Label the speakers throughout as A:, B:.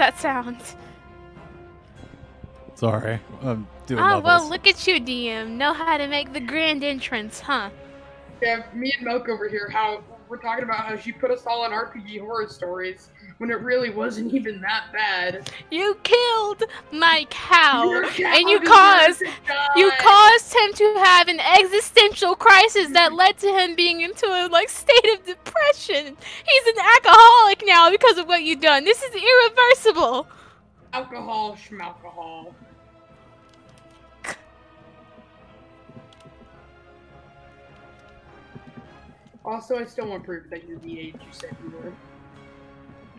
A: Oh,
B: found.
C: Sorry, I'm doing
B: Oh,
C: levels.
B: well, look at you, DM. Know how to make the grand entrance, huh?
A: Yeah, me and Milk over here, how we're talking about how she put us all in RPG horror stories when it really wasn't even that bad.
B: You killed my cow.
A: Your
B: and you
A: deserves
B: caused-
A: to
B: You
A: die.
B: caused him to have an existential crisis that led to him being into a like state of depression. He's an alcoholic now because of what you've done. This is irreversible.
A: alcohol, schmalcohol. Also, I still want proof that you're the age you said you were.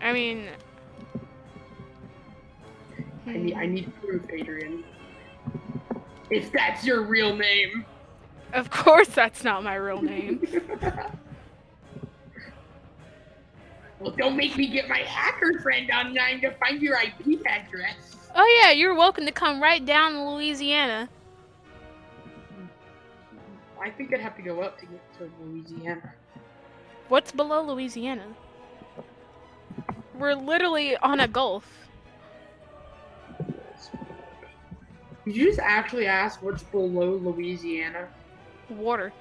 B: I mean,
A: I need, I need proof, Adrian. If that's your real name.
B: of course that's not my real name.
A: Well, don't make me get my hacker friend online to find your IP address.
B: oh yeah, you're welcome to come right down to Louisiana.
A: I think I'd have to go up to get to Louisiana.
B: What's below Louisiana? We're literally on a gulf.
A: Did you just actually ask what's below Louisiana?
B: Water.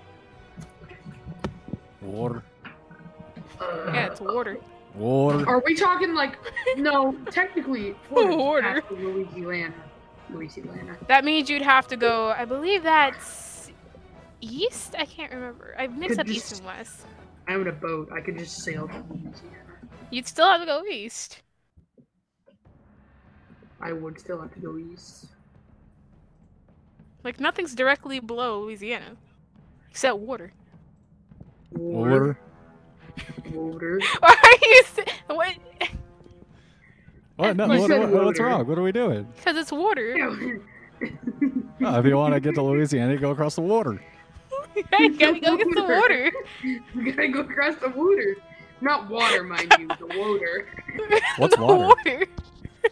C: Water,
B: Yeah, it's water.
C: water.
A: Are we talking like? No, technically, Florida's
B: Order.
A: after Louisiana. Louisiana.
B: That means you'd have to go. I believe that's east. I can't remember. I mixed
A: Could
B: up
A: just-
B: east and west.
A: I own a boat. I could just sail to Louisiana.
B: You'd still have to go east.
A: I would still have to go east.
B: Like nothing's directly below Louisiana, except water.
A: Water.
C: Water.
A: Water.
B: Why are you? s- What?
C: What? No,
A: You
C: what,
A: said
C: what- what's
A: water.
C: wrong? What are we doing?
B: Because it's water.
C: Oh, if you want to get to Louisiana, you go across the water.
B: Hey, gotta go get the water.
A: we gotta go across the water. Not water, mind you. The water.
C: What's
B: The
C: water?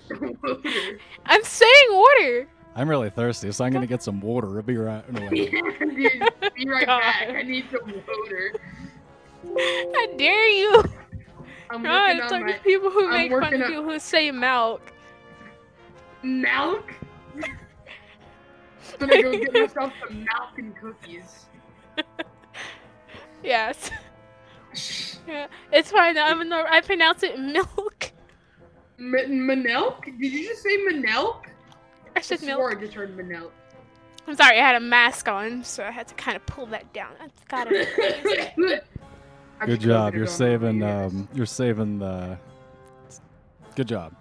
A: The water.
B: I'm saying water.
C: I'm really thirsty, so I'm gonna get some water. It'll be right. No, wait.
A: Yeah, dude, be right
B: God.
A: back. I need some water.
B: How dare you?
A: I'm
B: God,
A: working
B: it's
A: on
B: like
A: my
B: the people who
A: I'm
B: make fun
A: working
B: of
A: on-
B: people who say milk.
A: milk. I'm gonna go get myself some milk and cookies.
B: Yes, yeah. it's fine. I'm in the, I pronounce it milk.
A: M- Manelk? Did you just say Manelk?
B: I said
A: I
B: milk.
A: swore I just heard Manelk.
B: I'm sorry, I had a mask on, so I had to kind of pull that down. I've got it.
A: I've
C: Good
A: just
C: job.
A: opened it
C: You're
A: on
C: saving.
A: my ears.
C: Um, you're saving the. Good job.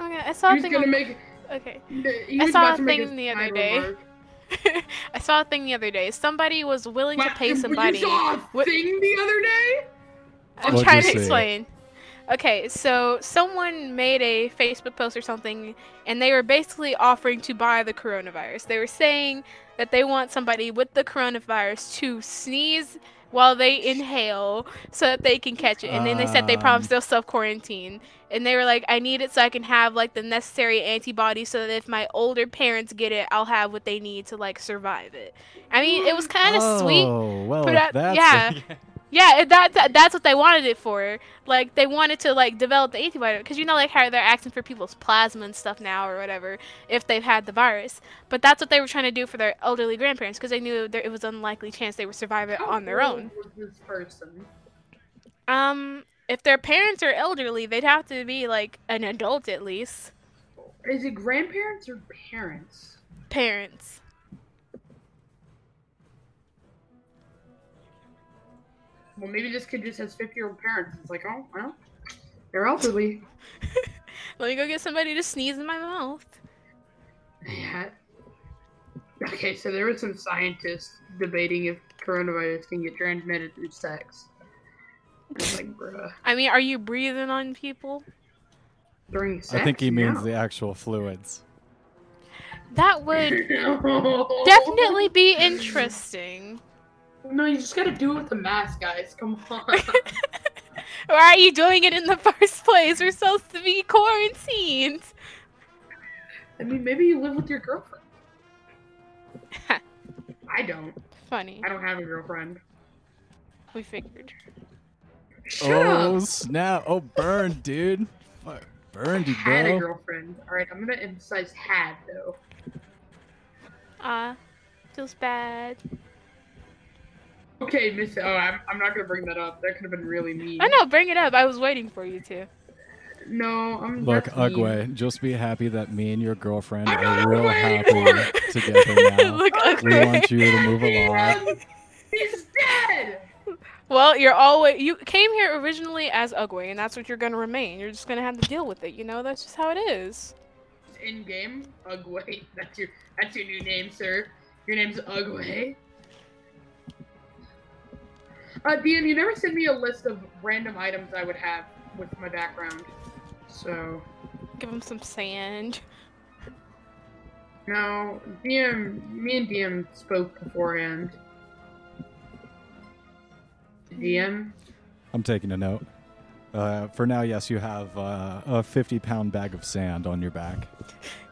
B: okay, I saw a
A: He's
B: thing.
A: gonna
B: on-
A: make.
B: okay,
A: He
B: I
A: was
B: saw
A: about
B: a
A: to make
B: thing
A: a
B: the other
A: side
B: day.
A: remark.
B: I saw a thing the other day. Somebody was willing to
A: Wow,
B: pay
A: you-
B: somebody.
A: You saw a
B: What-
A: thing the other day?
B: I'm
C: What'd
B: trying
C: you
B: to
C: see?
B: explain. Okay, so someone made a Facebook post or something, and they were basically offering to buy the coronavirus. They were saying that they want somebody with the coronavirus to sneeze while they inhale so that they can catch it. And then they said they
C: Um.
B: promised they'll self quarantine. And they were like, I need it so I can have like the necessary antibodies so that if my older parents get it, I'll have what they need to like survive it. I mean, it was kind of
C: oh,
B: sweet.
C: well,
B: but
C: if
B: I-
C: that's
B: yeah. Yeah, it- that, that that's what they wanted it for. Like they wanted to like develop the antibody because you know like how they're asking for people's plasma and stuff now or whatever if they've had the virus. But that's what they were trying to do for their elderly grandparents because they knew there, it was unlikely chance they would survive it
A: How
B: on their
A: old
B: own.
A: Was this person?
B: Um, if their parents are elderly, they'd have to be like an adult at least.
A: Is it grandparents or parents?
B: Parents.
A: Well, maybe this kid just has 50 year old parents. It's like, oh, well, they're elderly.
B: Let me go get somebody to sneeze in my mouth.
A: yeah. Okay, so there was some scientists debating if coronavirus can get transmitted through sex. I was like, bruh.
B: I mean, are you breathing on people?
A: During sex?
C: I think he means
A: no.
C: the actual fluids.
B: That would
A: No.
B: definitely be interesting.
A: No, you just gotta do it with the mask, guys. Come on.
B: Why are you doing it in the first place? We're supposed to be quarantined.
A: I mean, maybe you live with your girlfriend. I don't.
B: Funny.
A: I don't have a girlfriend.
B: We figured.
A: Shut
C: oh
A: up.
C: snap! Oh burn, Oh, dude. Fuck. Burned you,
A: had a
C: bro.
A: girlfriend. All right, I'm gonna emphasize had though.
B: Ah, feels bad.
A: Okay, Miss. Oh, I'm, I'm not gonna bring that up. That could have been really mean.
B: I know, bring it up. I was waiting for you to.
A: No, I'm
C: Look,
A: that's mean.
C: Ugwe, just be happy that me and your girlfriend
A: I'm
C: are
A: not
C: real
A: Ugwe
C: happy
A: anymore.
C: together now.
B: Look
A: We
C: We
B: ugly.
C: want you to move
A: He
C: along.
A: is- He's dead.
B: Well, you're always you came here originally as Ugwe, and that's what you're gonna remain. You're just gonna have to deal with it. You know, that's just how it is.
A: In game, Ugway. That's your that's your new name, sir. Your name's Ugway. Uh, DM, you never sent me a list of random items I would have with my background. So
B: Give him some sand.
A: no, DM. Me and DM spoke beforehand. DM.
C: I'm taking a note. Uh, for now, yes, you have uh, a 50 pound bag of sand on your back.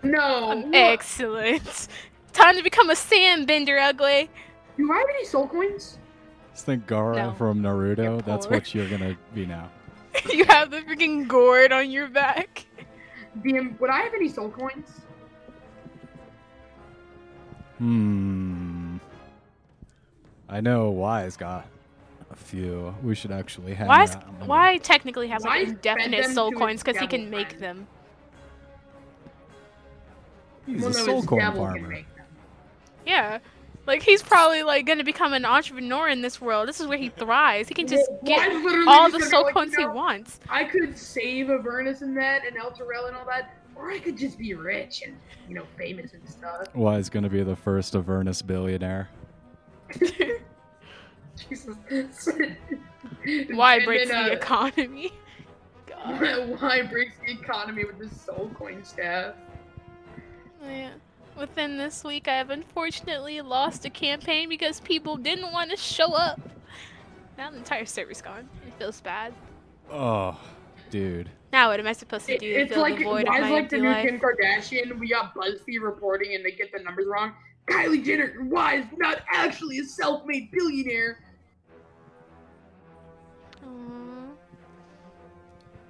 A: No.
B: Um,
A: look,
B: excellent. Time to become a sand bender, Ugwe.
A: Do I have any soul coins?
C: Just think Gara
B: No.
C: from
B: You're
C: Naruto. That's
B: poor.
C: what you're gonna be now.
B: you have the freaking gourd on your back.
A: DM, would I have any soul coins?
C: Hmm. I know Wise got a few. We should actually have.
B: Why? Why technically have like
A: Why spend
B: indefinite
A: them
B: soul
A: to
B: coins because he
A: devil
B: can make
A: friend?
B: them.
C: He's
A: Well,
C: a
A: no,
C: soul
A: it's
C: corn
A: devil can
C: farmer.
A: make them.
B: Yeah. Like he's probably like gonna become an entrepreneur in this world. This is where he thrives. He can just
A: Well,
B: get
A: I'm literally
B: all
A: just
B: the
A: gonna be
B: soul
A: like,
B: coins
A: you
B: he
A: know,
B: wants.
A: I could save Avernus and that, and Elturel and all that, or I could just be rich and you know famous and stuff.
C: Wise gonna be the first Avernus billionaire.
A: Jesus.
B: Why
A: And
B: breaks
A: then,
B: the
A: uh,
B: economy? God.
A: Why breaks the economy with this soul coin staff?
B: Yeah. Within this week, I have unfortunately lost a campaign because people didn't want to show up. Now the entire server's gone. It feels bad.
C: Oh, dude.
B: Now what am I supposed to
A: It-
B: do to
A: it's
B: fill
A: like
B: the void of
A: why
B: my
A: is like the
B: empty
A: new
B: life?
A: Kim Kardashian? We got BuzzFeed reporting and they get the numbers wrong. Kylie Jenner, why is not actually a self-made billionaire?
B: Aw.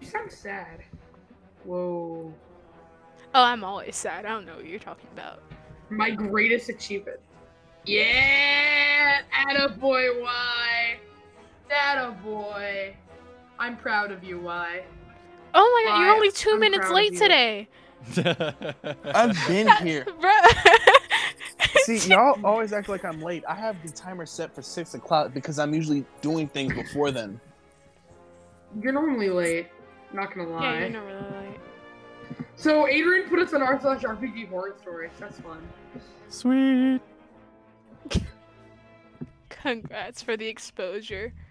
A: You sound sad. Whoa.
B: Oh, I'm always sad. I don't know what you're talking about.
A: My greatest achievement. Yeah! Attaboy, why? Attaboy. I'm proud of you, why?
B: Oh my god, you're
A: Why?
B: only 2
A: I'm
B: minutes
A: proud of
B: late
A: you.
B: today.
D: I've been here.
B: Bro.
D: See, y'all always act like I'm late. I have the timer set for six o'clock because I'm usually doing things before then.
A: You're normally late. Not gonna lie.
B: yeah, you're not really late.
A: So Adrian put us on R slash RPG horror stories. That's fun.
C: Sweet.
B: Congrats for the exposure.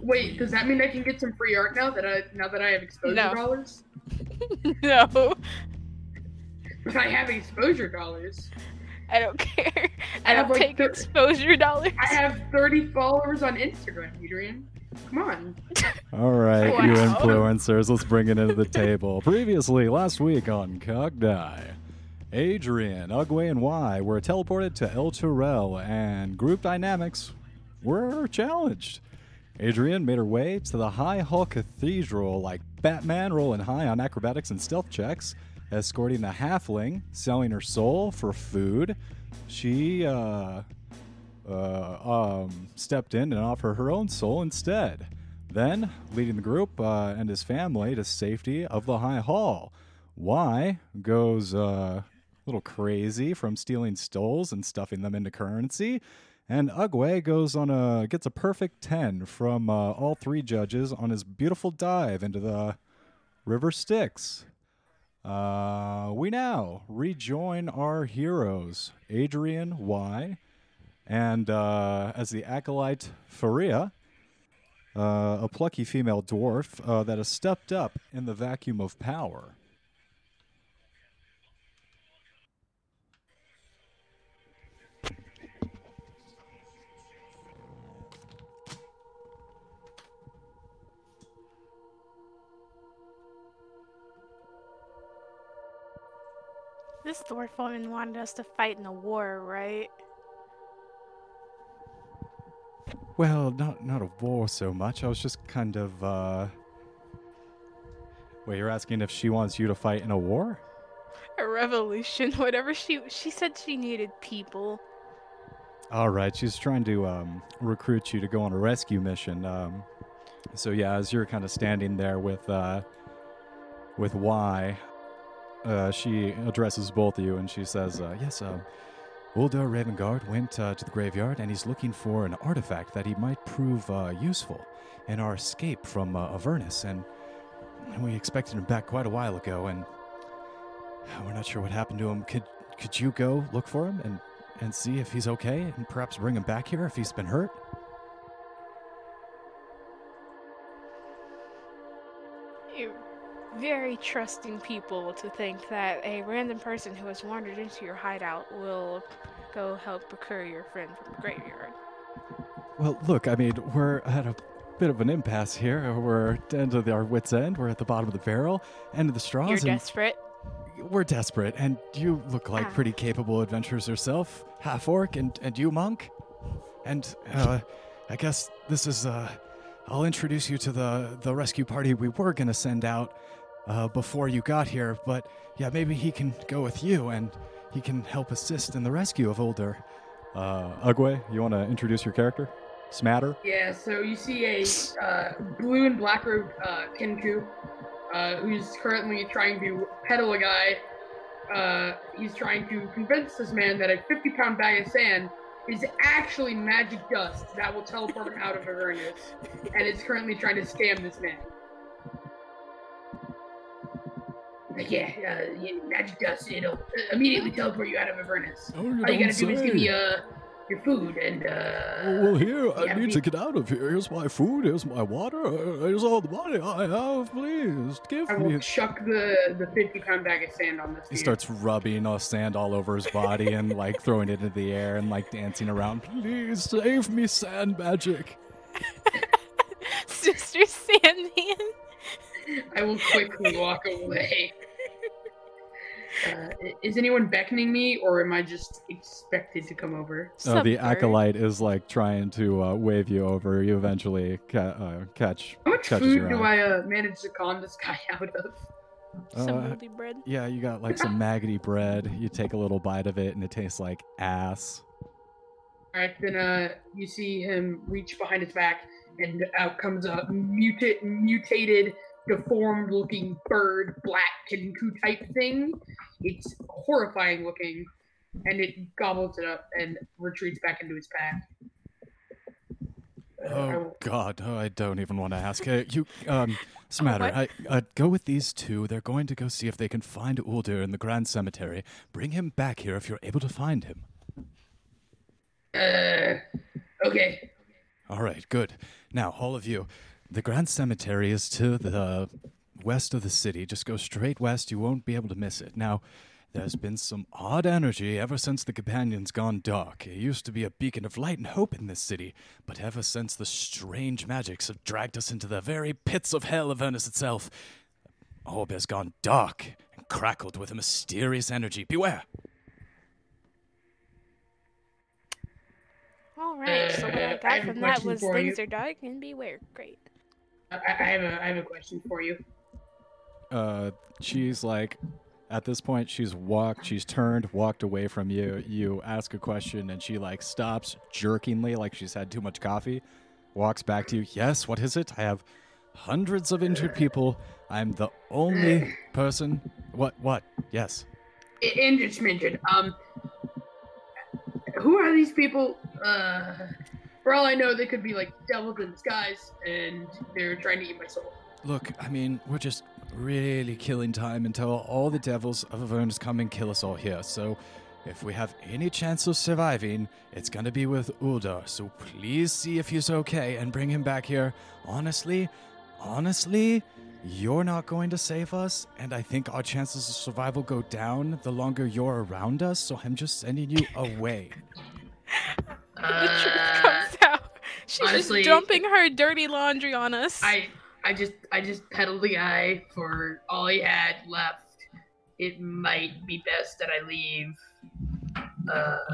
A: Wait, does that mean I can get some free art now that I now that I have exposure
B: No.
A: dollars?
B: no,
A: But I have exposure dollars.
B: I don't care.
A: I
B: I
A: have,
B: don't
A: like,
B: take
A: thir-
B: exposure dollars.
A: I have 30 followers on Instagram, Adrian. Come on.
C: All right, you
B: Wow.
C: influencers, let's bring it into the table. Previously, last week on Cogdi, Adrian, Ugwe, and Y were teleported to El Terrell, and group dynamics were challenged. Adrian made her way to the High Hall Cathedral like Batman, rolling high on acrobatics and stealth checks, escorting a halfling, selling her soul for food. She uh, uh, um, stepped in and offered her own soul instead. Then, leading the group uh, and his family to safety of the High Hall. Y goes uh, a little crazy from stealing stoles and stuffing them into currency. And Ugwe goes on a gets a perfect ten from uh, all three judges on his beautiful dive into the River Styx. Uh, we now rejoin our heroes, Adrian Y, and uh, as the acolyte Faria, uh, a plucky female dwarf uh, that has stepped up in the vacuum of power.
B: This dwarf woman wanted us to fight in a war, right?
C: Well, not not a war so much. I was just kind of uh, Wait, you're asking if she wants you to fight in a war?
B: A revolution, whatever she she said she needed people.
C: All right, she's trying to um, recruit you to go on a rescue mission. Um, so yeah, as you're kind of standing there with uh, with Y, uh, she addresses both of you and she says, uh, "Yes, uh, Uldar Ravengard went uh, to the graveyard and he's looking for an artifact that he might prove uh, useful in our escape from uh, Avernus, and we expected him back quite a while ago, and we're not sure what happened to him. Could could you go look for him and?" and see if he's okay and perhaps bring him back here if he's been hurt?
B: You're very trusting people to think that a random person who has wandered into your hideout will go help procure your friend from the graveyard.
C: Well, look, I mean, we're at a bit of an impasse here. We're down to our wits' end. We're at the bottom of the barrel, end of the straws.
B: You're
C: and
B: desperate.
C: We're desperate, and you look like
B: Ah.
C: pretty capable adventurers yourself, half orc, and, and you, monk. And uh, I guess this is. Uh, I'll introduce you to the, the rescue party we were going to send out uh, before you got here, but yeah, maybe he can go with you and he can help assist in the rescue of Older. Uh, Ugwe, you want to introduce your character? Smatter?
A: Yeah, so you see a uh, blue and black robed uh, Kenku uh, who's currently trying to peddle a guy. Uh, he's trying to convince this man that a 50 pound bag of sand is actually magic dust that will teleport him out of Avernus, and is currently trying to scam this man. Like, yeah, uh, yeah, magic dust, it'll immediately teleport you out of Avernus.
C: Oh, you
A: All you gotta do is give me uh, your food and. Uh,
C: here,
A: I yeah, need we- to
C: get out of here. Here's my food, here's my water, here's all the money I have. Please, give
A: I will chuck the the fifty pound bag of sand on this.
C: He
A: dude.
C: starts rubbing uh, sand all over his body and like throwing it into the air and like dancing around. Please save me, sand magic.
B: Sister Sandman.
A: I will quickly walk away. Uh, i- is anyone beckoning me, or am I just expected to come over?
C: Uh, the
B: Sup, bird?
C: acolyte is like trying to uh, wave you over. You eventually ca- uh, catch.
A: How much
C: Catches
A: food
C: your
A: do
C: eye.
A: I uh, manage to con this guy out of?
B: Some
C: Uh,
B: moldy bread.
C: yeah, you got like some maggoty bread. You take a little bite of it and it tastes like ass.
A: All right, then uh, you see him reach behind his back, and out comes a muta- mutated, deformed-looking bird, black kinku type thing. It's horrifying looking, and it gobbles it up and retreats back into its pack. Uh, I
C: Oh
A: will-
C: God, oh, I don't even want to ask. Uh, you, um, Smatter, I, uh, go with these two. They're going to go see if they can find Uldur in the Grand Cemetery. Bring him back here if you're able to find him.
A: Uh, okay.
C: All right, good. Now, all of you, the Grand Cemetery is to the west of the city. Just go straight west. You won't be able to miss it. Now, there's been some odd energy ever since the Companion's gone dark. It used to be a beacon of light and hope in this city, but ever since the strange magics have dragged us into the very pits of hell of Venice itself, orb has gone dark and crackled with a mysterious energy. Beware!
B: All right. So what I
A: Uh, I
B: got
A: have a
B: from that
A: question
B: was
A: for you.
B: things are dark and beware. Great.
A: I, I have a I have a question for you.
C: uh, she's like at this point she's walked she's turned walked away from you you ask a question and she like stops jerkingly like she's had too much coffee walks back to you yes what is it i have hundreds of injured people i'm the only person what what yes
A: I- And just mentioned, um, who are these people? Uh, for all I know, they could be like devils in disguise, and they're trying to eat my soul.
C: Look, I mean, we're just really killing time until all the devils of Avernus come and kill us all here. So, if we have any chance of surviving, it's gonna be with Uldar. So please see if he's okay and bring him back here. Honestly, honestly, you're not going to save us, and I think our chances of survival go down the longer you're around us. So I'm just sending you away.
B: the truth comes out. She's
A: Uh, honestly-
B: just dumping her dirty laundry on us.
A: I I just I just peddled the guy for all he had left. It might be best that I leave. Uh,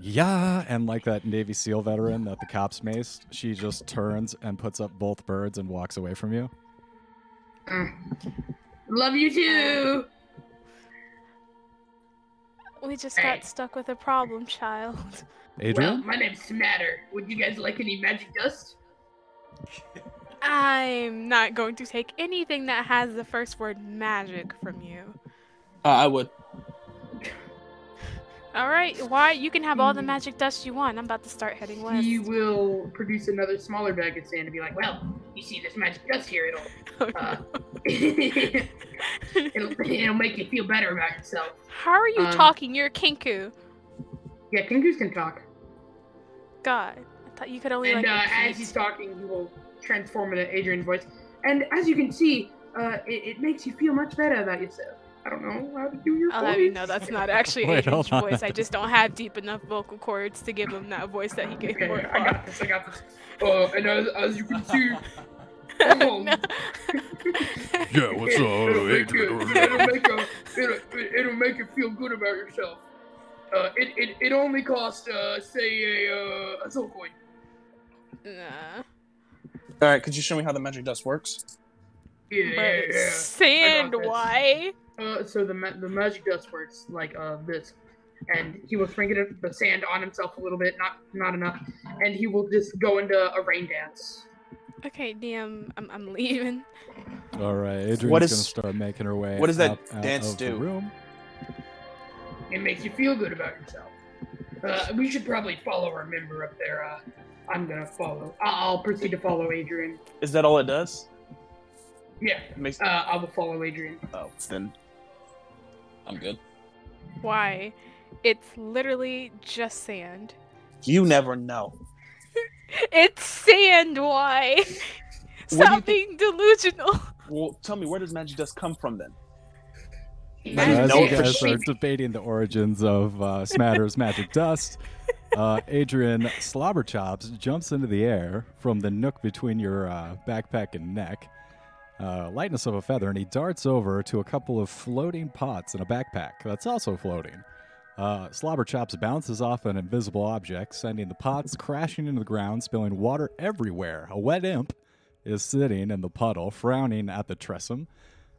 C: Yeah, and like that Navy SEAL veteran that the cops maced, she just turns and puts up both birds and walks away from you.
A: mm. Love you too.
B: We just
A: Hey.
B: got stuck with a problem, child.
A: Well,
C: Adrian?
A: my name's Smatter. Would you guys like any magic dust?
B: I'm not going to take anything that has the first word magic from you.
D: Uh, I would.
B: All right, why you can have all the
A: Hmm.
B: magic dust you want. I'm about to start heading west.
A: He will produce another smaller bag of sand and be like, "Well, you see this magic dust here? It'll
B: Oh,
A: uh,
B: no.
A: it'll, it'll make you feel better about yourself."
B: How are you
A: um,
B: talking? You're a kinku.
A: Yeah, Kinkus can talk.
B: God, Oh, I thought you could only
A: and
B: like.
A: uh, as
B: repeat.
A: he's talking, he will transform into Adrian's voice. And as you can see, uh, it, it makes you feel much better about yourself. I don't know how to do your
B: I'll
A: voice.
B: have you know that's not actually
C: Wait,
B: Aiden's
C: hold on.
B: voice. I just don't have deep enough vocal cords to give him that voice that he gave
A: Okay,
B: more
A: I got this. I got this. Uh, and as, as you can see, oh,
C: Yeah, what's up,
A: it'll, make you,
C: Adrian?
A: it'll, make you- it'll, it'll make you feel good about yourself. Uh, it, it, it only costs, uh, say, a, uh, a soul coin.
B: nah.
D: All right, could you show me how the magic dust works?
A: Yeah, yeah,
B: But
A: yeah.
B: sand,
A: this.
B: why?
A: Uh, so the ma- the magic dust works like uh this, and he will sprinkle it- the sand on himself a little bit, not not enough, and he will just go into a rain dance.
B: Okay, DM, I'm, I'm leaving.
C: All right, Adrian's
D: What is-
C: gonna start making her way.
D: what does that
C: up out
D: dance
C: of the
D: do?
C: room.
A: It makes you feel good about yourself. Uh, we should probably follow our member up there. Uh, I'm gonna follow. I- I'll proceed to follow Adrian.
D: Is that all it does?
A: Yeah,
D: It makes.
A: uh,
E: Oh,
A: I will follow Adrian.
D: Oh, then I'm good.
B: Why? It's literally just sand.
D: You never know.
B: It's sand, why?
D: do you
B: Stop being delusional.
D: Well, tell me, where does magic dust come from then?
C: So
D: I
C: as
D: know
C: you
D: it for
C: guys are
D: sure.
C: debating the origins of uh, Smatter's magic dust, uh, Adrian Slobberchops jumps into the air from the nook between your uh, backpack and neck, uh, lightness of a feather, and he darts over to a couple of floating pots in a backpack that's also floating. Uh, Slobberchops bounces off an invisible object, sending the pots crashing into the ground, spilling water everywhere. A wet imp is sitting in the puddle, frowning at the trestle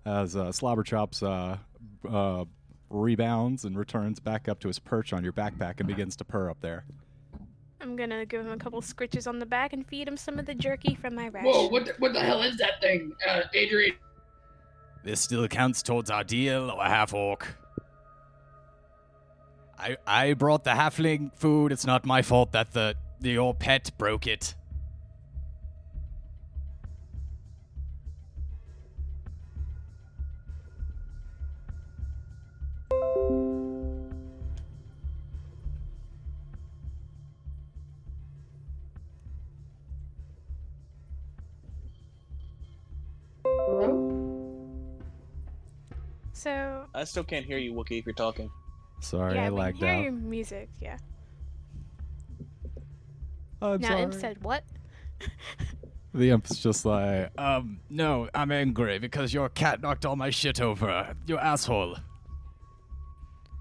C: as uh, Slobberchops uh, b- uh, rebounds and returns back up to his perch on your backpack and begins to purr up there.
B: I'm gonna give him a couple scritches on the back and feed him some of the jerky from my rash.
A: Whoa! What the, what the hell is that thing, uh, Adrian?
C: This still counts towards our deal, or half orc. I I brought the halfling food. It's not my fault that the, the your pet broke it.
A: Hello?
B: So
D: I still can't hear you, Wookie, if you're talking.
C: Sorry,
B: yeah, we
C: I
B: can
C: lagged
B: hear
C: out.
B: your music. Yeah.
C: I'm
B: now
C: sorry.
B: Imp said what?
C: The imp's just like, um, no, I'm angry because your cat knocked all my shit over. You asshole.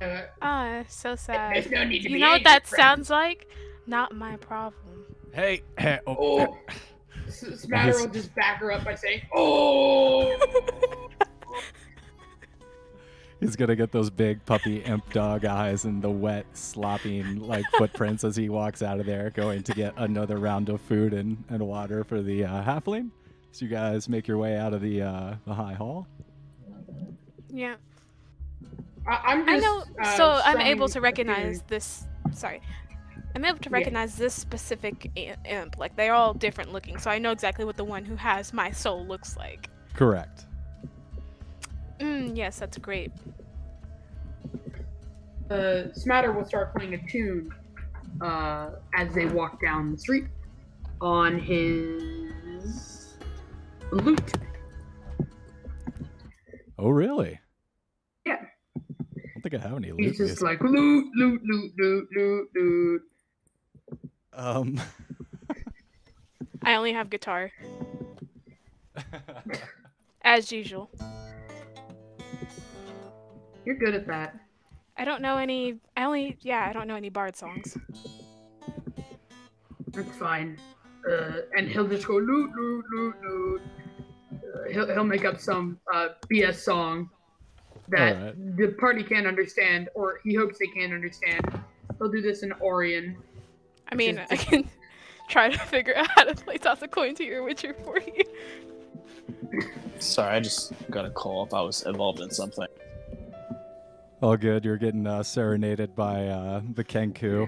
A: Uh,
B: Ah, so
A: there's
B: sad.
A: no need to
B: You
A: be
B: know what
A: angry,
B: that
A: friend.
B: sounds like? Not my problem.
C: Hey, hey, oh,
A: Oh, S- Smatter will just back her up by saying, "Oh."
C: He's gonna get those big puppy imp dog eyes and the wet, slopping like footprints as he walks out of there, going to get another round of food and, and water for the uh, halfling. So you guys make your way out of the uh, the high hall.
B: Yeah.
A: I- I'm
B: I
A: just,
B: know.
A: uh,
B: so I'm
A: summing
B: able to
A: the
B: recognize
A: food.
B: this. Sorry. I'm able to
A: Yeah.
B: recognize this specific i- imp. Like they're all different looking, so I know exactly what the one who has my soul looks like.
C: Correct.
B: Mm, yes, that's great.
A: uh, Smatter will start playing a tune uh, as they walk down the street on his lute.
C: Oh, really?
A: Yeah.
C: I don't think I have any
A: He's
C: loot.
A: just
C: music.
A: like loot, loot, loot, loot, loot, loot.
C: Um.
B: I only have guitar, as usual.
A: You're good at that.
B: I don't know any. I only. Yeah, I don't know any bard songs.
A: That's fine. Uh, and he'll just go loot, loot, loot, loot. he'll, he'll make up some uh, BS song that
C: Alright.
A: the party can't understand, or he hopes they can't understand. He'll do this in Orion.
B: I mean,
A: is
B: I can try to figure out how to play toss a coin to your Witcher for you.
E: Sorry, I just got a call if I was involved in something.
C: All good. You're getting uh, serenaded by uh, the Kenku.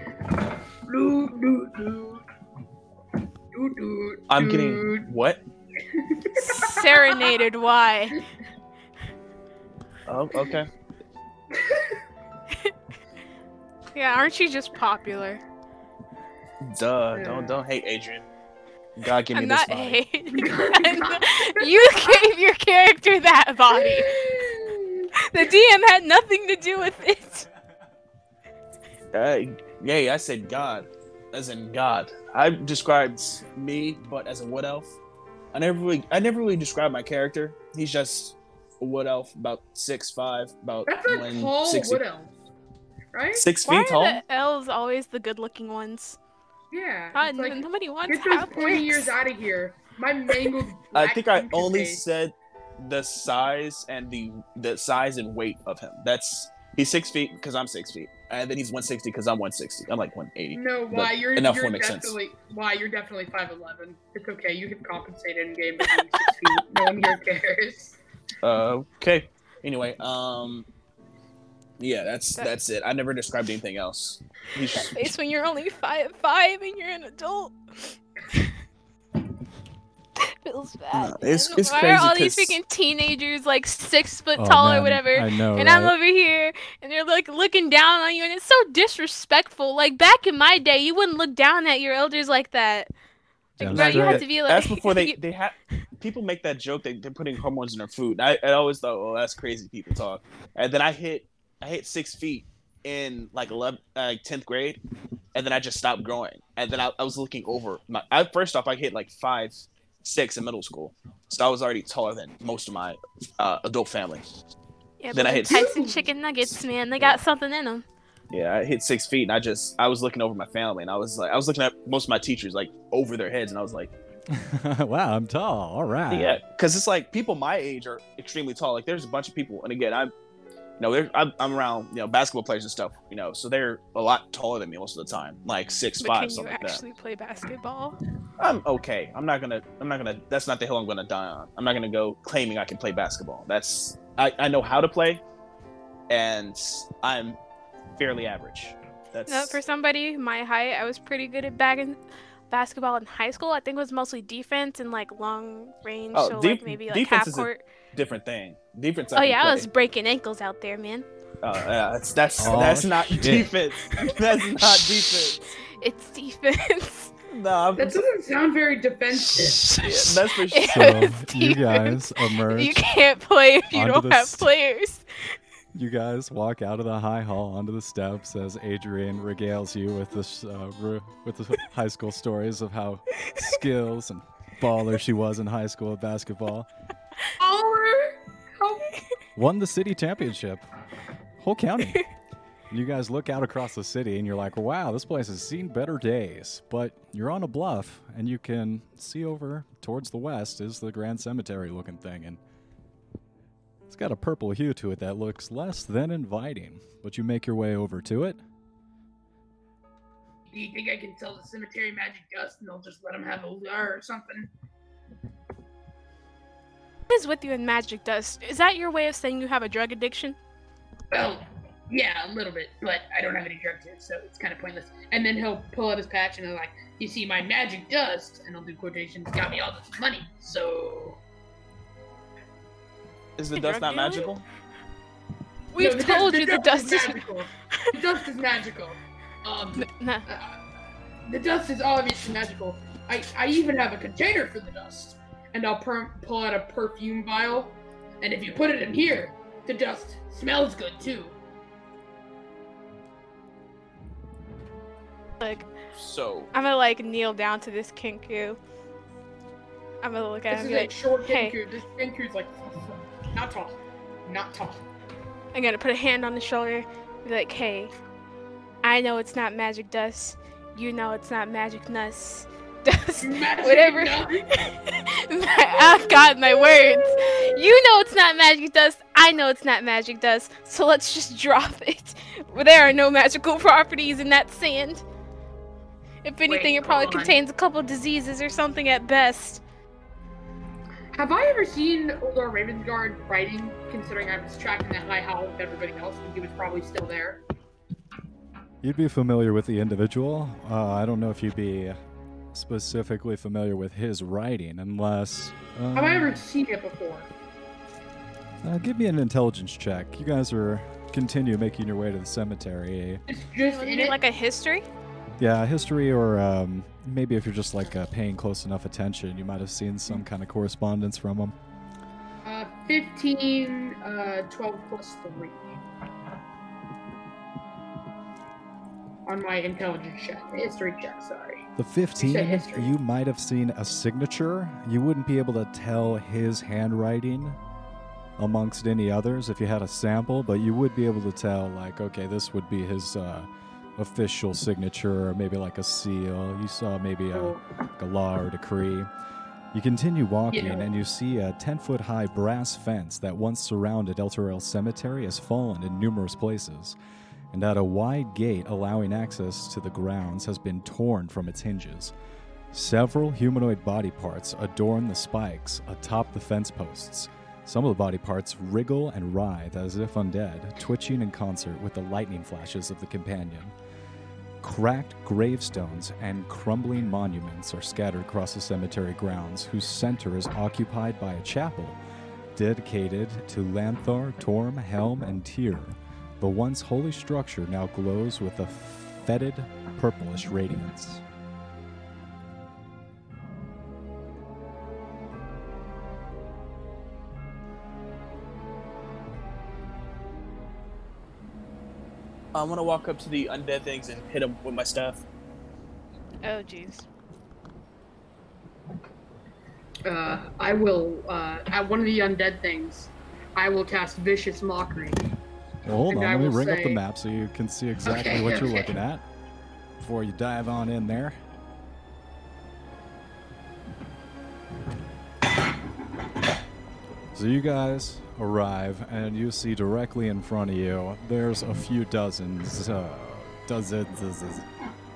A: Doo, doo, doo. Doo, doo,
E: I'm
A: doo.
E: getting what?
B: Serenaded, why?
E: Oh, okay.
B: Yeah, aren't you just popular?
E: Duh. Don't don't hate Adrian. God give me
B: I'm
E: this
B: not
E: body.
B: hating. you gave your character that body. The DM had nothing to do with it.
E: Uh, yay! I said God, as in God. I described me, but as a wood elf. I never really, I never really described my character. He's just a wood elf, about six five, about
A: That's a
E: one
A: tall
E: sixty-
A: wood elf, right?
E: six
B: Why
E: feet tall.
B: are the elves always the good-looking ones?
A: Yeah.
B: God,
A: it's like,
B: nobody wants
A: Get those
B: half
A: pointy
B: orcs.
A: ears out of here. My mangled.
E: I
A: black
E: think I
A: pumpkin
E: only
A: face.
E: said the size and the the size and weight of him. That's he's six feet because I'm six feet, and then he's one sixty because I'm one sixty. I'm like one eighty.
A: No, why you're
E: enough
A: you're
E: will make sense.
A: definitely why you're definitely five eleven. It's okay. You get compensated in game. by being six feet. No one here cares.
E: Uh, okay. Anyway, um, yeah, that's
B: That-
E: that's it. I never described anything else. He's just-
B: It's when you're only five five and you're an adult. Feels bad.
E: No, it's-
B: man.
E: it's
B: Why
E: crazy
B: are all these
E: 'cause-
B: freaking teenagers like six foot
C: Oh,
B: tall or
C: man,
B: whatever?
C: I know.
B: and I'm
C: right?
B: over here, and they're like looking down on you, and it's so disrespectful. Like back in my day, you wouldn't look down at your elders like that. Like,
C: Yeah, I'm
B: bro,
C: not
B: you
C: doing
B: have
E: it.
B: to be like.
E: that's before they
B: you-
E: they have people make that joke that they're putting hormones in their food. I, I always thought, oh, that's crazy. People talk, and then I hit I hit six feet in like 11, uh, 10th grade, and then I just stopped growing. And then I, I was looking over. My, I, first off, I hit like five, six in middle school, so I was already taller than most of my uh, adult family.
B: yeah,
E: then I
B: but
E: hit-
B: Tyson chicken nuggets, man. They got something in them.
E: Yeah, I hit six feet, and I just I was looking over my family, and I was like, I was looking at most of my teachers like over their heads, and I was like,
C: wow, I'm tall. All right.
E: yeah, because it's like people my age are extremely tall. Like there's a bunch of people, and again, I'm, you know, there- I'm, I'm around you know basketball players and stuff, you know, so they're a lot taller than me most of the time, like six
B: But
E: five,
B: can you
E: something like that.
B: actually play basketball?
E: I'm okay. I'm not gonna. I'm not gonna. That's not the hill I'm gonna die on. I'm not gonna go claiming I can play basketball. That's I, I know how to play, and I'm fairly average. That's
B: No, for somebody my height, I was pretty good at bagging basketball in high school. I think it was mostly defense and like long range,
E: Oh,
B: so
E: def-
B: like maybe like
E: defense
B: half
E: is a-
B: court.
E: different thing. Defense.
B: Oh
E: can
B: yeah, I
E: play.
B: was breaking ankles out there, man.
E: Uh, yeah, that's that's
C: Oh,
E: that's not
C: shit.
E: defense. That's not defense.
B: It's defense.
E: No, I'm,
A: That
E: that's,
A: doesn't sound very defensive.
E: that's for sure.
C: So
B: It's
C: you
B: defense.
C: guys emerge.
B: You can't play if you
C: Onto
B: don't
C: the
B: have
C: s-
B: players.
C: You guys walk out of the high hall onto the steps as Adrian regales you with this uh, ru- with the high school stories of how skills and baller she was in high school at basketball.
A: Holler. Help.
C: Won the city championship, whole county. And you guys look out across the city and you're like, "Wow, this place has seen better days." But you're on a bluff and you can see over towards the west is the grand cemetery looking thing and It's got a purple hue to it that looks less than inviting, but you make your way over to it.
A: Do you think I can tell the cemetery magic dust and they'll just let him have a lure or something?
B: What is with you and magic dust? Is that your way of saying you have a drug addiction?
A: Well, yeah, a little bit, but I don't have any drugs here, so it's kind of pointless. And then he'll pull out his patch and he'll like, you see, my magic dust, and I'll do quotations, got me all this money, so.
E: Is the
B: Hey,
E: dust
B: drug
E: not
B: dealer?
E: magical?
B: We've
A: No, the
B: told you the dust is.
A: magical. the dust is magical. Um,
B: Nah.
A: uh, the dust is obviously magical. I, I even have a container for the dust, and I'll per- pull out a perfume vial, and if you put it in here, the dust smells good too.
B: Like,
E: So
B: I'm gonna like kneel down to this kinku. I'm gonna look at
A: This
B: him. and
A: is
B: be
A: a
B: Like,
A: short
B: hey.
A: Genku. This Genku's like not tall, not tall.
B: I'm gonna put a hand on his shoulder. Be like, hey, I know it's not magic dust. You know it's not magic nuts. Dust.
A: Magic
B: Whatever.
A: enough.
B: I've got my words. You know it's not magic dust. I know it's not magic dust. So let's just drop it. There are no magical properties in that sand. If anything, it probably
A: hold on.
B: contains a couple diseases or something at best.
A: Have I ever seen Oldor Ravensguard writing, considering I was tracking that high howl with everybody else and he was probably still there?
C: You'd be familiar with the individual. Uh, I don't know if you'd be specifically familiar with his writing, unless. Uh,
A: Have I ever seen it before?
C: uh, give me an intelligence check. You guys are continue making your way to the cemetery.
A: It's just in
B: Wouldn't it be
A: it.
B: like a history?
C: Yeah, history, or um, maybe if you're just like uh, paying close enough attention, you might have seen
A: Hmm.
C: some kind of correspondence from him.
A: Uh, 15, uh, 12 plus 3. On my intelligence check. History check, sorry.
C: The 15,
A: history.
C: you might have seen a signature. You wouldn't be able to tell his handwriting amongst any others if you had a sample, but you would be able to tell, like, okay, this would be his uh, official signature, or maybe like a seal. You saw maybe a,
A: Cool.
C: like a law or decree. You continue walking,
A: Yeah.
C: and you see a 10 foot high brass fence that once surrounded El Torrell Cemetery has fallen in numerous places, and at a wide gate allowing access to the grounds has been torn from its hinges. Several humanoid body parts adorn the spikes atop the fence posts. Some of the body parts wriggle and writhe as if undead, twitching in concert with the lightning flashes of the companion. Cracked gravestones and crumbling monuments are scattered across the cemetery grounds, whose center is occupied by a chapel dedicated to Lanthar, Torm, Helm, and Tyr. The once holy structure now glows with a fetid purplish radiance.
D: I want to walk up to the undead things and hit them with my staff.
B: Oh, jeez.
A: Uh, I will, uh, at one of the undead things, I will cast Vicious Mockery.
C: Well, hold
A: And
C: on,
A: I
C: let me
A: will
C: ring up the
A: say-
C: map so you can see exactly
A: Okay,
C: what you're
A: okay.
C: looking at before you dive on in there. So you guys arrive, and you see directly in front of you. There's a few dozens, uh, dozens. dozens-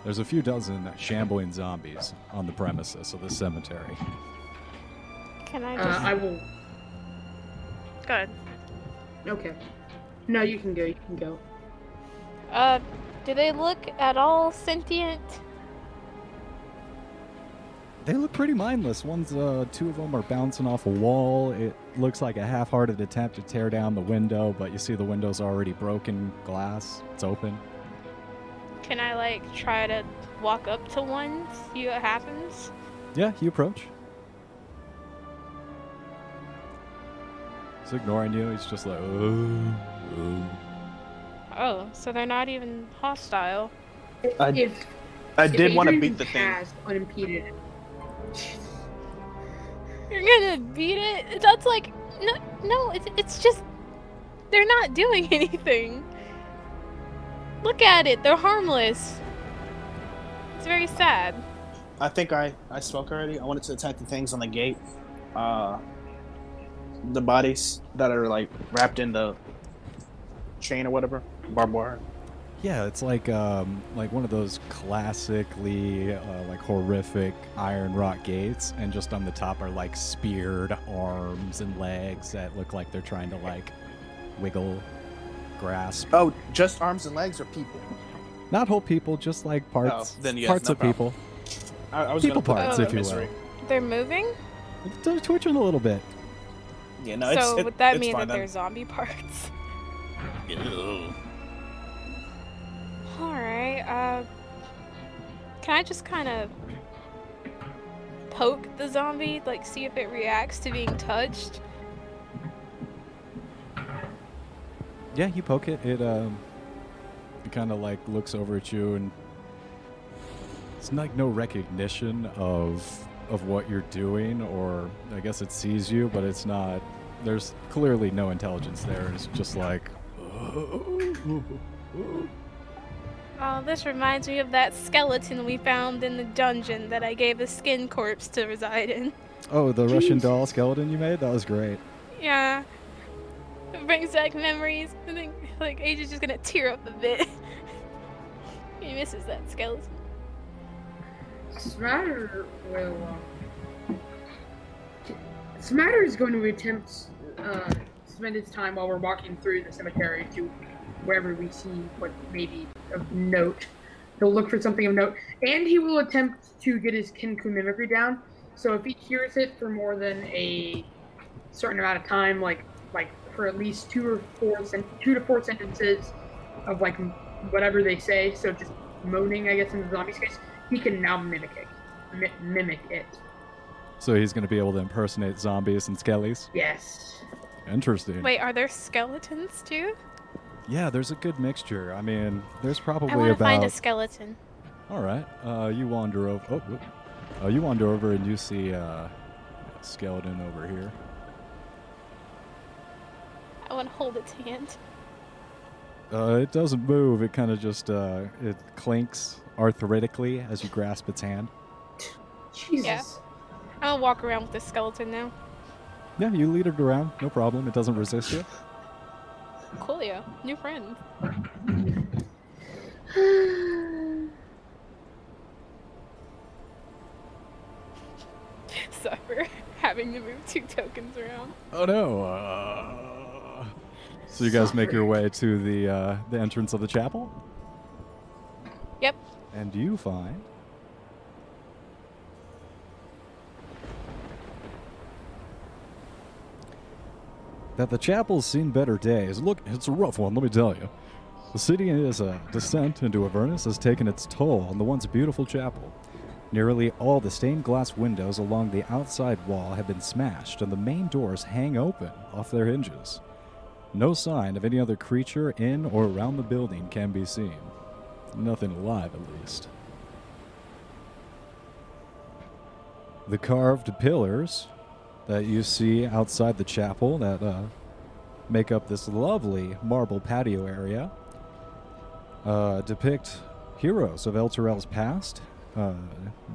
C: There's a few dozen shambling zombies on the premises of the cemetery.
B: Can I
A: Uh,
B: just.
A: I will,
B: Go ahead.
A: okay. No, you can go, you can go.
B: Uh, do they look at all sentient?
C: They look pretty mindless. One's, uh, two of them are bouncing off a wall. It looks like a half-hearted attempt to tear down the window, but you see the window's already broken glass. It's open.
B: Can I, like, try to walk up to one, see what happens?
C: Yeah, you approach. He's ignoring you. He's just like, "Oh, oh."
B: Oh, so they're not even hostile.
D: I-
A: if,
D: I
A: if
D: did want to
A: Adrian can
D: beat the thing.
A: cast Unimpeded.
B: You're gonna beat it? That's like, no, no, it's, it's just, they're not doing anything. Look at it, they're harmless. It's very sad.
D: I think I I spoke already. I wanted to attack the things on the gate, uh, the bodies that are like wrapped in the chain or whatever, barbed wire.
C: Yeah, it's like um, like one of those classically uh, like horrific iron rock gates, and just on the top are like speared arms and legs that look like they're trying to like wiggle, grasp.
D: Oh, just arms and legs or people?
C: Not whole people, just like parts
D: Oh, then yes,
C: parts
D: no
C: of
D: problem.
C: people.
D: I, I was
C: People
D: gonna put
B: parts,
D: that
B: if
D: in
C: you
D: misery.
B: They're moving?
C: They're twitching a little bit.
D: Yeah, no, it's,
B: so
D: it-
B: would that
D: it's
B: mean
D: fine
B: that they're zombie parts?
D: then. Ew.
B: Alright, uh. Can I just kind of poke the zombie? Like, see if it reacts to being touched?
C: Yeah, you poke it. It um, it kind of like looks over at you, and it's like no recognition of of what you're doing, or I guess it sees you, but it's not. There's clearly no intelligence there. It's just like.
B: Oh, this reminds me of that skeleton we found in the dungeon that I gave the skin corpse to reside in.
C: Oh, the Russian
A: Jeez.
C: doll skeleton you made? That was great.
B: Yeah. It brings back memories. I think like Age is just gonna tear up a bit. he misses that skeleton.
A: Smatter will. uh, Smatter is going to attempt uh, to spend his time while we're walking through the cemetery to wherever we see what may be of note. He'll look for something of note, and he will attempt to get his Kinku mimicry down. So if he hears it for more than a certain amount of time, like like for at least two or four sen- two to four sentences of like m- whatever they say, so just moaning, I guess, in the zombies case, he can now mimic it. Mi- mimic it.
C: So he's going to be able to impersonate zombies and skellies.
A: Yes.
C: Interesting.
B: Wait, are there skeletons too?
C: Yeah, there's a good mixture. I mean, there's probably
B: I want to
C: about.
B: find a skeleton.
C: All right. Uh, you wander over. Oh, whoop. Uh, you wander over and you see uh, a skeleton over here.
B: I want to hold its hand.
C: Uh, it doesn't move. It kind of just uh, it clinks arthritically as you grasp its hand.
A: Jesus.
B: I'll walk around with the skeleton now.
C: Yeah, you lead it around. No problem. It doesn't resist you.
B: Coolio, new friend. Suffer having to move two tokens around.
C: Oh no. Uh... So you guys make your
A: Suffer.
C: way to the uh, the entrance of the chapel,
B: Yep.
C: and you find that the chapel's seen better days. Look, it's a rough one, let me tell you. The city is a descent into Avernus has taken its toll on the once beautiful chapel. Nearly all the stained glass windows along the outside wall have been smashed, and the main doors hang open off their hinges. No sign of any other creature in or around the building can be seen. Nothing alive, at least. The carved pillars that you see outside the chapel that uh, make up this lovely marble patio area uh, depict heroes of El Torell's past. Uh,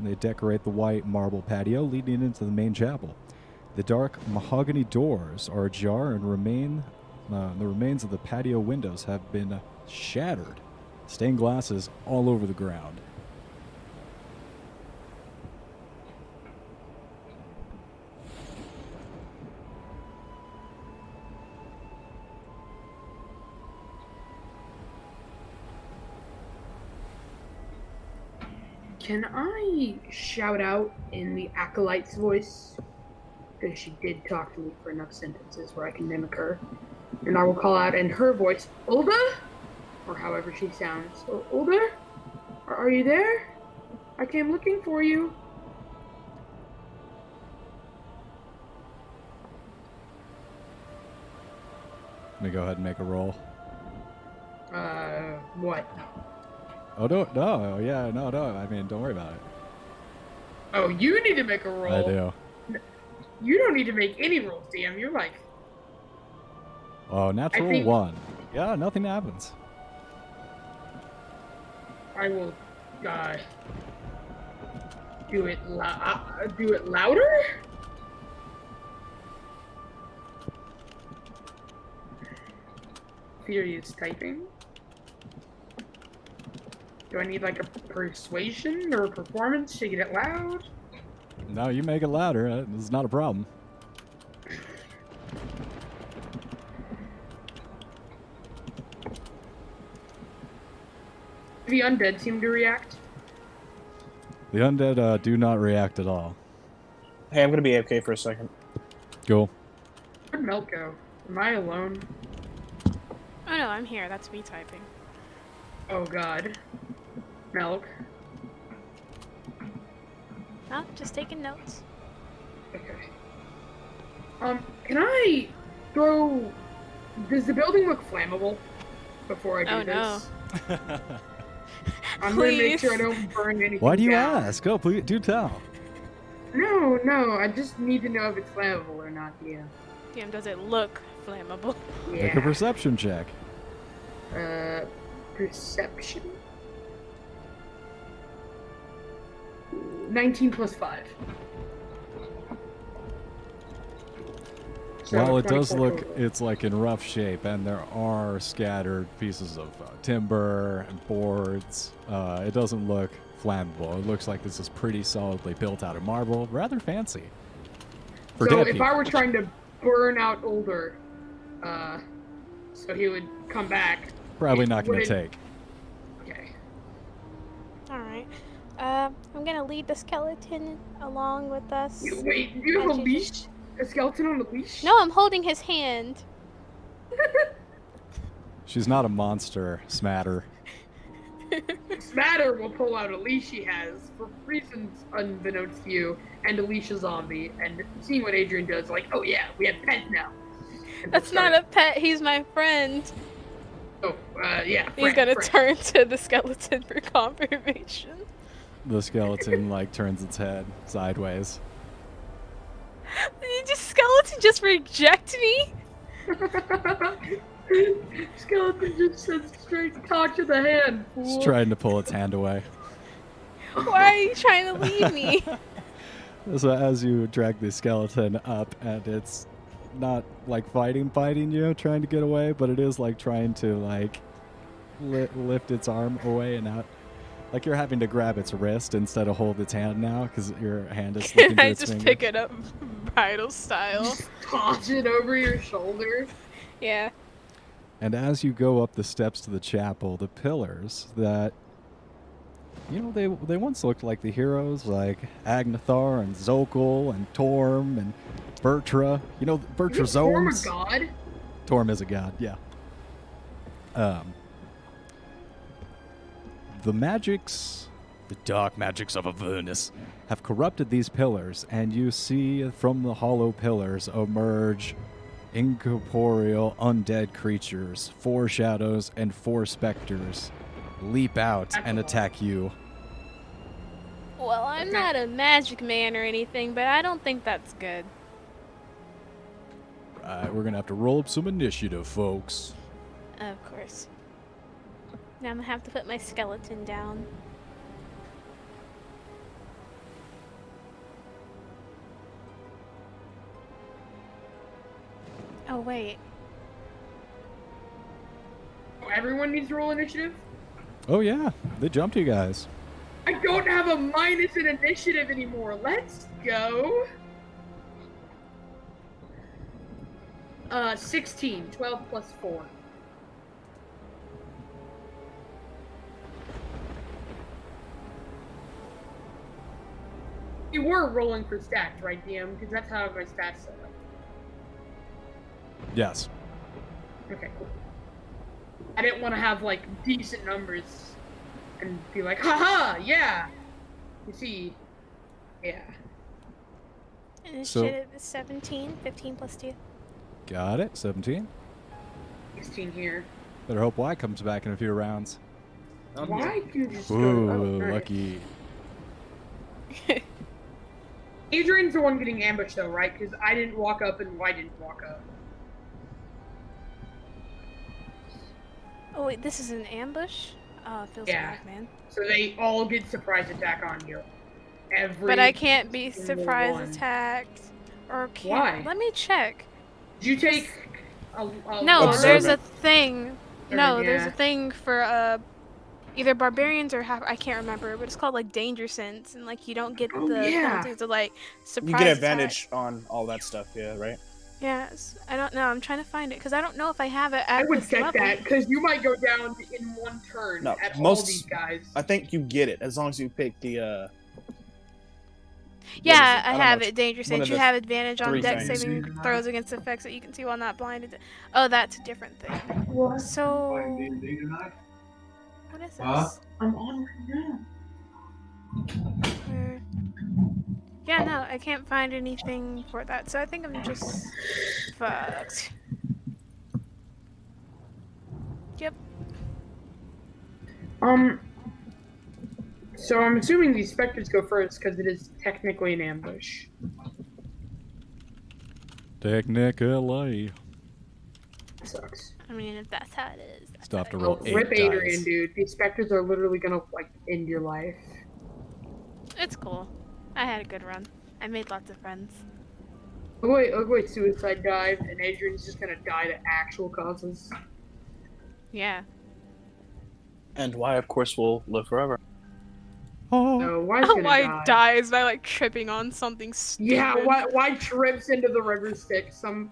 C: they decorate the white marble patio leading into the main chapel. The dark mahogany doors are ajar, and remain uh, the remains of the patio windows have been shattered. Stained glass is all over the ground.
A: Can I shout out in the acolyte's voice? Because she did talk to me for enough sentences where I can mimic her. And I will call out in her voice, Olga? Or however she sounds. "O- Olga? Are- Are you there? I came looking for you.
C: Let me go ahead and make a roll.
A: Uh, what?
C: Oh no, no, yeah, no, no. I mean, don't worry about it.
A: Oh, you need to make a roll.
C: I do.
A: You don't need to make any rolls, DM. You're like,
C: Oh, natural
A: think-
C: one. Yeah, nothing happens.
A: I will, uh, do it lou- uh, do it louder. Furious typing. Do I need like a persuasion or a performance to get it loud?
C: No, you make it louder. uh, It's not a problem.
A: The undead seem to react.
C: The undead uh, do not react at all.
D: Hey, I'm gonna be AFK for a second.
C: Cool.
A: Where'd Melt go? Am I alone?
B: Oh no, I'm here. That's me typing.
A: Oh God, Melk.
B: Oh, just taking notes.
A: Okay. Um, can I throw? Does the building look flammable? Before I do
B: Oh,
A: this,
B: no.
A: I'm gonna make sure I
B: Please.
A: don't burn anything.
C: Why do you
A: down.
C: ask? Go, please do tell.
A: No, no. I just need to know if it's flammable or not. Yeah.
B: Damn, does it look flammable?
C: Make a
A: Yeah.
C: perception check.
A: uh, perception. 19 plus 5. So
C: Well, it does
A: 24
C: look
A: total.
C: it's like in rough shape, and there are scattered pieces of uh, timber and boards. Uh, it doesn't look flammable. It looks like this is pretty solidly built out of marble, rather fancy. For
A: so
C: Deputy.
A: if I were trying to burn out older, uh, so he would come back.
C: probably not going to
A: would-
C: take.
A: Okay.
F: All right. Uh, I'm gonna lead the skeleton along with us.
A: You- Wait, you have a
F: Actually,
A: leash? A skeleton on a leash?
F: No, I'm holding his hand.
C: She's not a monster smatter.
A: Smatter will pull out a leash he has for reasons unbeknownst to you, and a leash a zombie. And seeing what Adrian does, like, oh yeah, we have pets now. And
B: That's
A: he'll
B: not a pet. He's my friend.
A: start- Oh, uh, yeah.
B: He's
A: friend,
B: gonna turn
A: friend.
B: to the skeleton for confirmation.
C: The skeleton like turns its head sideways.
B: You just skeleton just reject me.
A: Skeleton just said straight cock to the hand.
C: It's
A: Fool.
C: trying to pull its hand away.
B: Why are you trying to leave me?
C: So as you drag the skeleton up, and it's not like fighting, fighting you, trying to get away, but it is like trying to like li- lift its arm away and out. Like you're having to grab its wrist instead of hold its hand now, because your hand is slipping
B: Can
C: through
B: I
C: its
B: just
C: finger.
B: pick it up bridal style?
A: Just toss it over your shoulder.
B: Yeah.
C: And as you go up the steps to the chapel, the pillars that you know they they once looked like the heroes, like Agnathar and Zokul and Torm and Bertra. You know
A: Is it form
C: Bertrazones.
A: a god?
C: Torm is a god, yeah. Um, the magics, the dark magics of Avernus, have corrupted these pillars, and you see from the hollow pillars emerge incorporeal undead creatures, four shadows and four specters, leap out and attack you.
B: Well, I'm
A: Okay.
B: not a magic man or anything, but I don't think that's good.
C: Right, Uh, we're gonna have to roll up some initiative, folks.
B: Of course.
F: Now I'm gonna have to put my skeleton down.
B: Oh wait.
A: oh, Everyone needs to roll initiative?
C: Oh yeah, they jumped you guys.
A: I don't have a minus in initiative anymore. Let's go. Uh, 16. 12 plus 4. You were rolling for stats, right, DM? Because that's how my stats set up.
C: Yes.
A: Okay, cool. I didn't want to have, like, decent numbers and be like, haha, yeah. You see, yeah.
C: So-
F: Initiative is 17, 15 plus 2.
C: Got it. Seventeen.
A: 16 here.
C: Better hope Y comes back in a few rounds.
D: I'm here.
A: Why can you just
C: Ooh,
A: go? Oh, alright.
C: lucky.
A: Adrian's the one getting ambushed though, right? Because I didn't walk up and Y didn't walk up.
F: Oh, wait, this is an ambush? Oh, it feels
A: Yeah.
F: like, man.
A: So they all get surprise attack on you. Every
B: But I can't be
A: single one.
B: surprise attacked. Or can't.
A: Why? Oh,
B: Let me check.
A: Did you take a, a
B: No,
A: large-
B: there's a
C: Observant.
B: thing. No, there's
A: Yeah.
B: a thing for uh, either barbarians or half. I can't remember, but it's called like danger sense, and like you don't get
A: Oh,
B: the
A: yeah.
B: penalty to like
D: You
B: surprise.
D: get
B: attack.
D: advantage on all that stuff, yeah, right?
B: Yes, I don't know. I'm trying to find it because I don't know if I have it at
A: I would
B: this
A: get
B: level.
A: that because you might go down in one turn
D: No,
A: at all
D: most-
A: these guys.
D: I think you get it as long as you pick the. uh
B: Yeah, I,
D: don't know
B: have
D: what-
B: it. Danger
D: one
B: sense.
D: of
B: You
D: the
B: have advantage on
D: three
B: deck
D: things.
B: saving throws against effects that you can see while not blinded. Oh, that's a different thing.
A: What?
B: So what is this?
G: Huh?
A: I'm on right now.
B: Where- Yeah, no, I can't find anything for that, so I think I'm just fucked.
A: Um. So I'm assuming these specters go first because it is technically an ambush.
C: Technically.
A: Sucks.
F: I mean, if that's how it is. that's
C: Stop
F: how
C: to
F: it
C: roll
F: is.
C: eight
A: Rip
C: dice.
A: Adrian, dude. These specters are literally gonna like end your life.
B: It's cool. I had a good run. I made lots of friends.
A: Ogoy, Ogoy oh, suicide dive, and Adrian's just gonna die to actual causes.
B: Yeah.
E: And why, of course, will live forever.
C: Oh,
A: No, why's
B: Oh,
A: gonna
B: why
A: die?
B: dies by like tripping on something stupid?
A: Yeah, why, why trips into the river Styx? Some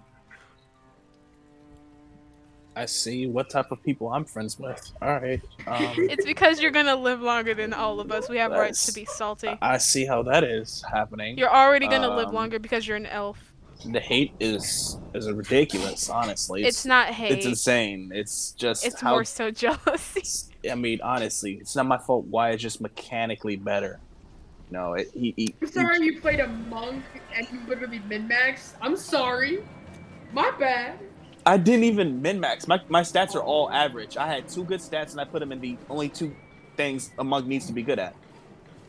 E: I see what type of people I'm friends with. All right. Um,
B: It's because you're gonna live longer than all of us. We have rights to
E: That's-
B: be salty.
E: I see how that is happening.
B: You're already gonna live
E: Um,
B: longer because you're an elf.
E: The hate is is ridiculous. Honestly,
B: It's, not hate.
E: It's insane. It's just
B: It's
E: how
B: more so jealousy.
E: I mean, honestly, it's not my fault why it's just mechanically better. No, it, he, he,
A: I'm sorry you played a monk and you literally min max. I'm sorry. My bad.
E: I didn't even min max. My, my stats are all average. I had two good stats and I put them in the only two things a monk needs to be good at.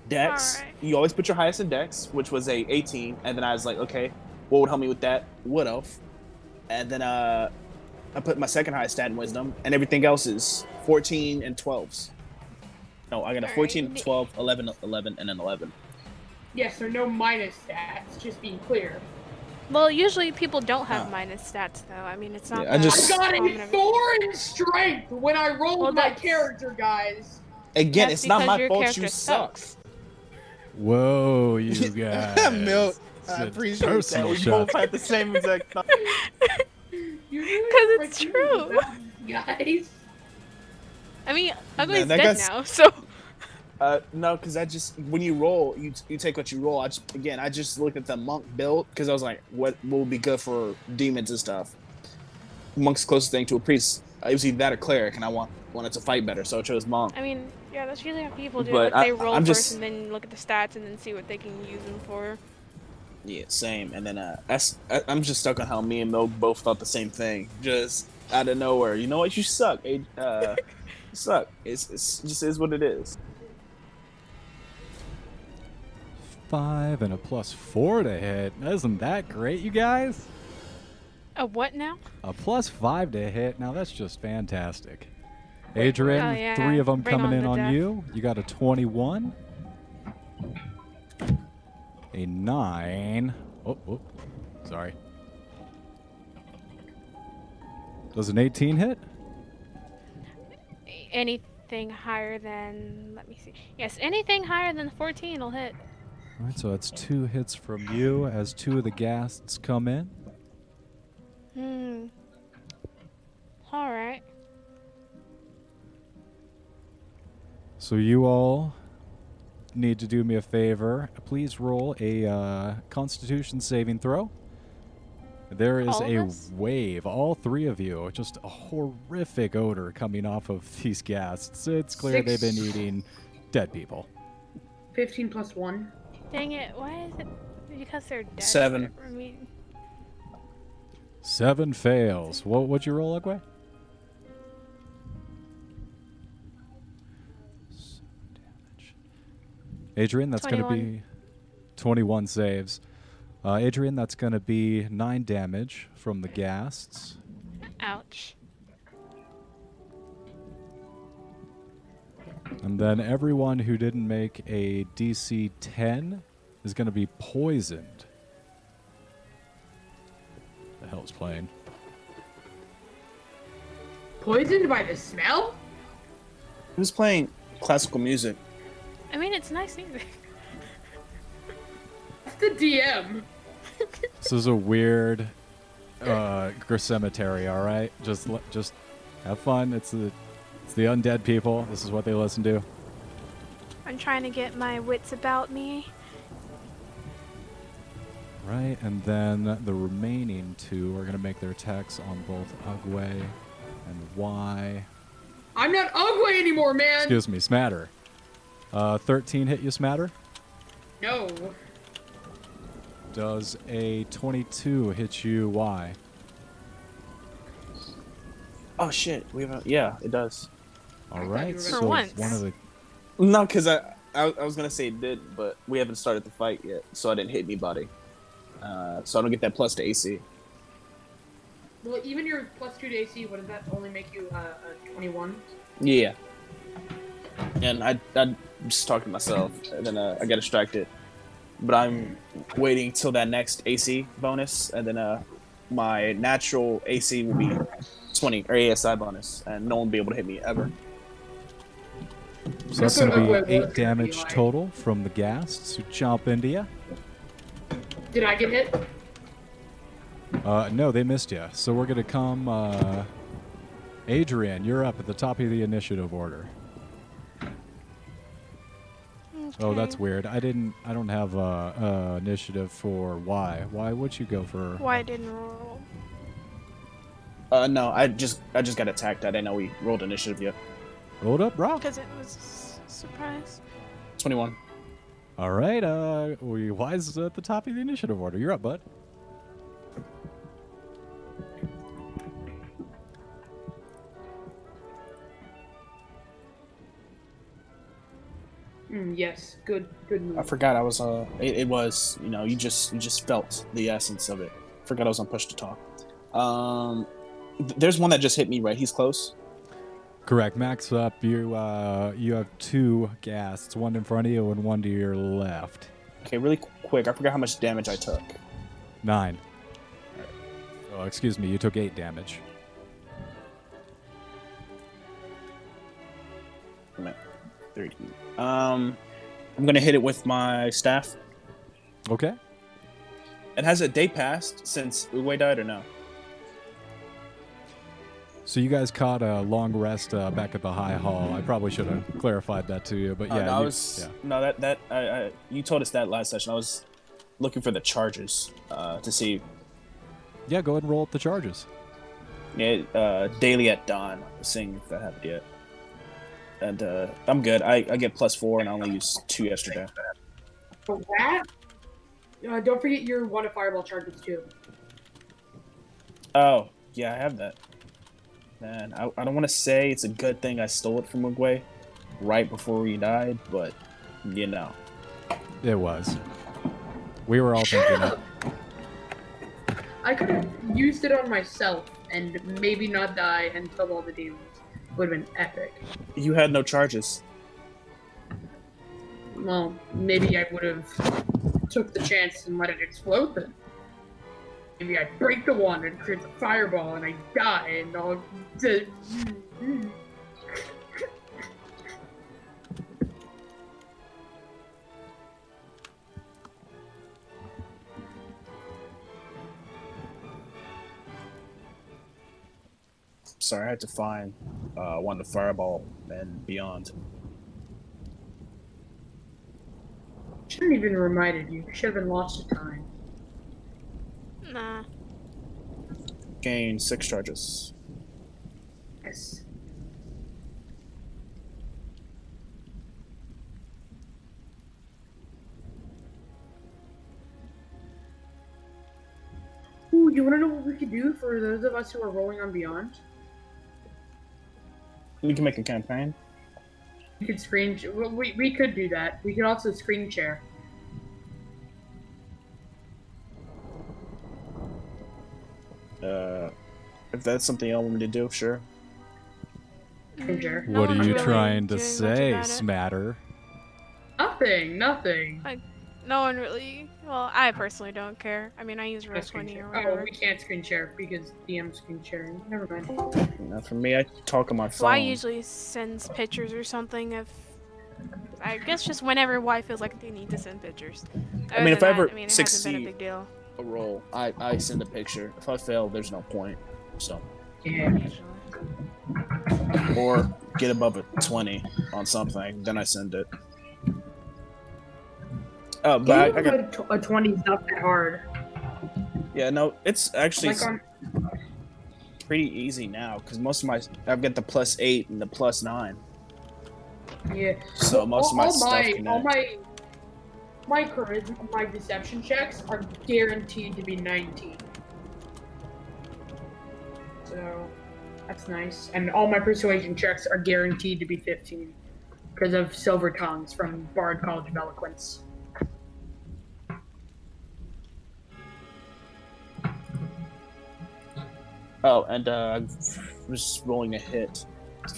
E: Dex.
B: Alright.
E: You always put your highest in Dex, which was a 18, and then I was like, okay, what would help me with that? Wood Elf. And then uh, I put my second highest stat in Wisdom, and everything else is 14 and 12s. No, I got a
H: Alright.
E: 14, 12, 11, 11, and an 11.
A: Yes, there are no minus stats, just being clear.
B: Well, usually people don't have
E: Ah.
B: minus stats though. I mean, it's not.
E: Yeah, I
B: that
E: just-
A: I got
B: common
A: a
B: of-
A: four in strength when I rolled
B: Well,
A: my
B: that's-
A: character, guys.
E: Again,
B: That's
E: it's not
B: because
E: my
B: your
E: fault
B: character
E: you suck.
B: sucks.
C: whoa, you guys!
E: Milk,
C: It's a personal shot.
E: had the same exact
A: Because
B: it's true.
A: Guys.
B: I mean, Ugly's
E: that
B: dead
E: guy's-
B: now, so
E: Uh, no, because I just when you roll, you you take what you roll. I just, again, I just looked at the monk build because I was like, what what would be good for demons and stuff. Monk's closest thing to a priest. uh, It was either that or cleric, and I want wanted to fight better, so I chose monk.
B: I mean, yeah, that's usually how people do.
E: But
B: like, they
E: I-
B: roll
E: I'm
B: first
E: just-
B: and then look at the stats and then see what they can use them for.
E: Yeah, same. And then uh, that's, I, I'm just stuck on how me and Milk both thought the same thing, just out of nowhere. You know what? You suck. It, uh, you suck. It's it's just is what it is.
C: Five and a plus four to hit. Isn't that great, you guys?
B: A what now?
C: A plus five to hit. Now that's just fantastic. Adrian,
B: Oh, yeah.
C: three of them
B: Bring
C: coming
B: on
C: in
B: the
C: on
B: death.
C: you. You got a 21, a nine. Oh, oh, sorry. Does an 18 hit?
B: Anything higher than? Let me see. Yes, anything higher than 14 will hit.
C: All right, so that's two hits from you as two of the ghasts come in.
B: Hmm. All right.
C: So you all need to do me a favor. Please roll a uh, Constitution saving throw. There is
B: All of
C: a
B: us?
C: wave, all three of you, just a horrific odor coming off of these ghasts. It's clear they
A: Six.
C: they've been eating dead people.
A: 15 plus 1.
B: Dang it! Why is it? Because they're dead.
E: Seven.
B: I mean,
C: Seven fails. What would you roll, Egway? Adrian, that's going to
B: 21.
C: be 21 saves. Uh, Adrian, that's going to be 9 damage from the ghasts.
B: ouch.
C: And then everyone who didn't make a DC 10 is going to be poisoned. The hell's playing?
A: Poisoned by the smell?
E: Who's playing classical music?
B: I mean, it's nice music.
A: That's the DM.
C: This is a weird uh gr- cemetery, all right? Just le- just have fun. It's the it's the undead people. This is what they listen to.
H: I'm trying to get my wits about me.
C: Right? And then the remaining two are going to make their attacks on both Ugwe and Y.
A: I'm not ugly anymore, man.
C: Excuse me, Smatter. Uh 13 hit you Smatter?
A: no.
C: Does a 22 hit you Y?
E: Oh shit, we have a, yeah, it does.
A: I
C: All
A: thought you
C: right.
A: were-
B: For
C: So
B: once.
C: one of the
E: No, because I, I I was gonna say it did, but we haven't started the fight yet, so I didn't hit anybody. Uh, so I don't get that plus to AC.
A: Well, even your plus 2 to AC, what does that only make you? Uh, a 21?
E: Yeah. And I I just talked to myself, and then uh, I got distracted. but I'm waiting till that next AC bonus, and then uh, my natural AC will be 20 or ASI bonus, and no one will be able to hit me ever.
C: So that's going to be 8 damage total from the ghasts who chomp into you.
A: Did I get hit?
C: Uh, no, they missed you. So we're going to come. Uh, Adrian, you're up at the top of the initiative order. Oh, that's
B: Okay.
C: weird. I didn't. I don't have uh, uh, initiative for Y. Why would you go for?
B: Why didn't roll?
E: Uh, no, I just I just got attacked. I didn't know we rolled initiative yet.
C: Rolled up, rock.
B: Because it was a s- surprise.
E: 21.
C: All right. Uh, we Y's at the top of the initiative order. You're up, bud.
A: Mm, yes. Good. Good
E: I
A: move.
E: forgot I was uh it, it was you know you just you just felt the essence of it. Forgot I was on push to talk. Um, th- there's one that just hit me right. He's close.
C: Correct. Max up. You uh, you have two ghasts, one in front of you and one to your left.
E: Okay, really qu- quick. I forgot how much damage I took.
C: Nine. Oh, excuse me. You took eight damage.
E: I'm at 30. Um, I'm gonna hit it with my staff.
C: Okay.
E: And has a day passed since Uwe died or no?
C: So you guys caught a long rest uh, back at the high hall. I probably should have clarified that to you, but yeah,
E: oh, no, I
C: you-
E: was
C: yeah.
E: no that that I, I you told us that last session. I was looking for the charges uh, to see
C: Yeah, Go ahead and roll up the charges.
E: Yeah, uh, daily at dawn. Seeing if that happened yet. And uh, I'm good. I, I get plus four, and I only use two yesterday.
A: For that. Uh, don't forget your one of fireball charges too.
E: Oh, yeah, I have that. Man, I, I don't want to say it's a good thing I stole it from Mugwe right before he died, but you know.
C: It was. We were all thinking it.
A: I could have used it on myself and maybe not die and kill all the demons. Would have been epic.
E: You had no charges.
A: Well, maybe I would have took the chance and let it explode then. Maybe I break the wand and create the fireball and I die and all.
E: Sorry, I had to find uh, one to fireball and beyond.
A: Shouldn't even reminded you. Should have been lost to time.
B: Nah.
E: Gain six charges.
A: Yes. Ooh, you wanna know what we could do for those of us who are rolling on Beyond?
E: We can make a campaign.
A: We could screen. sh- well, We, we could do that. We could also screen share.
E: Uh, if that's something y'all want me to do, sure.
A: Screen share.
B: Mm, No
C: what are
B: one's
C: you
B: really
C: trying to
B: doing much
C: say,
B: about it.
C: Smatter?
A: Nothing. Nothing.
B: No one really. Well, I personally don't care. I mean, I use roll
A: That's screen
B: twenty or
A: share.
B: whatever.
A: Oh, we can't screen share because DM screen sharing. Never mind.
E: Not for me. I talk on my phone.
B: Why usually sends pictures or something if. I guess just whenever Y feels like they need to send pictures. Other
E: mean, if
B: than
E: I
B: that,
E: ever
B: I mean, it hasn't
E: succeed-
B: been a big deal.
E: a roll. I, I send a picture. If I fail, there's no point. So
A: Yeah.
B: Usually.
E: or get above a twenty on something, then I send it. Oh, but I, I got,
A: a, tw- a twenty is not that hard.
E: yeah, no, it's actually
A: Like um, on
E: pretty easy now because most of my I've got the plus eight and the plus nine,
A: yeah.
E: so most of my
A: all Oh,
E: stuff
A: my, oh all
E: connects.
A: my my charisma, my deception checks are guaranteed to be 19. So that's nice. And all my persuasion checks are guaranteed to be 15 because of silver tongues from Bard College of Eloquence.
E: Oh, and uh, I was rolling a hit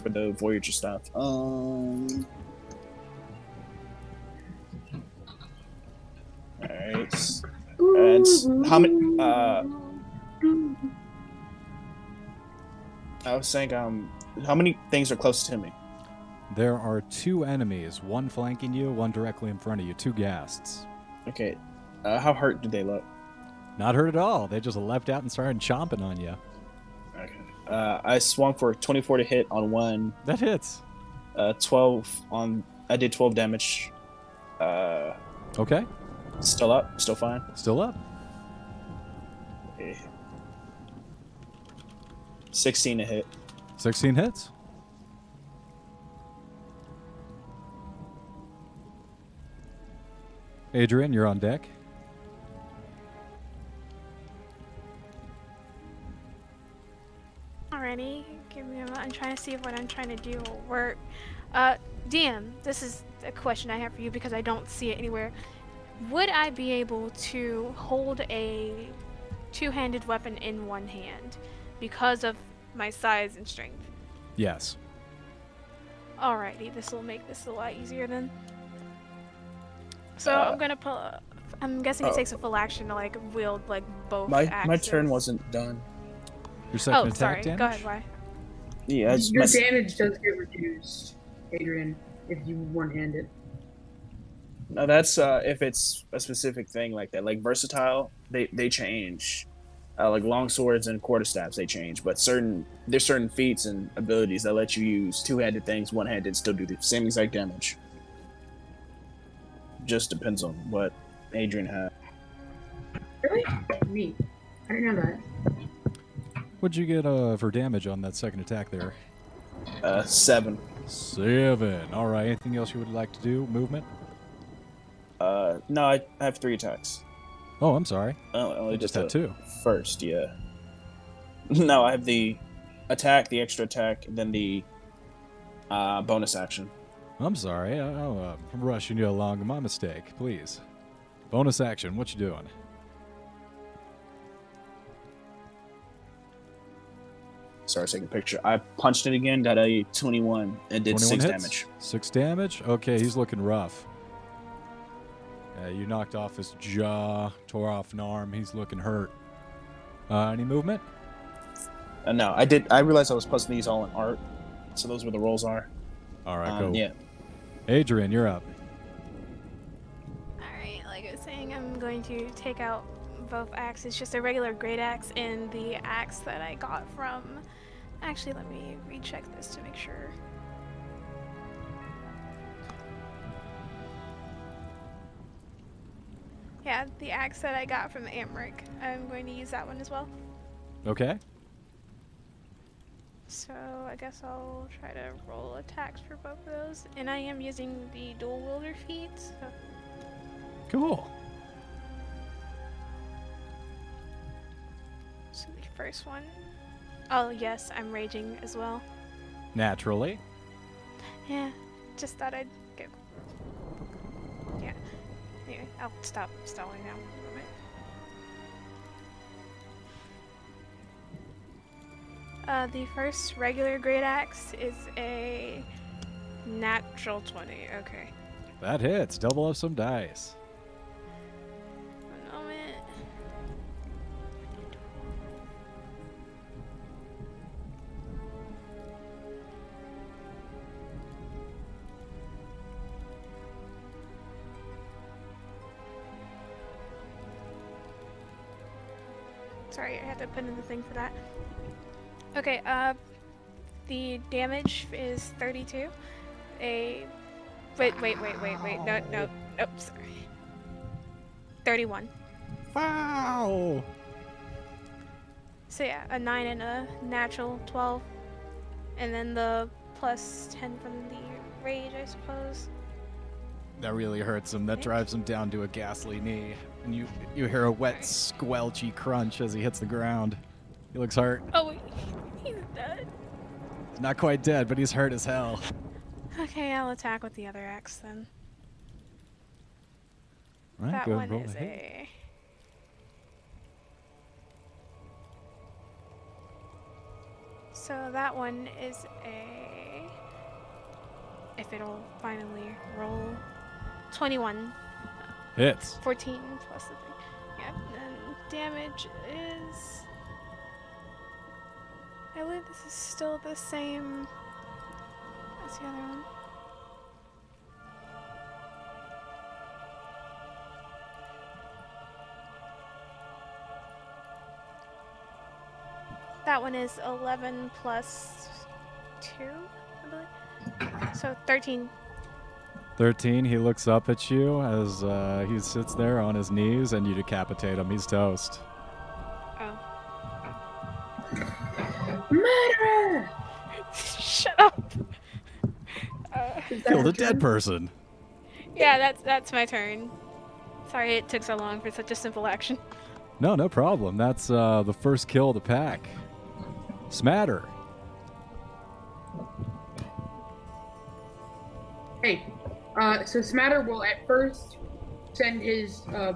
E: for the Voyager stuff. Um, dice. And s- how many? Uh, I was saying, um, how many things are close to me?
C: There are two enemies, one flanking you, one directly in front of you, two ghasts.
E: Okay, uh, how hurt did they look?
C: Not hurt at all. They just leapt out and started chomping on you.
E: Okay. Uh, I swung for 24 to hit on one,
C: That hits.
E: uh, 12 on. I did 12 damage. Uh,
C: Okay,
E: still up, still fine.
C: still up.
E: Okay. 16 to hit.
C: 16 hits. Adrian, you're on deck.
B: Alrighty, give me a moment. I'm trying to see if what I'm trying to do will work. Uh, DM, this is a question I have for you because I don't see it anywhere. Would I be able to hold a two-handed weapon in one hand because of my size and strength?
C: Yes.
B: Alrighty, this will make this a lot easier then. So
E: Uh,
B: I'm gonna pull. I'm guessing
E: oh.
B: it takes a full action to like wield like both.
E: My my
B: axes.
E: turn wasn't done.
C: Your second
B: Oh,
C: attack
B: sorry.
C: damage.
B: Go ahead, why?
E: Yeah, I just
A: Your
E: messed-
A: damage does get reduced, Adrian, if you one-handed.
E: no, that's uh, if it's a specific thing like that. Like versatile, they they change. Uh, like long swords and quarterstaffs, they change. But certain there's certain feats and abilities that let you use two-handed things, one-handed, still do the same exact damage. Just depends on what Adrian had.
A: Really? Neat. I didn't know that.
C: What'd you get uh, for damage on that second attack there?
E: Uh, seven.
C: Seven. All right. Anything else you would like to do? Movement?
E: Uh, no, I I have three attacks.
C: Oh, I'm sorry.
E: I only- I only
C: I
E: did
C: just had
E: the-
C: two.
E: first, yeah. No, I have the attack, the extra attack, and then the uh, bonus action.
C: I'm sorry. I, I'm uh, rushing you along. My mistake. Please. Bonus action. What you doing?
E: Sorry, taking a picture. I punched it again, got a 21, and did
C: 21
E: six
C: hits?
E: damage.
C: Six damage. Okay, he's looking rough. Uh, you knocked off his jaw, tore off an arm. He's looking hurt. Uh, any movement?
E: Uh, no, I did. I realized I was plus these all in art, so those were the rolls are.
C: All right,
E: Um,
C: go.
E: yeah,
C: Adrian, you're up.
B: Alright, like I was saying, I'm going to take out both axes, just a regular great axe and the axe that I got from. Actually, let me recheck this to make sure. Yeah, the axe that I got from Amric. I'm going to use that one as well.
C: Okay.
B: So I guess I'll try to roll attacks for both of those. And I am using the dual wielder feat, so
C: Cool.
B: So the first one. Oh yes, I'm raging as well.
C: Naturally.
B: Yeah. Just thought I'd go. Yeah. Anyway, I'll stop stalling now. for a moment. Uh, the first regular great axe is a natural 20. Okay.
C: That hits. Double up some dice.
B: One moment. Sorry, I had to put in the thing for that. Okay, uh, the damage is 32. A. Wait, wait, wait, wait, wait. No, no, no, sorry. 31.
C: Wow.
B: So yeah, a nine and a natural twelve, and then the plus ten from the rage, I suppose.
I: That really hurts him. That drives him down to a ghastly knee. And you you hear a wet, squelchy crunch as he hits the ground. He looks hurt.
B: Oh, he's dead.
I: Not quite dead, but he's hurt as hell.
B: Okay, I'll attack with the other axe then.
C: All right,
B: that
C: go
B: one
C: roll
B: is
C: a hit.
B: a. So that one is a. If it'll finally roll, twenty-one
C: Hits.
F: 14 plus the thing. Yep. And damage is. I believe this is still the same as the other one. That one is 11 plus 2, I believe. So 13.
C: 13, he looks up at you as uh, he sits there on his knees and you decapitate him. He's toast.
F: Oh.
A: Murderer!
F: Shut up! Uh,
A: Is that
G: Killed
A: her
G: a dead
A: turn?
G: person.
F: Yeah, that's that's my turn. Sorry it took so long for such a simple action.
C: No, no problem. That's uh, the first kill of the pack. Smatter.
A: Hey, uh, so Smatter will at first send his uh,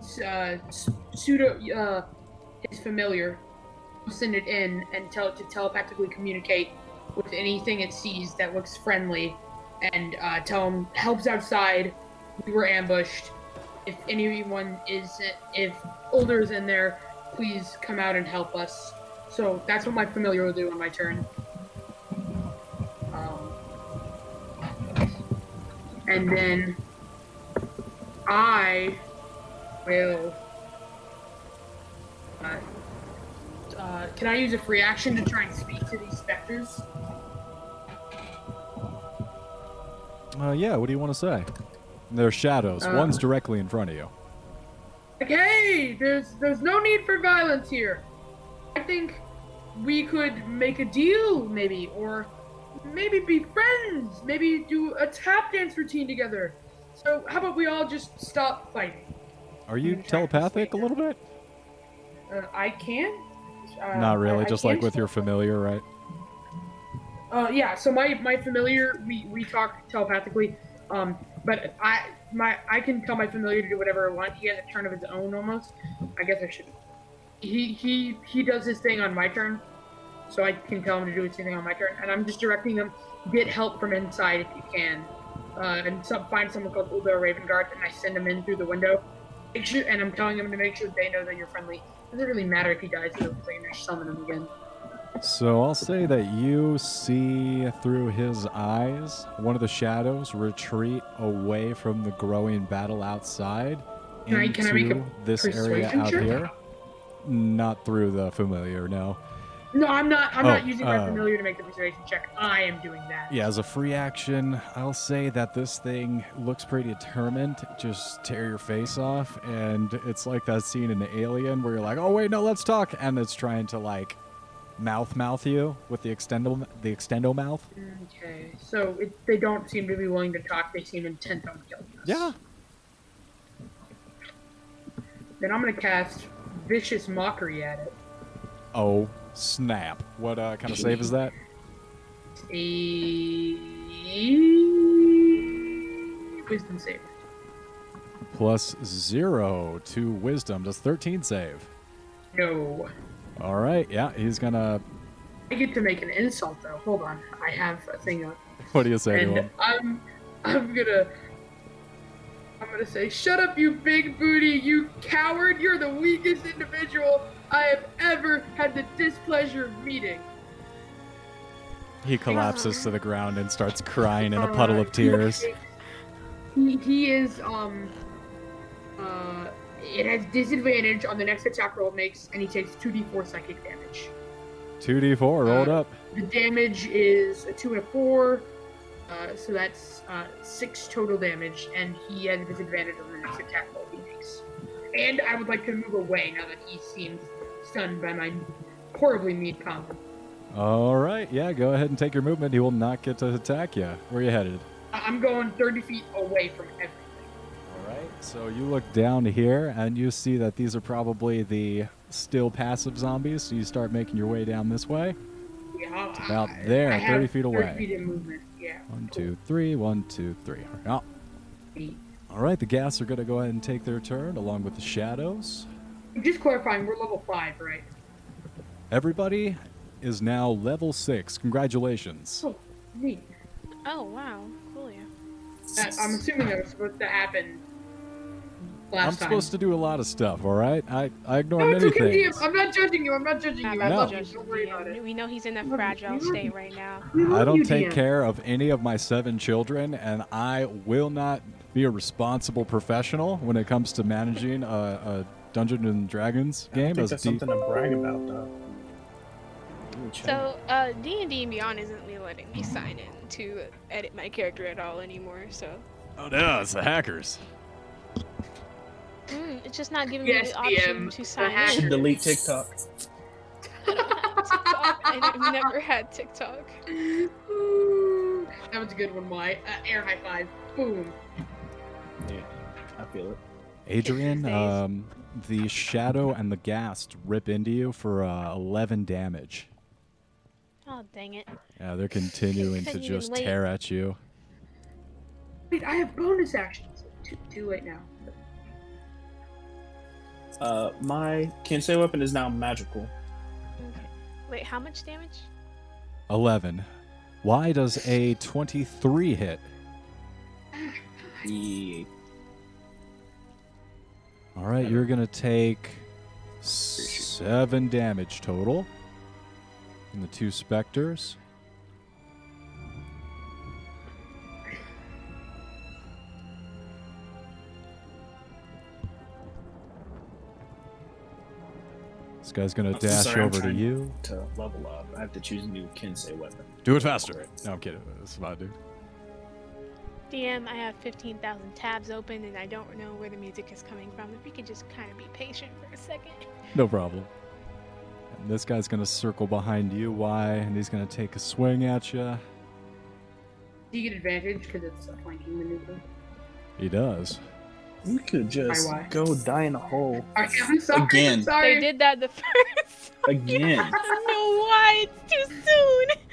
A: s- uh, s- pseudo uh, his familiar, send it in and tell it to telepathically communicate with anything it sees that looks friendly, and uh, tell him helps outside. We were ambushed. If anyone is, if Older is in there, please come out and help us. So that's what my familiar will do on my turn. Um, and then I will. Uh, uh, can I use a free action to try and speak to these specters?
C: Uh, yeah, what do you want to say? They're shadows.
A: Uh.
C: One's directly in front of you.
A: Like, hey, there's there's no need for violence here. I think we could make a deal, maybe, or maybe be friends. Maybe do a tap dance routine together. So how about we all just stop fighting?
C: Are you
A: I'm trying to
C: telepathic a
A: persuade
C: little bit?
A: Uh, I can. Uh,
C: Not really,
A: I- I
C: just like
A: can
C: with your familiar, right?
A: Uh, yeah. So my my familiar, we we talk telepathically. Um, but I my I can tell my familiar to do whatever I want. He has a turn of his own almost. I guess I should. He he he does his thing on my turn, so I can tell him to do his thing on my turn. And I'm just directing him. Get help from inside if you can, uh, and some, find someone called Ulda or Raven Guard, and I send him in through the window. Make sure, and I'm telling him to make sure they know that you're friendly. doesn't really matter if he dies. He doesn't say, and I summon him again.
C: So I'll say that you see through his eyes one of the shadows retreat away from the growing battle outside
A: Can I-
C: into
A: can I make a
C: this area
A: persuasion
C: out
A: check?
C: here. Not through the familiar, no.
A: No, I'm not. I'm
C: Oh,
A: not using my
C: uh,
A: familiar to make the persuasion check. I am doing that.
G: Yeah, as a free action, I'll say that this thing looks pretty determined. Just tear your face off, and it's like that scene in Alien where you're like, "Oh wait, no, let's talk," and it's trying to like mouth mouth you with the extendo the extendo mouth.
A: Okay. So it, they don't seem to be willing to talk. They seem intent on killing us.
G: Yeah,
A: Then I'm gonna cast vicious mockery at it.
C: Oh snap! What uh, kind of save is that?
A: A wisdom save.
C: Plus zero to wisdom. Does thirteen save?
A: No.
C: All right. Yeah, he's gonna.
A: I get to make an insult though. Hold on. I have a thing up.
C: What do you say to
A: And
C: him?
A: I'm, I'm gonna. I'm gonna say, shut up, you big booty, you coward! You're the weakest individual I have ever had the displeasure of meeting.
C: He collapses to the ground and starts crying in a puddle of tears.
A: He, he is um uh it has disadvantage on the next attack roll it makes and he takes 2d4 psychic damage.
C: Two d four rolled up.
A: The damage is a 2 and a 4 uh, so that's uh, 6 total damage and he has disadvantage on the next attack roll he makes. And I would like to move away now that he seems stunned by my horribly mean comment.
C: All right, yeah, go ahead and take your movement. He will not get to attack you. Where you headed?
A: I- I'm going 30 feet away from everything.
C: All right, so you look down here and you see that these are probably the still passive zombies. So you start making your way down this way.
A: Yeah,
C: about
A: I-
C: there,
A: I have
C: 30 feet away.
A: 30 feet of movement, yeah.
C: One,
A: cool.
C: two, three, one, two, three. All right,
A: feet.
C: all right the gas are going to go ahead and take their turn along with the shadows.
A: Just clarifying, we're level five, right?
C: Everybody is now level six. Congratulations.
A: Oh, neat. Uh,
F: Oh wow, cool yeah.
A: That, I'm assuming that was supposed to happen last
C: I'm
A: time.
C: supposed to do a lot of stuff, all right? I, I
A: No,
C: ignore
A: it's
C: many
A: okay,
C: things.
A: DM. I'm not judging you. I'm not judging you.
B: I'm
A: I
B: not
A: love you.
B: judging
A: Don't worry
B: you.
A: about it.
B: We know he's in a
A: Love it.
B: fragile
A: Love it.
B: state right now.
A: We love
C: I don't
A: you,
C: take
A: DM.
C: care of any of my seven children, and I will not be a responsible professional when it comes to managing a, a Dungeons and Dragons
E: I
C: game.
E: think
C: As
E: that's
C: D-
E: something to brag about, though. Let me check.
B: So, uh, D and D and Beyond isn't really letting me sign in to edit my character at all anymore. So,
C: oh no, it's the hackers.
F: Mm, it's just not giving
A: Yes,
F: me the option
A: DM,
F: to sign
A: hacker.
F: in.
E: Delete TikTok.
B: TikTok, and I've never had TikTok.
A: Ooh, that was a good one, Why? Uh, air high five. Boom.
E: I feel it.
C: Adrian,
B: Days.
C: um, the shadow and the ghast rip into you for uh, 11 damage.
F: Oh dang it!
C: Yeah, they're continuing to
F: Couldn't even
C: just
F: wait.
C: tear at you.
A: Wait, I have bonus actions. Too, too late now.
D: Uh, my Kensei weapon is now magical.
F: Okay. Wait, how much damage?
C: 11. Why does a 23 hit?
D: Yeah.
C: All right, you're going to take seven damage total from the two specters. This guy's going to
E: I'm
C: dash
E: sorry, I'm
C: over to
E: trying-
C: you.
E: To level up, I have to choose a new Kensei weapon.
C: Do it faster. No, I'm kidding. That's about it.
B: DM, I have 15,000 tabs open, and I don't know where the music is coming from. If you could just kind of be patient for a second.
C: No problem. And this guy's going to circle behind you, Y, and he's going to take a swing at you.
A: Do you get advantage because it's a flanking maneuver?
C: He does.
E: You could just
A: why?
E: go die in a hole
A: Alright, I'm sorry.
D: Again.
A: I'm
B: They
A: sorry.
B: did that the first.
E: again.
B: I don't know why. It's too soon.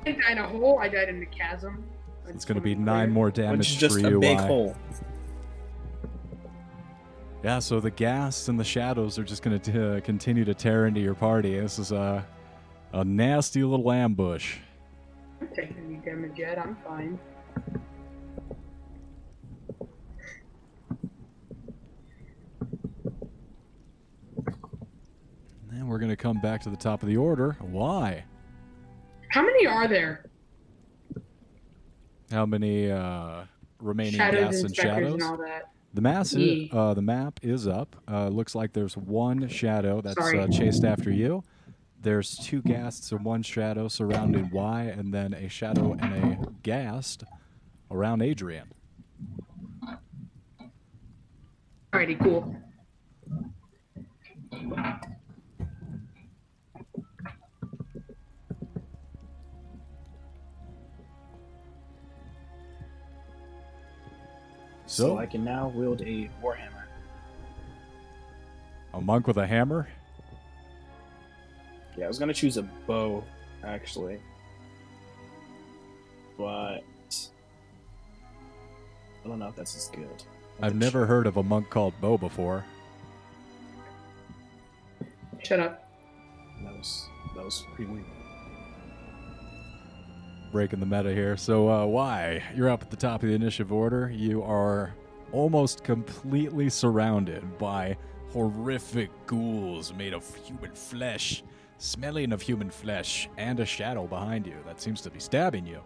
A: I didn't die in a hole. I died in the chasm. I
C: It's
A: just
C: going to
A: wanna
C: be
A: clear.
C: nine more
E: Which is
C: damage
E: just
C: for
E: a
C: you,
E: big
C: Y.
E: hole.
C: Yeah, so the gas and the shadows are just going to continue to tear into your party. This is a, a nasty little ambush.
A: I'm not taking any damage yet. I'm fine.
C: And we're going to come back to the top of the order. Why?
A: How many are there?
C: How many uh, remaining gas and
A: inspectors,
C: shadows?
A: and all that.
C: The mass
A: Ye.
C: uh, the map is up. Uh, looks like there's one shadow that's
A: Sorry.
C: uh, chased after you. There's two ghasts and one shadow surrounding Y, and then a shadow and a ghast around Adrian.
A: Alrighty, cool.
E: So,
C: So-
E: I can now wield a warhammer.
C: A monk with a hammer.
E: Yeah, I was gonna choose a bow, actually, but I don't know if that's as good.
C: I've never heard of a monk called Bo before.
A: Shut up.
E: That was that was pretty weak.
C: Breaking the meta here. So uh, Y, you're up at the top of the initiative order. You are almost completely surrounded by horrific ghouls made of human flesh, smelling of human flesh, and a shadow behind you that seems to be stabbing you.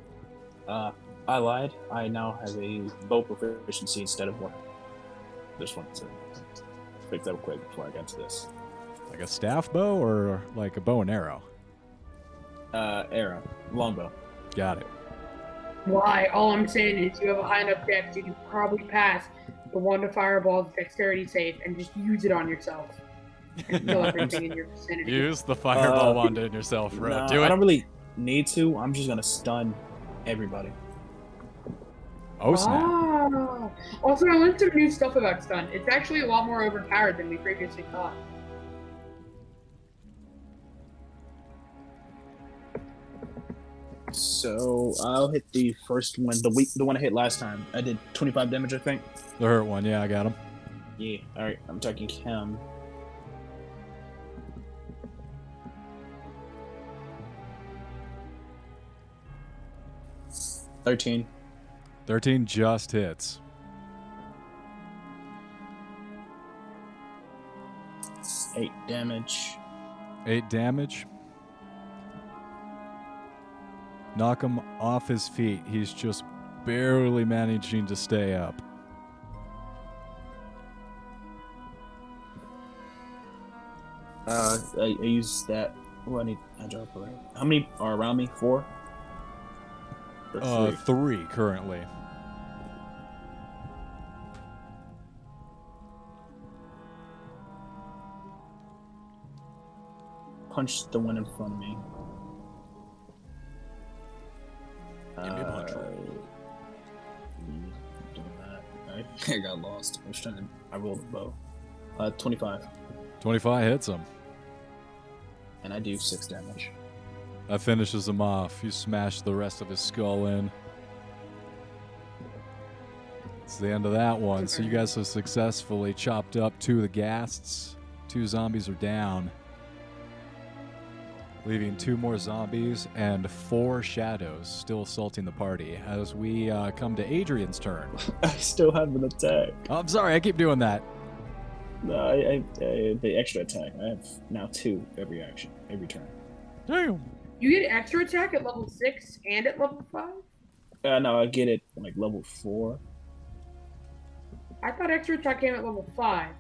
E: Uh, I lied. I now have a bow proficiency instead of one. Just wanted to fix that quick before I got to this.
C: Like a staff bow or like a bow and arrow.
E: Uh, arrow, longbow.
C: Got it.
A: Why? All I'm saying is you have a high enough dex you can probably pass the one to fireball the dexterity save and just use it on yourself. And kill everything in your vicinity.
C: Use the
E: fireball Uh,
C: wand in yourself,
E: Nah, I don't really need to. I'm just gonna stun everybody.
C: Oh snap!
A: Ah. Also, I learned some new stuff about stun. It's actually a lot more overpowered than we previously thought.
E: So I'll hit the first one, the weak, the one I hit last time. I did 25 damage, I think.
C: The hurt one. Yeah, I got him.
E: Yeah. All right, I'm attacking him. Thirteen.
C: Thirteen just hits.
E: eight damage.
C: Eight damage. Knock him off his feet. He's just barely managing to stay up.
E: Uh, I, I use that. Oh, I need. I drop it. How many are around me? Four. Or
C: Uh,
E: three?
C: three currently.
E: punch the one in front of me. Give me a punch Uh, I got lost. I was trying to. I rolled a bow. Uh, 25,
C: 25 hits him.
E: and I do six damage.
C: That finishes him off. You smash the rest of his skull in. It's the end of that one. So you guys have successfully chopped up two of the ghasts. Two zombies are down, leaving two more zombies and four shadows still assaulting the party. As we uh, come to Adrian's turn. Oh,
E: I still have an attack.
C: I'm sorry, I keep doing that.
E: No, I, I, I the extra attack. I have now two every action, every turn.
C: Damn.
A: You get extra attack at level six and at level five.
E: Uh, no, I get it like level four.
A: I thought extra attack came at level five.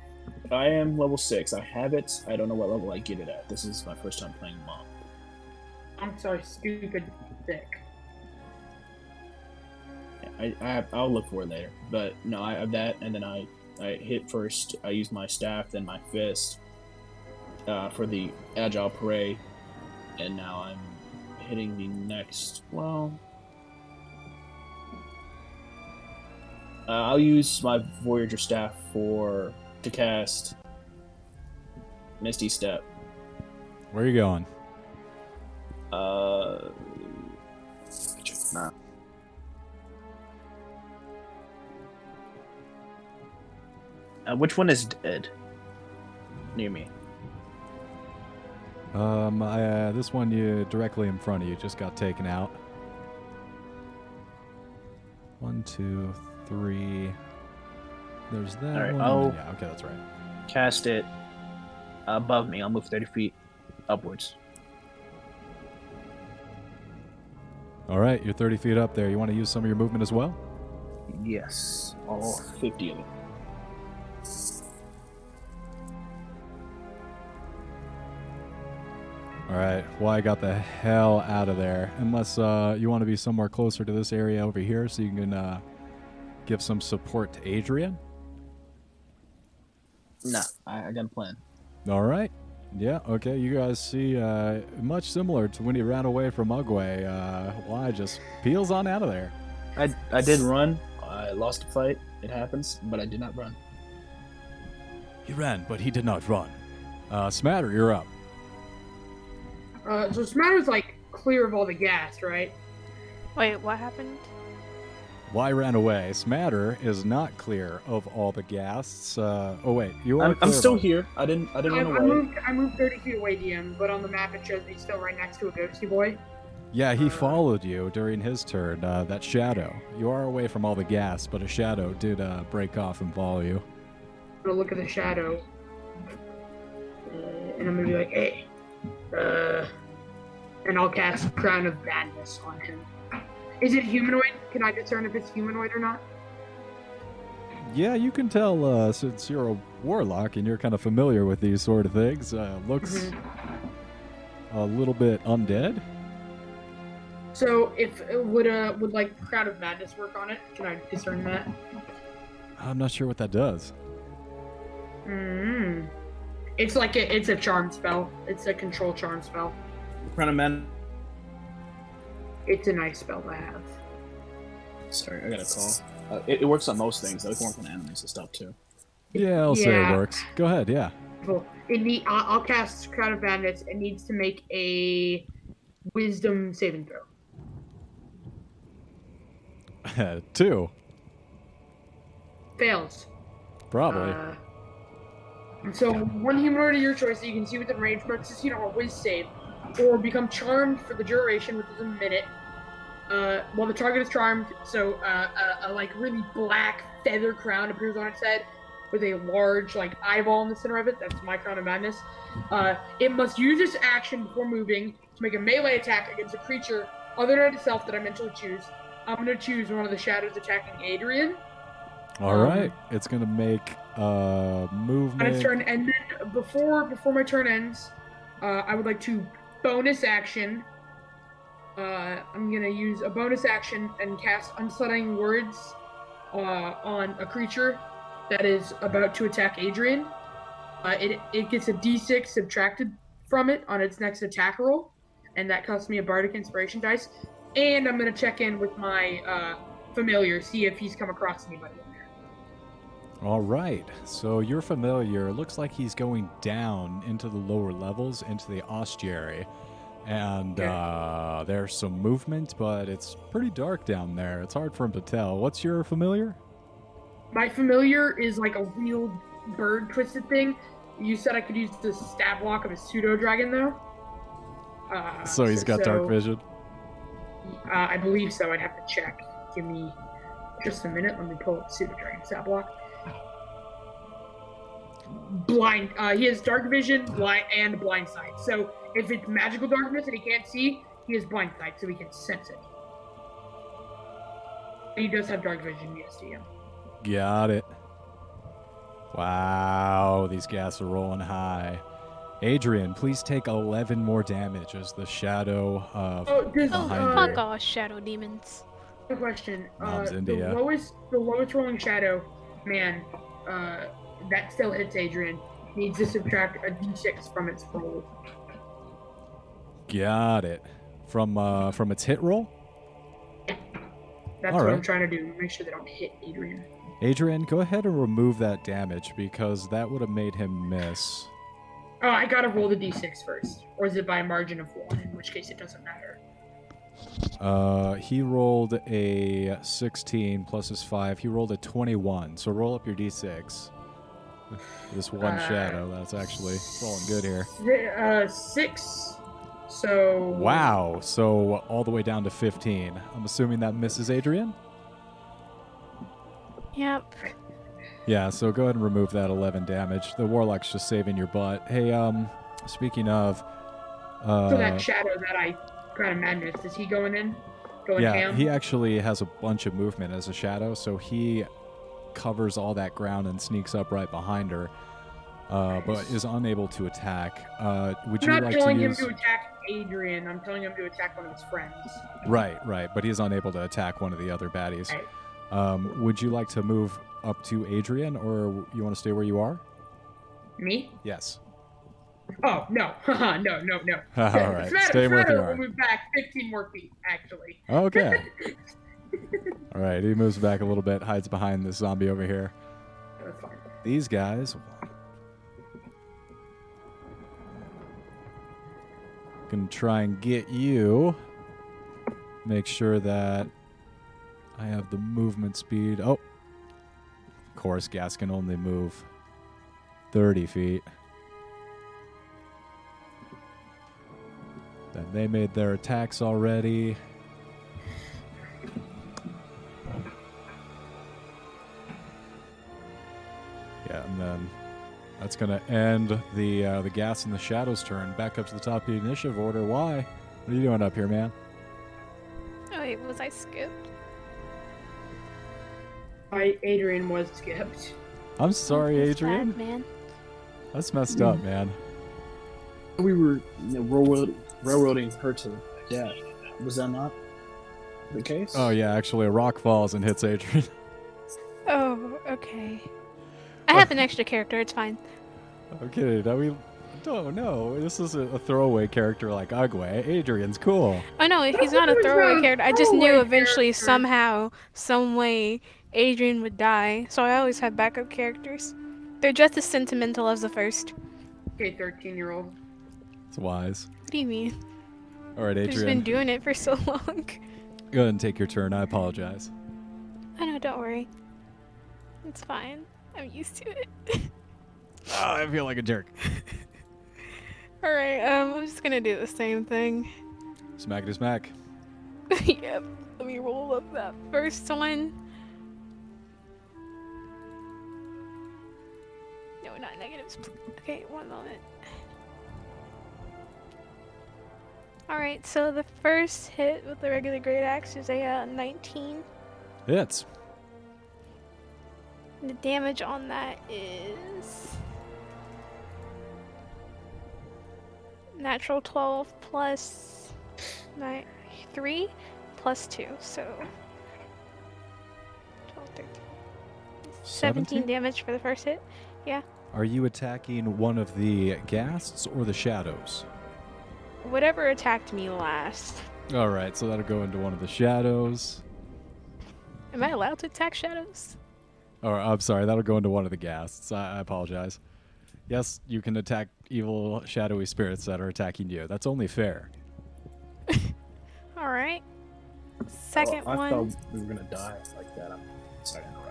E: I am level six. I have it. I don't know what level I get it at. This is my first time playing mom.
A: I'm so stupid sick.
E: I, I I'll look for it later. But no, I have that, and then I I hit first. I use my staff, then my fist uh, for the agile parade, and now I'm hitting the next. Well, uh, I'll use my voyager staff for to cast misty step.
C: Where are you going?
E: Uh, Uh, which one is dead? Near me.
C: Um, I, uh, this one you directly in front of you just got taken out. One, two, three. There's that
E: All right,
C: one. and then-
E: I'll-
C: Yeah, okay, that's right.
E: Cast it above me. I'll move 30 feet upwards.
C: All right, you're 30 feet up there. You want to use some of your movement as well?
E: Yes. All 50 of them.
C: All right, well, I got the hell out of there. Unless uh, you want to be somewhere closer to this area over here so you can uh, give some support to Adrian.
E: Nah, I, I got a plan.
C: All right. Yeah, okay. You guys see, uh, much similar to when he ran away from Ugwe, uh, Why just peels on out of there.
E: I, I did run. I lost a fight. It happens, but I did not run.
C: He ran, but he did not run. Uh, Smatter, you're up.
A: Uh, so Smatter's like clear of all the gas, right?
B: Wait, what happened?
C: Why ran away? Smatter is not clear of all the ghasts. Uh, oh wait, you are.
E: I'm, I'm
C: clear of
E: still
C: all-
E: here. I didn't I
A: I,
E: didn't
A: I
E: run away.
A: moved. I moved 30 feet away, DM. But on the map, it shows me still right next to a ghosty boy.
C: Yeah, he followed you during his turn. Uh, that shadow. You are away from all the ghasts, but a shadow did uh, break off and follow you.
A: I'm gonna look at the shadow, uh, and I'm gonna be like, "Hey," uh, and I'll cast Crown of Madness on him. Is it humanoid? Can I discern if it's humanoid or not?
C: Yeah, you can tell uh, since you're a warlock and you're kind of familiar with these sort of things. Uh, looks
A: Mm-hmm.
C: a little bit undead.
A: So, if would uh would like Crown of Madness work on it? Can I discern that?
C: I'm not sure what that does.
A: Mm. It's like a, it's a charm spell. It's a control charm spell.
E: Crown of Man.
A: It's a nice spell to have.
E: Sorry, I got a call. Uh, it, it works on most things. It works on animals and stuff too.
C: Yeah, I'll say it
A: Yeah.
C: works. Go ahead. Yeah.
A: Cool. It need, I'll, I'll cast Crown of Madness. It needs to make a Wisdom saving throw.
C: Two,
A: Fails.
C: probably.
A: Uh, so one humanoid of your choice that you can see within range marks is, you know, a whiz save, or become charmed for the duration, which is a minute. Uh, while uh, the target is charmed, so uh, a, a like really black feather crown appears on its head, with a large like eyeball in the center of it. That's my crown of madness. Uh, it must use its action before moving to make a melee attack against a creature other than itself that I mentally choose. I'm gonna choose one of the shadows attacking Adrian
C: All
A: um,
C: right. It's going to make uh
A: on its
C: movement.
A: turn, and then before before my turn ends, uh, I would like to bonus action. Uh, I'm gonna use a bonus action and cast unsettling words uh, on a creature that is about to attack Adrian. Uh, it it gets a D6 subtracted from it on its next attack roll, and that costs me a bardic inspiration dice. And I'm gonna check in with my uh, familiar, see if he's come across anybody. in there.
C: All right. So you're familiar. It looks like he's going down into the lower levels, into the ostiary. And
A: Okay.
C: uh, there's some movement, but it's pretty dark down there. It's hard for him to tell. What's your familiar?
A: My familiar is like a wheeled bird twisted thing. You said I could use the stab block of a pseudo dragon though. Uh,
C: Ah, so he's got dark vision.
A: Uh, I believe so. I'd have to check. Give me just a minute. Let me pull up pseudo dragon stab block. Blind. Uh, he has dark vision, blind, and blind sight. So if it's magical darkness and he can't see, he has blind sight, so he can sense it. He does have dark vision, yes, DM.
C: Got it. Wow, these gas are rolling high. Adrian, please take 11 more damage as the shadow of.
A: Oh, does,
F: Oh,
C: Behind
A: uh,
F: fuck all shadow demons.
A: a question. Uh,
C: Mom's
A: the
C: India.
A: lowest, the lowest rolling shadow, man, uh, that still hits Adrian. Needs to subtract a d6 from its roll.
C: Got it. From uh, from its hit roll?
A: That's
C: All
A: what I'm
C: right.
A: trying to do. Make sure they don't hit Adrian.
C: Adrian, go ahead and remove that damage because that would have made him miss.
A: Oh, I gotta roll the d6 first, or is it by a margin of one? In which case, it doesn't matter.
C: Uh, he rolled a 16 plus his 5. He rolled a 21. So roll up your d6. This one
A: Uh,
C: shadow, that's actually rolling good here.
A: Si- Uh, six. So.
C: Wow. So all the way down to 15. I'm assuming that misses Adrian?
F: Yep.
C: Yeah, so go ahead and remove that 11 damage. The warlock's just saving your butt. Hey, um, speaking of. Uh,
A: So that shadow that I kind of madness is he going in? Going
C: yeah,
A: ham?
C: he actually has a bunch of movement as a shadow, so he covers all that ground and sneaks up right behind her, uh, but
A: Nice.
C: is unable to attack. Uh, would
A: I'm
C: you
A: not
C: like to
A: telling him
C: use?
A: to attack Adrian. I'm telling him to attack one of his friends.
C: Right, right, but he's unable to attack one of the other baddies.
A: Right.
C: Um, would you like to move up to Adrian, or you want to stay where you are?
A: Me?
C: Yes.
A: Oh no, no, no, no.
C: all
A: Yeah,
C: right,
A: it's not-
C: stay
A: it's
C: where
A: not
C: you
A: over.
C: are.
A: We'll move back 15 more feet, actually.
C: Okay. all right, he moves back a little bit, hides behind this zombie over here.
A: That's fine.
C: These guys. Gonna try and get you. Make sure that I have the movement speed. Oh. Of course, gas can only move 30 feet. Then they made their attacks already. Yeah, and then that's going to end the uh, the gas and the shadows turn. Back up to the top of the initiative order. Why? What are you doing up here, man?
F: Oh, wait, was I skipped?
A: I, Adrian was skipped.
C: I'm sorry,
F: That's bad,
C: Adrian.
F: man.
C: That's messed up, man.
E: We were you know, railroad, railroading her to death. Was that not the case?
C: Oh yeah, actually, a rock falls and hits Adrian.
F: Oh, okay. I
C: Oh.
F: have an extra character. It's fine.
C: okay, now we don't know. This is a, a throwaway character like Agwe. Adrian's cool.
F: Oh no, he's not a
A: He's not
F: throwaway
A: a
F: character. I just knew
A: throwaway
F: eventually,
A: character.
F: somehow, some way, Adrian would die. So I always have backup characters. They're just as sentimental as the first.
A: Okay, 13 year old.
C: It's wise.
F: What do you mean?
C: All right,
F: They've just been
C: Adrian,
F: doing it for so long.
C: go ahead and take your turn. I apologize.
F: I know. Don't worry. It's fine. I'm used to it.
C: Oh, I feel like a jerk.
F: All right. Um, I'm just gonna do the same thing.
C: Smackety smack.
F: yep. Let me roll up that first one.
B: not negatives. pl- Okay, one moment. Alright, so the first hit with the regular great axe is a uh, 19.
C: Hits.
B: The damage on that is. Natural 12 plus nine, 3 plus 2, so. 12, 13. 17 damage for the first hit.
C: Are you attacking one of the ghasts or the shadows?
B: Whatever attacked me last.
C: All right, so that'll go into one of the shadows.
B: Am I allowed to attack shadows?
C: Or I'm sorry, that'll go into one of the ghasts. I, I apologize. Yes, you can attack evil shadowy spirits that are attacking you. That's only fair.
B: Alright. Second
E: Oh, I
B: one.
E: thought we were gonna die like that. I'm sorry to interrupt.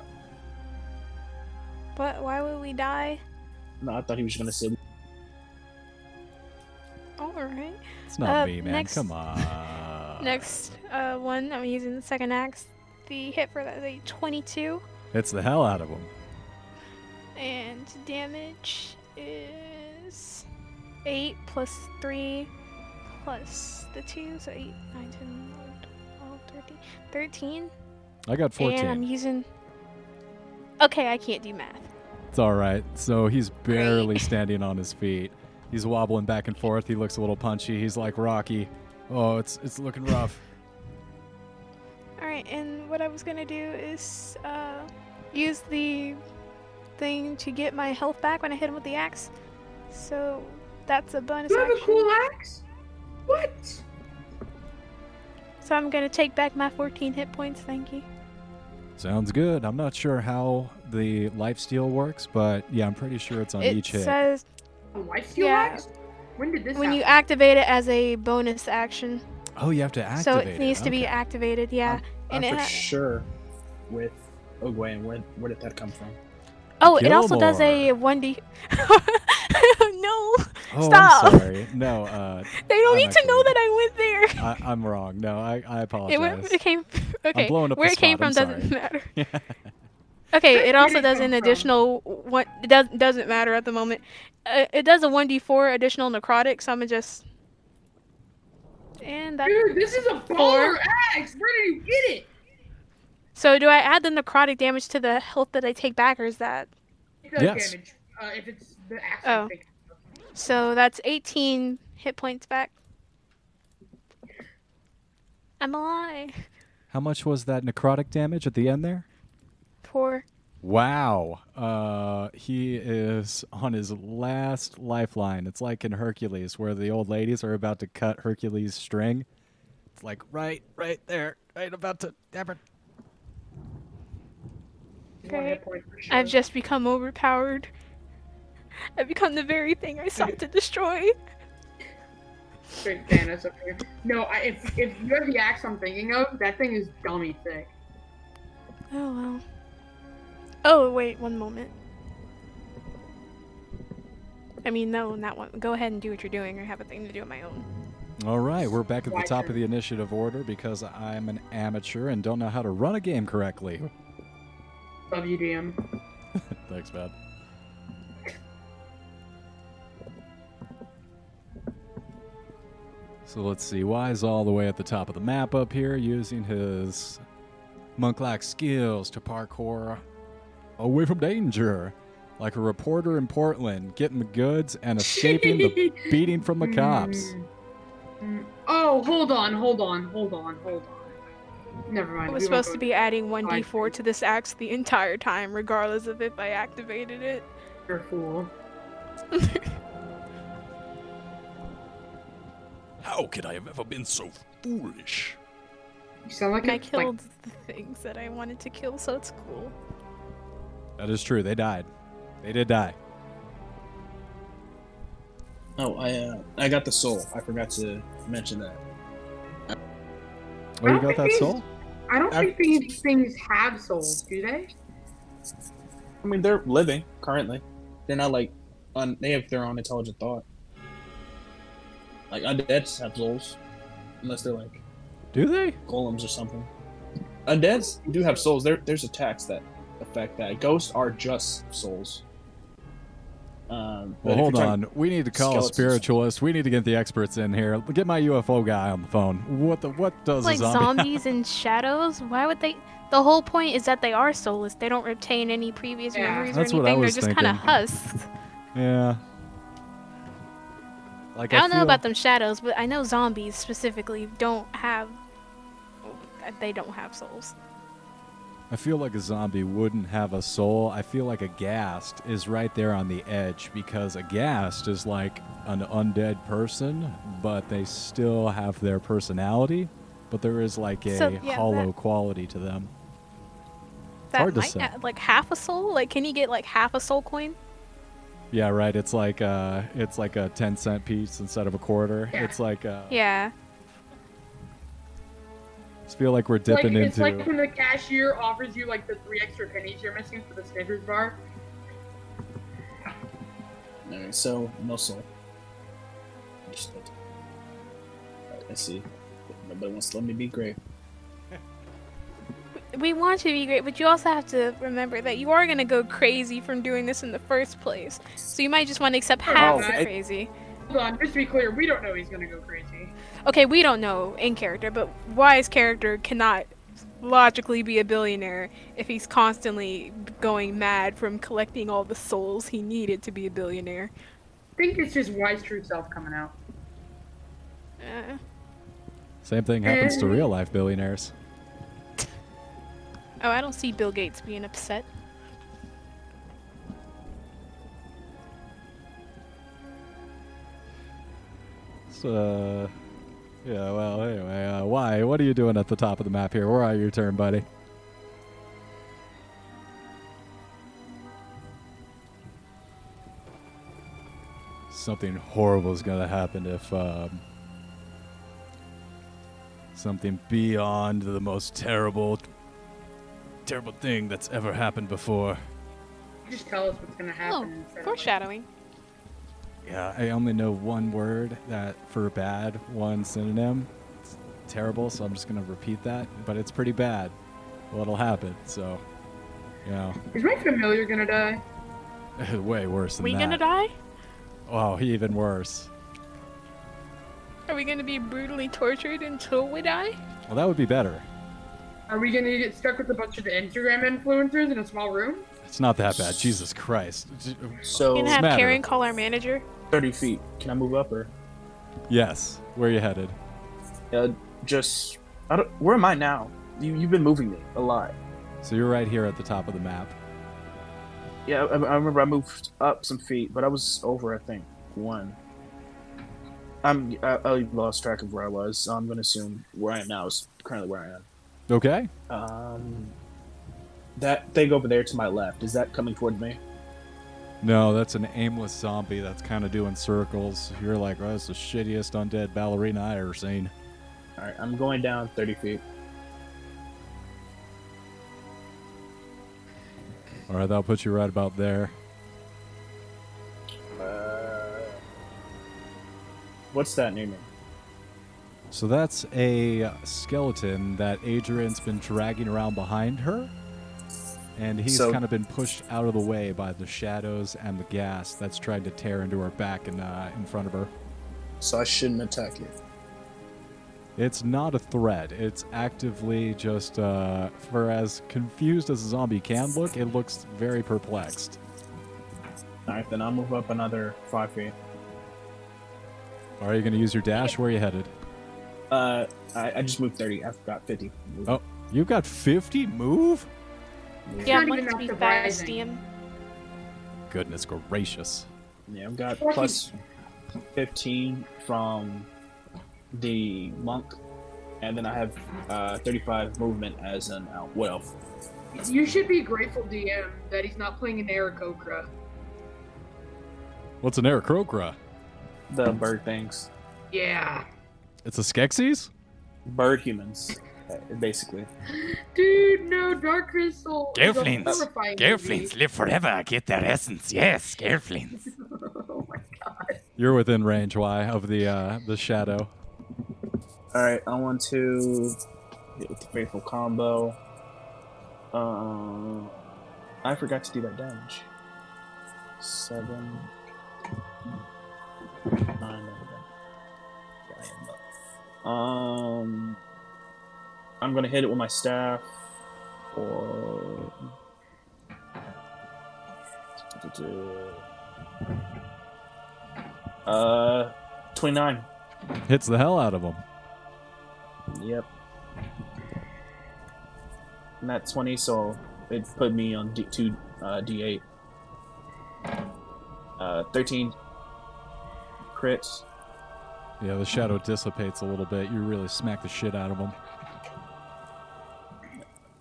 B: But why would we die?
E: No, I thought he was gonna say
B: Alright.
C: It's not
B: Uh,
C: me, man.
B: next-
C: Come on.
B: Next uh, one, I'm using the second axe. The hit for that is a 22,
C: Hits the hell out of them.
B: and damage is 8 plus 3 plus the 2, so 8, 9, 10, 11, 12, 13, 13.
C: I got 14.
B: And I'm using. Okay, I can't do math.
C: It's all right. So he's barely
B: Great.
C: standing on his feet. He's wobbling back and forth. He looks a little punchy. He's like Rocky. Oh, it's it's looking rough.
B: Alright, and what I was gonna do is uh, use the thing to get my health back when I hit him with the axe. So that's a bonus
A: You have a
B: action.
A: cool axe? What?
B: So I'm gonna take back my 14 hit points, thank you.
C: Sounds good. I'm not sure how the life steal works, but yeah, I'm pretty sure it's on
B: it
C: each hit.
B: says
A: A lifesteal
B: Yeah.
A: axe? When did this
B: when you
A: happen?
B: activate it as a bonus action.
C: oh, you have to activate.
B: so it needs to be
C: Okay.
B: activated, yeah.
E: I'm
B: and it
E: for
B: ha-
E: sure with Ogway where where did that come from?
B: Oh, it also does a 1d. no!
C: Oh,
B: Stop.
C: I'm sorry. No, uh,
B: They don't
C: I'm
B: need to know
C: actually-
B: that I went there!
C: I, I'm wrong. No, I, I apologize.
B: It went, it came. Okay,
C: blowing up the
B: where it came
C: spot,
B: from
C: I'm
B: doesn't matter. Okay, it also
A: it
B: does
A: come
B: an
A: from?
B: additional one. It does, doesn't matter at the moment. Uh, it does a one d four additional necrotic, so I'm gonna just. And that.
A: Dude, this is a baller axe. Where did you get it?
B: So do I add the necrotic damage to the health that I take back, or is that?
A: It does
C: Yes.
A: damage. Uh, if it's the axe.
B: Oh.
A: Oh.
B: So that's eighteen hit points back. I'm alive.
C: How much was that necrotic damage at the end there?
B: Poor.
C: Wow. Uh, he is on his last lifeline. It's like in Hercules, where the old ladies are about to cut Hercules' string. It's like right, right there, right about to happen.
A: One
B: Great.
A: hit point for sure.
B: I've just become overpowered. I've become the very thing I sought to destroy.
A: Straight Thanos up here. No, I, if, if you have the axe I'm thinking of, that thing is dummy thick.
B: Oh well. Oh wait, one moment. I mean, no, not one. Go ahead and do what you're doing. I have a thing to do on my own.
C: All right, we're back at the
A: My
C: top of
A: turn.
C: the initiative order because I'm an amateur and don't know how to run a game correctly.
A: WDM.
C: Thanks, man. So let's see. Y's all the way at the top of the map up here, using his monk-like skills to parkour away from danger, like a reporter in Portland, getting the goods and escaping the beating from the cops.
A: Mm. Mm. Oh, hold on, hold on, hold on, hold on. Never mind.
B: I
A: we
B: was
A: won't
B: supposed
A: go
B: to be adding 1d4
A: Fine.
B: to this axe the entire time, regardless of if I activated it.
A: there, fool.
G: How could I have ever been so foolish?
A: You sound like
B: And I
A: a like,
B: killed the things that I wanted to kill, so it's cool.
C: That is true. They died. They did die.
E: Oh, I uh, I got the soul. I forgot to mention that.
C: Oh, you got that soul?
A: I don't
E: I've-
A: think these things have souls, do they?
E: I mean, they're living currently. They're not like un- they have their own intelligent thought. Like undeads have souls, unless they're like
C: Do they?
E: golems or something. Undeads do have souls. There, there's a tax that affect that. Ghosts are just souls. Um, but
C: Well,
E: if you're
C: hold
E: talking-
C: on. We need to call
E: skeletons.
C: a spiritualist. We need to get the experts in here. Get my UFO guy on the phone. What the? What does
B: like
C: a zombie?
B: zombies and shadows. Why would they? The whole point is that they are soulless. They don't retain any previous
A: Yeah.
B: memories
C: That's
B: or
C: what I
B: anything. They're
C: was
B: just kind of
C: thinking.
B: husks.
C: yeah. Like
B: I don't know
C: feel-
B: about them shadows, but I know zombies specifically don't have. They don't have souls.
C: I feel like a zombie wouldn't have a soul. I feel like a ghast is right there on the edge because a ghast is like an undead person, but they still have their personality, but there is like a
B: So, yeah,
C: hollow
B: that-
C: quality to them.
B: That
C: Hard to
B: might
C: say.
B: ha- like half a soul. Like, can you get like half a soul coin?
C: Yeah, right. It's like uh it's like a 10 cent piece instead of a quarter.
A: Yeah.
C: It's like uh
B: Yeah.
C: I feel like we're
A: Like,
C: dipping
A: it's
C: into
A: like when the cashier offers you like the three extra pennies you're missing for the Snickers bar.
E: Alright, so muscle. Understood. Alright, I see. Nobody wants to let me be great.
B: We want you to be great, but you also have to remember that you are gonna go crazy from doing this in the first place. So you might just want to accept half
A: Oh,
B: the
A: I-
B: crazy.
A: Hold on, just to be clear, we don't know he's gonna go crazy.
B: Okay, we don't know in character, but Y's character cannot logically be a billionaire if he's constantly going mad from collecting all the souls he needed to be a billionaire.
A: I think it's just wise true self coming out.
B: Uh,
C: Same thing happens to
A: Mm.
C: real life billionaires.
B: oh, I don't see Bill Gates being upset.
C: So yeah, well, anyway, uh, why? What are you doing at the top of the map here? Where are your turn, buddy? Something horrible is going to happen if um, something beyond the most terrible, terrible thing that's ever happened before.
A: Just tell us what's gonna
B: Oh,
A: happen. instead of, like,
B: foreshadowing.
C: Yeah, I only know one word that for bad, one synonym. It's terrible, so I'm just gonna repeat that. But it's pretty bad. What'll happen? So, you know,
A: Is my familiar gonna die?
C: way worse than
B: We
C: that.
B: gonna die?
C: Oh, even worse.
B: Are we gonna be brutally tortured until we die?
C: Well, that would be better.
A: Are we gonna get stuck with a bunch of the Instagram influencers in a small room?
C: It's not that bad. Jesus Christ. J-
E: So
B: We're gonna have
C: matter?
B: Karen call our manager.
E: thirty feet. Can I move up or
C: Yes. Where you headed?
E: uh, just I don't where am I now? You you've been moving me a lot.
C: So you're right here at the top of the map.
E: Yeah, I, I remember I moved up some feet, but I was over I think one. I'm I, I lost track of where I was, so I'm gonna assume where I am now is currently where I am.
C: Okay.
E: Um, that thing over there to my left is that coming toward me?
C: No, that's an aimless zombie that's kind of doing circles. You're like, oh, that's the shittiest undead ballerina I ever seen.
E: All right, I'm going down 30 feet.
C: All right, that'll put you right about there.
E: Uh, what's that name?
C: So that's a skeleton that Adrian's been dragging around behind her. And he's
E: So-
C: kind of been pushed out of the way by the shadows and the gas that's trying to tear into her back and uh, in front of her.
E: So I shouldn't attack you.
C: It's not a threat. It's actively just, uh, for as confused as a zombie can look, it looks very perplexed.
E: All right, then I'll move up another five feet.
C: Are you going to use your dash? Where are you headed?
E: Uh, I, I just moved 30. I've got 50.
C: Oh, you've got 50 move?
B: Yeah,
A: not
B: mine's
A: even that
B: be fast,
A: surprising.
B: DM.
C: Goodness gracious.
E: Yeah, I've got plus 15 from the monk, and then I have uh, 35 movement as an uh, elf. What elf?
A: You should be grateful, DM, that he's not playing an Aarakocra.
C: What's an Aarakocra?
E: The bird things.
A: Yeah.
C: It's a Skeksis?
E: Bird humans, uh, basically.
A: Dude, no, Dark Crystal. is a
G: Gelflings.
A: horrifying
G: Gelflings live forever, get their essence. Yes, Gelflings.
A: movie. oh my god.
C: You're within range, why, of the uh, the shadow.
E: All right, I want to hit with the faithful combo. Uh, I forgot to do that damage. Seven, Um, I'm gonna hit it with my staff, or uh, twenty-nine.
C: Hits the hell out of him.
E: Yep. And that's twenty, so it put me on D two, uh, D eight. Uh, thirteen. Crit.
C: Yeah, the shadow dissipates a little bit. You really smack the shit out of him.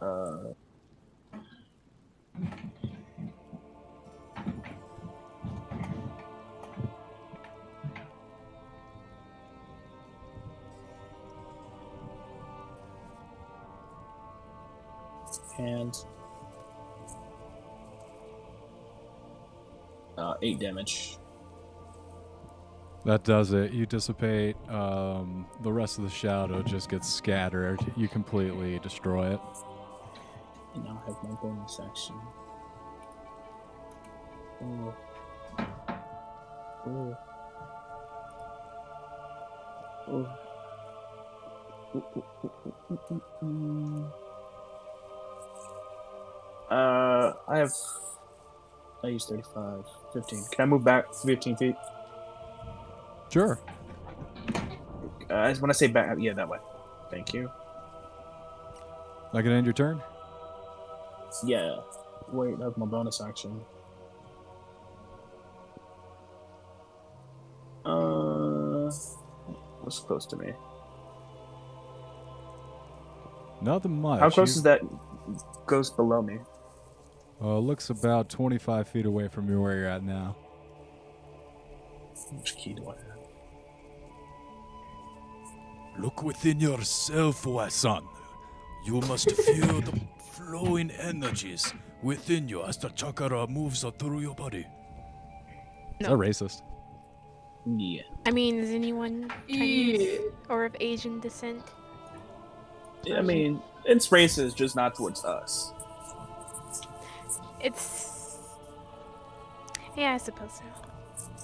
E: Uh, and uh, eight damage.
C: That does it. You dissipate. Um, the rest of the shadow just gets scattered. You completely destroy it.
E: And now I have my bonus action. Oh. Ooh. Ooh. Ooh. Ooh, ooh, ooh, ooh, ooh, ooh, ooh. Uh, I have. I use 35. 15. Can I move back 15 feet?
C: Sure.
E: Uh, when I say back, yeah, that way. Thank you.
C: That can end your turn.
E: Yeah. Wait, that's my bonus action. Uh, what's close to me?
C: Nothing much.
E: How close
C: You-
E: is that? Goes below me.
C: Uh, looks about 25 feet away from you where you're at now.
E: Which key do I have?
G: Look within yourself, Wasan. You must feel the flowing energies within you as the chakra moves through your body.
J: No.
C: Is that racist?
E: Yeah.
B: I mean, is anyone
A: Yeah.
B: Chinese or of Asian descent?
E: I mean, it's racist, just not towards us.
B: It's. Yeah, I suppose so.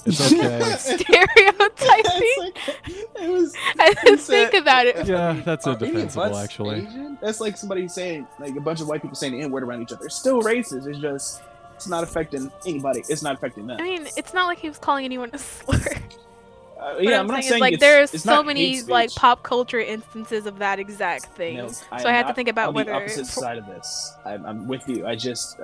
C: It's okay.
B: Stereotyping.
E: it was.
B: I didn't
E: It's, uh,
B: think about it.
C: yeah, that's
E: Are any of
C: indefensible,
E: us
C: actually.
E: Asian? That's like somebody saying, like a bunch of white people saying the N word around each other. It's still racist. It's just, it's not affecting anybody. It's not affecting them.
B: I mean, it's not like he was calling anyone a slur.
E: Uh,
J: What
E: yeah, I'm, not
J: is,
E: saying
J: like
E: it's,
J: there's
E: it's
J: so
E: not hate
J: many
E: speech.
J: like pop culture instances of that exact thing.
E: No,
J: so
E: am
J: I had to
E: not
J: think about
E: on
J: whether.
E: the opposite side of this. I'm, I'm with you. I just,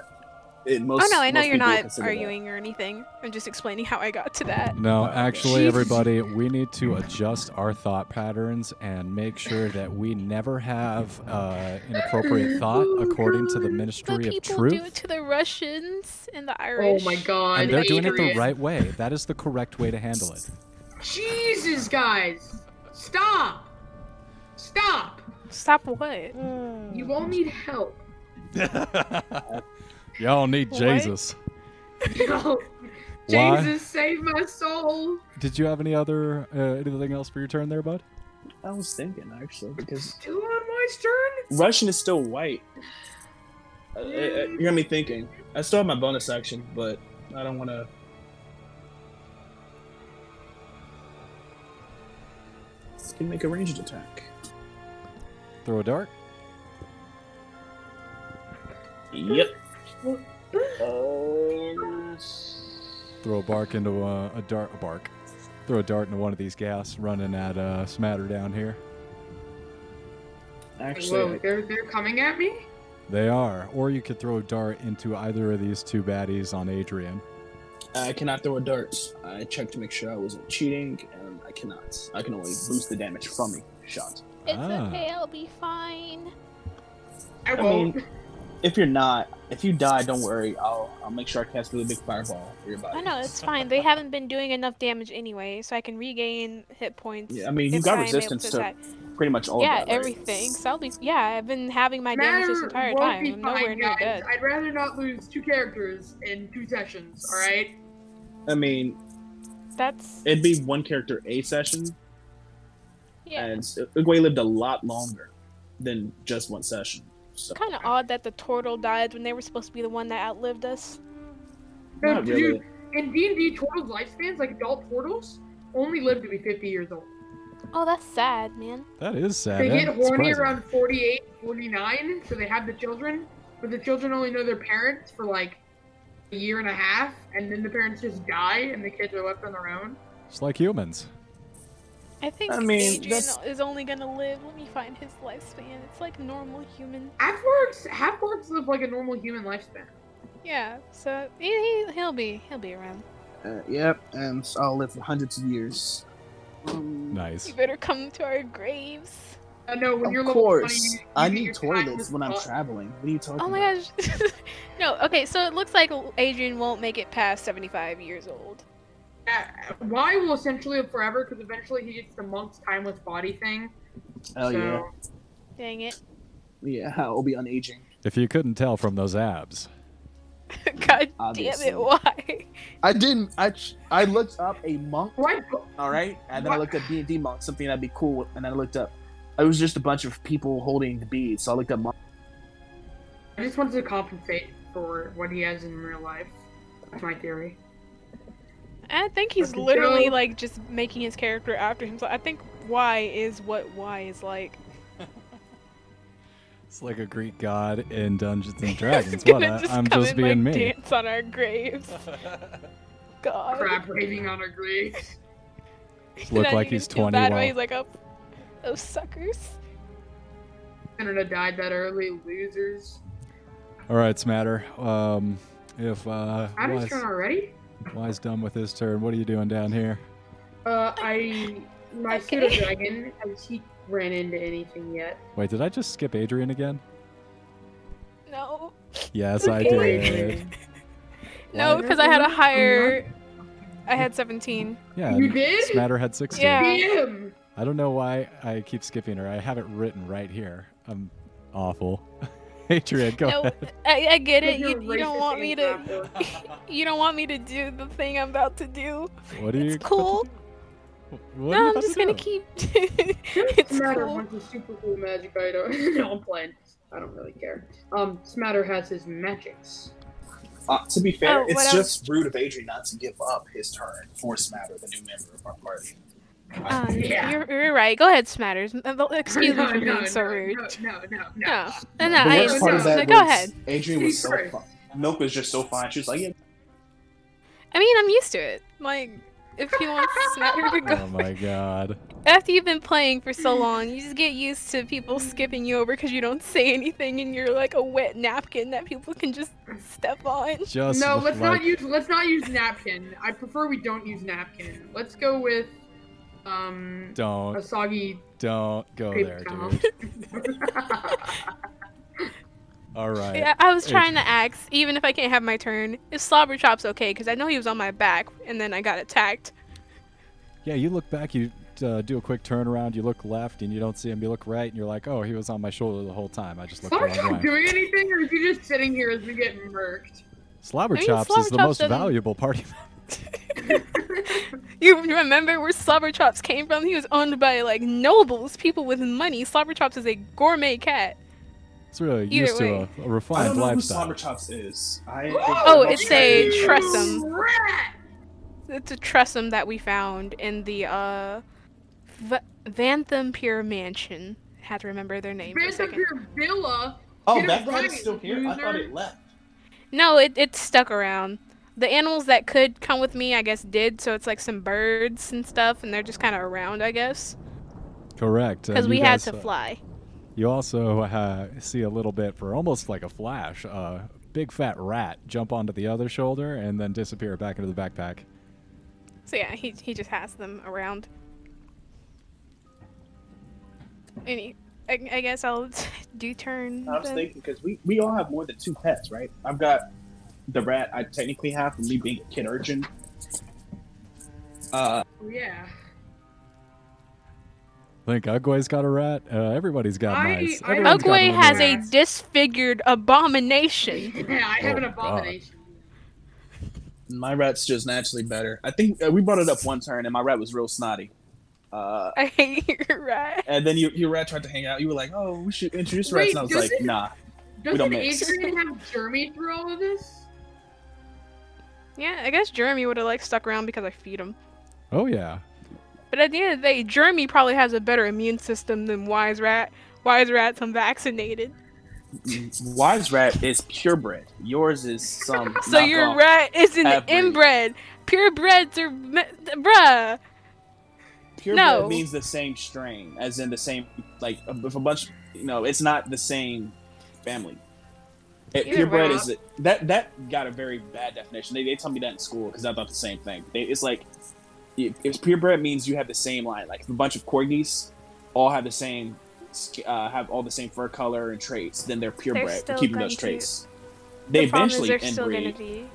E: it, most.
J: oh no, I know
E: most
J: you're
E: people would
J: not
E: consider that.
J: arguing or anything. I'm just explaining how I got to that.
C: No,
E: okay.
C: actually,
J: Jesus.
C: everybody, we need to adjust our thought patterns and make sure that we never have uh, inappropriate thought according to the
B: But
C: Ministry of
B: people do it
C: Truth.
B: to the Russians and the
A: Oh
B: Irish.
A: my god.
C: And they're doing it the
A: Adrian.
C: right way. That is the correct way to handle it.
A: Jesus, guys. Stop. Stop.
B: Stop what?
A: You all need help.
C: Y'all need
B: What?
C: Jesus.
A: Yo,
C: Why?
A: Jesus, save my soul.
C: Did you have any other uh, anything else for your turn there, bud?
E: I was thinking actually because
A: Two on my turn?
E: Russian is still white. Uh, uh, you got me thinking. I still have my bonus action, but I don't want to. Can make a ranged attack.
C: Throw a dart.
E: Yep.
A: Well,
C: Throw a bark into a, a dart. A bark. Throw a dart into one of these gas running at uh, Smatter down here.
E: Actually,
A: Whoa, they're, they're coming at me?
C: They are. Or you could throw a dart into either of these two baddies on Adrian.
E: I cannot throw a dart. I checked to make sure I wasn't cheating, and I cannot. I can only boost the damage from a shot.
B: It's
C: Ah.
B: okay, I'll be fine.
A: I
E: I
A: won't.
E: mean, if you're not, if you die, don't worry. I'll I'll make sure I cast a really big fireball for your body.
B: I know, it's fine. They haven't been doing enough damage anyway, so I can regain hit points.
E: Yeah, I mean, you
B: if
E: got
B: I'm able
E: resistance to
B: attack.
E: Pretty much all.
B: yeah,
E: of that, right?
B: everything. So I'll be. Yeah, I've been having my damage this
A: Matter
B: entire
A: won't
B: time.
A: be
B: I'm nowhere
A: fine,
B: near
A: guys.
B: dead.
A: I'd rather not lose two characters in two sessions, alright?
E: I mean,
B: That's.
E: it'd be one character a session,
B: Yeah.
E: and Igwe lived a lot longer than just one session. So
B: Kind of odd that the turtle died when they were supposed to be the one that outlived us.
A: No,
E: not
A: dude,
E: really.
A: in D&D, turtles' lifespans, like adult turtles, only live to be 50 years old.
K: Oh, that's sad, man.
C: That is sad.
A: They
C: and
A: get horny
C: surprising.
A: around 48, 49, so they have the children, but the children only know their parents for like a year and a half, and then the parents just die, and the kids are left on their own.
C: Just like humans.
B: I think
E: I mean,
B: Adrian
E: that's-
B: is only gonna live. Let me find his lifespan. It's like normal human.
A: Half-orcs, half-orcs live like a normal human lifespan.
B: Yeah. So he, he he'll be he'll be around.
E: Uh, yep, and so I'll live for hundreds of years.
B: You
C: Nice.
B: better come to our graves.
A: Uh, no, when you're
E: of
A: level 20,
E: course,
A: you- you
E: I
A: get
E: need
A: your time
E: toilets
A: with
E: when I'm
A: fuck.
E: traveling. What are you talking
B: Oh my
E: about?
B: gosh. no. Okay. So it looks like Adrian won't make it past 75 years old.
A: Uh, Y will essentially live forever because eventually he gets the monk's timeless body thing.
E: Hell
A: so
E: yeah,
B: Dang it.
E: yeah, I'll be unaging.
C: If you couldn't tell from those abs.
B: God damn
E: Obviously.
B: it. Why?
E: I didn't. I ch- I looked up a monk.
A: Why?
E: All right, and then I
A: What?
E: looked up D and D monk, something that'd be cool. And then I looked up. It was just a bunch of people holding the beads. So I looked up monk.
A: I just wanted to compensate for what he has in real life. That's my theory.
B: I think he's
A: Fucking
B: literally
A: Joe.
B: like just making his character after himself. I think Y is what Y is like.
C: It's like a Greek god in Dungeons and
B: He's
C: Dragons. what?
B: gonna
C: I,
B: just
C: I'm
B: come
C: just
B: and,
C: being
B: like,
C: me.
B: Dance on our graves. God.
A: Crap, raving on our graves.
B: Just
C: look like he's 20
B: Bad
C: while-
B: He's like, oh, those suckers.
A: Internet died that early, losers.
C: All right, Smatter. Um, if uh,
A: I'm
C: Wise,
A: just trying already.
C: Wise done with his turn, what are you doing down here?
A: Uh, I my
B: Okay.
A: pseudo dragon. Has he ran into anything yet?
C: Wait, did I just skip Adrian again?
B: No.
C: Yes, I
B: Okay.
C: did.
B: No, because I had a higher. I had 17.
C: Yeah,
A: you
C: and
A: did?
C: Smatter had 16.
B: Yeah.
A: Damn!
C: I don't know why I keep skipping her. I have it written right here. I'm awful. Adrian, go
B: No,
C: ahead.
B: I, I get it.
A: You're
B: You, you don't
A: racist
B: want me to.
A: and crap.
B: You don't want me to do the thing I'm about to do.
C: What are you?
B: It's
C: about to
B: cool.
C: do? Wh- What are you
B: No, I'm
C: about to
B: just gonna
C: do?
B: keep. it's
A: Smatter
B: cool.
A: wants a super cool magic item. no, I'm playing. I don't really care. Um, Smatter has his magics.
G: Uh, to be fair,
B: Oh, what
G: it's
B: else?
G: just rude of Adrian not to give up his turn for Smatter, the new member of our party.
B: Um,
A: Yeah.
B: you're, you're right. Go ahead, Smatters. M- m- Excuse me
A: No,
B: for
A: no,
B: being so
A: no,
B: rude.
A: No, no, no, no.
B: No, no, no. I
A: worst
B: am.
A: part
B: No,
A: of that
B: no, go ahead.
G: Adrian was so
A: Sorry.
G: fun. Milk was just so fine. She was like, yeah,
B: I mean, I'm used to it. Like, if he wants Smatter to go,
C: Oh my god.
B: after you've been playing for so long, you just get used to people skipping you over because you don't say anything, and you're like a wet napkin that people can just step on.
C: Just
A: No,
C: look
A: let's
C: like
A: not use let's not use napkin. I prefer we don't use napkin. Let's go with um
C: Don't
A: Asagi
C: don't go
A: paper
C: there,
A: towel.
C: dude. All right.
B: Yeah, I was trying to ask, even if I can't have my turn, if Slobber Chop's okay, because I know he was on my back, and then I got attacked.
C: Yeah, you look back, you uh, do a quick turnaround, you look left, and you don't see him. You look right, and you're like, "Oh, he was on my shoulder the whole time. I just looked the
A: Slobber
C: wrong
A: Chop
C: way."
A: doing anything, or is he just sitting here as we get murked?
C: Slobber
B: I mean,
C: chops is
B: Slobber
C: the
B: Chops
C: most
B: doesn't-
C: valuable party.
B: You remember where Slobber Chops came from? He was owned by like nobles, people with money. Slobber Chops is a gourmet cat.
C: it's really
B: Either
C: used
B: way.
C: to a, a
G: I
C: refined
G: don't know
C: lifestyle.
G: who Slobber Chops is. I,
B: Oh,
A: Oh,
B: it's a
G: Yes.
B: tressum.
A: Rat!
B: It's a tressum that we found in the uh, v- Vanthampere Mansion. Had to remember their name for a second.
A: Vanderpeer Villa.
G: oh,
A: Get
G: that
A: it
G: cat
A: right,
G: is still here. I thought
A: loser.
G: it left.
B: No, it it stuck around. The animals that could come with me, I guess, did. So it's like some birds and stuff, and they're just kind of around, I guess,
C: Correct. and
B: because
C: you
B: we had
C: guys,
B: to
C: uh,
B: fly.
C: You also uh, see a little bit for almost like a flash, a big fat rat jump onto the other shoulder and then disappear back into the backpack.
B: So yeah, he he just has them around. Any, I, I guess I'll do turn.
G: I was
B: then.
G: thinking because we, we all have more than two pets, right? I've got the rat I technically have from me being a kid urchin. Uh,
A: Oh, Yeah.
C: I think Ugway's got a rat. Uh, everybody's got
A: I-
C: mice.
A: I-
C: Everyone's got
B: Ugwe
C: one
B: has a
C: rat.
A: Yes.
B: disfigured abomination.
A: Yeah, I have an
C: Oh, God.
A: abomination.
G: my
E: My rat's just naturally better. I think uh, we brought it up one turn, and my rat was real snotty. Uh,
B: I hate your rat.
E: and then you, your rat tried to hang out. You were like, "Oh, we should introduce
A: Wait,
E: rats," and I was
A: does
E: like,
A: it-
E: "Nah." don't
A: Doesn't
E: mix.
A: Adrian have Jeremy through all of this?
B: Yeah, I guess Jeremy would have like stuck around because I feed him.
C: Oh yeah.
B: But at the end of the day, Jeremy probably has a better immune system than Wise Rat. Wise Rat's unvaccinated.
E: Wise Mm, rat is purebred. Yours is some.
B: So your
E: knockoff.
B: rat is an
E: half-breed.
B: inbred. Purebreds are, me- bruh.
E: Purebred
B: no.
E: means the same strain, as in the same like if a bunch. You know, it's not the same family. It,
B: Either
E: purebred
B: way.
E: is that that got a very bad definition. They, they tell me that in school because I thought the same thing. They, it's like it, it's purebred means you have the same line. Like if a bunch of corgis all have the same sk- uh, have all the same fur color and traits, then they're purebred,
L: still
E: keeping
L: going
E: those
L: to-
E: traits.
L: The
E: They
L: problem is
E: eventually
L: they're still gonna
E: inbreed,
L: be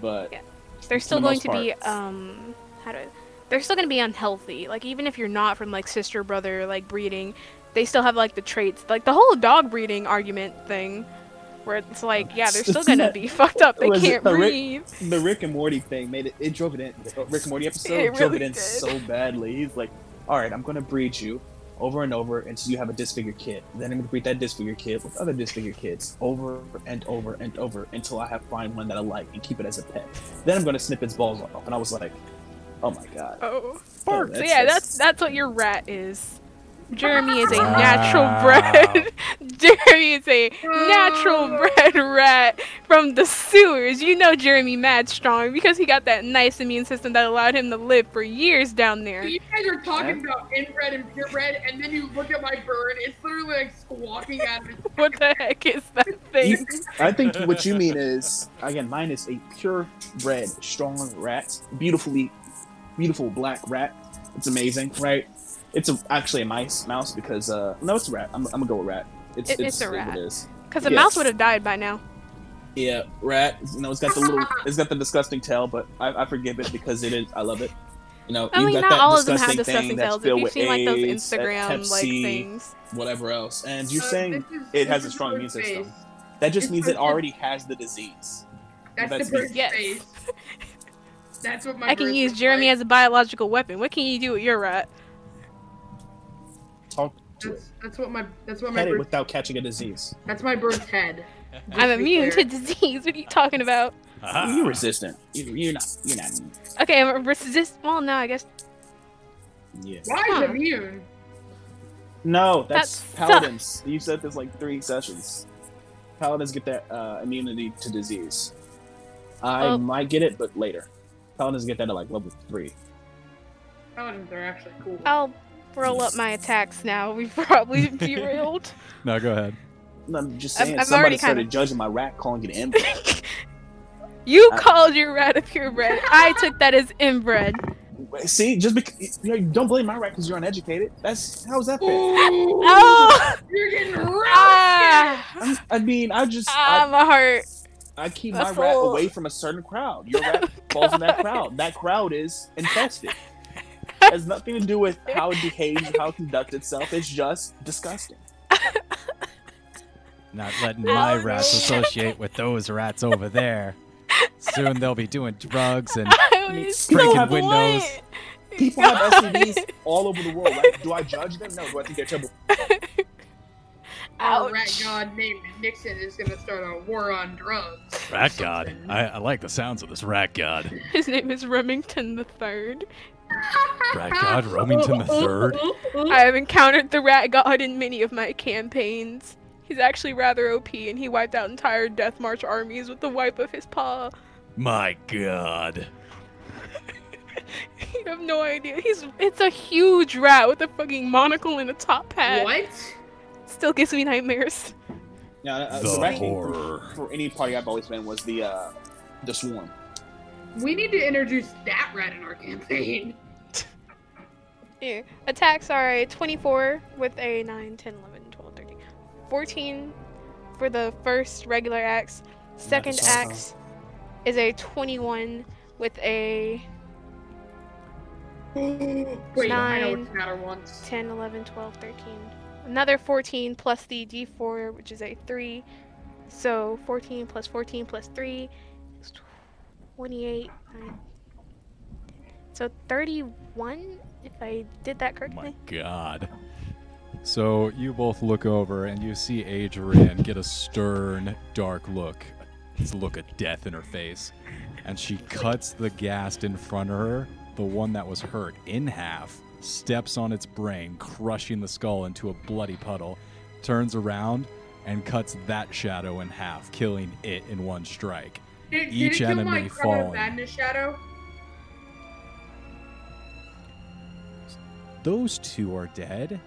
E: but
B: They're
E: For
B: still
E: the
B: going
E: most
B: to be
E: part.
B: um how do I- they're still going to be unhealthy. Like even if you're not from like sister brother like breeding, they still have like the traits. Like the whole dog breeding argument thing where it's like yeah, they're still going to be fucked up. They
E: Was it
B: can't
E: the Rick-
B: breathe.
E: the Rick and Morty thing made it. It drove it in. The Rick and Morty episode
B: It
E: drove it
B: really
E: in
B: did.
E: so badly. He's like, "All right, I'm gonna breed you over and over until you have a disfigured kid. Then I'm gonna breed that disfigured kid with other disfigured kids over and over and over until I have find one that I like and keep it as a pet. Then I'm gonna snip its balls off." And I was like, "Oh my god."
B: Oh.
E: Sparks.
B: so yeah, that's that's what your rat is. Jeremy is a
E: Ah.
B: natural bred. Jeremy is a natural
E: Ah.
B: bred rat from the sewers. You know Jeremy mad strong because he got that nice immune system that allowed him to live for years down there.
A: So you guys are talking about inbred and purebred, and then you look at my bird. It's literally like squawking at me.
B: What the heck is that thing?
E: I think what you mean is again, mine is a pure bred, strong rat, beautifully, beautiful black rat. It's amazing, right? It's a, actually a mice mouse because uh no, it's a rat. I'm, I'm gonna go with rat. It's
B: It- it's a
E: what
B: rat.
E: It is.
B: Because the
E: Yes.
B: mouse would have died by now.
E: Yeah, rat. You know, it's got the little, it's got the disgusting tail, but I, I forgive it because it is. I love it. You know,
B: I
E: you've
B: mean,
E: got
B: not
E: that
B: all of them have
E: thing
B: disgusting
E: that's
B: tails. If
E: filled
B: you've
E: with
B: seen like those
E: AIDS, that
B: Instagram like
E: Pepsi,
B: things,
E: whatever else, and you're
A: Uh,
E: saying
A: this is-
E: it has
A: this
E: a
A: is
E: strong immune
A: bird's
E: system.
A: face.
E: that just
A: it's
E: means
A: like
E: it
A: the-
E: already has the disease.
A: That's,
E: That's
A: the bird's
B: me. Yes.
A: face. That's what my.
B: I can
A: bird
B: use
A: looks
B: Jeremy
A: like.
B: as a biological weapon. What can you do with your rat?
E: Talk to it.
A: That's, that's what my. That's what my.
E: Pet it
A: Bird,
E: without catching a disease.
A: that's my bird's head.
B: I'm
A: Just to be
B: immune
A: clear.
B: to disease. What are you talking about?
G: Ah.
E: You're resistant. You- You're not. You're not.
B: Okay, I'm resist. Well, no, I guess
E: Yeah.
A: Why
B: Huh.
A: is immune?
E: No, that's
B: That
E: paladins. You said this like three sessions. Paladins get that uh, immunity to disease. I
B: Well-
E: might get it, but later. Paladins get that at like level three.
A: Paladins are actually cool.
B: I'll roll up my attacks now. We've probably derailed.
C: No, go ahead.
E: No, I'm just
B: I've-
E: saying.
B: I've
E: somebody
B: already
E: started
B: kinda-
E: judging my rat, calling it inbred.
B: you
E: I-
B: called your rat a purebred. I took that as inbred.
E: See, just because you know, you don't blame my rat because you're uneducated. That's how's that fair?
B: Oh,
A: You're getting roasted.
B: ah,
E: I'm- I mean, I just I,
B: ah, my heart.
E: I keep
B: my
E: my rat
B: soul.
E: away from a certain crowd. Your rat falls in that crowd. That crowd is infested. has nothing to do with how it behaves, how it conducts itself. It's just disgusting.
C: Not letting my
B: Oh,
C: rats
B: no.
C: associate with those rats over there. Soon they'll be doing drugs and
B: I was so
C: Breaking
B: blunt.
C: windows.
E: People have STDs all over the world. Right? Do I judge them? No. Do I think they're terrible?
A: Our Oh, rat
B: Ouch.
A: god named Nixon is gonna start a war on drugs.
G: Rat God. I, I like the sounds of this rat god.
B: His name is Remington the Third.
G: Rat God Romington the Third.
B: I have encountered the rat god in many of my campaigns. He's actually rather OP, and he wiped out entire Death March armies with the wipe of his paw.
G: My God.
B: You have no idea. He's it's a huge rat with a fucking monocle and a top hat.
A: What?
B: Still gives me nightmares.
E: No, no, uh, the
G: The
E: rat thing
G: horror.
E: for any party I've always been was the uh, the swarm.
A: We need to introduce that rat in our campaign.
B: Yeah. Attacks are a 24 with a 9, 10, 11, 12, 13. 14 for the first regular axe. Second
E: awesome.
B: axe is a 21 with a
A: Wait, I know
B: Nine.
A: what matter wants.
B: 10, 11, 12, 13. Another 14 plus the d4, which is a 3. So 14 plus 14 plus 3 is 28. nine. So 31, if I did that
G: My
B: correctly.
G: God. So you both look over and you see Adrian get a stern, dark look. It's a look of death in her face. And she cuts the ghast in front of her
C: the one that was hurt in half, steps on its brain, crushing the skull into a bloody puddle, turns around and cuts that shadow in half, killing it in one strike.
A: Did, did
C: Each
A: it kill my
C: enemy
A: Crown
C: falling.
A: of Madness shadow?
C: Those two are dead.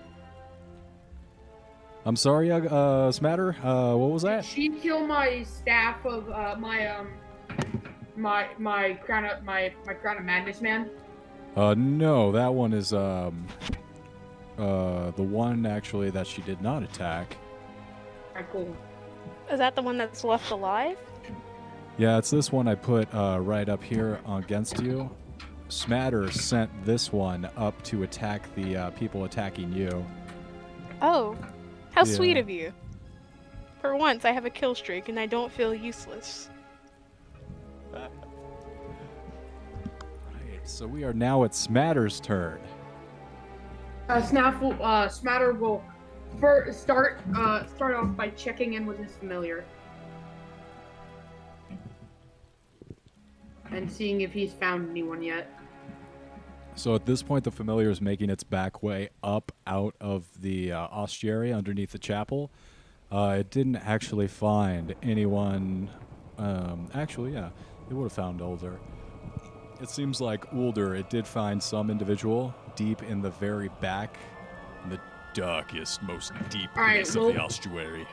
C: I'm sorry, uh, uh, Smatter. Uh, what was
A: Did
C: that?
A: she kill my staff of uh, my um my my crown of my my crown of madness man?
C: Uh, no, that one is um, uh, the one actually that she did not attack.
A: Alright, cool.
M: Is that the one that's left alive?
C: Yeah, it's this one I put uh, right up here against you. Smatter sent this one up to attack the uh, people attacking you.
B: Oh, how
C: Yeah.
B: sweet of you. For once, I have a kill streak and I don't feel useless.
C: Right, so we are now at Smatter's turn.
A: Uh, Snaffle uh, Smatter will fir- start uh, start off by checking in with his familiar and seeing if he's found anyone yet.
C: So at this point, the familiar is making its back way up out of the uh, ostiary underneath the chapel. Uh, it didn't actually find anyone. Um, actually, yeah, it would have found Older. It seems like Ulder, it did find some individual deep in the very back, in the darkest, most deep
A: All right,
C: place
A: well-
C: of the ostuary.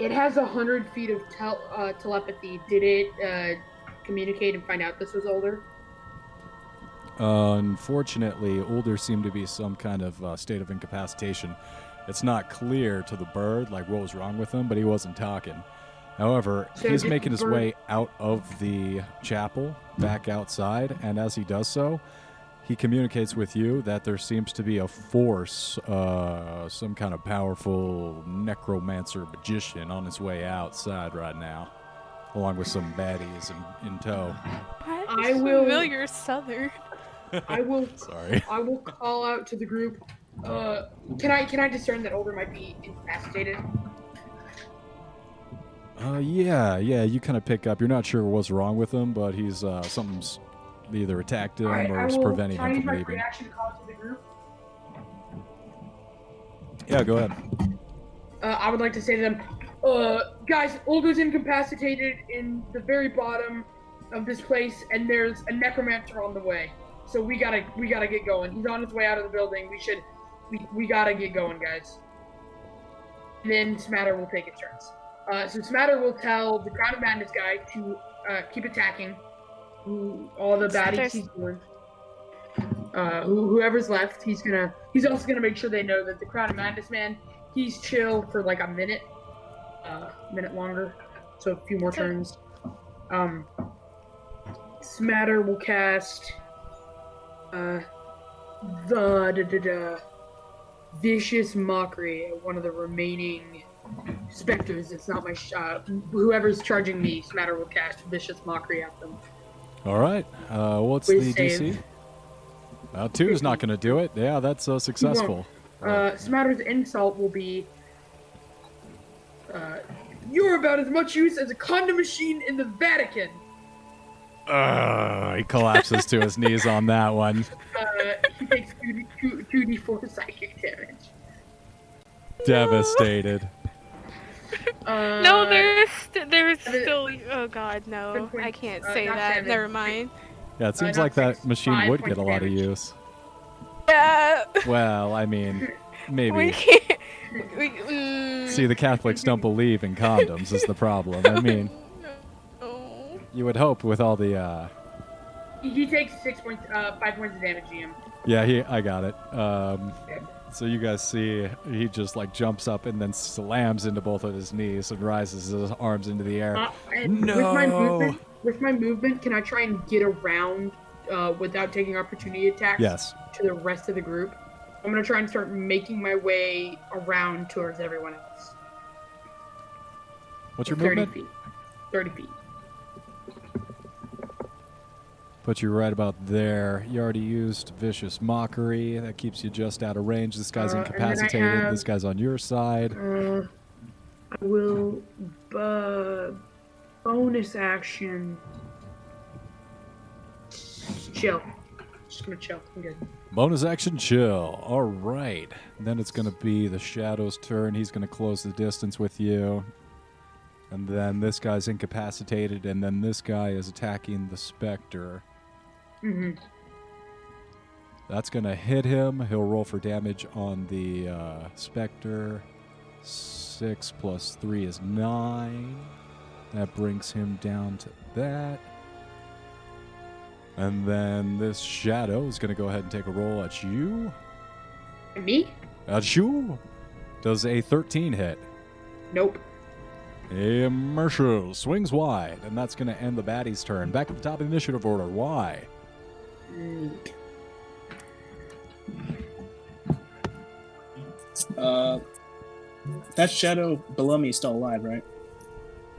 A: It has a hundred feet of tel- uh, telepathy. Did it uh, communicate and find out this was older?
C: Unfortunately, Ulder seemed to be some kind of uh, state of incapacitation. It's not clear to the bird like what was wrong with him, but he wasn't talking. However,
A: So
C: he's
A: did
C: making
A: the
C: his
A: bird-
C: way out of the chapel, back outside, and as he does so, he communicates with you that there seems to be a force, uh, some kind of powerful necromancer magician on his way outside right now, along with some baddies in, in tow.
B: Why is
A: I
B: this
A: will-
B: familiar southern?
A: I will
C: Sorry.
A: I will call out to the group. Uh, can I can I discern that older might be incapacitated?
C: Uh, yeah, yeah. You kind of pick up. You're not sure what's wrong with him, but he's uh, something's either attacked him
A: Alright,
C: or
A: I
C: is
A: will
C: preventing
A: try and
C: him
A: use
C: from
A: my
C: leaving.
A: reaction to call out to the group.
C: Yeah, go ahead.
A: Uh, I would like to say to them, uh, guys, Olga's incapacitated in the very bottom of this place, and there's a necromancer on the way. So we gotta we gotta get going. He's on his way out of the building. We should we, we gotta get going, guys. And then Smatter will take its turns. Uh, so Smatter will tell the Crown of Madness guy to uh, keep attacking who, all the baddies
M: There's-
A: he's doing. Uh, who, whoever's left, he's gonna. He's also gonna make sure they know that the Crown of Madness man, he's chill for like a minute, uh, minute longer, so a few more
M: Okay.
A: turns. Um, Smatter will cast. Uh, the da, da, da, vicious mockery at one of the remaining specters. It's not my shot. Whoever's charging me, Smatter will cast vicious mockery at them.
C: All right. Uh, what's
A: We
C: the
A: save.
C: DC? Uh, two is not going to do it. Yeah, that's uh, successful.
A: Uh, Smatter's insult will be, uh, "You're about as much use as a condom machine in the Vatican."
C: Uh, he collapses to his knees on that one.
A: Uh, he takes 2D 2 2d4 psychic damage.
C: Devastated.
A: Uh,
B: no, there's st- there's
A: uh,
B: still. Oh God, no!
A: seven points,
B: I can't
A: uh,
B: say
A: not
B: that.
A: seven,
B: Never
A: six.
B: mind.
C: Yeah, it seems
A: not
C: like that
A: six,
C: machine
A: five
C: would get
A: points
C: a lot of
A: damage.
C: use.
B: Yeah,
C: Well, I mean,
B: we
C: maybe.
B: can't. We, mm,
C: See, the Catholics don't believe in condoms is the problem. I mean,
B: oh.
C: you would hope with all the uh,
A: He, he takes six points, uh, five points of damage, GM.
C: Yeah, he. I got it. Um, so you guys see, he just like jumps up and then slams into both of his knees and rises his arms into the air.
A: Uh, and With my
C: No.
A: movement, with my movement, can I try and get around uh, without taking opportunity attacks?
C: Yes.
A: To the rest of the group, I'm gonna try and start making my way around towards everyone else.
C: What's your
A: 30
C: movement?
A: feet. Thirty feet.
C: Put you right about there. You already used vicious mockery. That keeps you just out of range. This guy's
A: Uh, and then I
C: incapacitated.
A: have-
C: This guy's on your side.
A: Uh, I will uh, bonus action. Chill. just gonna chill. I'm good.
C: Bonus action chill. All right. Then it's going to be the Shadow's turn. He's going to close the distance with you. And then this guy's incapacitated, and then this guy is attacking the Spectre.
A: Mm-hmm.
C: That's going to hit him. He'll roll for damage on the uh, Spectre. Six plus three is nine. That brings him down to that. And then this shadow is going to go ahead and take a roll at you.
A: And me?
C: At you. Does a 13 hit?
A: Nope.
C: Immersive swings wide, and that's going to end the baddie's turn. Back at the top of the initiative order. Why?
A: Neat.
E: Uh, that shadow below me is still alive, right?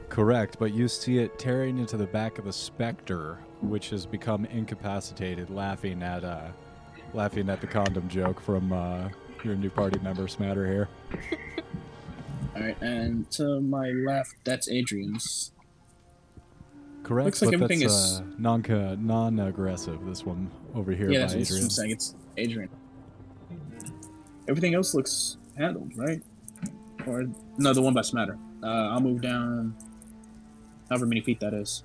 C: Correct, but you see it tearing into the back of the specter, which has become incapacitated, laughing at uh, laughing at the condom joke from uh, your new party member Smatter here.
E: All right, and to my left, that's Adrian's.
C: Correct,
E: Looks like
C: but
E: everything
C: that's
E: is-
C: uh, non non aggressive. This one over here
E: yeah,
C: by
E: that's what
C: Adrian.
E: I'm saying. It's Adrian. Everything else looks handled, right? Or no, the one by Smatter. Uh, I'll move down, however many feet that is.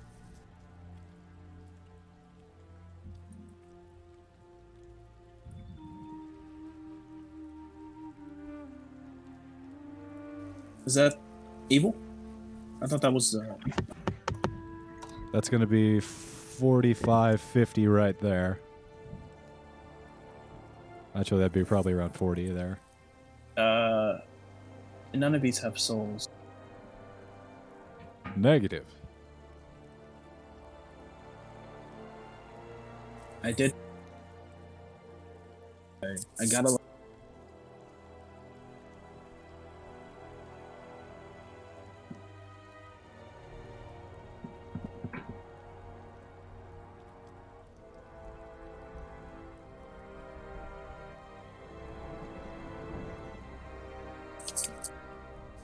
E: Is that evil? I thought that was. Uh,
C: That's going to be 45, 50 right there. Actually, that'd be probably around 40 there.
E: Uh, none of these have souls.
C: Negative.
E: I did. I, I got a.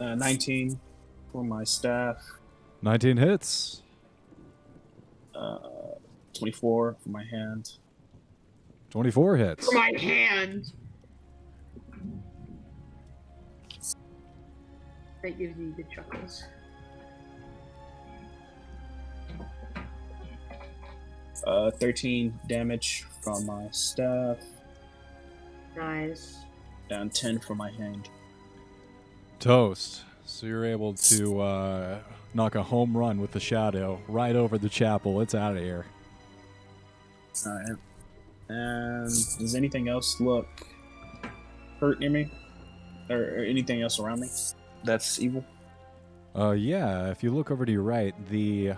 E: Uh, 19 for my staff,
C: 19 hits.
E: uh, 24 for my hand.
C: 24 hits.
A: For my hand. That gives me the chuckles.
E: Uh, 13 damage from my staff,
A: Nice.
E: down 10 for my hand.
C: Toast. So you're able to uh, knock a home run with the shadow right over the chapel. It's out of here.
E: Alright. And does anything else look hurt near me? Or, or anything else around me? That's evil.
C: Uh, yeah, if you look over to your right, the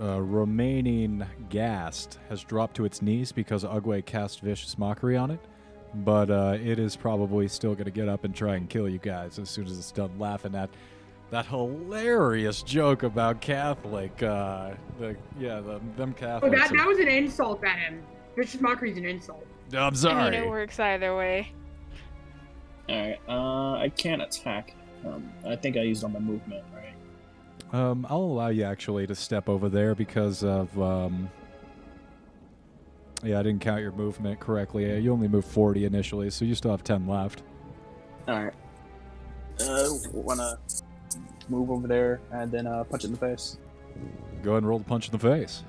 C: uh, remaining ghast has dropped to its knees because Ugwe cast vicious mockery on it. But uh, it is probably still going to get up and try and kill you guys as soon as it's done laughing at that hilarious joke about Catholic. Uh, the, yeah, the, them
A: Oh,
C: Catholics.
A: that,
C: are-
A: that was an insult at him. Vicious mockery is an insult.
C: I'm
B: I
C: sorry.
B: mean, it works either way.
E: Alright, uh, I can't attack. Um, I think I used all my movement, right?
C: Um, I'll allow you actually to step over there because of um. Yeah, I didn't count your movement correctly. Uh, You only moved forty initially, so you still have ten left.
E: Alright. Uh, wanna move over there and then uh, punch it in the face.
C: Go ahead and roll the punch in the face.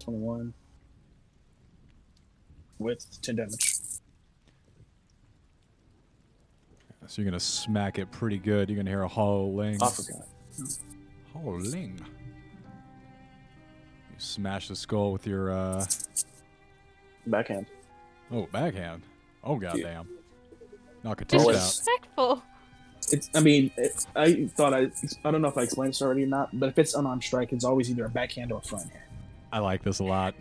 E: Twenty-one with ten damage.
C: So you're gonna smack it pretty good. You're gonna hear a hollow ling.
E: I forgot.
C: Hollow ling. You smash the skull with your uh
E: Backhand.
C: oh backhand. Oh goddamn! Knock a tooth out.
B: Disrespectful.
E: It's. I mean, it's, I thought I. I don't know if I explained this already or not, but if it's unarmed strike, it's always either a backhand or a front hand.
C: I like this a lot.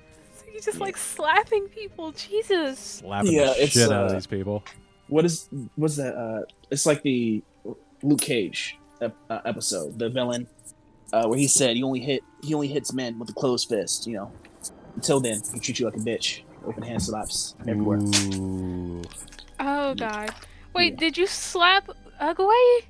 B: You just like slapping people. Jesus.
C: Slapping
E: Yeah,
C: the
E: it's,
C: shit out of
E: uh,
C: these people.
E: What is? What's that? Uh, it's like the Luke Cage ep- uh, episode, the villain, uh, where he said he only hit he only hits men with a closed fist. You know, until then, he treats you like a bitch. Open hand slaps everywhere.
C: Ooh.
B: Oh god. Wait, did you slap Ugway?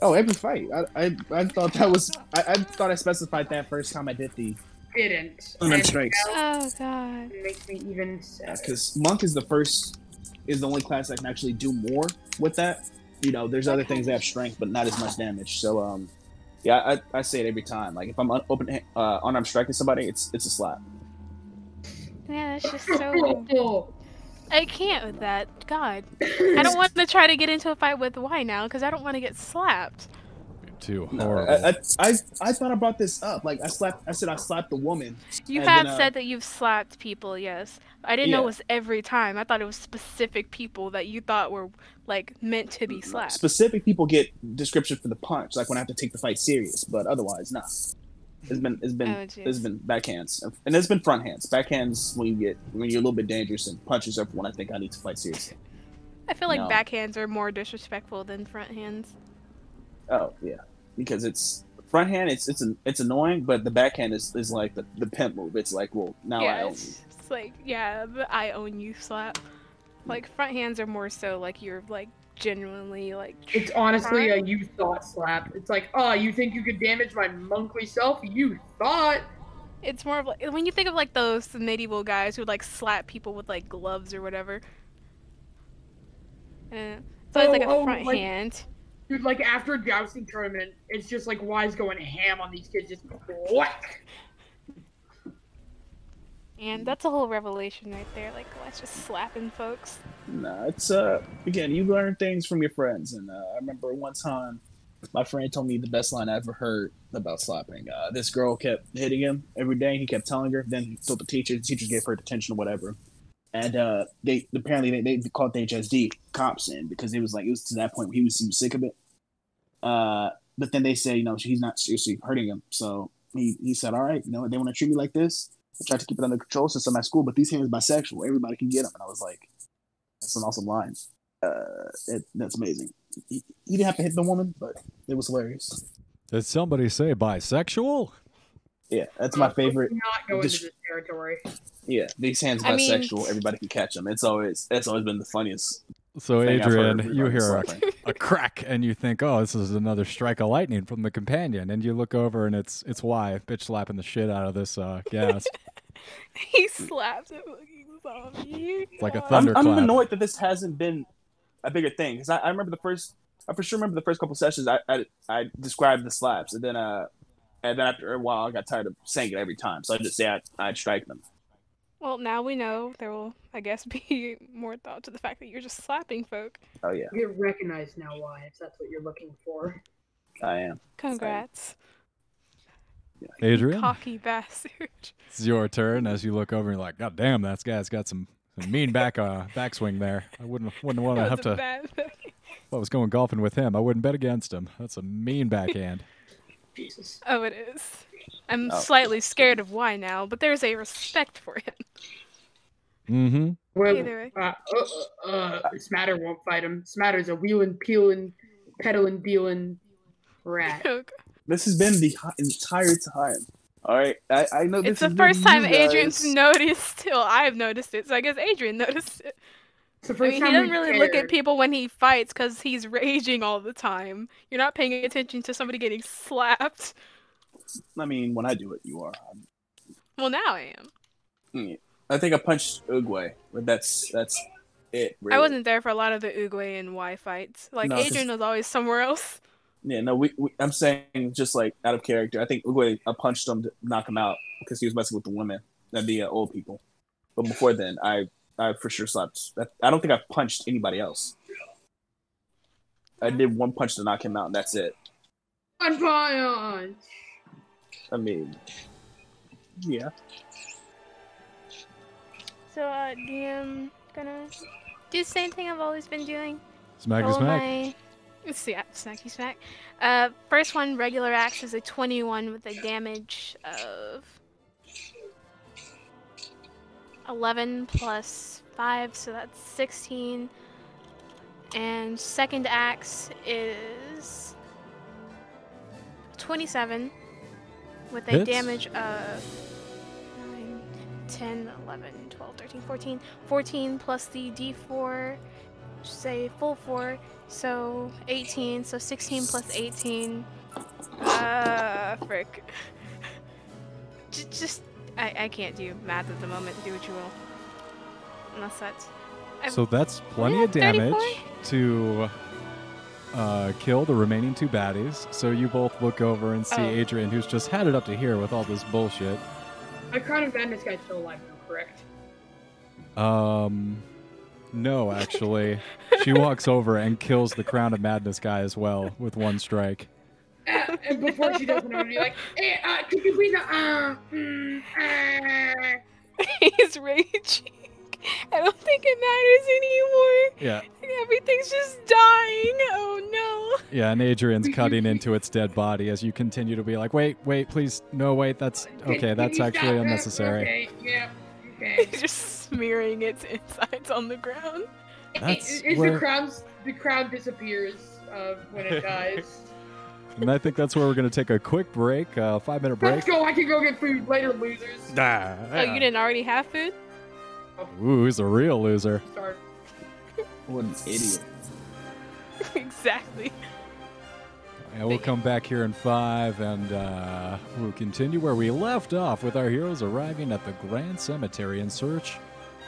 E: Oh, every fight. I, I, I thought that was. I, I thought I specified that first time I did the.
A: Didn't.
E: Oh, that's right.
B: Oh god.
A: It makes me even sad.
E: Because monk is the first, is the only class that can actually do more with that. You know, there's other things that have strength, but not as much damage. So, um, yeah, I, I say it every time. Like if I'm un- open ha- uh, unarmed striking somebody, it's it's a slap.
B: Yeah, that's just so.
A: Oh,
B: I can't with that. God. I don't want to try to get into a fight with Y now because I don't want to get slapped.
C: Too
E: No,
C: horrible.
E: I, I, I I thought I brought this up. Like I slapped. I said I slapped the woman.
B: You
E: And
B: have
E: then, uh,
B: said that you've slapped people, yes. I didn't know
E: Yeah.
B: it was every time. I thought it was specific people that you thought were like meant to be slapped.
E: Mm, Specific people get description for the punch, like when I have to take the fight serious, but otherwise, nah. It's been it's been
B: Oh, jeez.
E: it's been backhands and it's been front hands. Backhands when you get when you're a little bit dangerous and punches are when I think I need to fight seriously.
B: I feel like
E: No.
B: backhands are more disrespectful than front hands.
E: Oh yeah, because it's front hand. It's it's an, it's annoying, but the backhand is, is like the, the pimp move. It's like well now I
B: yeah,
E: own you.
B: it's, it's like yeah, the I own you slap. Like front hands are more so like you're like genuinely like
A: It's honestly a you thought slap. It's like, oh, you think you could damage my monkly self? You thought.
B: it's more of like when you think of like those medieval guys who like slap people with like gloves or whatever. Eh, so it's like a
A: Oh, oh,
B: front
A: like-
B: hand.
A: Dude, like after a jousting tournament, it's just like Y's going ham on these kids. Just what?
B: And that's a whole revelation right there. Like, that's just slapping folks.
E: No, it's uh again, you learn things from your friends, and uh, I remember one time my friend told me the best line I ever heard about slapping. Uh, this girl kept hitting him every day. He kept telling her. Then he told the teacher. The teachers gave her detention or whatever. And uh, they apparently they, they called the HSD cops in because it was like it was to that point where he was, he was sick of it. Uh, but then they said, you know, he's not seriously hurting him. So he, he said, all right, you know, they want to treat me like this. I tried to keep it under control since I'm at school, but these hands bisexual. Everybody can get them. And I was like, that's an awesome line. Uh, it, that's amazing. He, he didn't have to hit the woman, but it was hilarious.
C: Did somebody say bisexual?
E: Yeah, that's my
A: Uh,
E: favorite.
A: Not going
E: Dis-
A: to this territory.
E: Yeah, these hands
B: I mean-
E: bisexual. everybody can catch them. It's always that's always been the funniest.
C: So,
E: thing I've heard
C: Adrian, you
E: regarding
C: hear a,
E: slapping.
C: a crack and you think, oh, this is another strike of lightning from the companion. And you look over and it's it's why bitch slapping the shit out of this uh, gas.
B: He slaps a fucking zombie.
C: Mm. It's like a
B: God.
C: thunder-
E: I'm, I'm
C: Thunderclap.
E: annoyed that this hasn't been a bigger thing because I, I remember the first. I for sure remember the first couple sessions. I, I I described the slaps, and then uh, and then after a while, I got tired of saying it every time. So I just say I I strike them.
B: Well, now we know there will, I guess, be more thought to the fact that you're just slapping folk.
E: Oh yeah,
A: You're recognized now, Y, if that's what you're looking for.
E: I am.
B: Congrats.
C: Adrian,
B: Cocky bastard.
C: it's your turn as you look over and you're like, God damn, that guy's got some, some mean back uh, backswing there. Oh, I wouldn't wouldn't want to
B: That
C: have
B: was a
C: to.
B: bad thing.
C: If I was going golfing with him, I wouldn't bet against him. That's a mean backhand.
A: Jesus.
B: Oh, it is. I'm
E: Oh.
B: slightly scared of why now, but there's a respect for him.
C: mm-hmm.
A: Well,
B: Either way.
A: uh, uh, uh, Smatter won't fight him. Smatter's a wheeling, peeling, peddling, dealing rat.
B: Oh, God.
E: This has been the hi- entire time. All right, I, I know this
B: It's the
E: is new
B: first
E: to
B: time
E: you guys.
B: Adrian's noticed. Till I've noticed it, so I guess Adrian noticed it.
A: It's the
B: I
A: first
B: mean,
A: time
B: he doesn't
A: we've
B: really look at
A: shared.
B: people when he fights because he's raging all the time. You're not paying attention to somebody getting slapped.
E: I mean, when I do it, you are. mm,
B: Well, now I am.
E: I think I punched Uguay, but that's that's it. Really.
B: I wasn't there for a lot of the Uguay and Y fights. Like
E: No, 'cause-
B: Adrian was always somewhere else.
E: Yeah, no, we, we. I'm saying just like out of character. I think Uguay, I punched him to knock him out because he was messing with the women, and the uh, old people. But before then, I I for sure slapped. I, I don't think I punched anybody else. I did one punch to knock him out, and that's it.
A: One punch.
E: I mean, yeah.
B: So, uh, DM gonna do the same thing I've always been doing.
C: Smacky
B: Oh
C: smack.
B: Let's see, yeah, snacky smack. Uh, first one, regular axe is a 21 with a damage of 11 plus 5, so that's 16. And second axe is 27 with a
C: Hits.
B: damage of 9, 10, 11, 12, 13, 14. 14 plus the d4
N: say full four, so 18, so 16 plus 18. Uh, frick. J- Just, I, I can't do math at the moment. Do what you will. Unless that's. I-
C: So that's plenty
N: Yeah,
C: of damage
N: 34.
C: to uh, kill the remaining two baddies. So you both look over and see
N: Oh.
C: Adrian, who's just had it up to here with all this bullshit.
A: My crown of madness guy's still alive, though, correct?
C: Um, no, actually, she walks over and kills the Crown of Madness guy as well with one strike.
A: Uh, and before she does, I'm gonna be like, "Hey, uh, could you please, uh, uh, mm, uh,
B: He's raging. I don't think it matters anymore.
C: Yeah,
B: Everything's just dying. Oh no.
C: yeah, and Adrian's cutting into its dead body as you continue to be like, wait, wait, please, no, wait, that's
A: can-
C: okay,
A: can
C: that's
A: you stop
C: actually
A: it?
C: unnecessary.
A: Okay, yeah, okay.
B: He's just smearing its insides on the ground.
O: That's
A: It- it-
C: where-
A: the crown's the crown disappears uh, when it dies.
C: And I think that's where we're gonna take a quick break, uh, five minute break.
A: Let's go. I can go get food later, losers.
B: Oh, you didn't already have food?
C: Ooh, he's a real loser.
A: Sorry.
E: What an idiot.
B: exactly.
C: And we'll come back here in five, and uh, we'll continue where we left off with our heroes arriving at the Grand Cemetery in search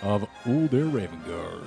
C: of Ulder Ravenguard.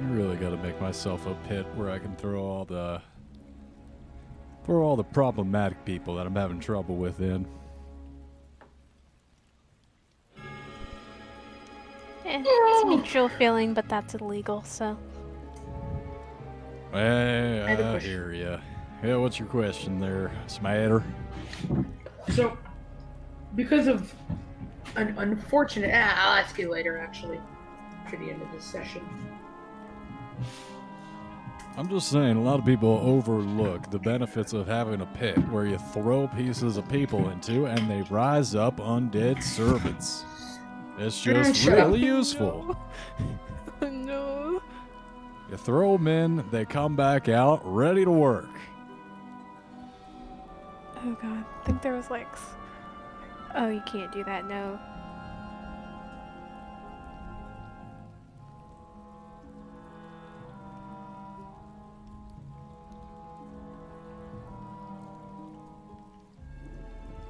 C: really got to make myself a pit where I can throw all the throw all the problematic people that I'm having trouble with in.
F: Eh, it's mutual feeling, but that's illegal, so.
C: Hey,
A: have a
C: I
A: question.
C: hear ya. Yeah, what's your question there, Smatter?
A: So, because of an unfortunate, ah, I'll ask you later. Actually, to the end of this session.
C: I'm just saying, a lot of people overlook the benefits of having a pit where you throw pieces of people into and they rise up undead servants. It's just
A: Shut up.
C: really useful.
B: Oh, no.
C: You throw them in, they come back out ready to work.
F: Oh god, I think there was like. s- Oh, you can't do that, no.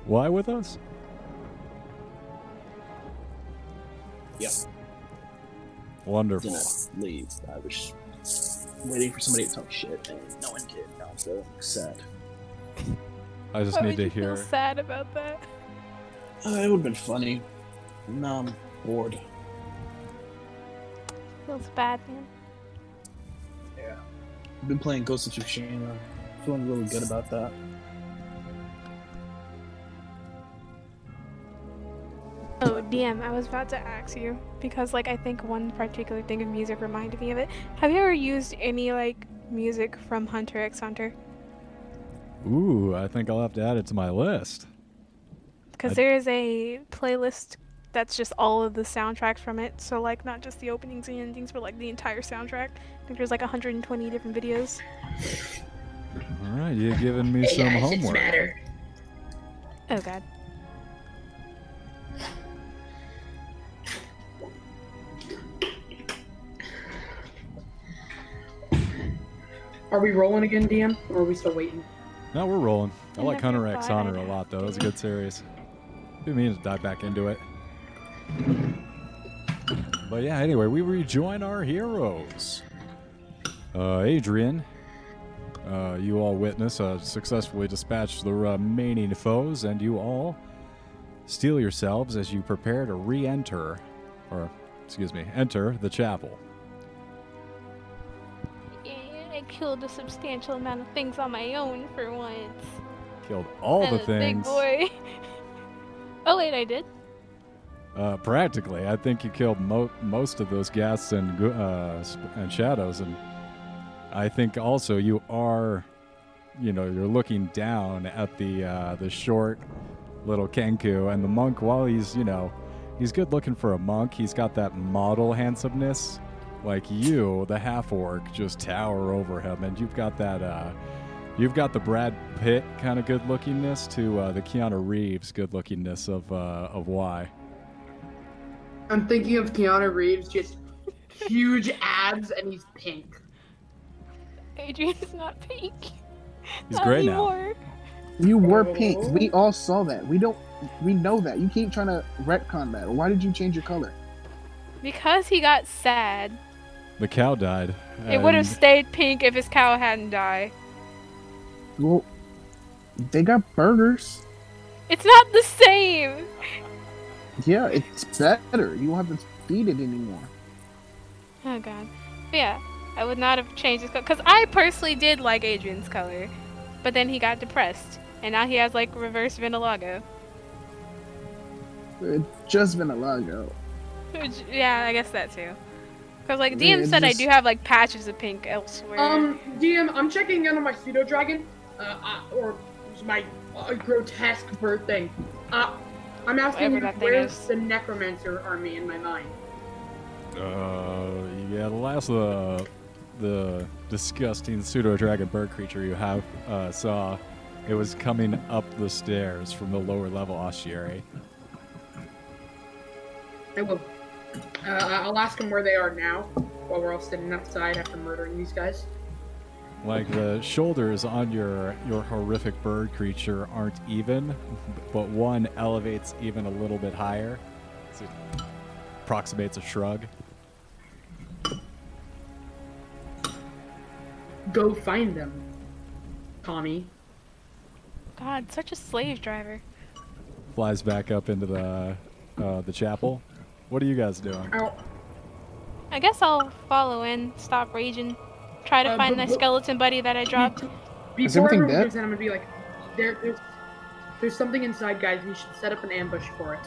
C: Why with us?
E: Yep. Then
C: Wonderful.
E: I leave. I was waiting for somebody to talk shit, and no one did. Now I'm feeling sad.
C: I just
B: Why
C: need
B: would
C: to
B: you
C: hear.
B: feel sad about that?
E: Uh, it would have been funny. Now I'm bored.
F: Feels bad, man.
E: I've been playing Ghost of Tsushima. Feeling really good about that.
F: Oh, DM, I was about to ask you because, like, I think one particular thing of music reminded me of it. Have you ever used any like music from Hunter x Hunter?
C: Ooh, I think I'll have to add it to my list.
F: Because
C: I-
F: there is a playlist that's just all of the soundtracks from it. So like, not just the openings and endings, but like the entire soundtrack. I think there's like 120 different videos.
C: All right, you've given me
A: Hey
C: some
A: guys, it's
C: homework.
A: matter.
F: Oh god.
A: Are we rolling again, DM, or are we still waiting?
C: No, we're rolling. I
F: I
C: like
F: never
C: Hunter X
F: thought I'd
C: Hunter a
F: have
C: lot, though. It was a
F: to.
C: good series. Didn't mean to dive back into it. But yeah, anyway, we rejoin our heroes. Uh, Adrian, uh, you all witness uh, successfully dispatch the remaining foes, and you all steel yourselves as you prepare to re enter, or excuse me, enter the chapel.
F: Yeah, I killed a substantial amount of things on my own for once.
C: Killed all the
F: I'm a Big
C: things.
F: boy. oh wait, I did.
C: Uh, practically, I think you killed mo- most of those ghasts and gu- uh, sp- and shadows, and I think also you are, you know, you're looking down at the uh, the short little Kenku and the monk. While he's, you know, he's good looking for a monk. He's got that model handsomeness, like you, the half orc, just tower over him, and you've got that. Uh, You've got the Brad Pitt kind of good lookingness to uh, the Keanu Reeves good lookingness of uh, of Y.
A: I'm thinking of Keanu Reeves, just huge abs, and he's pink.
F: Adrian's not pink.
C: He's
F: Not
C: great now.
F: anymore.
P: You were pink. We all saw that. We don't. We know that. You keep trying to retcon that. Why did you change your color?
F: Because he got sad.
C: The cow died.
F: It would
C: and
F: have stayed pink if his cow hadn't died.
P: Well, they got burgers.
F: It's not the same.
P: Yeah, it's better. You don't have to feed it anymore.
F: Oh god. But yeah, I would not have changed his color because I personally did like Adrian's color, but then he got depressed, and now he has like reverse Vinilago.
P: It's just been a logo.
F: Which, yeah, I guess that too. Because like
P: Yeah,
F: DM
P: it
F: said, I
P: just-
F: do have like patches of pink elsewhere.
A: Um, DM, I'm checking in on my pseudo dragon, uh, I- or my uh, grotesque bird thing. Uh, I'm asking
F: Whatever
A: you,
F: that thing
A: where's
F: is.
A: the necromancer army in my mind?
C: Uh, yeah, the last uh, the disgusting pseudo dragon bird creature you have uh, saw, it was coming up the stairs from the lower level ossuary.
A: I will. Uh, I'll ask him where they are now, while we're all sitting outside after murdering these guys.
C: Like the shoulders on your your horrific bird creature aren't even, but one elevates even a little bit higher. So it approximates a shrug.
A: go find them, Tommy.
F: God, such a slave driver.
G: Flies back up into the uh, the chapel. What are you guys doing?
A: Ow.
F: I guess I'll follow in, stop raging, try to
A: Uh,
F: find
A: but
F: that
A: what-
F: skeleton buddy that I dropped.
A: Before
P: Is everything
A: everyone
P: dead?
A: goes in, I'm gonna be like, there, there's, there's something inside, guys. We should set up an ambush for it.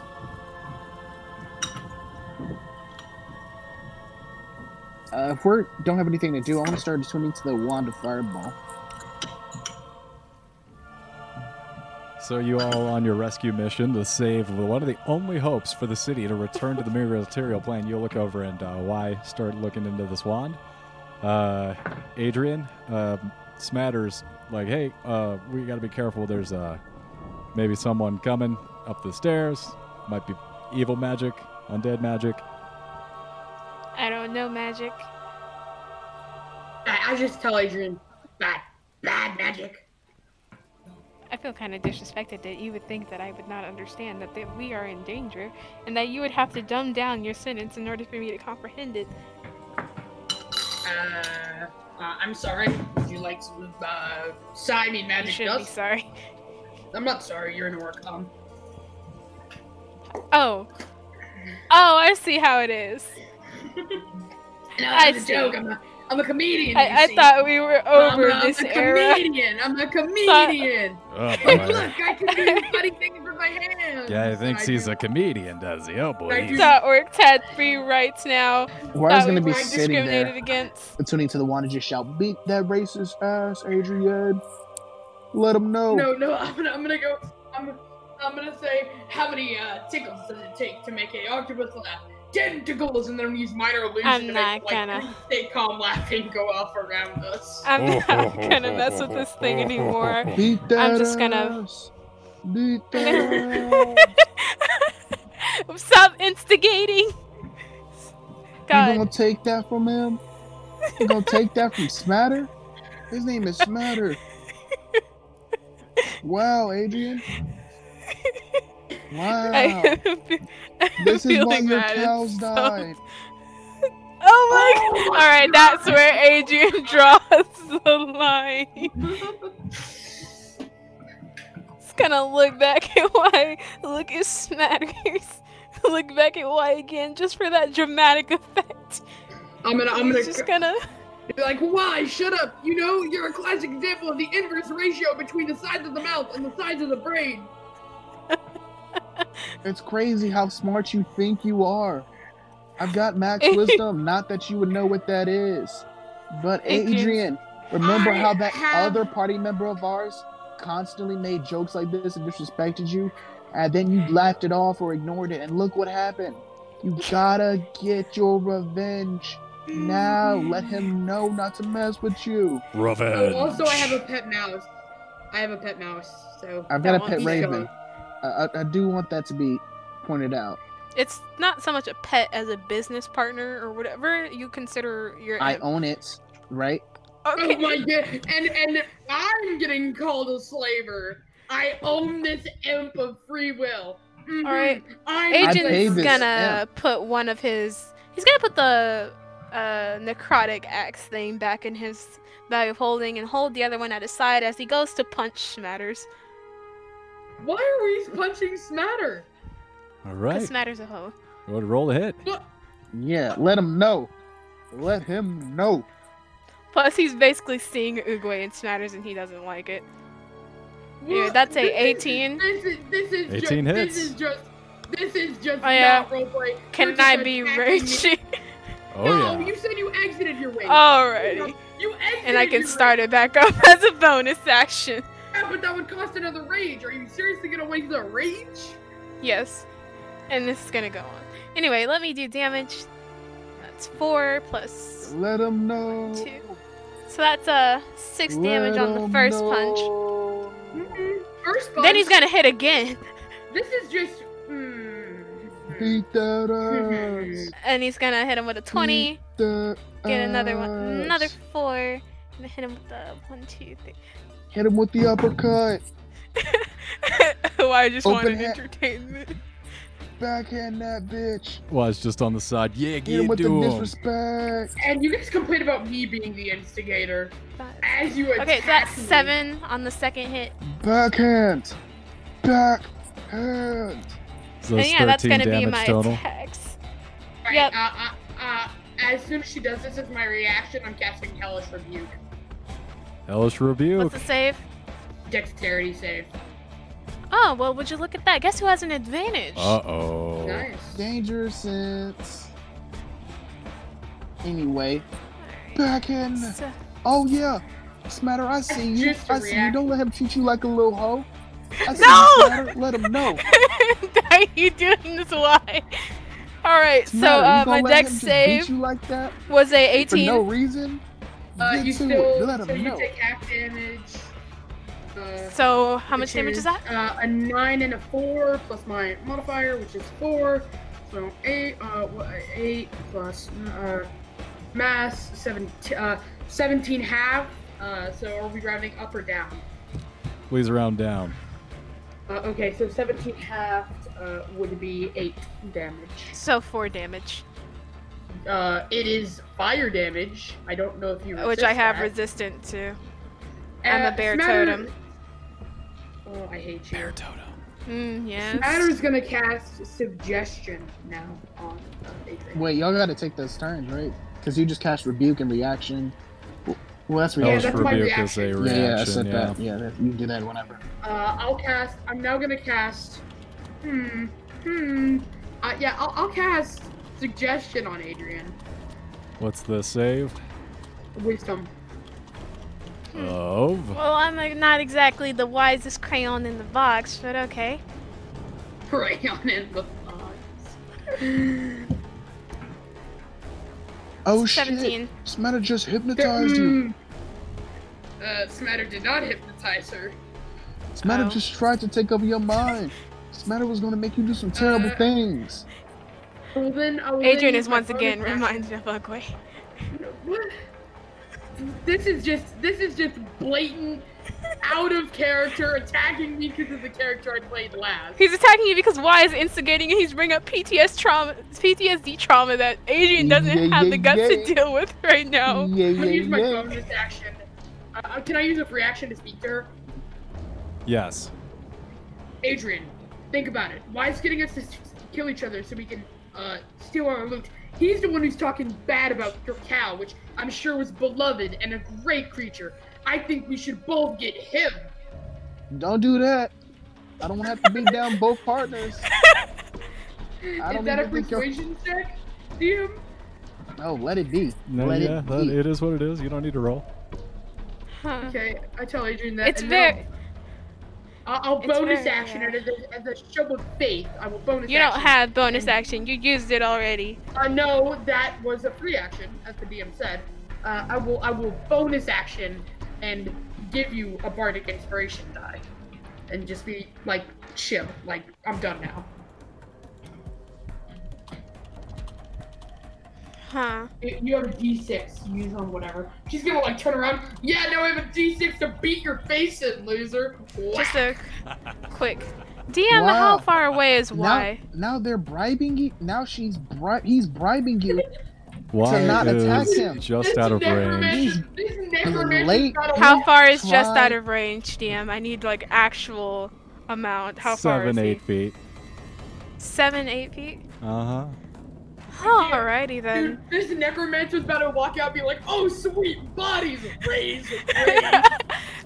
P: Uh, if we don't have anything to do, I want to start swimming to the wand of fireball.
G: So you all on your rescue mission to save one of the only hopes for the city to return to the mere material plane. You'll look over and uh, why start looking into this wand. Uh, Adrian, uh, Smatters, like, hey, uh, we got to be careful. There's uh, maybe someone coming up the stairs. Might be evil magic, undead magic.
F: I don't know magic.
A: I, I just tell Adrian, bad, bad magic.
F: I feel kind of disrespected that you would think that I would not understand that, that we are in danger and that you would have to dumb down your sentence in order for me to comprehend it.
A: Uh, uh, I'm sorry. Would you like some uh, cyanine
F: You
A: magic
F: should be
A: dust?
F: sorry.
A: I'm not sorry. You're an orc. Um,
F: Oh. Oh, I see how it is.
A: no,
F: I
A: I was a
F: see.
A: joke. I'm a, I'm a comedian. you
F: I, I
A: see.
F: thought we were over
A: I'm a,
F: this
A: I'm a
F: era.
A: comedian. I'm a comedian.
C: Oh,
A: Look,
C: boy.
A: I can do funny things with my hands.
C: Yeah, he thinks
A: I
C: he's
A: do.
C: a comedian, does he? Oh
A: I
C: boy.
A: do.
C: he's-
F: Thought orcs had free rights now.
P: Why is
F: Thought we
P: going to be
F: weren't
P: sitting
F: discriminated
P: there
F: against.
P: tuning to the wand and just shout, "Beat that racist ass, Adrian! Let him know."
A: No, no, I'm gonna, I'm gonna go. I'm, I'm gonna say, how many uh, tickles does it take to make a octopus laugh? Ten tickles, and then use minor illusion
F: I'm
A: to
F: not
A: make like
F: gonna-
A: stay calm laughing go off around us.
F: I'm not gonna mess with this thing anymore.
P: Beat that
F: I'm just gonna-
P: ass. Beat that. ass.
F: Stop instigating.
P: You
F: God,
P: gonna take that from him? You gonna take that from Smatter? His name is Smatter. Wow, Adrian. Wow.
F: I am
P: Oh. This is why
F: feeling
P: your
F: bad.
P: cows
F: It's so-
P: died.
F: Oh my god! Alright, that's where Adrian draws the line. Uh, It's gonna look back at why, look at Smatters, look back at why again, just for that dramatic effect.
A: I'm gonna, I'm gonna
F: It's just gonna.
A: be like, why? Shut up! You know, you're a classic example of the inverse ratio between the sides of the mouth and the sides of the brain.
P: It's crazy how smart you think you are. I've got max wisdom, not that you would know what that is. But
F: Adrian.
P: Adrian, remember
A: I
P: how that
A: have-
P: other party member of ours constantly made jokes like this and disrespected you? And then you laughed it off or ignored it, and look what happened. You gotta get your revenge now. Let him know not to mess with you.
A: Oh,
G: Uh,
C: Revenge.
A: also, I have a pet mouse. I have a pet mouse, so
P: I've got
F: That
P: a
F: won't
P: pet
F: be
P: raven. I, I, I do want that to be pointed out.
B: It's not so much a pet as a business partner or whatever you consider your.
P: I
B: am-
P: own it, right?
B: okay.
A: Oh my god! And and I'm getting called a slaver. I own this imp of free will. Mhm.
B: All right.
A: I'm
P: paid
B: Agent's
P: this
B: gonna
P: amp.
B: put one of his. He's gonna put the uh, necrotic axe thing back in his bag of holding and hold the other one at his side as he goes to punch Smatters.
A: Why are we punching Smatter?
G: All
B: Because
G: right.
B: Smatters a hoe.
G: Well, roll a hit.
P: Yeah, let him know. Let him know.
B: Plus, he's basically seeing Oogway and Smatters and he doesn't like it. Dude,
A: What?
B: that's a
A: This is-
B: 18.
A: This is this is
G: 18
A: just,
G: hits.
A: This is just this is just
B: Oh, yeah.
A: not roleplay. You're
B: Can
A: just
B: I be
A: attacking
B: raging?
G: Oh
A: Me. No,
G: yeah.
A: you said you exited your way.
B: Alrighty.
A: You exited.
B: And I can
A: your
B: start it back up as a bonus action.
A: rage. Yeah, but that would cost another rage. Are you seriously gonna waste a rage?
B: Yes. And this is gonna go on. Anyway, let me do damage. That's four plus
P: Let him know.
B: two. So that's uh six damage on the first punch.
G: Mm-hmm.
A: Mm-mm. First punch.
B: Then he's gonna hit again.
A: This is just. Mm.
P: Beat that ass.
B: And he's gonna hit him with a twenty.
P: that
B: Get another one another
P: ass.
B: four. And hit him with the one, two, three.
P: Hit him with the uppercut.
B: oh, I just
P: Open
B: wanted
P: hand.
B: entertainment.
P: Backhand that bitch.
G: Was just on the side. Yeah,
P: Get him
G: give
P: with the
G: to him.
P: disrespect.
A: And you guys complain about me being the instigator
F: Five.
A: as you attack
F: Okay, so that's
A: me.
F: seven on the second hit.
P: Backhand. Backhand.
G: So
F: And
G: that's
F: yeah, that's
G: 13
F: gonna be
G: damage
F: my
G: total.
F: attacks.
A: Right,
F: Yep.
A: Uh, uh, uh, as soon as she does this as my reaction, I'm casting Hellish Rebuke.
G: Hellish rebuke.
F: What's the save?
A: Dexterity save.
F: Oh well, would you look at that? Guess who has an advantage?
G: Uh oh.
A: Nice.
P: Danger sense. Anyway,
F: Alright,
P: backhand.
F: so-
P: Oh yeah, Smatter, I see you.
A: Just a
P: I see you. Don't let him treat you like a little hoe. I see
B: No!
P: you, Smatter. Let him know.
B: Why are you doing this? Why? All right. So
P: Smatter, you
B: uh, my
P: gonna let
B: dex
P: him just
B: save
P: Beat you like that
B: was a
P: for
B: 18.
P: no reason.
A: Uh,
P: Get
A: you
P: to
A: still,
P: it. Let
A: so
P: him
A: you
P: know.
A: take half damage. Uh,
B: So how much
A: which
B: damage is that?
A: Uh, a nine and a four plus my modifier, which is four. So eight, uh, wha- eight plus uh, mass seven, uh, seventeen half. Uh, so are we rounding up or down?
G: Please round down.
A: Uh, okay, so seventeen half uh, would be eight damage.
B: So four damage,
A: Uh, it is fire damage. I don't know if you
B: which I
A: resist
B: have
A: that.
B: resistant to. I'm a bear
A: Smatter-
B: totem.
A: Oh, I hate you.
B: Mm, yes.
A: Matter's gonna cast suggestion now on uh, Adrian.
P: Wait, y'all gotta take those turns, right? Because you just cast rebuke and reaction. W- Well, that's
A: Yeah,
G: Hellish
P: reaction.
A: that's my
G: rebuke is a
A: reaction.
P: yeah,
G: reaction.
P: yeah, I said
G: yeah.
P: that. Yeah, that, you can do that whenever.
A: Uh, I'll cast. I'm now gonna cast. Hmm. Hmm. Uh, yeah, I'll, I'll cast suggestion on Adrian.
G: What's the save?
A: Wisdom.
G: Of.
F: Well, I'm like, not exactly the wisest crayon in the box, but okay.
A: Right on in the thoughts.
P: Oh shit!
F: 17.
P: Smatter just hypnotized you.
A: Hmm. Uh, Smatter did not hypnotize her. Mm-hmm.
P: Smatter
B: Oh.
P: just tried to take over your mind. Smatter was gonna make you do some terrible
A: Uh,
P: things.
A: Well, then I will then
B: Adrian
A: use
B: is
A: my
B: once again
A: bonus action-
B: reminds me of Ugly.
A: What? This is just this is just blatant out of character attacking me because of the character I played last.
B: He's attacking you because Y is instigating and he's bringing up PTS trauma, PTSD trauma that Adrian doesn't
P: Yeah,
B: have
P: yeah,
B: the guts
P: yeah.
B: to deal with right now.
P: Yeah,
A: I'm
P: yeah,
A: gonna use my
P: yeah.
A: bonus action. Uh, can I use a reaction to speak to her?
G: Yes.
A: Adrian, think about it. Why is getting us to s- kill each other so we can uh, steal our loot? He's the one who's talking bad about your cow, which I'm sure was beloved and a great creature. I think we should both get him.
P: Don't do that. I don't want to have to beat down both partners. I
A: is
P: don't
A: that a
P: even think you're-
A: persuasion check? DM?
P: No, let it be.
G: No,
P: let
G: yeah,
P: it
G: that,
P: be.
G: it is what it is. You don't need to roll.
F: Huh.
A: Okay, I tell Adrian that.
B: Mm. It's
A: and
B: very.
A: I'll, I'll
F: it's
A: bonus
F: very
A: action
F: rare.
A: and as a, as a show of faith. I will bonus.
B: You don't
A: action.
B: have bonus action. You used it already.
A: Uh, no, that was a free action, as the DM said. Uh, I will. I will bonus action and give you a bardic inspiration die, and just be like chill. Like I'm done now.
F: Huh.
A: You you have a D6. Use on whatever. She's gonna like turn around. Yeah, now I have a D6 to beat your face in, loser.
B: Just
A: Whack.
B: a quick. DM, how
P: Wow.
B: far away is
P: Now-
B: Y?
P: Now they're bribing you. Now she's bri- he's bribing you.
G: Why
P: not
G: is
P: attack him.
G: just
A: This
G: out of
A: necromancer-
G: range?
A: This necromancer's
P: late.
A: got a
B: How far is just
P: Try-
B: out of range, DM? I need like actual amount. How far
G: Seven,
B: is
G: eight feet.
B: he? Seven, eight feet.
G: Uh huh.
B: Alrighty
A: Dude,
B: then.
A: this necromancer's about to walk out and be like, oh, sweet bodies, raise, raise.
G: And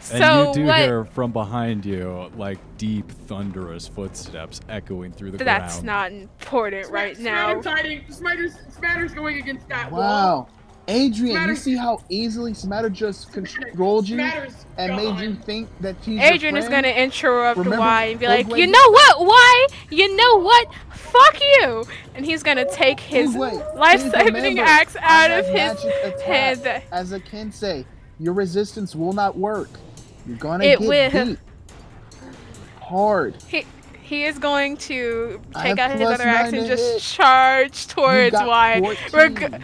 B: so
G: you do
B: what?
G: hear from behind you, like deep, thunderous footsteps echoing through the
B: That's
G: ground.
B: not important right now.
A: Smatter's hiding. Smatter's, Smatter's going against that wall.
P: Wow. Adrian,
A: Smatter-
P: you see how easily Smatter just controlled you
A: Smatter's
P: and made you
A: gone.
P: think that she's your
B: Adrian is
P: friend?
B: gonna interrupt
P: Remember
B: Y and be like,
P: Ogway
B: "You
P: did
B: know what, Y? You know what? Fuck you!" And he's gonna take his
P: Ogway, please
B: life-saving
P: remember,
B: axe
P: I
B: out of
P: have
B: his
P: magic attack.
B: hand.
P: As a Kensei, your resistance will not work. You're gonna
B: It
P: get
B: will.
P: beat hard.
B: He
F: He is going to
P: I
F: take
P: have
F: out his
P: plus
F: other
P: nine
F: axe
P: to
F: and just
P: hit.
F: charge towards
P: got
F: Y,
P: 14.
F: reg-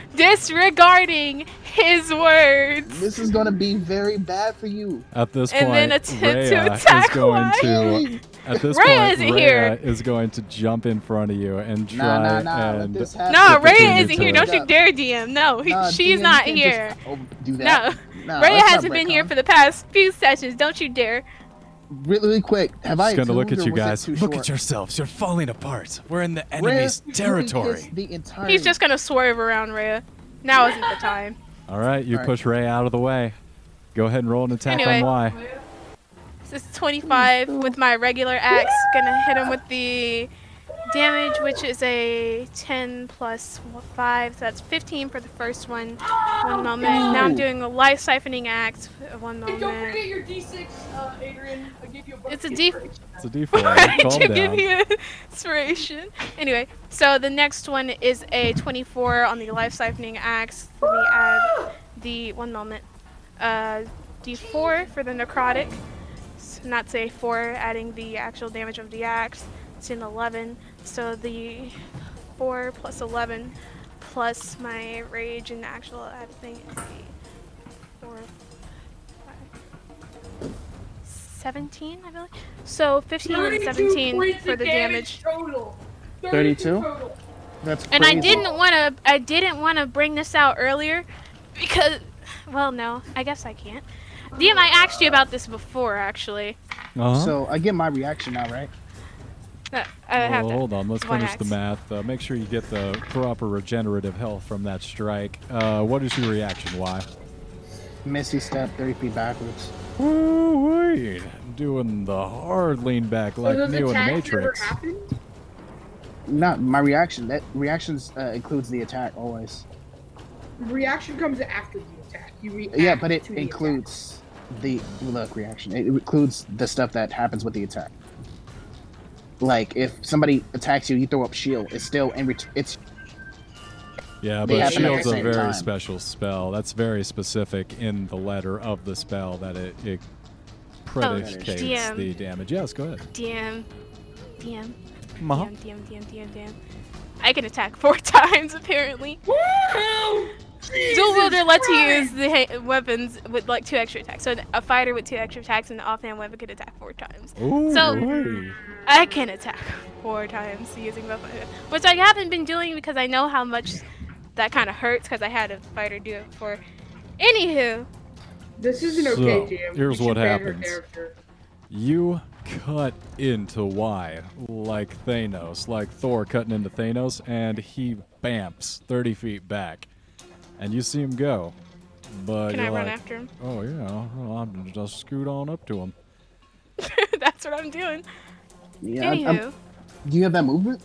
F: disregarding his words.
P: This is gonna be very bad for you.
C: At this
F: And then
C: point,
F: attempt to
C: Rhea
F: attack
C: is going
F: Wyatt.
C: to. At this
F: Rhea
C: point,
F: isn't
C: Rhea
F: here.
C: is going to jump in front of you and try
P: Nah, nah, nah. Let
C: and
P: this happen.
F: No,
C: Put the
F: Raya
C: finger
F: isn't here.
C: to it.
F: Don't you dare, DM. No, he,
P: Nah,
F: she's
P: DM,
F: not
P: you can't
F: here.
P: Just, oh, do
F: No,
P: that. No,
F: Raya
P: let's not
F: hasn't
P: break
F: been here
P: on.
F: for the past few sessions. Don't you dare.
P: Really, really quick. Have I?
C: She's gonna look
P: exhumed
C: at
P: or
C: you
P: was it
C: guys.
P: too
C: Look
P: short?
C: at yourselves. You're falling apart. We're in the
P: Rhea,
C: enemy's
P: you can kiss
C: territory.
P: The entire.
F: He's just gonna swerve around Raya. Now isn't the time.
C: All right, you
P: All right.
C: push Ray out of the way. Go ahead and roll an attack
F: Anyway.
C: on Y.
F: This is
C: Oh,
F: 25 with my regular axe. Gonna hit him with the damage, which is a 10 plus 5, so that's 15 for the first one. One moment. Now I'm
P: no.
F: doing a life siphoning axe. uh, One
A: Hey, don't
F: moment.
A: forget your D6, uh, Adrian. I give you a bunch
F: It's a
A: of
F: D-
A: D4.
C: It's a D4.
F: Right,
C: Calm
F: to give
C: down.
F: you inspiration. Anyway, so the next one is a 24 on the life siphoning axe. Let me add the one moment. Uh, D4 for the necrotic. S- Not say 4, adding the actual damage of the axe. It's an 11. So the 4 plus 11 plus my rage and actual add thing is the 4, 5, 17, I believe. So 15 and 17 for the damage.
A: Total.
P: 32?
A: total.
P: That's
F: And I
P: crazy.
F: didn't want to. I didn't want to bring this out earlier, because, well, no, I guess I can't. DM, I asked you about this before, actually.
C: Uh-huh.
P: So I get my reaction now, right?
F: Uh, I
C: Well,
F: have that.
C: hold on, let's
F: One
C: finish the
F: axe.
C: math. Uh, make sure you get the proper regenerative health from that strike. Uh, what is your reaction? Why?
P: Misty step, thirty feet backwards.
C: Ooh, wait. Doing the hard lean back like
A: so those
C: Neo in the
A: attacks never
C: Matrix.
A: happen?
P: Not my reaction. That reactions uh, includes the attack always.
A: Reaction comes after the attack. You react
P: Yeah, but it
A: Ah, to the attack.
P: includes the look reaction. It includes the stuff that happens with the attack. Like if somebody attacks you, you throw up shield. It's still in ret- it's
C: Yeah,
P: They
C: but
P: happen at the
C: shield's a
P: same
C: very
P: time.
C: special spell. That's very specific in the letter of the spell that it, it
F: Oh,
C: predicates
F: DM.
C: the damage. Yes, go ahead.
F: DM, DM,
C: Maha?
F: DM, DM, DM, DM, DM. I can attack four times apparently.
A: Woo!
F: Dual
A: Jesus
F: wielder lets you use
A: Christ!
F: the ha- weapons with like two extra attacks. So a fighter with two extra attacks and an offhand weapon could attack four times.
C: Ooh,
F: So-
C: wait.
F: I can attack four times using both my which I haven't been doing because I know how much that kind of hurts because I had a fighter do it before. Anywho,
A: This isn't
C: So,
A: okay, Jim. We
C: here's
A: should
C: what
A: ban her
C: happens.
A: character.
C: You cut into Y like Thanos, like Thor cutting into Thanos, and he bamps 30 feet back. And you see him go. But
F: can
C: you're
F: I run
C: like,
F: after him?
C: oh, yeah, well, I'm gonna just scoot on up to him.
F: That's what I'm doing.
P: yeah. I'm- I'm-
F: Anywho,
P: do you have that movement?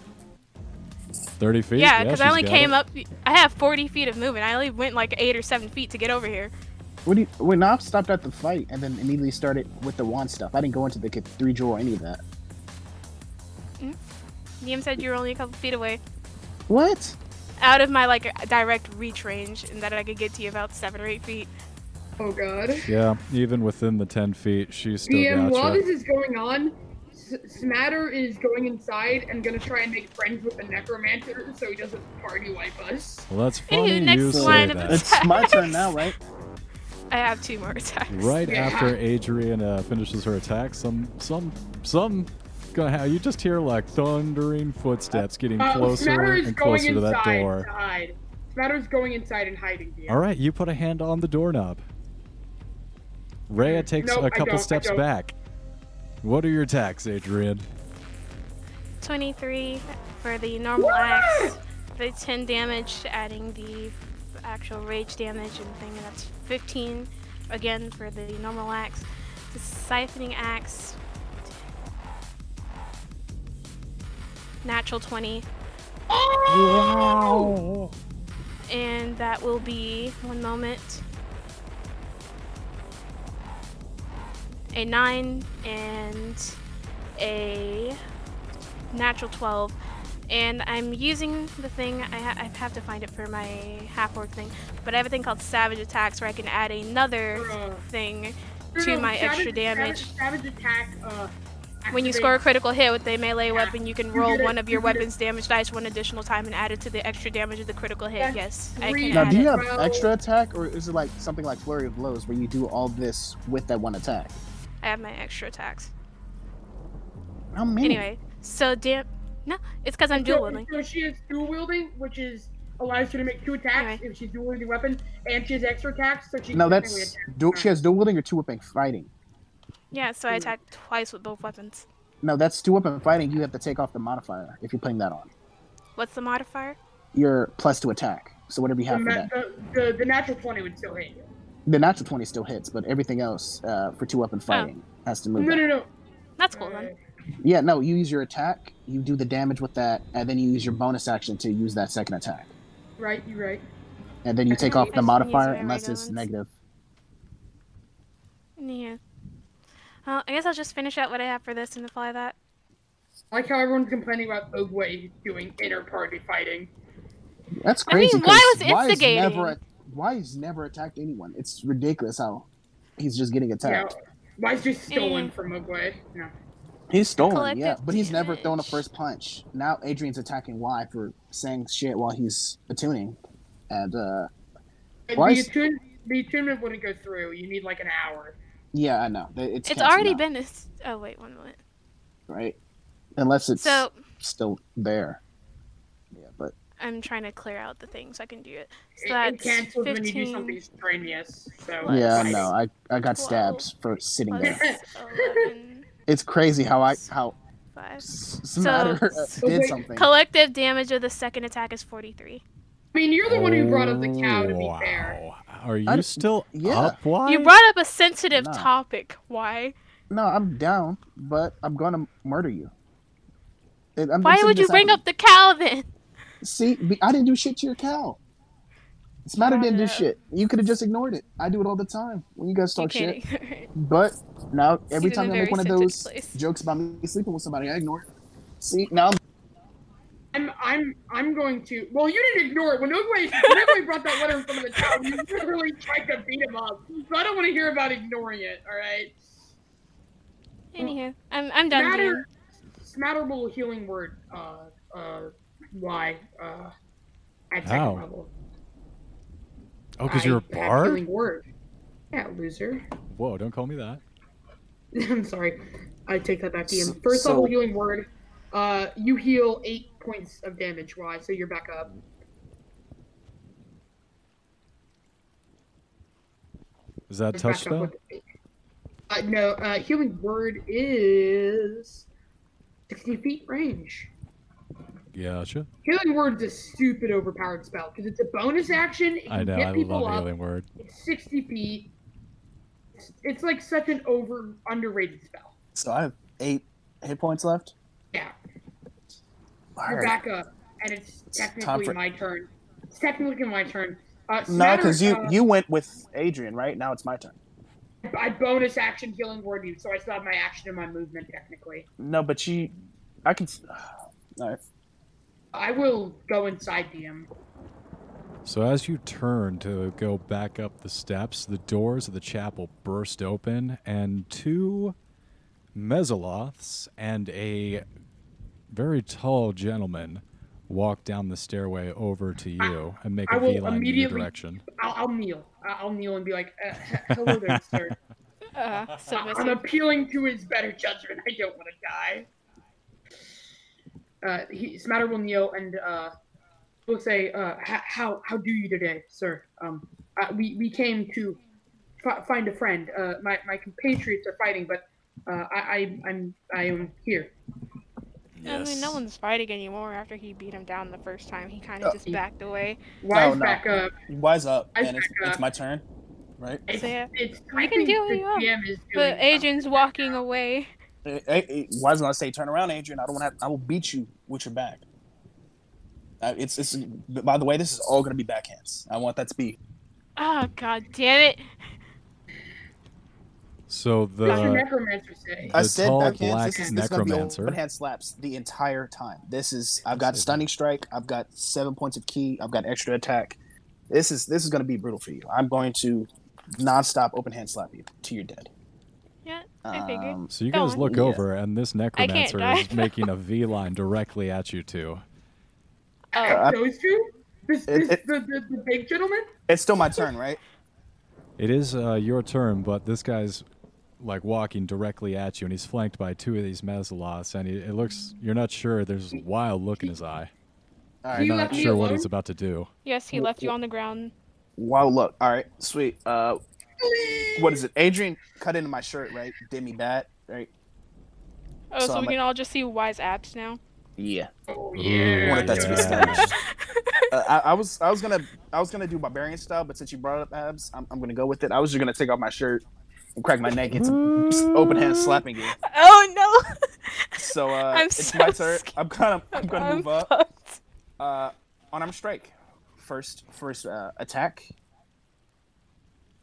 C: 30 feet?
F: yeah, because I only came
C: up.
F: up. I have 40 feet of movement. I only went like eight or seven feet to get over here.
P: What do you, when I stopped at the fight and then immediately started with the wand stuff. I didn't go into the cathedral or any of that.
F: DM said you were only a couple feet away,
P: What?
F: out of my like direct reach range, and that I could get to you about seven or eight feet.
A: Oh god.
C: Yeah, even within the 10 feet, she's still
A: DM,
C: got
A: while
C: you.
A: this is going on, S- Smatter is going inside and gonna try and make friends with the necromancer so he doesn't party wipe us.
C: Well, that's funny
F: next
C: you say
F: line of
C: that.
F: the-
P: It's my turn now, right?
F: I have two more attacks.
C: Right
A: Yeah.
C: after Adrian uh, finishes her attack, some some some gonna ha- you just hear like thundering footsteps getting
A: Uh,
C: closer
A: Smatter is
C: and
A: going
C: closer to that
A: inside
C: door.
A: to hide. Smatter is going inside and hiding. DM.
C: All right, you put a hand on the doorknob. Rhea takes
A: Nope, I
C: a couple
A: don't, I
C: steps
A: don't.
C: back. What are your attacks, Adrian?
F: 23 for the normal axe, the 10 damage, adding the actual rage damage and thing, and that's 15 again for the normal axe. The siphoning axe, natural 20,
C: Wow.
F: and that will be, one moment, a 9 and a natural 12 and i'm using the thing i, ha- I have to find it for my half orc thing but i have a thing called savage attacks where i can add another
A: Uh,
F: thing
A: no,
F: to
A: no,
F: my
A: savage-
F: extra damage
A: Savage, savage attack. Uh,
F: When you
A: Activate-
F: score a critical hit with a melee weapon, you can
A: You
F: roll
A: did it,
F: one of
A: you
F: your
A: did it.
F: weapons damage dice one additional time and add it to the extra damage of the critical hit. Yes, I
A: three
F: can
P: Now,
F: add
P: do you
F: it.
P: have
A: Bro.
P: extra attack, or is it like something like flurry of blows, where you do all this with that one attack?
F: I have my extra attacks.
P: How many?
F: Anyway, so damn. No, it's because I'm
A: So-
F: dual wielding.
A: So she is dual wielding, which is allows you to make two attacks
F: Alright.
A: if she's dual wielding weapon, and she has extra attacks, so she
P: No,
A: can technically
P: that's
A: attack.
P: du- she has dual wielding or two weapon fighting.
F: Yeah, so I attack twice with both weapons.
P: No, that's two weapon fighting. You have to take off the modifier if you're putting that on.
F: What's the modifier?
P: Your plus to attack. So whatever you
A: The,
P: have for
A: ma-
P: that.
A: the, the, the natural twenty would still hit you.
P: The natural twenty still hits, but everything else uh, for two weapon
F: Oh.
P: fighting has to move.
A: No,
P: that.
A: no, no.
F: That's cool then.
P: Yeah, no, you use your attack, you do the damage with that, and then you use your bonus action to use that second attack.
A: Right, you're right.
P: And then you take
F: I
P: off
F: just
P: the
F: use
P: modifier
F: my
P: unless it's
F: regular ones.
P: negative.
F: Yeah. Well, I guess I'll just finish out what I have for this and apply that.
A: I like how everyone's complaining about Ogway doing inter party fighting.
P: That's
F: I mean,
P: crazy.
F: why
P: 'cause
F: was
P: why is
F: instigating?
P: never why he's never attacked anyone? It's ridiculous how he's just getting
A: Yeah.
P: attacked.
A: Why is just stolen
F: Eh.
A: from Ogway? No.
P: He's stolen, yeah,
F: Collective
P: but he's never thrown a
F: damage.
P: first punch. Now Adrian's attacking Y for saying shit while he's attuning, and uh, Why
A: the,
P: is-
A: attune- the attunement wouldn't go through. You need like an hour.
P: yeah, I know that it's
F: It's
P: canceled
F: already
P: out,
F: been this. Oh wait, one minute.
P: right, unless it's
F: So
P: still there. Yeah, but
F: I'm trying to clear out the thing so I can do it.
A: It-
F: So that's
A: it cancels when you do
F: 15
A: something strenuous. So
P: yeah,
A: like-
P: no, I I got
F: Well,
P: stabbed for sitting
F: plus
P: there.
A: Yeah.
F: 11,
P: It's crazy how I how
F: 5.
P: S- Smatter uh,
F: So
P: did
A: wait,
P: something.
F: Collective damage of the second attack is 43.
A: I mean, you're the one who brought up the cow. To be
C: Oh, wow.
A: fair,
C: Are you
P: I-
C: still
P: yeah.
C: up? Why?
F: You brought up a sensitive
P: Nah.
F: topic. Why?
P: No, I'm down, but I'm gonna murder you. And I'm
F: Why
P: seeing
F: would you
P: this
F: bring
P: happen.
F: up the cow then?
P: See, be- I didn't do shit to your cow. Smatter didn't do
F: Shut up.
P: shit. You could have just ignored it. I do it all the time when you guys
F: You
P: talk shit.
F: can't ignore it.
P: But now every
F: Seated
P: time
F: in
P: I
F: a
P: make
F: very
P: one of
F: scented
P: those
F: place.
P: jokes about me sleeping with somebody, I ignore it. See, now I'm,
A: I'm, I'm, I'm going to. Well, you didn't ignore it when Ogway, when Ogway brought that letter in front of the cow. You literally tried to beat him up. So I don't want to hear about ignoring it. All right.
F: Anywho, I'm, I'm done.
A: Smatter,
F: Matter.
A: smatterable healing word. Uh, uh, why? Uh, at second
C: Ow.
A: level.
C: oh, because
A: I
C: you're a
A: have
C: bard?
A: Healing word. Yeah, loser.
C: Whoa, don't call me that.
A: I'm sorry. I take that back to you.
P: S-
A: First level
P: so-
A: healing word. Uh, you heal eight points of damage. Why? So you're back up.
C: Is that
A: Back
C: touch
A: up
C: spell?
A: with- Uh, no. Uh, healing word is sixty feet range.
C: Gotcha.
A: Healing word's a stupid overpowered spell because it's a bonus action. It
C: I
A: can
C: know.
A: Get
C: I
A: people
C: love
A: up.
C: healing word.
A: It's sixty feet. It's- It's like such an over underrated spell.
P: so I have eight hit points left.
A: Yeah.
P: All
A: You're
P: right.
A: back up, and it's
E: time
A: technically
E: for-
A: my turn. It's technically my turn. Uh,
E: No,
A: Smatter,
E: because you
A: uh,
E: you went with Adrian, right? Now it's my turn.
A: I bonus action healing word you, so I still have my action and my movement technically.
E: No, but you, I can. All right.
A: I will go inside DM.
C: So as you turn to go back up the steps, the doors of the chapel burst open, and two mezoloths and a very tall gentleman walk down the stairway over to you and make
A: I
C: a
A: will
C: beeline in your
A: immediately-
C: direction.
A: I'll, I'll kneel. I- I'll kneel and be like, uh, "Hello there, sir.
F: Uh,
A: I'm
F: submissive.
A: appealing to his better judgment. I don't want to die." Uh, he, Smatter will kneel and uh, will say, uh, "H- "How how do you today, sir? Um, uh, we we came to f- find a friend. Uh, my my compatriots are fighting, but uh, I, I I'm I am here."
B: I mean, no one's fighting anymore after he beat him down the first time. He kind of
E: Oh.
B: just backed away.
A: Wise
E: no.
A: back up.
E: Wise up,
A: Wise
E: and it's,
A: back
E: it's
A: up.
E: my turn, right?
A: It's,
B: So, yeah,
A: it's
F: you can
A: creepy
F: do what
A: the
F: you want,
A: GM is doing
B: But Adrian's walking away.
E: Eh, eh, eh, Wise gonna say, "Turn around, Adrian. I don't want to. I will beat you with your back." Uh, it's it's. By the way, this is all gonna be backhands. I want that to be.
F: Oh, god damn it.
C: So
A: something. What's the
C: the
A: necromancer say?
E: Uh, I
C: The
E: said
C: tall
E: backhands.
C: black
E: This is, this is gonna be
C: necromancer.
E: open hand slaps the entire time. This is. I've got stunning strike. I've got seven points of key. I've got extra attack. This is this is gonna be brutal for you. I'm going to nonstop open hand slap you to your dead.
F: Yeah, I figured.
P: Um,
C: So you
F: Go
C: guys
F: on.
C: look
P: Yeah.
C: over, and this necromancer
F: die.
C: is making a V line directly at you two.
F: Oh,
A: Those two? This,
P: It-
A: this
P: it-
A: the, the, the big gentleman?
P: it's still my turn, right?
C: It is uh, your turn, but this guy's like walking directly at you, and he's flanked by two of these Mezzaloths, and he, it looks you're not sure. There's a wild look in his eye.
P: All
A: You
P: right.
A: left
C: Not
A: me
C: sure what
A: alone?
C: he's about to do.
F: yes, he left you on the ground.
P: Wow. Look. All right. Sweet. Uh, what is it? Adrian cut into my shirt, right? Did me bad, right?
F: Oh,
P: So
F: so,
P: I'm
F: we
P: like-
F: can all just see Y's abs now.
P: Yeah.
A: Oh,
C: Ooh,
A: yeah.
P: wanted that to be
C: yeah.
P: established. uh, I, I was I was gonna I was gonna do barbarian style, but since you brought up abs, I'm, I'm gonna go with it. I was just gonna take off my shirt and crack my neck. It's open hand slapping you.
F: Oh no!
P: So uh,
F: I'm
P: it's
F: so
P: my turn.
F: scared.
P: I'm gonna I'm gonna
F: I'm
P: move up.
F: fucked.
P: Uh, unarmed strike. First first uh, attack,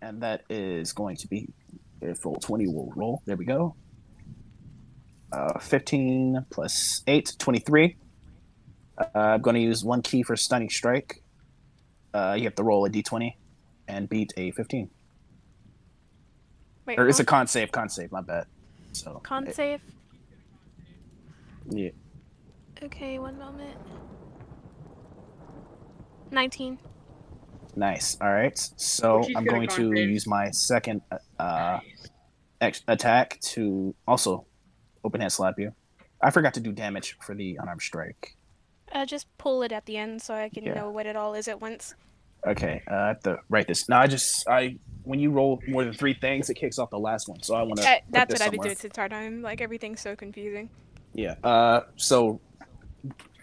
P: and that is going to be a full twenty. Will roll. There we go. Uh, 15 plus 8, 23. Uh, I'm going to use one key for stunning strike. Uh, you have to roll a d20 and beat a 15.
F: Wait,
P: Or it's a
F: con,
P: con save, con save, my bad. So,
Q: Con save.
P: yeah.
Q: Okay, one moment. 19.
P: Nice. All right. So
A: Oh, she's
P: I'm
A: gonna
P: going to
A: con save.
P: use my second uh, ex- attack to also open hand slap you. I forgot to do damage for the unarmed strike.
F: uh, just pull it at the end so I can
P: Yeah.
F: know what it all is at once.
P: Okay, uh, I have to write this. No, I just I when you roll more than three things, it kicks off the last one. So I want to.
F: Uh, that's what I've been doing since our time. Like everything's so confusing.
P: Yeah. Uh, so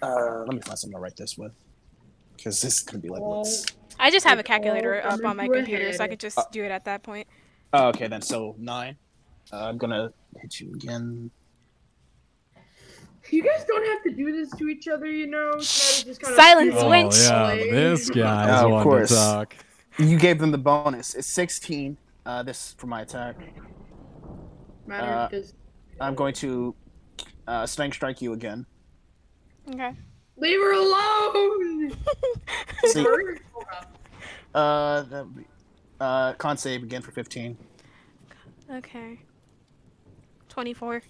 P: uh, let me find something to write this with, because this is gonna be like what's.
F: I just have a
A: It's
F: calculator
A: all
F: up on my
A: coming to a
F: computer, so I
A: head.
F: could just do it at that point.
P: Oh, okay, then so nine. Uh, I'm gonna hit you again.
A: You guys don't have to do this to each other, you know? That is just kind
F: Silence,
A: of
F: Oh, Winch.
C: yeah, this guy's
P: Oh, of
C: one
P: course.
C: to talk.
P: You gave them the bonus. It's 16. Uh, this for my attack.
A: oh, Matter
P: Uh,
A: because
P: I'm going to uh, stunning strike you again.
F: Okay.
A: leave her alone.
P: See,
A: Sorry. Hold up.
P: uh, that'd be- uh, con save again for 15.
F: Okay. 24.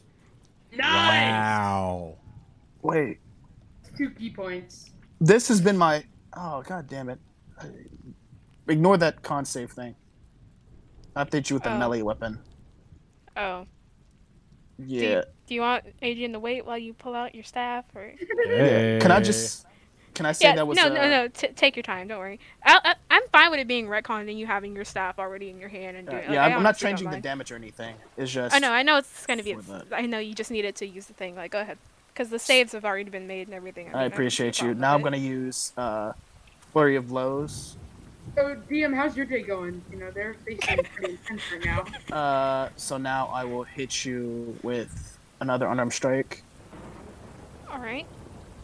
A: nice.
C: Wow.
P: Wait,
A: Two key points.
P: this has been my. Oh god damn it! I- Ignore that con save thing. I hit you with a
F: Oh.
P: melee weapon.
F: Oh.
P: Yeah.
F: Do you want Adrian to wait while you pull out your staff or
C: Hey.
P: Can I just? Can I say
F: Yeah,
P: that was?
F: no,
P: uh,
F: no, no. T- take your time. Don't worry. I, I, I'm fine with it being retconned and you having your staff already in your hand and
P: uh,
F: doing. like,
P: yeah,
F: I
P: I'm, I'm not
F: honestly don't
P: changing the
F: mind.
P: damage or anything. It's just.
F: I know. I know it's gonna be.
P: for that.
F: I know you just needed to use the thing. Like, go ahead, because the saves have already been made and everything.
P: I appreciate you. Now I'm gonna use uh, flurry of blows.
A: So, DM, how's your day going? You know, they're they seem pretty intense right now.
P: Uh, so now I will hit you with another unarmed strike.
F: All right.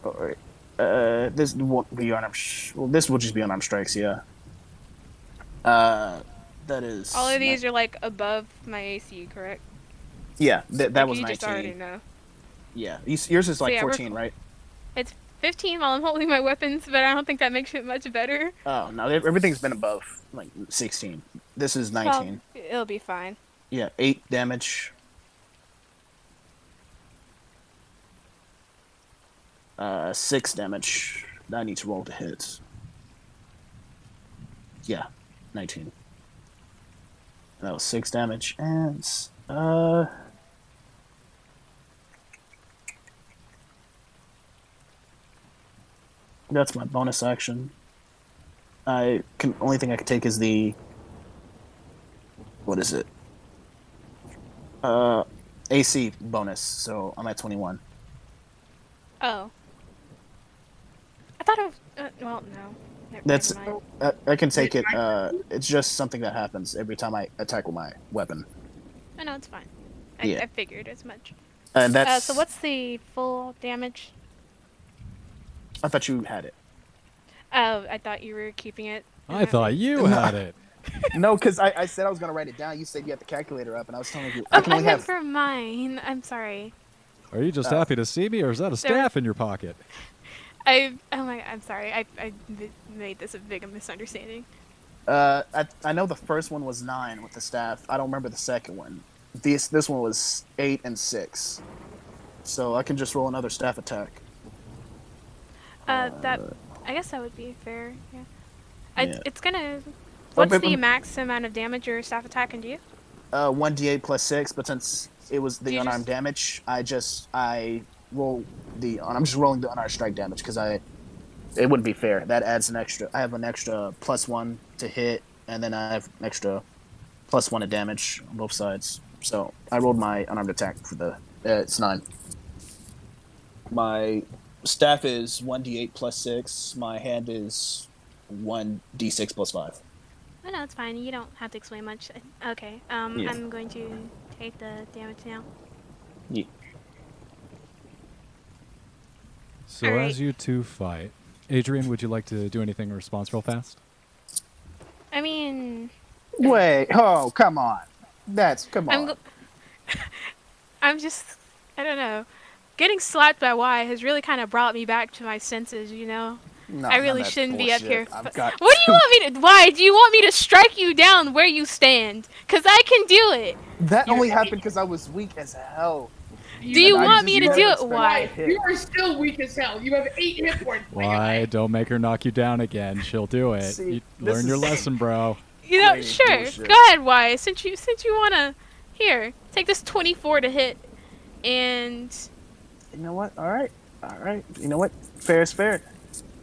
P: Alright. Uh, this won't be unarmed. Sh- well, this will just be unarmed strikes. Yeah. Uh, that is.
F: All of these
P: ni-
F: are like above my AC, correct?
P: yeah, th- that
F: Like,
P: was
F: you just already
P: nineteen.
F: know.
P: Yeah, Yours- yours is like
F: yeah, we're
P: fourteen, right?
F: Fifteen while I'm holding my weapons, but I don't think that makes it much better.
P: Oh no, ev- everything's been above like sixteen. This is nineteen.
F: Well, it'll be fine.
P: Yeah, eight damage. Uh, six damage. I need to roll to hit. Yeah, nineteen. That was six damage, and uh, that's my bonus action. I can only thing I can take is the what is it? Uh, AC bonus, so I'm at 21.
F: Oh. I thought it was. Uh, well, no. Never
P: That's
F: mind.
P: I, I can take it. Uh, it's just something that happens every time I attack with my weapon,
F: I know it's fine. I,
P: Yeah.
F: I figured as much.
P: and that's.
F: Uh, so what's the full damage?
P: I thought you had it.
F: Oh, I thought you were keeping it. in
C: I
F: that-
C: thought you had it.
P: No, because I, I said I was gonna write it down. You said you had the calculator up, and I was telling you I
F: Oh,
P: can
F: I
P: only
F: meant
P: have.
F: for mine. I'm sorry.
C: Are you just
P: Uh,
C: happy to see me, or is that a staff in your pocket?
F: I oh my I'm sorry. I I mi- made this a big misunderstanding.
P: Uh, I I know the first one was nine with the staff. I don't remember the second one. This this one was eight and six, so I can just roll another staff attack.
F: Uh, that I guess that would be fair. Yeah. I,
P: Yeah.
F: It's gonna. What's
P: but-
F: the
P: but-
F: max amount of damage your staff attack can do?
P: Uh, one d8 plus six, but since it was
F: Do
P: the
F: you
P: unarmed
F: just-
P: damage, I just I roll the I'm just rolling the unarmed strike damage because I it wouldn't be fair. That adds an extra. I have an extra plus one to hit, and then I have an extra plus one to damage on both sides. So I rolled my unarmed attack for the. Uh, it's nine. My staff is one d8 plus six. My hand is one d6 plus five.
F: Oh no, it's fine. You don't have to explain much. Okay. Um,
P: Yeah.
F: I'm going to take the damage now.
C: So
F: All right.
C: as you two fight, Adrian, would you like to do anything in response real fast?
F: I mean,
R: Wait, oh, come on. That's, come on.
F: I'm. Go- I'm just. I don't know. Getting slapped by Y has really kind of brought me back to my senses. You know.
R: No,
F: I
R: no,
F: really
R: that's
F: shouldn't be up here.
R: bullshit.
F: But-
R: I've got
F: What do you want me to? Why do you want me to strike you down where you stand? Cause I can do it.
R: That only happened because I was weak as hell.
F: Do you
R: I
F: want
R: just
F: me to
R: never
F: do it?
R: expected
F: Why?
R: to hit.
A: You are still weak as hell. You have eight hit points.
C: Why? Don't make her knock you down again. She'll do it.
R: See,
C: You-
R: this
C: learn your
R: is-
C: lesson, bro.
F: You know,
R: Please do
F: sure.
R: shit.
F: Go ahead, Y. Since you since you wanna, here, take this twenty-four to hit, and
R: You know what? All right. All right. You know what? Fair is fair.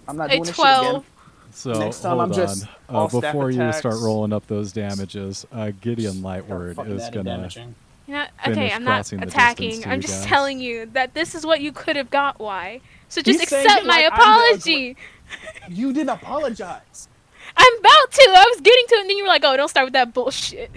R: I'm not
F: a
R: doing this shit again.
F: twelve.
C: So
P: Next time
C: hold
P: I'm
C: on.
P: just
C: uh,
P: all staff
C: before you start
P: attacks.
C: rolling up those damages, uh, Gideon Lightword
P: Fucking
C: is
P: added
C: gonna.
P: damaging.
F: You know, okay,
C: Finish
F: I'm not
C: crossing the distance
F: attacking.
C: to
F: I'm
C: you
F: just
C: guys.
F: telling you that this is what you could have got, Y. So just
P: You saying
F: accept
P: it
F: my
P: like I'm the
F: apology.
P: You didn't apologize.
F: I'm about to. I was getting to it, and then you were like, "Oh, don't start with that bullshit."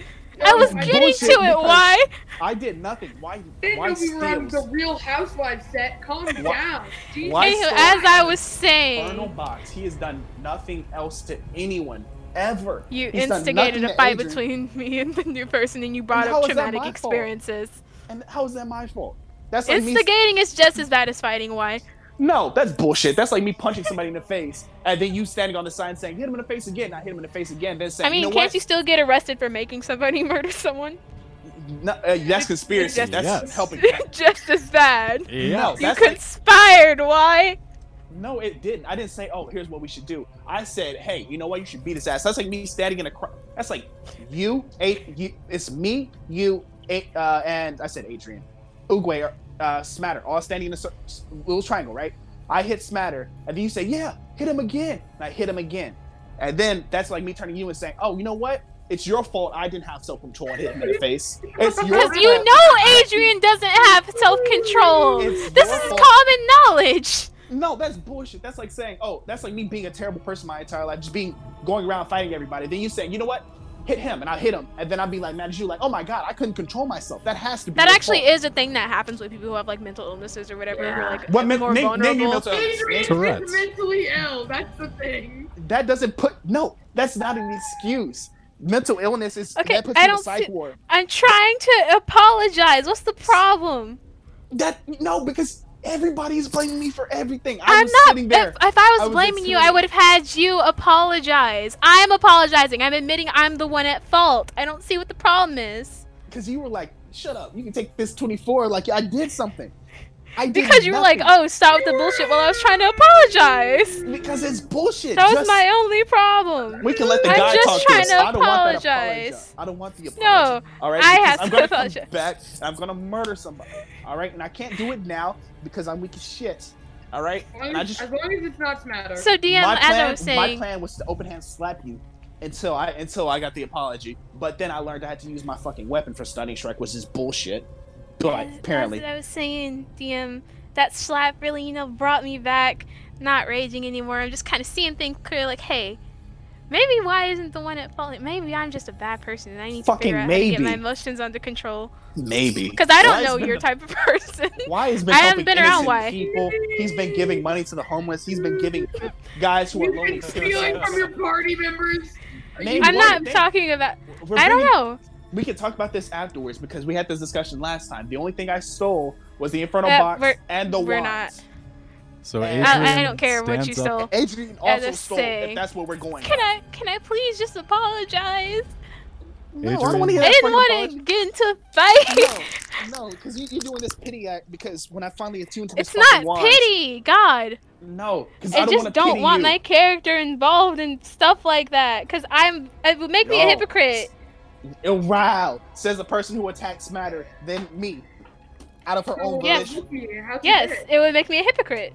F: I was
A: I
F: getting
P: bullshit
F: to it,
P: because-
F: Y.
P: I did nothing. Why?
A: didn't
P: Why
A: know we were on the
P: steals?
A: Real Housewives set. Calm down. Jesus
P: why
F: Anywho,
P: so-
F: as
A: Christ.
F: I was saying,
P: Infernal box. He has done nothing else to anyone ever.
F: you
P: He's done
F: instigated
P: nothing
F: a
P: to
F: fight
P: Adrian.
F: between me and the new person, and you brought
P: how
F: up
P: is that
F: traumatic
P: my fault?
F: experiences.
P: And how is that my fault? That's like me.
F: Instigating is just as bad as fighting. Why?
P: No, that's bullshit. That's like me punching somebody in the face, and then you standing on the side saying, "Hit him in the face again." I hit him in the face again. Then saying,
F: I mean,
P: you know
F: can't
P: what?
F: you still get arrested for making somebody murder someone?
P: No, uh, that's conspiracy.
F: Yes.
P: That's
C: Yes.
P: helping.
F: just as bad.
P: No,
F: You
P: that's like-
F: conspired. Why?
P: No, it didn't. I didn't say, "Oh, here's what we should do." I said, "Hey, you know what? You should beat his ass." That's like me standing in a. Cr- that's like you, a- you. It's me, you, a- uh, and I said Adrian, Uguay, uh, Smatter, all standing in a cir- s- little triangle, right? I hit Smatter, and then you say, "Yeah, hit him again." And I hit him again, and then that's like me turning to you and saying, "Oh, you know what? It's your fault. I didn't have self control and hit him in the face. It's your
F: Because you
P: fault.
F: know Adrian doesn't have self control.
P: It's
F: This
P: your
F: is
P: fault.
F: common knowledge.
P: No, that's bullshit. That's like saying, oh, that's like me being a terrible person my entire life, just being going around fighting everybody. Then you say, you know what? Hit him, and I hit him, and then I'd be like mad at you, like, oh my god, I couldn't control myself. That has to be.
F: That
P: your
F: actually
P: fault.
F: is a thing that happens with people who have like mental illnesses or whatever. Who are like
P: What men-
F: more
P: name,
F: vulnerable.
P: name your mental illness.
A: Adrian's
C: Tourette's.
A: mentally ill. That's the thing.
P: That doesn't put no. That's not an excuse. Mental illness is
F: Okay,
P: that puts
F: I
P: you in a
F: don't
P: psych
F: see-
P: ward.
F: I'm trying to apologize. What's the problem?
P: That no, because everybody's blaming me for everything. I
F: I'm
P: was
F: not.
P: sitting there.
F: If, if I was,
P: I was
F: blaming you, I
P: insinuating-
F: would have had you apologize. I'm apologizing. I'm admitting I'm the one at fault. I don't see what the problem is.
P: because you were like, "Shut up! You can take this 24." Like I did something. I did
F: Because you were like,
P: nothing.
F: oh, stop with the bullshit while I was trying to apologize.
P: Because it's bullshit.
F: That was
P: Just-
F: my only problem.
P: We can let the
F: I'm
P: guy
F: just
P: talk
F: trying
P: to us.
F: to
P: I don't want that
F: apologize.
P: apology. I don't want the apology.
F: No,
P: all right.
F: I
P: because
F: have
P: I'm
F: to
P: gonna
F: apologize.
P: Come back. and I'm gonna murder somebody. All right, and I can't do it now because I'm weak as shit. All right,
A: As long
P: and I
A: as,
P: just
A: as long as it's not smatter.
F: So DM,
P: my
F: Um, as
P: plan,
F: I was
P: my
F: saying,
P: plan was to open hand slap you until I until I got the apology. But then I learned I had to use my fucking weapon for stunning Shrek, which is bullshit. But
F: as,
P: apparently,
F: as I was saying, DM, that slap really, you know, brought me back. Not raging anymore. I'm just kind of seeing things clear. Like, hey, maybe why isn't the one at fault? Maybe I'm just a bad person, and I need
P: Fucking
F: to figure out how to get
P: maybe.
F: my emotions under control.
P: maybe
F: Because I
P: Why
F: don't
P: is
F: know
P: Ben
F: your
P: the-
F: type of person.
P: Why has been
F: I
P: helping
F: haven't been around
P: innocent
F: why.
P: people? He's been giving money to the homeless. He's been giving guys who are
A: You've
P: lonely.
A: been stealing from your party members.
P: Name
F: I'm
P: one
F: not
P: thing.
F: talking about.
P: We're
F: I don't
P: bringing-
F: know.
P: We can talk about this afterwards because we had this discussion last time. The only thing I stole was the infernal
F: Uh,
P: box
F: we're-
P: and the
F: we're
P: wands.
C: So
P: Uh, I- I
C: Adrian
F: I, I don't care what you
C: stands up.
F: stole.
P: Adrian
F: As
P: also
F: a
P: stole.
F: saying.
P: If that's where we're going.
F: Can I can I please just apologize?
P: No, I
C: Adrian?
P: don't want to hear
F: I
P: that
F: didn't
P: fucking
F: want to get into a fight.
P: No, no, because you, you're doing this pity act because when I finally attune to this
F: it's
P: fucking
F: not
P: wand,
F: pity, God.
E: No, 'cause
F: I,
E: don't
F: just
E: wanna
F: don't
E: pity
F: want
E: you.
F: my character involved in stuff like that, cause I'm it would make me a
E: No.
F: hypocrite.
P: Oh, wow, says the person who attacks Matter, then me, out of her own
F: Yes.
P: volition.
F: Yes, it would make me a hypocrite.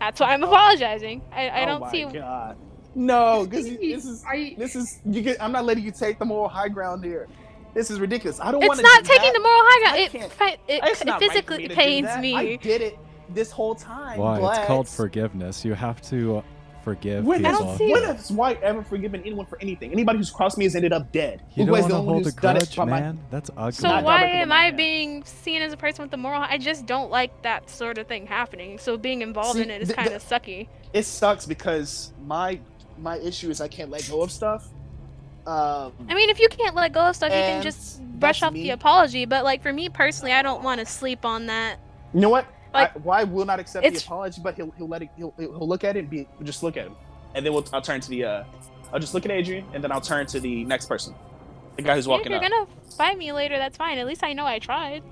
F: That's why I'm apologizing. I, I
P: Oh
F: don't
P: my
F: see.
P: God. No, because Oh, this is
A: I
P: this is you get. I'm not letting you take the moral high ground here. This is ridiculous. I don't want
F: It's
P: to.
F: not taking the moral
P: I
F: high ground.
P: can't-
F: It, fi- it,
E: It's
F: it
E: not right for
F: physically
E: me to do
F: pains
E: that.
F: me.
P: I did it this whole time.
C: Why? It's called
P: Glax.
C: forgiveness. You have to uh, forgive
S: Wait, I
C: people.
F: don't see
S: When has White ever forgiven anyone for anything? Anybody who's crossed me has ended up dead.
C: You don't
P: Who was
C: want
P: the
C: to
P: only one
C: hold a
P: who's done it
C: grudge,
P: by my-
C: man. That's ugly.
F: So
S: Not
F: why
S: directly
F: am
S: to my
F: I
S: hand.
F: being seen as a person with the moral? I just don't like that sort of thing happening. So being involved
P: See,
F: in it is
P: th-
F: kind of sucky.
S: It sucks because my my issue is I can't let go of stuff.
P: Um,
F: I mean, if you can't let go of stuff, you can
P: and
F: just brush
P: that's
F: off
P: me.
F: the apology. But like for me personally, I don't want to sleep on that.
P: You know what?
F: Like,
P: I, why will not accept the
F: it's-
P: apology, but he'll he'll let it. He'll, he'll he'll look at it and be
S: Just look at him, and then we'll, I'll turn to the. uh I'll just look at Adrian, and then I'll turn to the next person, the guy who's
F: Yeah, If
S: walking
F: you're
S: up.
F: gonna fight me later, that's fine. At least I know I tried.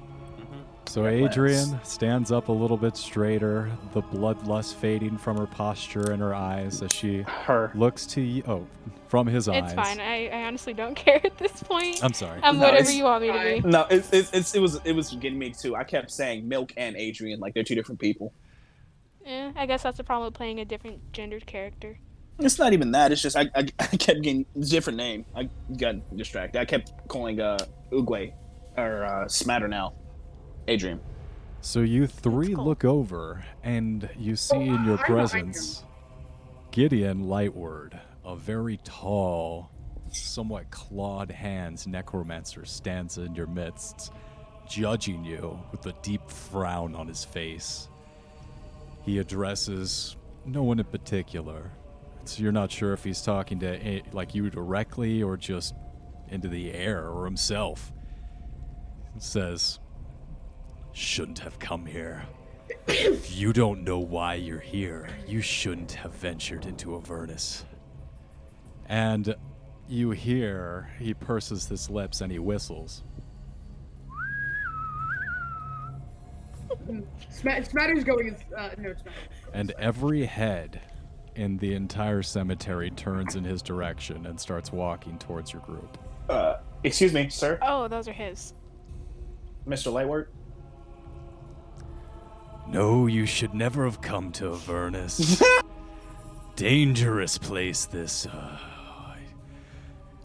C: So Adrian stands up a little bit straighter, the bloodlust fading from her posture and her eyes as she
S: Her.
C: looks to you. Oh, from his eyes.
F: It's fine. I, I honestly don't care at this point.
C: I'm sorry.
F: I'm
E: No,
F: whatever
E: it's-
F: you want me to
A: I-
F: be.
E: No, it's, it's, it's, it was it was getting me too. I kept saying Milk and Adrian like they're two different people.
F: Eh, I guess that's the problem with playing a different gendered character.
E: It's not even that. It's just I, I, I kept getting it's a different name. I got distracted. I kept calling uh Uguay or uh, Smatter now, Adrian.
C: So you three
F: cool.
C: look over and you see in your
A: Oh, I- I- I-
C: presence Gideon Lightward, a very tall, somewhat clawed hands necromancer stands in your midst, judging you with a deep frown on his face. He addresses no one in particular. So you're not sure if he's talking to eh, like you directly or just into the air or himself. Says, shouldn't have come here. if you don't know why you're here, you shouldn't have ventured into Avernus. And you hear he purses his lips and he whistles.
A: Sma- Smatter's going. Is, uh, no, it's not.
C: And every head in the entire cemetery turns in his direction and starts walking towards your group.
S: Uh, excuse me, sir,
F: Oh, those are his.
S: Mr. Lightwork.
C: No, you should never have come to Avernus. Dangerous place, this. Uh,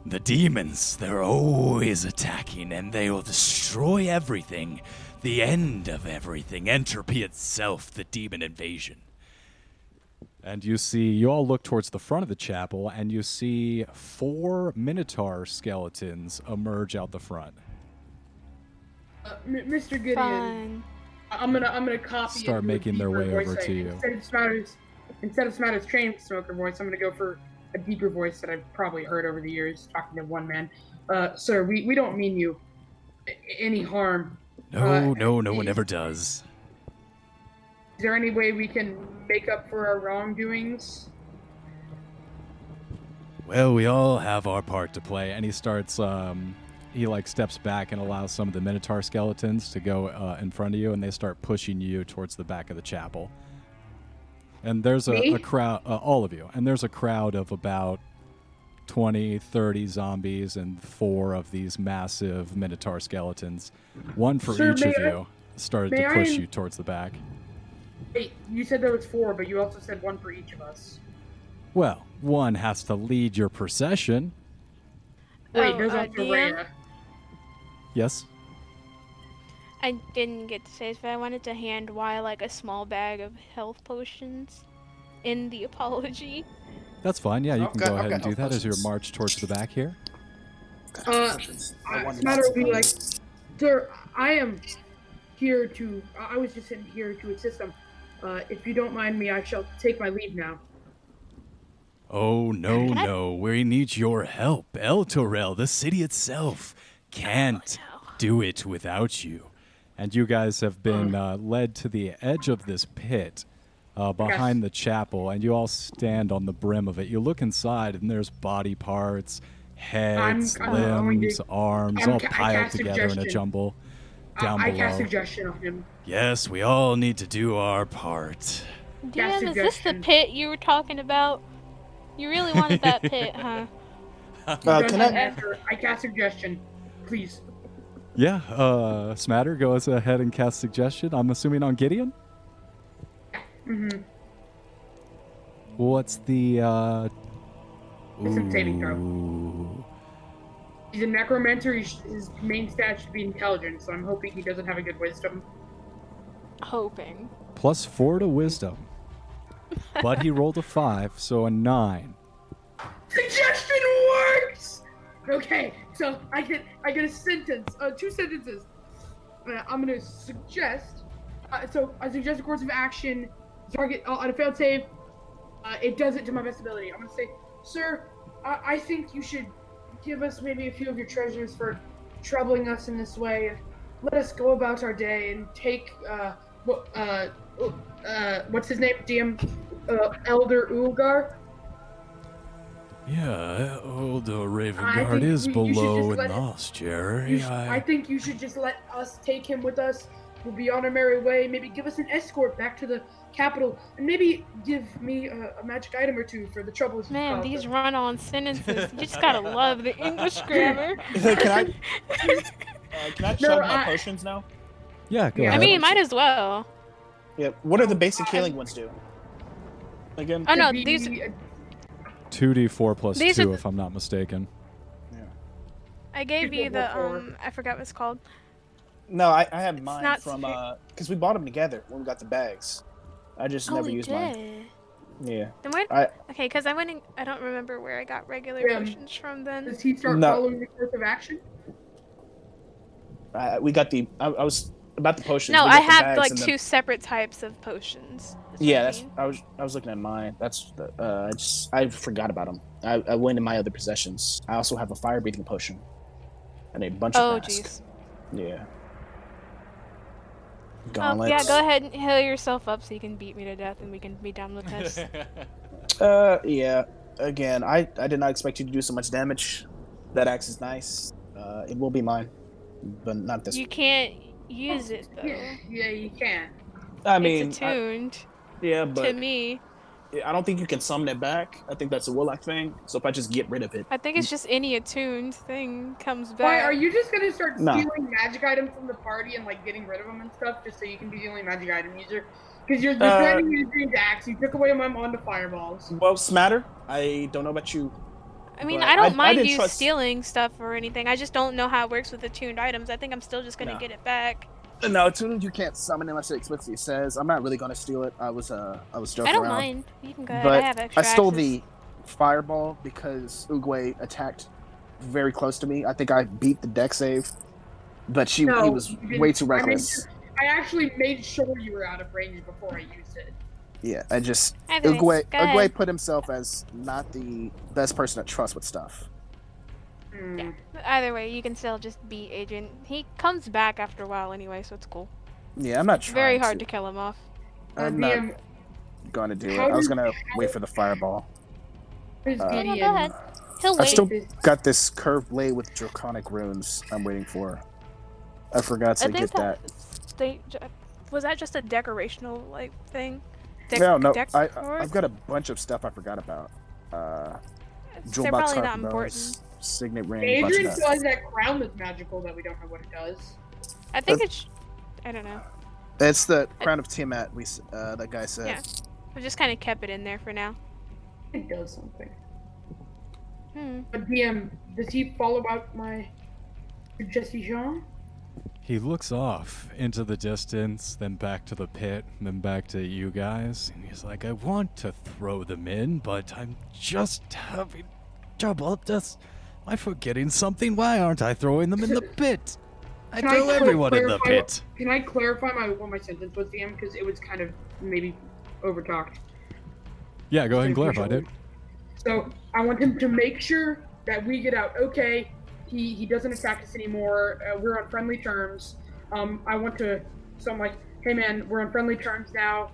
C: the demons, they're always attacking, and they will destroy everything. The end of everything, entropy itself, the demon invasion. And you see, you all look towards the front of the chapel, and you see four Minotaur skeletons emerge out the front.
A: Uh, M- Mr. Gideon,
F: Fun.
A: I- I'm gonna I'm gonna copy.
C: Start
A: and do a
C: making their
A: deeper
C: way
A: voice.
C: over
A: I-
C: to you.
A: Instead of Smatter's, instead of Smatter's chain smoker voice, I'm gonna go for a deeper voice that I've probably heard over the years talking to one man. Uh, sir, we, we don't mean you a- any harm.
C: No,
A: Uh,
C: no, no one
A: is-
C: ever does.
A: Is there any way we can make up for our wrongdoings?
C: Well, we all have our part to play. And he starts, um, he like steps back and allows some of the Minotaur skeletons to go uh, in front of you, and they start pushing you towards the back of the chapel. And there's a,
A: Me?
C: a crowd, uh, all of you, and there's a crowd of about 20, 30 zombies and four of these massive Minotaur skeletons, one for
A: Sir,
C: each of
A: may I-
C: you, started
A: may
C: to
A: I
C: push
A: in-
C: you towards the back.
A: Wait, you said there was four, but you also said one for each of us.
C: Well, one has to lead your procession.
A: Wait,
F: Oh,
A: there's
F: uh,
A: also
F: DM?
A: Rhea.
C: Yes?
F: I didn't get to say this, but I wanted to hand Y like a small bag of health potions in the apology.
C: That's fine. Yeah, you
S: I've
C: can
S: got-
C: go
S: I've
C: ahead
S: got
C: and do
S: no
C: that as your
S: questions.
C: march towards the back here.
S: I
A: Uh, Uh,
S: wanted
A: Smatter
S: lots
A: will
S: of
A: be like,
S: those.
A: Sir, I am here to. I I was just sitting here to assist them. Uh, if you don't mind me, I shall take my leave now.
C: Oh, no,
F: Can I-
C: no. We need your help. El Torel, the city itself, can't
F: no.
C: do it without you. And you guys have
A: Mm.
C: been uh, led to the edge of this pit uh, behind the chapel, and you all stand on the brim of it. You look inside, and there's body parts, Heads,
A: I'm going
C: limbs,
A: to-
C: arms,
A: uh, oh, I'm
C: all
A: ca- I
C: piled
A: cast
C: together in a
A: suggestion.
C: jumble. Down
A: I, I
C: below.
A: cast suggestion on him.
C: Yes, we all need to do our part.
F: Damn, is this the
A: suggestion.
F: pit you were talking about? You really wanted that pit, huh?
E: Uh,
A: Dungeon
E: can I?
A: Master, I cast suggestion. Please.
C: Yeah, uh, Smatter, go ahead and cast suggestion. I'm assuming on Gideon?
A: hmm
C: What's the, uh...
A: Wisdom saving throw.
C: Ooh.
A: He's a necromancer. He sh- his main stat should be intelligence, so I'm hoping he doesn't have a good wisdom.
F: Hoping.
C: Plus four to wisdom. but he rolled a five, so a nine.
A: Suggestion works. Okay, so I get I get a sentence, uh, two sentences. Uh, I'm gonna suggest. Uh, so I suggest a course of action. Target uh, on a failed save. Uh, it does it to my best ability. I'm gonna say, sir, I, I think you should give us maybe a few of your treasures for troubling us in this way. and Let us go about our day and take uh, what uh, uh, what's his name? DM uh, Elder Ulgar.
G: Yeah, oh, old
A: I
G: Ravengard
A: think
G: is
A: we- you should
G: below
A: just
G: and
A: let it-
G: lost,
A: You
G: Jerry.
A: sh-
G: I,
A: I think you should just let us take him with us. We'll be on our merry way. Maybe give us an escort back to the capital, and maybe give me a, a magic item or two for the troubles. you've
F: Man,
A: caused
F: these
A: us.
F: run-on sentences. You just gotta love the English grammar.
E: can I? Uh, can I chug my
A: I-
E: potions now?
C: Yeah, go
A: Yeah.
F: I
C: ahead.
F: mean, might as well.
E: Yeah. What are the basic healing ones do? Again.
F: Oh no,
A: Could be
F: these
A: a-
C: 2d4 plus
F: These are
C: 2,
F: the-
C: if I'm not mistaken.
F: I gave
A: People
F: you
A: were
F: the
A: for-
F: um I forgot what it's called.
E: No, I, I have mine
F: not
E: from
F: secret-
E: uh because we bought them together when we got the bags. I
F: Oh,
E: just never used mine. Yeah.
F: Then where?
E: I-
F: okay, because I went. In, I don't remember where I got regular
A: Yeah.
F: potions from. Then
A: Does he start
E: No.
A: following the course of action?
E: I, we got the. I, I was about the potions.
F: no,
E: we got
F: I
E: the
F: have
E: bags
F: like
E: and the-
F: two separate types of potions. is what I
E: Yeah, that's.
F: mean.
E: I was. I was looking at mine. That's. the- Uh, I just. I forgot about them. I, I went in my other possessions. I also have a fire breathing potion, and a bunch
F: Oh
E: of masks.
F: jeez.
E: Yeah.
F: Oh,
E: Gauntlets.
F: yeah, go ahead and heal yourself up so you can beat me to death and we can be done with this.
E: Uh, yeah. Again, I I did not expect you to do so much damage. That axe is nice. Uh, it will be mine, but not this.
F: you can't use it though.
A: Yeah, yeah, you can.
E: I mean,
F: it's
E: I-
F: attuned
E: yeah,
F: to
E: but
F: me.
E: I don't think you can summon it back. I think that's a warlock thing. So if I just get rid of it,
F: I think it's just any attuned thing comes back.
A: Why are you just gonna start
E: No.
A: stealing magic items from the party and like getting rid of them and stuff just so you can be the only magic item user? Because you're
E: Uh,
A: defending your dream axe. You took away my mom to fireballs.
E: well, smatter. I don't know about you.
F: I mean,
E: But
F: I
E: I- I
F: don't mind
E: didn't
F: you
E: trust-
F: stealing stuff or anything. I just don't know how it works with attuned items. I think I'm still just gonna
E: No.
F: get it back.
E: No, Tuna, you can't summon unless it explicitly says. I'm not really gonna steal it. I was uh, I was joking
F: I don't
E: around.
F: mind. You can go ahead.
E: But
F: I have extra
E: I stole
F: axes.
E: the fireball because Uguay attacked very close to me. I think I beat the deck save, but she
A: No,
E: he was
A: you didn't.
E: way too
A: I made
E: reckless.
A: sure- I actually made sure you were out of range before I used it.
E: Yeah, I just
F: Anyways,
E: Uguay
F: go ahead.
E: Uguay put himself as not the best person to trust with stuff.
A: Hmm.
F: Either way, you can still just beat Agent. He comes back after a while anyway, so it's cool.
E: Yeah, I'm not
F: It's
E: trying.
F: very hard to kill him off.
A: Uh,
E: I'm not
A: DM,
E: gonna do it.
A: how
E: I was
A: do-
E: gonna wait for the fireball.
A: who's
E: uh,
F: Yeah, no,
A: Gideon?
F: go ahead. He'll
E: I
F: wait.
E: still got this curved blade with draconic runes. I'm waiting for. I forgot to
F: I think
E: get that.
F: They, was that just a decorational like thing? Dec-
E: no, no,
F: dec-
E: I, I,
F: or-
E: I've got a bunch of stuff I forgot about. Uh, jewel
F: They're
E: box
F: probably not
E: harp
F: important.
E: bones, signet ring, bunch of
A: Adrian
E: that.
A: still has that crown that's magical that we don't know what it does.
F: I think it's. I don't know.
E: It's the crown of Tiamat. We s- uh, that guy said.
F: Yeah. I just kind of kept it in there for now.
A: It does something.
F: Hmm.
A: But DM, does he follow out my Jesse Jean?
G: He looks off into the distance, then back to the pit, then back to you guys, and he's like, I want to throw them in, but I'm just having trouble. Just, am I forgetting something? Why aren't I throwing them in the pit? I
A: Can I
G: throw
A: cl-
G: everyone in the
A: clarify-
G: pit.
A: Can I clarify my what my sentence was, DM? Because it was kind of maybe overtalked.
G: Yeah, go ahead and clarify, dude.
A: So I want him to make sure that we get out okay. He he doesn't attack us anymore. Uh, we're on friendly terms. Um, I want to. So I'm like, hey man, we're on friendly terms now.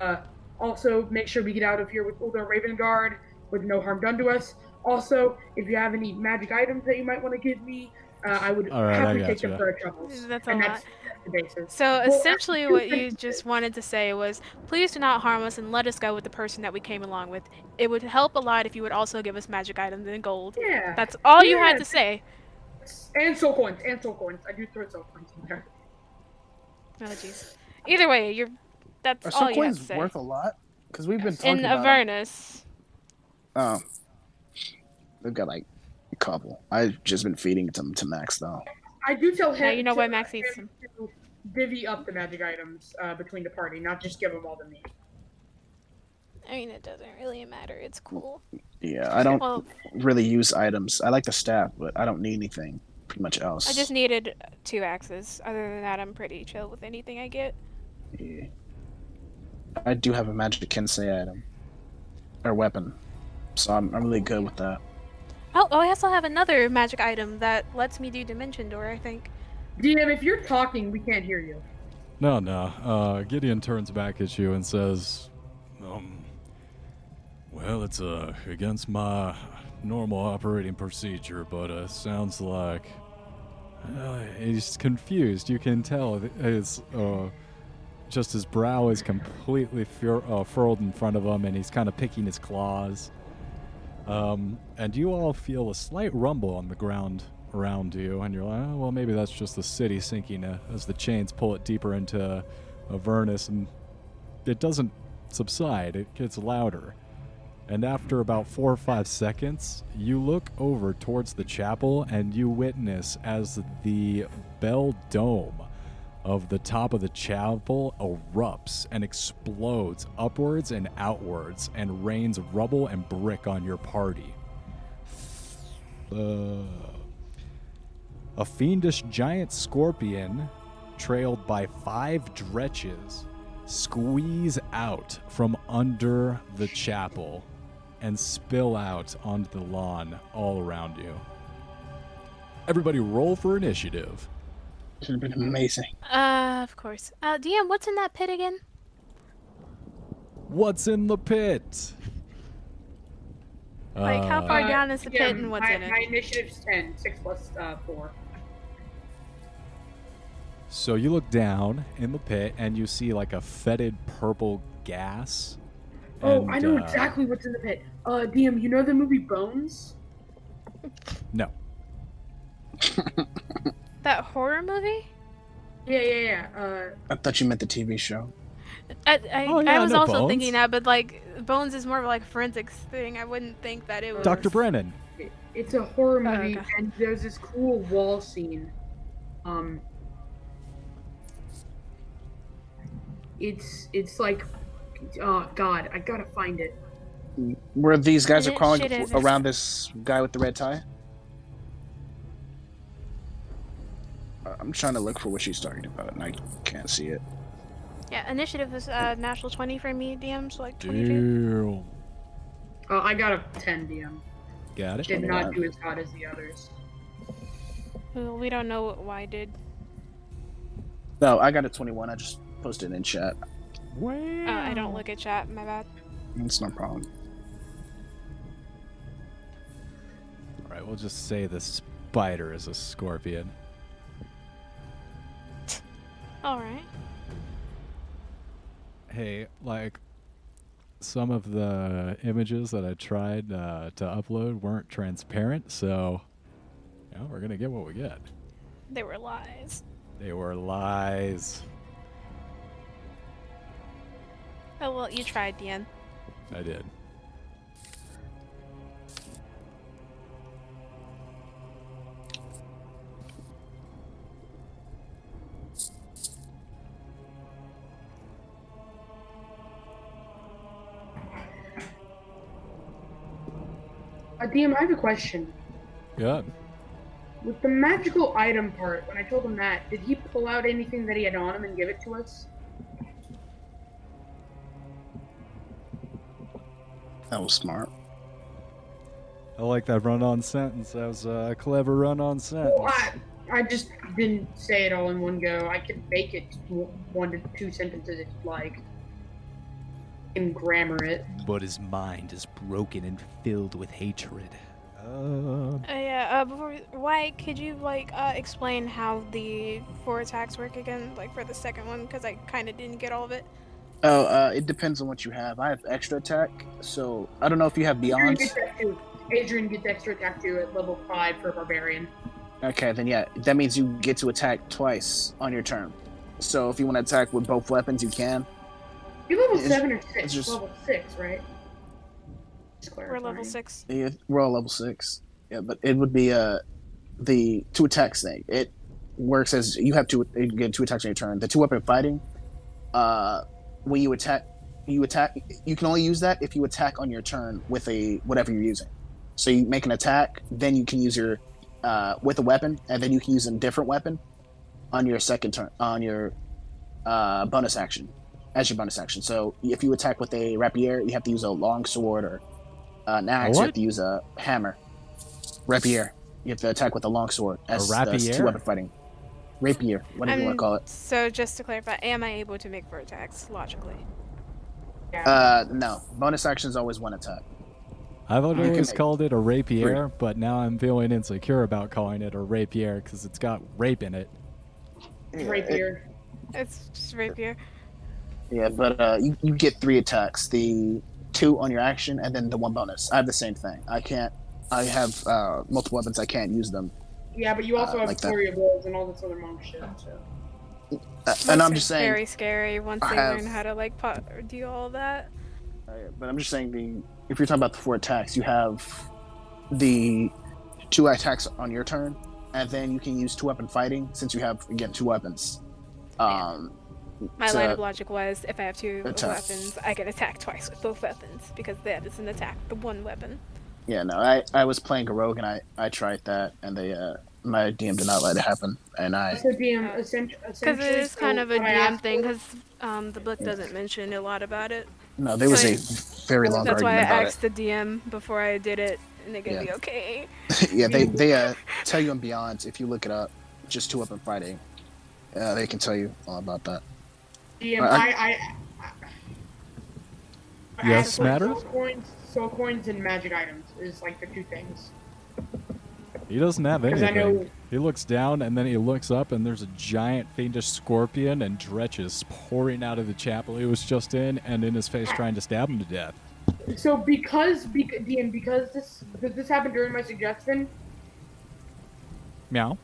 A: Uh, also make sure we get out of here with Uldar Raven Guard with no harm done to us. Also, if you have any magic items that you might want to give me, uh, I would
C: All right,
A: happily
C: I
A: take
C: gotcha.
A: them for our troubles.
F: That's a
A: And
F: lot.
A: that's, that's the basis.
F: So
A: Well,
F: essentially,
A: actually,
F: what
A: thank
F: you just wanted to say was, please do not harm us and let us go with the person that we came along with. It would help a lot if you would also give us magic items and gold.
A: Yeah.
F: That's all you had
A: Yeah.
F: to say.
A: And soul coins. And soul coins. I do throw soul coins in there.
F: Oh jeez. Either way, you're. That's
E: Are
F: all
E: some
F: you had to
E: coins
F: say.
E: worth a lot? Because we've been talking
F: Oh, In
E: about.
F: Avernus,
E: Oh, we've got like a couple. I've just been feeding them to Max though.
A: I do tell him.
F: now you know
A: to-
F: why Max eats
A: him
F: them.
A: to divvy up the magic items uh, between the party, not just give them all to me.
T: I mean, it doesn't really matter. It's cool.
E: Yeah, I don't
T: Well,
E: really use items. I like the staff, but I don't need anything pretty much else.
F: I just needed two axes. Other than that, I'm pretty chill with anything I get.
E: Yeah. I do have a magic Kensei item or weapon, so I'm, I'm really good with that.
F: Oh, oh, I also have another magic item that lets me do dimension door. I think.
A: DM, if you're talking, we can't hear you.
C: No, no. Uh, Gideon turns back at you and says, um, Well, it's uh, against my normal operating procedure, but uh, sounds like. Uh, he's confused. You can tell that his, uh, just his brow is completely fur- uh, furled in front of him, and he's kind of picking his claws. Um, and you all feel a slight rumble on the ground around you, and you're like, oh, well, maybe that's just the city sinking uh, as the chains pull it deeper into uh, Avernus, and it doesn't subside, it gets louder. And after about four or five seconds, you look over towards the chapel and you witness as the bell dome of the top of the chapel erupts and explodes upwards and outwards and rains rubble and brick on your party. Uh, a fiendish giant scorpion, trailed by five dretches, squeeze out from under the chapel and spill out onto the lawn all around you. Everybody, roll for initiative.
E: It would have been amazing.
F: Uh, of course. Uh, DM, what's in that pit again?
C: What's in the pit?
F: Like, how
C: Uh,
F: far
A: Uh,
F: down is the pit
A: DM,
F: and what's
A: my,
F: in it?
A: My initiative's 10, 6 plus uh, 4.
C: So you look down in the pit and you see like a fetid purple gas.
A: Oh,
C: and,
A: I know
C: uh,
A: exactly what's in the pit. Uh, DM, you know the movie Bones?
C: No.
F: That horror movie?
A: Yeah, yeah, yeah. Uh,
E: I thought you meant the TV show.
F: I, I,
C: Oh,
F: I
C: yeah,
F: was
C: no
F: also
C: bones.
F: thinking that, but like Bones is more of like a forensics thing. I wouldn't think that it was.
C: Dr. Brennan.
A: it- it's a horror
F: Oh,
A: movie,
F: okay.
A: and there's this cool wall scene. Um, it's it's like, oh God, I gotta find it.
E: Where these guys
F: It
E: are crawling
F: should have-
E: around this guy with the red tie. Uh, I'm trying to look for what she's talking about, and I can't see it.
T: yeah, initiative is uh, natural 20 for me, DMs, like 22.
C: Damn.
A: Uh, I got a 10 DM.
C: Got it.
A: Did not
E: 21.
A: do as hot as the others.
F: Well, We don't know what Y did.
E: No, Oh, I got a 21. I just posted it in chat.
F: Uh, I don't look at chat. My bad.
E: It's no problem.
C: All right, we'll just say the spider is a scorpion.
T: All right.
C: hey, like some of the images that I tried uh, to upload weren't transparent, so you know, we're gonna get what we get.
T: They were lies.
C: They were lies.
T: Oh, well, you tried, DM.
C: I did.
A: Uh, DM, I have a question.
C: Yeah.
A: With the magical item part, when I told him that, did he pull out anything that he had on him and give it to us?
E: That was smart.
C: I like that run-on sentence. That was a clever run-on sentence.
A: Well, I, I just didn't say it all in one go. I could make it w- one to two sentences if you'd like, and grammar it.
G: But his mind is broken and filled with hatred.
C: Uh,
F: Uh, yeah. Uh, before we- why could you like uh, explain how the four attacks work again? Like for the second one, because I kind of didn't get all of it.
E: Oh, uh, it depends on what you have. I have extra attack, so I don't know if you have
A: Adrian
E: beyond.
A: gets that too. Adrian gets extra attack too at level five for barbarian.
E: Okay, then yeah, that means you get to attack twice on your turn. So if you want to attack with both weapons, you can.
A: You level
E: It's-
A: seven or six?
E: it's just-
A: Level six, right? Just
F: We're level
A: clarifying.
F: six.
E: Yeah, we're all level six. Yeah, but it would be uh the two attacks thing. It works as you have two you get two attacks on your turn. The two weapon fighting, uh, when you attack, you attack. You can only use that if you attack on your turn with a whatever you're using. So you make an attack, then you can use your uh, with a weapon, and then you can use a different weapon on your second turn on your uh, bonus action as your bonus action. So if you attack with a rapier, you have to use a long sword or uh, an axe. You
C: what?
E: have to use a hammer. Rapier. You have to attack with a long sword as
C: rapier?
E: two weapon fighting. Rapier, whatever you want
F: I'm-
E: to call it.
F: So just to clarify, am I able to make four attacks logically?
E: Uh, no. Bonus action is always one attack.
C: I've
E: You can
C: always
E: make
C: called it a rapier, but now I'm feeling insecure about calling it a rapier because it's got rape in it.
A: Right here.
F: It's just rapier.
E: Yeah, but uh, you, you get three attacks the two on your action and then the one bonus. I have the same thing. I can't. I have uh, multiple weapons. I can't use them.
A: Yeah, but you also
E: Uh,
A: have
E: like that.
A: Glory of Blows and all this other monk shit. So.
E: Uh, and
F: Monks
E: I'm
F: are
E: just saying.
F: Very scary once
E: I
F: they
E: have-
F: learn how to like pot or do all that.
E: Uh, But I'm just saying the if you're talking about the four attacks, you have the two attacks on your turn, and then you can use two weapon fighting since you have again two weapons. Um,
F: My
E: So-
F: line of logic was if I have two
E: Attack.
F: weapons, I can attack twice with both weapons because that is an attack, the one weapon.
E: yeah, no, I, I was playing a rogue and I, I tried that and they uh, my DM did not let it happen and I
A: So DM essentially.
F: Because it is kind
A: so
F: of a
A: when I
F: DM
A: asked
F: thing
A: for-
F: because um, the book doesn't mention a lot about it.
E: no there was a very long
F: That's why I
E: argument about
F: asked the DM before I did it and they gave
E: Yeah.
F: me okay.
E: it. yeah, they they uh, tell you and beyond if you look it up, just two weapon fighting. Uh, they can tell you all about that.
A: DM,
E: I-
A: I, I, I
C: Yes,
A: asked for
C: matter?
A: Soul coins, soul coins and magic items is like the two things.
C: He doesn't have
A: Because I
C: anything.
A: know
C: He looks down and then he looks up and there's a giant fiendish scorpion and Dretch is pouring out of the chapel he was just in and in his face trying to stab him to death.
A: So because bec- DM because this does this happen during my suggestion?
C: Meow.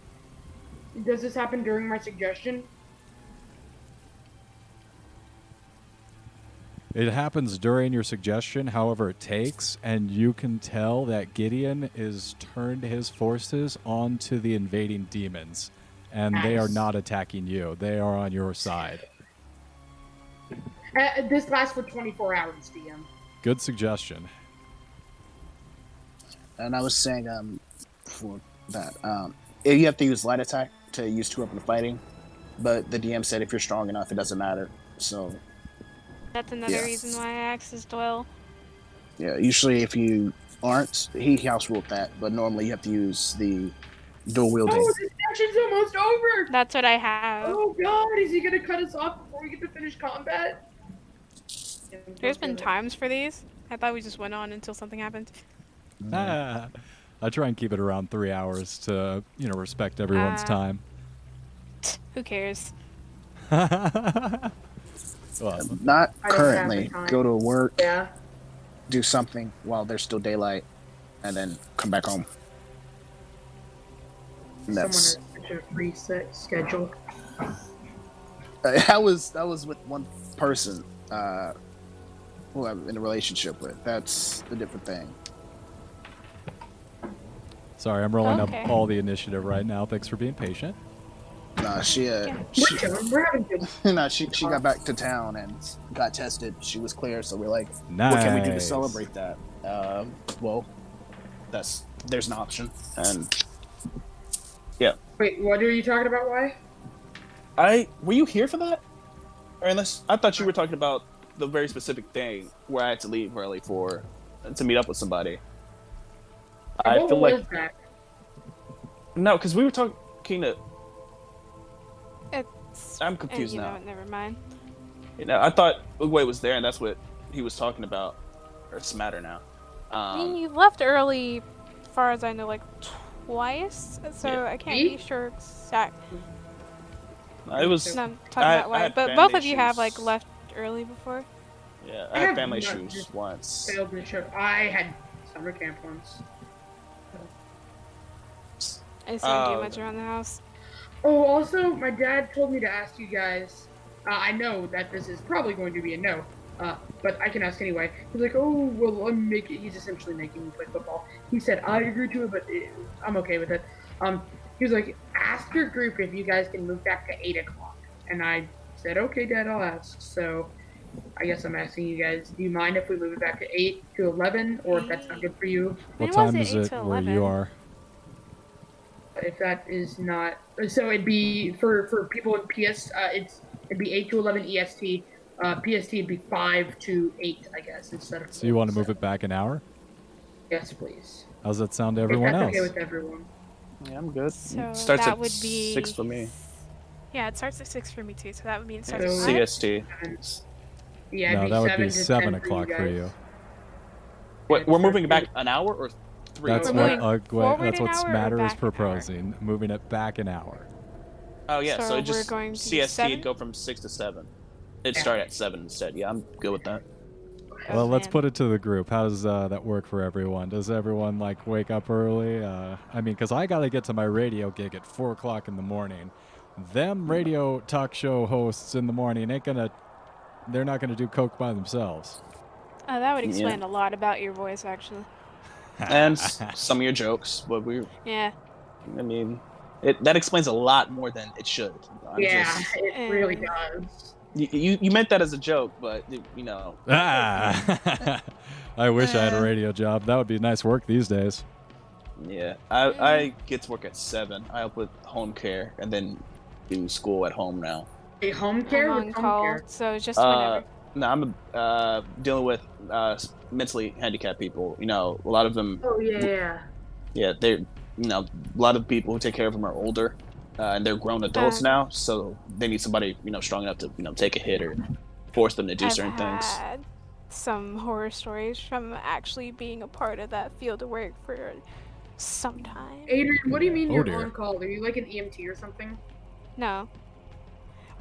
A: Does this happen during my suggestion?
C: It happens during your suggestion, however it takes, and you can tell that Gideon is turned his forces onto the invading demons. And they are
A: Nice.
C: not attacking you. They are on your side.
A: Uh, this lasts for 24 hours, DM.
C: Good suggestion.
E: and I was saying um for that um if you have to use light attack to use two weapon fighting, but the DM said if you're strong enough, it doesn't matter. So
F: That's another
E: Yeah.
F: reason why I asked is dwell.
E: yeah, usually if you aren't, he house ruled that, but normally you have to use the dual wielding.
A: Oh, this session's almost over.
F: That's what I have.
A: Oh God, is he gonna cut us off before we get to finish combat?
F: There's been times for these. I thought we just went on until something happened.
C: Ah. I try and keep it around three hours to, you know, respect everyone's
F: Ah.
C: time.
F: Who cares?
C: well,
E: Not
A: I don't have
E: currently.
A: the time.
E: Go to work,
A: Yeah.
E: do something while there's still daylight, and then come back home. And That's
A: Someone has such a reset schedule.
E: Uh, I was I was with one person uh, who I'm in a relationship with. That's the different thing.
C: sorry, I'm rolling
F: Okay.
C: up all the initiative right now. Thanks for being patient.
E: Nah, she uh,
A: We're
E: she,
A: chilling, We're having good.
E: nah, she she got back to town and got tested. She was clear, so we're like,
C: Nice.
E: what can we do to celebrate that? Um, well, that's there's an option, and
A: Wait, what are you talking about? Why?
P: I were you here for that? Or unless I thought you were talking about the very specific thing where I had to leave early for to meet up with somebody. I
A: what
P: feel
A: was
P: like
A: that?
P: no, because we were talking to.
F: It's,
P: I'm confused
F: you
P: now.
F: Know, what, never mind.
P: You know, I thought Uguay was there, and that's what he was talking about, or smatter now.
F: I mean,
P: Um,
F: you left early far as I know, like twice. So
D: Yeah.
F: I can't
A: Me?
F: be sure exact.
D: It was
F: No, I'm talking
D: I-
F: about
D: I
F: why.
D: had
F: But
D: band
F: both of you have
D: issues.
F: like left early before.
D: yeah.
A: I
D: I had
A: have
D: family
A: not
D: issues
A: just
D: once.
A: failed the show. I had summer camp once.
F: I just didn't
D: Oh,
F: do much
D: okay.
F: around the house.
A: Oh, also, my dad told me to ask you guys. Uh, I know that this is probably going to be a no, uh, but I can ask anyway. He's like, "Oh, well, I'm making." He's essentially making me play football. He said, "I agree to it, but it, I'm okay with it." Um, he was like, "Ask your group if you guys can move back to eight o'clock," and I said, "Okay, Dad, I'll ask." So, I guess I'm asking you guys. Do you mind if we move it back to eight to eleven, or if that's not good for you?
F: When
C: What
F: was
C: time
F: it?
C: is
F: 8
C: it
F: to
C: where
F: 11?
C: you are?
A: if that is not so it'd be for for people in ps uh, it's it'd be 8 to 11 est uh, pst would be 5 to 8 i guess instead of
C: So you want to move it back an hour?
A: yes please
C: How's that sound to
A: If
C: everyone
A: that's
C: else?
A: okay with everyone
D: Yeah, I'm good.
F: So
D: starts
F: that
D: at
F: would be
D: six for me.
F: Yeah, it starts at six for me too. So that would mean it
D: Yeah,
F: starts
A: So-
F: at five.
D: CST.
A: and, yeah it'd
C: no, that would be
A: to 10
C: seven
A: for
C: o'clock for
A: guys.
C: you.
D: Wait,
A: Okay,
D: we're
A: so
D: moving
A: it's
D: it back an hour or three.
C: That's
F: We're
C: what
F: moving
C: uh, Gwen-
F: forward
C: that's
F: an
C: what
F: hour or
C: Smatter is
F: back an hour?
C: proposing, moving it back an hour.
D: oh yeah, so,
F: so
D: it just
F: we're going to
D: CST
F: seven?
D: would go from six to seven. It
A: Yeah.
D: started at seven instead. Yeah, I'm good with that.
F: Oh,
C: well, let's
F: man.
C: put it to the group. How does uh, that work for everyone? Does everyone like wake up early? Uh, I mean, because I gotta get to my radio gig at four o'clock in the morning. Them radio talk show hosts in the morning ain't gonna. They're not gonna do coke by themselves.
F: Oh, that would
D: Yeah.
F: explain a lot about your voice, actually.
D: And s- some of your jokes, but we,
F: Yeah.
D: I mean, it that explains a lot more than it should. I'm
A: yeah
D: just-
A: it really
F: And-
A: does
D: you, you you meant that as a joke, but you know,
C: Ah! I wish I had a radio job. That would be nice work these days.
D: yeah. I
A: Mm.
D: I get to work at seven. I help with home care and then do school at home now.
A: Hey, home care
F: I'm
A: with home
F: on call,
A: care
F: so just
D: Uh,
F: whenever.
D: No, I'm uh, dealing with uh, s- mentally handicapped people. You know, a lot of them.
A: oh yeah yeah
D: Yeah, they're you know a lot of people who take care of them are older, uh, and they're grown adults
F: Uh.
D: now. So they need somebody you know strong enough to you know take a hit or force them to do
F: I've
D: certain things.
F: had some horror stories from actually being a part of that field of work for some time.
A: adrian what do you mean
C: Oh,
A: you're
C: dear.
A: on call are you like an emt or something
F: No.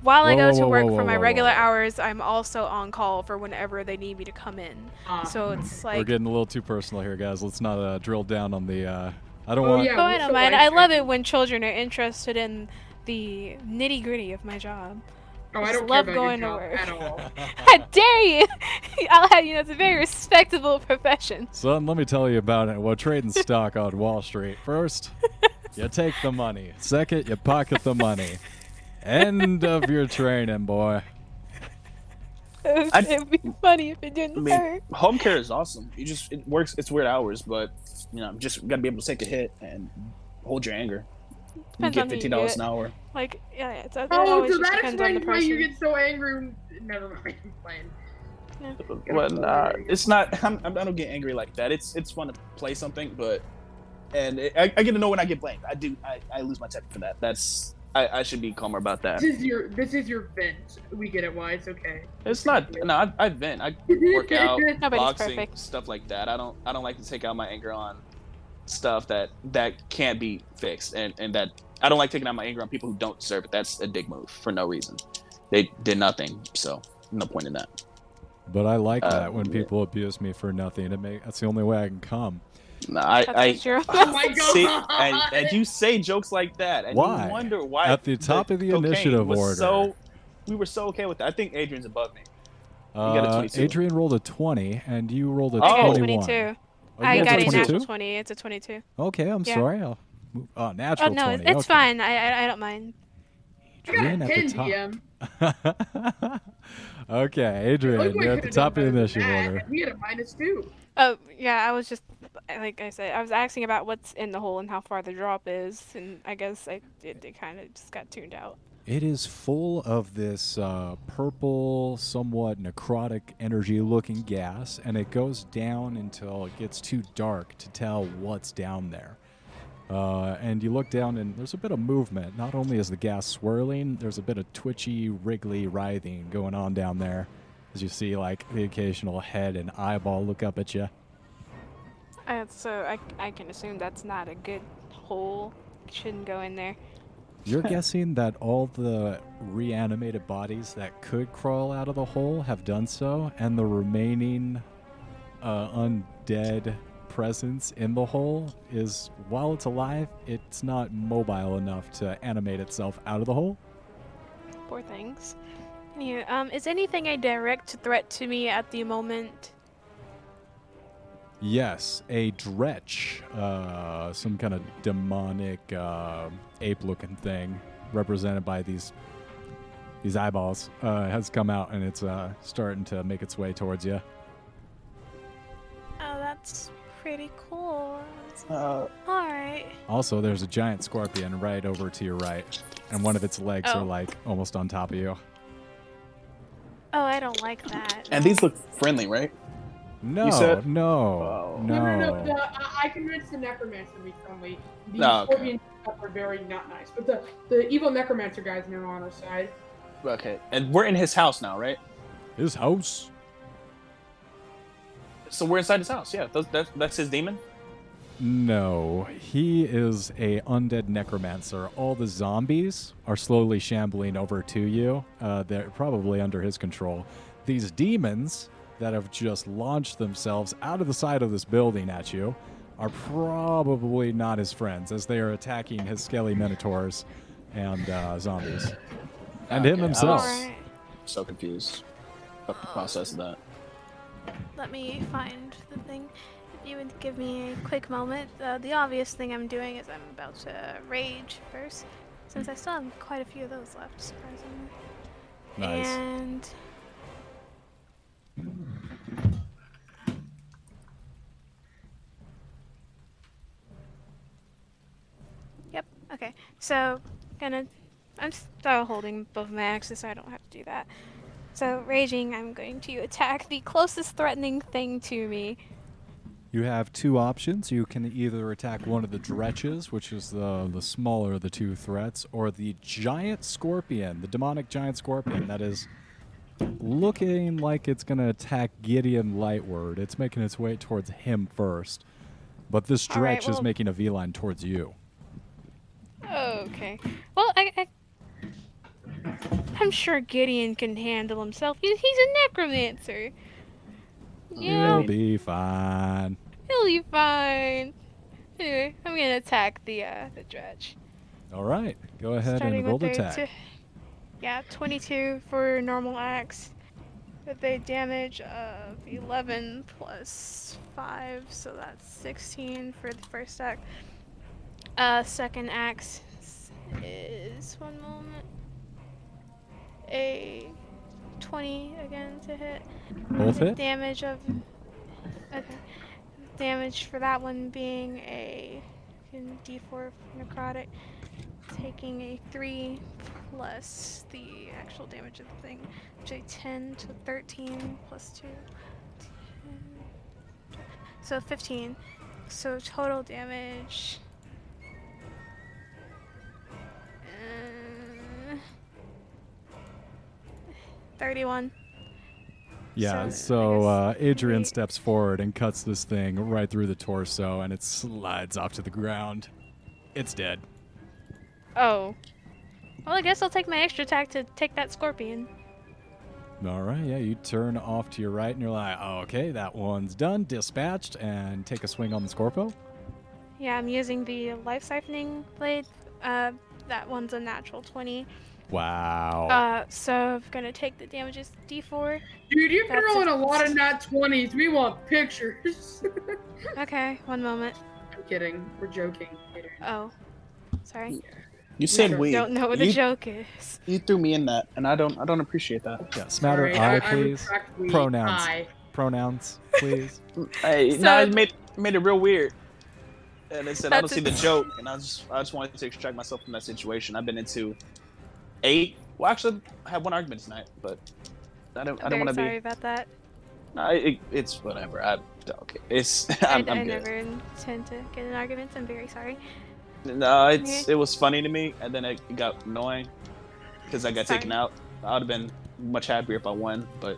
F: While I
C: Whoa,
F: go
C: whoa,
F: to
C: whoa,
F: work
C: whoa,
F: for my
C: whoa,
F: regular
C: whoa.
F: hours, I'm also on call for whenever they need me to come in.
A: uh,
F: So it's
C: We're
F: like
C: getting a little too personal here, guys. Let's not uh, drill down on the. Uh, I don't
A: Oh,
C: want.
A: yeah,
F: Oh, I
A: what's
F: don't
A: the
F: mind.
A: life
F: I love
A: jacket?
F: it when children are interested in the nitty gritty of my job.
A: oh i
F: just
A: don't
F: love
A: care about
F: going to
A: your job
F: work.
A: at all
F: How dare you! I'll have you know it's a very respectable profession.
C: Son, let me tell you about it. Well, trading stock on Wall Street. First, you take the money. Second, you pocket the money. End of your training, boy.
D: I-
F: It'd be funny if it
D: I
F: didn't
D: mean-
F: hurt.
D: Home care is awesome. You just it works. It's weird hours, but you know, just gotta be able to take a hit and hold your anger. You
F: Depends
D: get
F: on who you
D: fifteen dollars
F: get.
D: an hour.
F: Like, yeah, it's, that
A: oh
F: always
A: so
F: just
A: that
F: depends on the
A: explains why you
F: person.
A: get so angry when... never mind I'm playing
D: Well, nah, it's not. I'm, I'm- I don't get angry like that. It's it's fun to play something, but and it, I, I get to know when I get blamed. I do. I, I lose my temper for that. That's I, I should be calmer about that.
A: This is your this is your vent. We get it why it's okay. Oh
D: It's not. No, I, I vent. I work out,
F: Nobody's
D: boxing,
F: perfect.
D: stuff like that. I don't. I don't like to take out my anger on stuff that that can't be fixed, and and that I don't like taking out my anger on people who don't deserve it. That's a dick move for no reason. They did nothing, so no point in that.
C: But I like
D: Uh,
C: that when
D: yeah.
C: people abuse me for nothing. It make, that's the only way I can come.
D: No, I,
F: That's
D: I
F: what you're-
A: Oh my god!
D: See, and, and you say jokes like that, and
C: Why?
D: you wonder why.
C: At the top of the
D: cocaine
C: initiative
D: was
C: order.
D: So, we were so okay with that. I think Adrian's above me. got a
C: Uh,
D: 22.
C: Adrian rolled a 20, and you rolled a
F: I got a
C: 21.
F: 22.
C: Oh, you
F: I
C: rolled
F: got a natural
C: 22?
F: 20. It's a 22.
C: Okay, I'm
F: Yeah.
C: sorry. I'll move- Oh,
F: Oh
C: natural
F: no,
C: 20.
F: it's
C: okay.
F: fine. I, I I don't mind.
A: I got a
C: Adrian at the
A: 10
C: top.
A: DM.
C: okay, Adrian,
A: Playboy
C: you're at
A: could've
C: the
A: done
C: top of
A: better
C: the
A: than
C: initiative
A: that,
C: order.
A: and We had a minus two.
F: Oh yeah, I was just like I said, I was asking about what's in the hole and how far the drop is, and I guess I it, it kind of just got tuned out.
C: It is full of this uh, purple, somewhat necrotic energy looking gas, and it goes down until it gets too dark to tell what's down there. Uh, and you look down, and there's a bit of movement. Not only is the gas swirling, there's a bit of twitchy, wriggly writhing going on down there. As you see, like, the occasional head and eyeball look up at you.
F: I That's so I, I can assume that's not a good hole. Shouldn't go in there.
C: You're guessing that all the reanimated bodies that could crawl out of the hole have done so, and the remaining uh, undead presence in the hole is, while it's alive, it's not mobile enough to animate itself out of the hole.
F: Poor things. Anywho, um, is anything a direct threat to me at the moment?
C: Yes, a dretch, uh, some kind of demonic uh, ape-looking thing, represented by these these eyeballs, uh, has come out and it's uh, starting to make its way towards you.
F: Oh, that's pretty cool. That's-
D: Uh,
F: All right.
C: Also, there's a giant scorpion right over to your right, and one of its legs
F: Oh.
C: are like almost on top of you.
F: Oh, I don't like that.
D: and these look friendly, right?
C: No,
D: said-
C: no,
D: Oh.
C: no,
A: No, no, no. The, uh, I, I convinced the necromancer to be friendly. The
D: Oh, okay.
A: scorpion stuff are very not nice, but the, the evil necromancer guy's now on our side.
D: Okay. And we're in his house now, right?
C: His house.
D: So we're inside his house. Yeah, that's, that's, that's his demon.
C: No, he is a undead necromancer. All the zombies are slowly shambling over to you. Uh, they're probably under his control. These demons that have just launched themselves out of the side of this building at you are probably not his friends, as they are attacking his skelly minotaurs and uh, zombies, and him
D: Okay, I
C: himself.
D: was-
F: All right.
D: So confused. About
F: Oh,
D: the process of that.
F: Let me find the thing. If you would give me a quick moment, uh, the obvious thing I'm doing is I'm about to rage first, since I still have quite a few of those left, surprisingly.
C: Nice.
F: And Yep. Okay. So gonna I'm still holding both my axes, so I don't have to do that. So raging, I'm going to attack the closest threatening thing to me.
C: You have two options. You can either attack one of the dretches, which is the, the smaller of the two threats, or the giant scorpion, the demonic giant scorpion that is looking like it's going to attack Gideon Lightward. It's making its way towards him first. But this
F: All right,
C: dretch is
F: well-
C: making a V line towards you.
F: Okay. Well, I, I I'm sure Gideon can handle himself. He, he's a necromancer. Yeah.
C: You'll be fine.
F: He'll be fine. Anyway, I'm gonna attack the uh the dredge.
C: All right. Go ahead and roll
F: with their
C: attack.
F: two- yeah, 22 for normal axe. With a damage of 11 plus 5, so that's 16 for the first axe. Uh, second axe is one moment. A 20 again to hit.
C: Both
F: The
C: hit?
F: Damage of. Okay. Damage for that one being a fucking d4 necrotic, taking a 3 plus the actual damage of the thing, which is 10 to 13 plus 2. 10, So 15. So total damage. uh, 31.
C: Yeah,
F: So,
C: so
F: I
C: uh,
F: guess
C: Adrian
F: we-
C: steps forward and cuts this thing right through the torso, and it slides off to the ground. It's dead.
F: Oh. Well, I guess I'll take my extra attack to take that scorpion.
C: All right, yeah, you turn off to your right, and you're like, okay, that one's done, dispatched, and take a swing on the Scorpo.
F: Yeah, I'm using the life siphoning blade. Uh, that one's a natural 20.
D: Oh.
C: Wow.
F: Uh, so I'm gonna take the damages d4.
A: Dude, you've been
F: That's
A: rolling
F: a-
A: a lot of nat 20s. We want pictures.
F: Okay, one moment.
A: I'm kidding. We're joking. Adrian.
F: Oh. Sorry.
D: You said
A: Sure.
D: we.
F: Don't know what the
D: you,
F: joke is.
D: You threw me in that, and I don't. I don't appreciate that.
C: yeah, smatter
A: Sorry,
C: I,
A: I- I
C: please.
A: retract we.
C: Pronouns.
A: I.
C: Pronouns, please.
D: I,
F: So-
D: no, it made made it real weird. And they said I don't
F: That's
D: see
F: a-
D: the joke, and I just I just wanted to extract myself from that situation. I've been into eight. Well, actually, I had one argument tonight, but I don't. I
F: I'm
D: don't
F: very
D: want to
F: sorry
D: be.
F: about that.
D: I, it, it's whatever. I okay. It's
F: I,
D: I'm,
F: I
D: I'm good.
F: never intend to get in arguments. I'm very sorry.
D: No, it's it was funny to me, and then it got annoying because I got
F: Sorry.
D: taken out. I would have been much happier if I won, but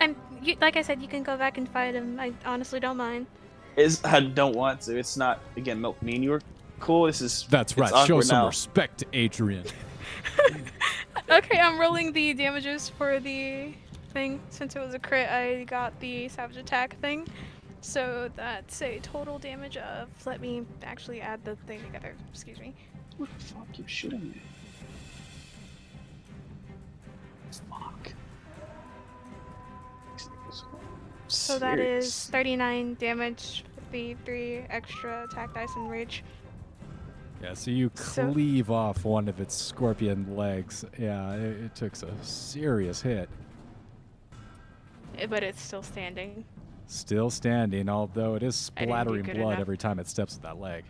F: I'm, you, like I said, you can go back and fight him. I honestly don't mind.
D: Is I don't want to. It's not again. Don't mean you're cool. This is
C: That's
D: it's
C: right. Show
D: awkward
C: some
D: now.
C: respect to Adrian.
F: Okay, I'm rolling the damages for the thing. Since it was a crit, I got the savage attack thing. So that's a total damage of. Let me actually add the thing together. Excuse me.
D: What the fuck you shooting me? Fuck.
F: So that is 39 damage with the three extra attack dice and rage.
C: Yeah, so you
F: So-
C: cleave off one of its scorpion legs. Yeah, it, it took a serious hit.
F: Eh, But it's still standing.
C: Still standing, although it is
F: I didn't do
C: splattering
F: good
C: blood
F: enough.
C: every time it steps with that leg.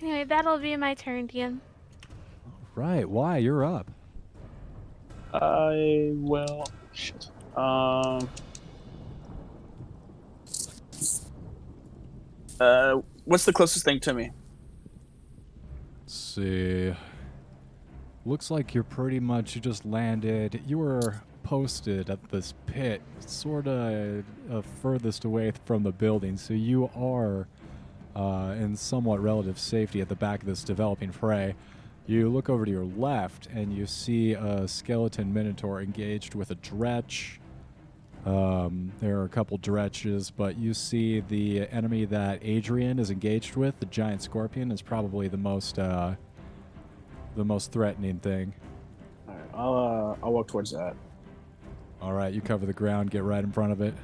E: Anyway, that'll be my turn, DM.
C: Right, why? You're up.
D: I will. Shit. Um. Uh, what's the closest thing to me?
C: see. Looks like you're pretty much you just landed. You were posted at this pit, sort of uh, furthest away from the building, so you are uh, in somewhat relative safety at the back of this developing fray. You look over to your left and you see a skeleton minotaur engaged with a dretch. Um, there are a couple dretches, but you see the enemy that Adrian is engaged with, the giant scorpion, is probably the most uh, the most threatening thing.
U: All right, I'll uh, I'll walk towards that.
C: All right, you cover the ground, get right in front of it,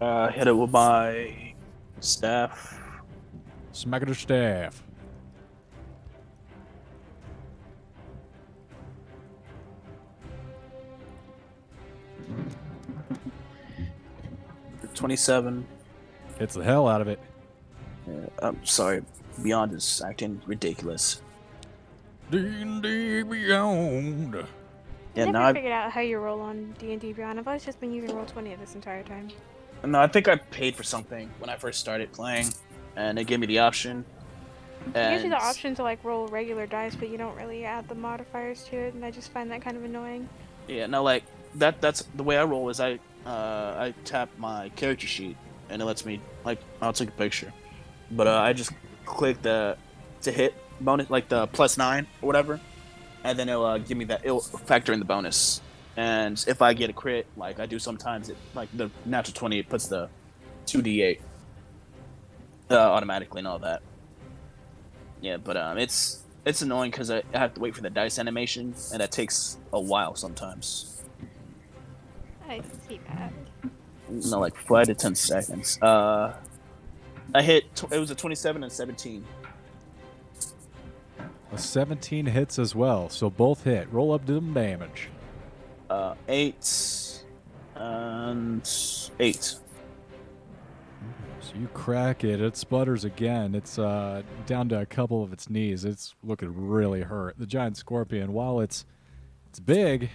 D: Uh, hit it with my staff.
C: smack it with your staff.
D: Twenty-seven.
C: Hits the hell out of it.
D: I'm sorry. Beyond is acting ridiculous.
C: D&D Beyond.
D: Yeah,
E: Never
D: no, I,
E: figured out how you roll on D and D Beyond. I've always just been using roll twenty this entire time.
D: no, I think I paid for something when I first started playing, and it gave me the option.
E: Usually
D: And
E: the option to like roll regular dice, but you don't really add the modifiers to it, and I just find that kind of annoying.
D: Yeah, no, like that. That's the way I roll. Is I uh, I tap my character sheet, and it lets me like I'll take a picture, but uh, I just click the to hit bonus like the plus nine or whatever, and then it'll uh, give me that it'll factor in the bonus. And if I get a crit, like I do sometimes, it like the natural twenty, it puts the two d eight uh, automatically and all that. Yeah, but um, it's it's annoying because I, I have to wait for the dice animation, and that takes a while sometimes.
E: I see that.
D: no like five to ten seconds uh i hit tw- it was a 27 and 17
C: A 17 hits as well, so both hit. Roll up them damage.
D: uh eight and eight
C: So you crack it, it sputters again. It's uh, down to a couple of its knees. It's looking really hurt. The giant scorpion, while it's it's big,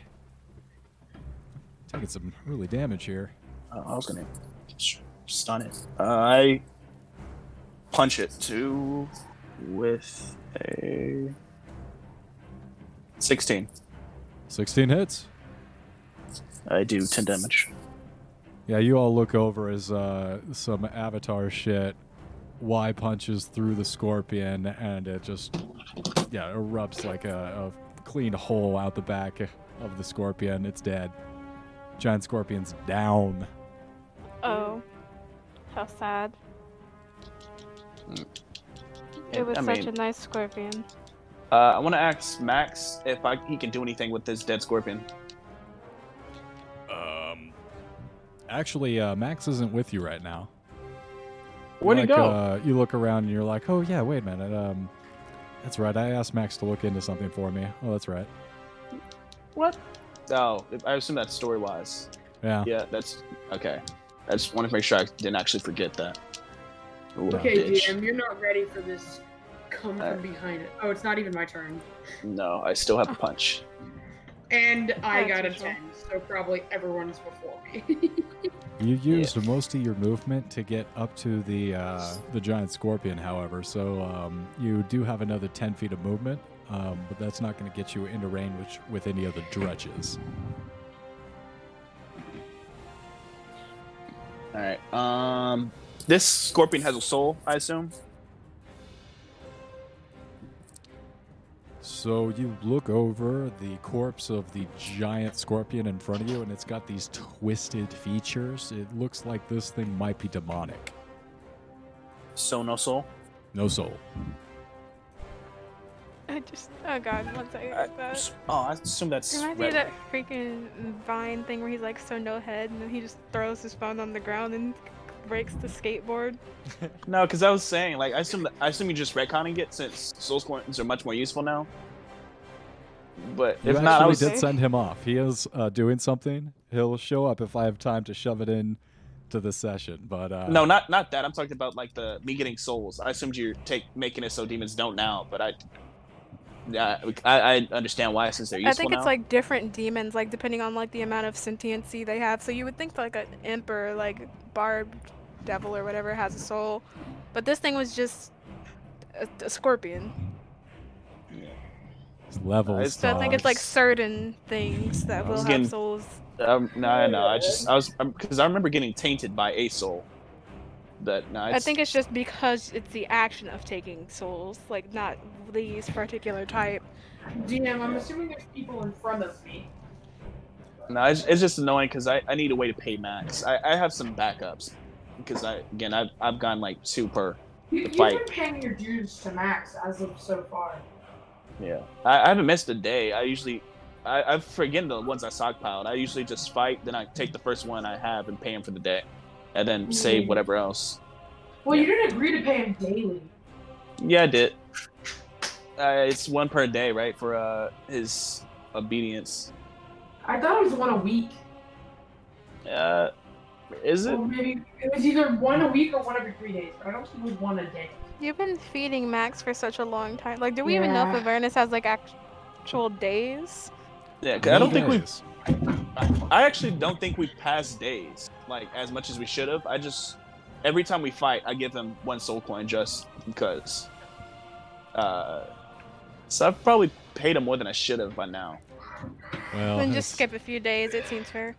C: taking some early damage here.
D: uh, i was gonna sh- stun it i punch it too with a 16
C: 16 hits.
D: i do 10 damage
C: Yeah, you all look over as uh, some avatar shit. Y punches through the scorpion, and it just yeah erupts like a, a clean hole out the back of the scorpion. It's dead. Giant scorpion's down.
E: Oh, how sad.
D: I-
E: It was
D: I
E: such
D: mean,
E: a nice scorpion.
D: uh, i want to ask max if I, he can do anything with this dead scorpion
C: Um, actually, uh, Max isn't with you right now.
D: where'd
C: like,
D: he go
C: Uh, you look around and you're like, oh yeah, wait a minute. Um, that's right. I asked Max to look into something for me. Oh, that's right.
D: oh i assume that's story-wise
C: Yeah.
D: Yeah, that's okay. I just want to make sure I didn't actually forget that. Ooh,
A: Okay,
D: bitch.
A: DM, you're not ready for this. Come
D: Uh,
A: from behind it. Oh, it's not even my turn.
D: No, I still have a punch.
A: And I
E: That's
A: got a
E: usual.
A: 10, so probably everyone's before me.
C: You used most of your movement to get up to the uh, the giant scorpion, however. So um, you do have another ten feet of movement, um, but that's not going to get you into range with, with any other dredges.
D: All right. Um, This scorpion has a soul, I assume.
C: So you look over the corpse of the giant scorpion in front of you, and it's got these twisted features. It looks like this thing might be demonic.
D: So no soul.
C: No soul.
F: I just. Oh god, one second.
D: Uh,
F: that
D: s- Oh, I assume that's.
F: reminds me of
D: red.
F: that freaking Vine thing where he's like so no head, and then he just throws his phone on the ground and breaks the skateboard.
D: No, because I was saying, like, I assume that, I assume you're just retconning it since soul scorpions are much more useful now. But
C: You
D: if not, I
C: actually
D: was
C: did send him off. He is uh, doing something. He'll show up if I have time to shove it in to the session. But uh,
D: no, not not that. I'm talking about like the me getting souls. I assumed you're take making it so demons don't now, but I, yeah, I, I understand why since they're useful
F: I think
D: now.
F: it's like different demons, like depending on like the amount of sentiency they have. So you would think like an imp or like barbed devil or whatever has a soul, but this thing was just a, a scorpion.
C: it's levels.
D: it's-
F: So I think it's like
D: Nice.
F: certain things that
C: I
F: will
D: was
F: have
D: getting-
F: souls.
D: um, no, I know. I just I was because I remember getting tainted by a soul. But no,
F: I think it's just because it's the action of taking souls, like not these particular type.
A: DM, I'm assuming there's people in front of me.
D: No, it's, it's just annoying because I, I need a way to pay max. I, I have some backups because I again I've I've gone like super.
A: You, you've
D: Fight.
A: been paying your dues to Max as of so far.
D: Yeah. I, I haven't missed a day. I usually I, I forget the ones I stockpiled. I usually just fight, then I take the first one I have and pay him for the day, and then save
A: Mhm.
D: whatever else.
A: Well, you didn't agree to pay him daily.
D: Yeah, I did. Uh, it's one per day, right, for uh his obedience.
A: I thought it was one a week.
D: Uh, is it?
A: Or maybe it was either one a week or one every three days, but I don't think it was one a day.
F: You've been feeding Max for such a long time. Like, do we even know if
A: Yeah.
F: Avernus has like actual days?
D: Yeah, 'cause I don't think we
C: Yes.
D: I actually don't think we passed days like as much as we should have. I just every time we fight, I give them one soul coin just because. Uh, so I've probably paid him more than I should have by now.
C: Well,
F: then
C: it's-
F: just skip a few days. It seems fair.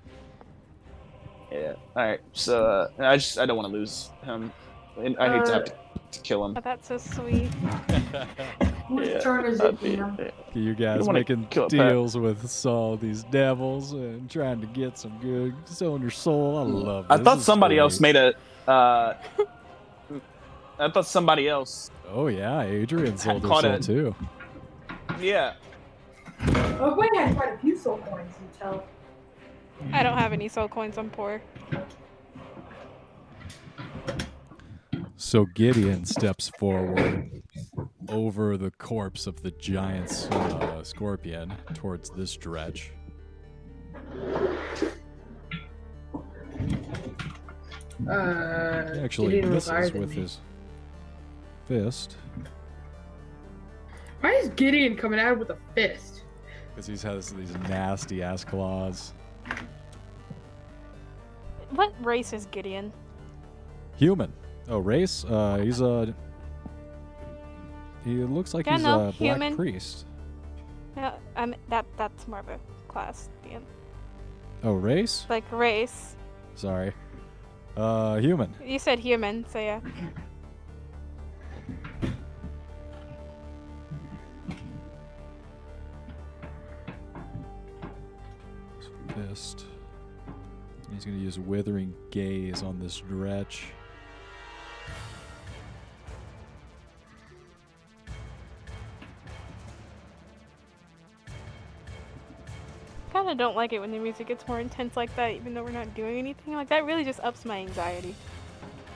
D: Yeah. All right. So uh, I just I don't want to lose him. And I hate to have to, to kill him.
F: Oh, that's so sweet.
A: Whose
D: Yeah,
A: turn is
D: I'd
A: it,
D: be-
A: DM?
C: You
D: You
C: guys
D: wanna
C: making
D: kill it back.
C: deals with all these devils and trying to get some good selling your soul. I love.
D: I
C: this.
D: thought
C: This is
D: somebody
C: great.
D: else made a. Uh, I thought somebody else.
C: Oh yeah, Adrian sold her
D: caught
C: soul
D: it.
C: too.
D: Yeah.
A: Oh, wait, I had a few soul coins until.
F: I don't have any soul coins. I'm poor.
C: So Gideon steps forward over the corpse of the giant uh, scorpion towards this dredge.
A: Uh,
C: He actually
A: Gideon was higher
C: misses
A: than
C: with
A: me.
C: his fist
A: Why is Gideon coming out with a fist?
C: because he has these nasty ass claws.
F: What race is Gideon?
C: Human. Oh, race? Uh, he's a. He looks like
F: Yeah,
C: he's
F: no,
C: a black
F: human.
C: priest.
F: Yeah, um, that that's more of a class. Yeah.
C: Oh, race?
F: Like race.
C: Sorry. Uh, human.
F: You said human, so yeah.
C: Fist. He's gonna use withering gaze on this dretch.
F: Kind of don't like it when the music gets more intense like that, even though we're not doing anything. Like that really just ups my anxiety.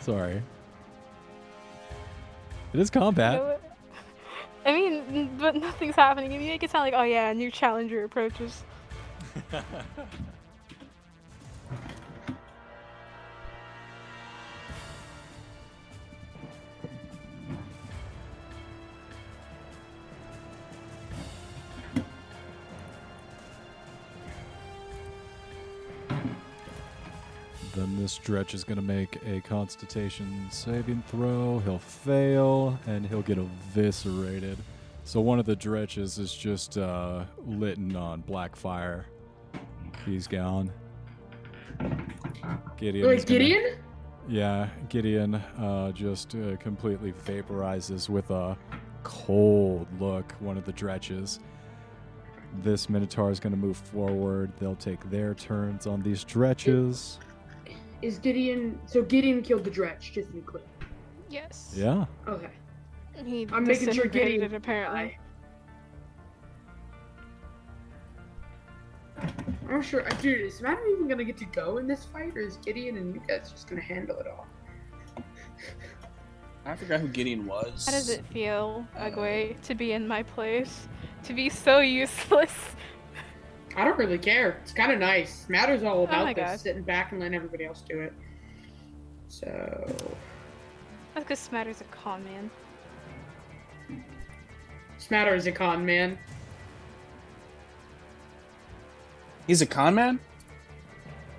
C: Sorry. It is
F: You
C: combat.
F: know what? I mean, n- but nothing's happening. You make it sound like, oh yeah, a new challenger approaches.
C: Then this dretch is gonna make a constitution saving throw. He'll fail and he'll get eviscerated. So one of the dretches is just uh, litten on black fire. He's gone. Gideon.
A: Wait,
C: is gonna-
A: Gideon?
C: Yeah, Gideon uh, just uh, completely vaporizes with a cold look, one of the dretches. This Minotaur is going to move forward. They'll take their turns on these dretches.
A: Is Gideon? So Gideon killed the Dretch, just to be clear.
F: Yes.
C: Yeah.
A: Okay.
F: He
A: I'm making sure Gideon-
F: disintegrated, apparently.
A: I- I'm not sure, uh, dude. Is Madam even gonna get to go in this fight, or is Gideon and you guys just gonna handle it all?
D: I forgot who Gideon was.
F: How does it feel, Agwe, to be in my place? To be so useless?
A: I don't really care. It's kind of nice. Matter's all about
F: my
A: this,
F: God.
A: sitting back and letting everybody else do it. So
F: That's because Smatter's a con man.
A: Smatter is a con man.
D: He's a con man.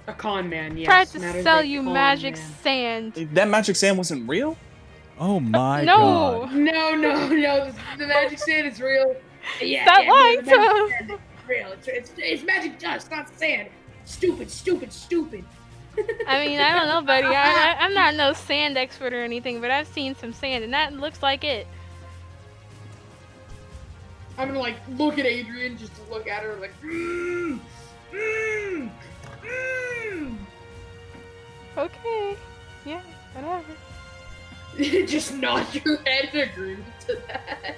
A: A con man, yes.
F: Tried to
A: Matter's
F: sell
A: a
F: you
A: con
F: magic
A: man.
F: sand.
D: That magic sand wasn't real.
C: Oh my
F: no!
C: god.
A: No, no, no. the- The magic sand is real. Yeah,
F: Stop
A: yeah, no,
F: lying
A: the magic
F: to him.
A: sand is real. It's, it's, it's magic dust, not sand. Stupid, stupid, stupid.
F: I mean, I don't know, buddy. I, I, I'm not no sand expert or anything, but I've seen some sand, and that looks like it.
A: I'm gonna like look at Adrian just to look at her like. Mm, mm, mm.
F: Okay. Yeah, whatever.
A: just nod your head in agreement to that.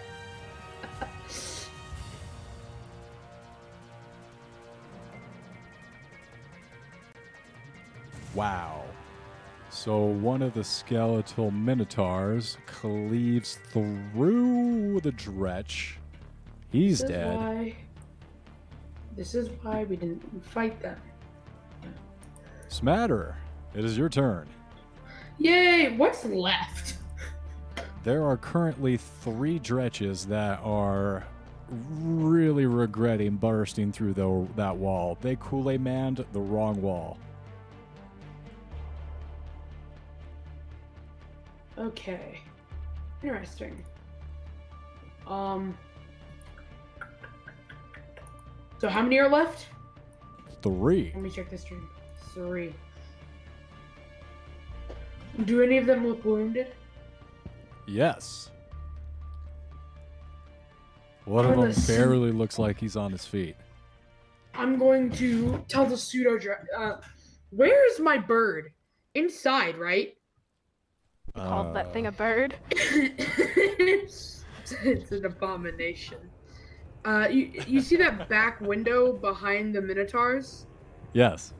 C: Wow. So one of the skeletal minotaurs cleaves through the dretch. He's
A: This is
C: dead.
A: Why, this is why we didn't fight them.
C: Smatter, it is your turn.
A: Yay! What's left?
C: There are currently three dretches that are really regretting bursting through the, that wall. They Kool Aid manned the wrong wall.
A: Okay. Interesting. Um. So how many are left?
C: Three.
A: Let me check this dream. Three. Do any of them look wounded?
C: Yes. One of
A: Trying to
C: them
A: see-
C: barely looks like he's on his feet.
A: I'm going to tell the pseudo. dra- Uh, where's my bird? Inside, right?
F: Called that thing
C: Uh,
F: a bird.
A: it's an abomination. Uh, you, you see that back window behind the Minotaurs?
C: Yes.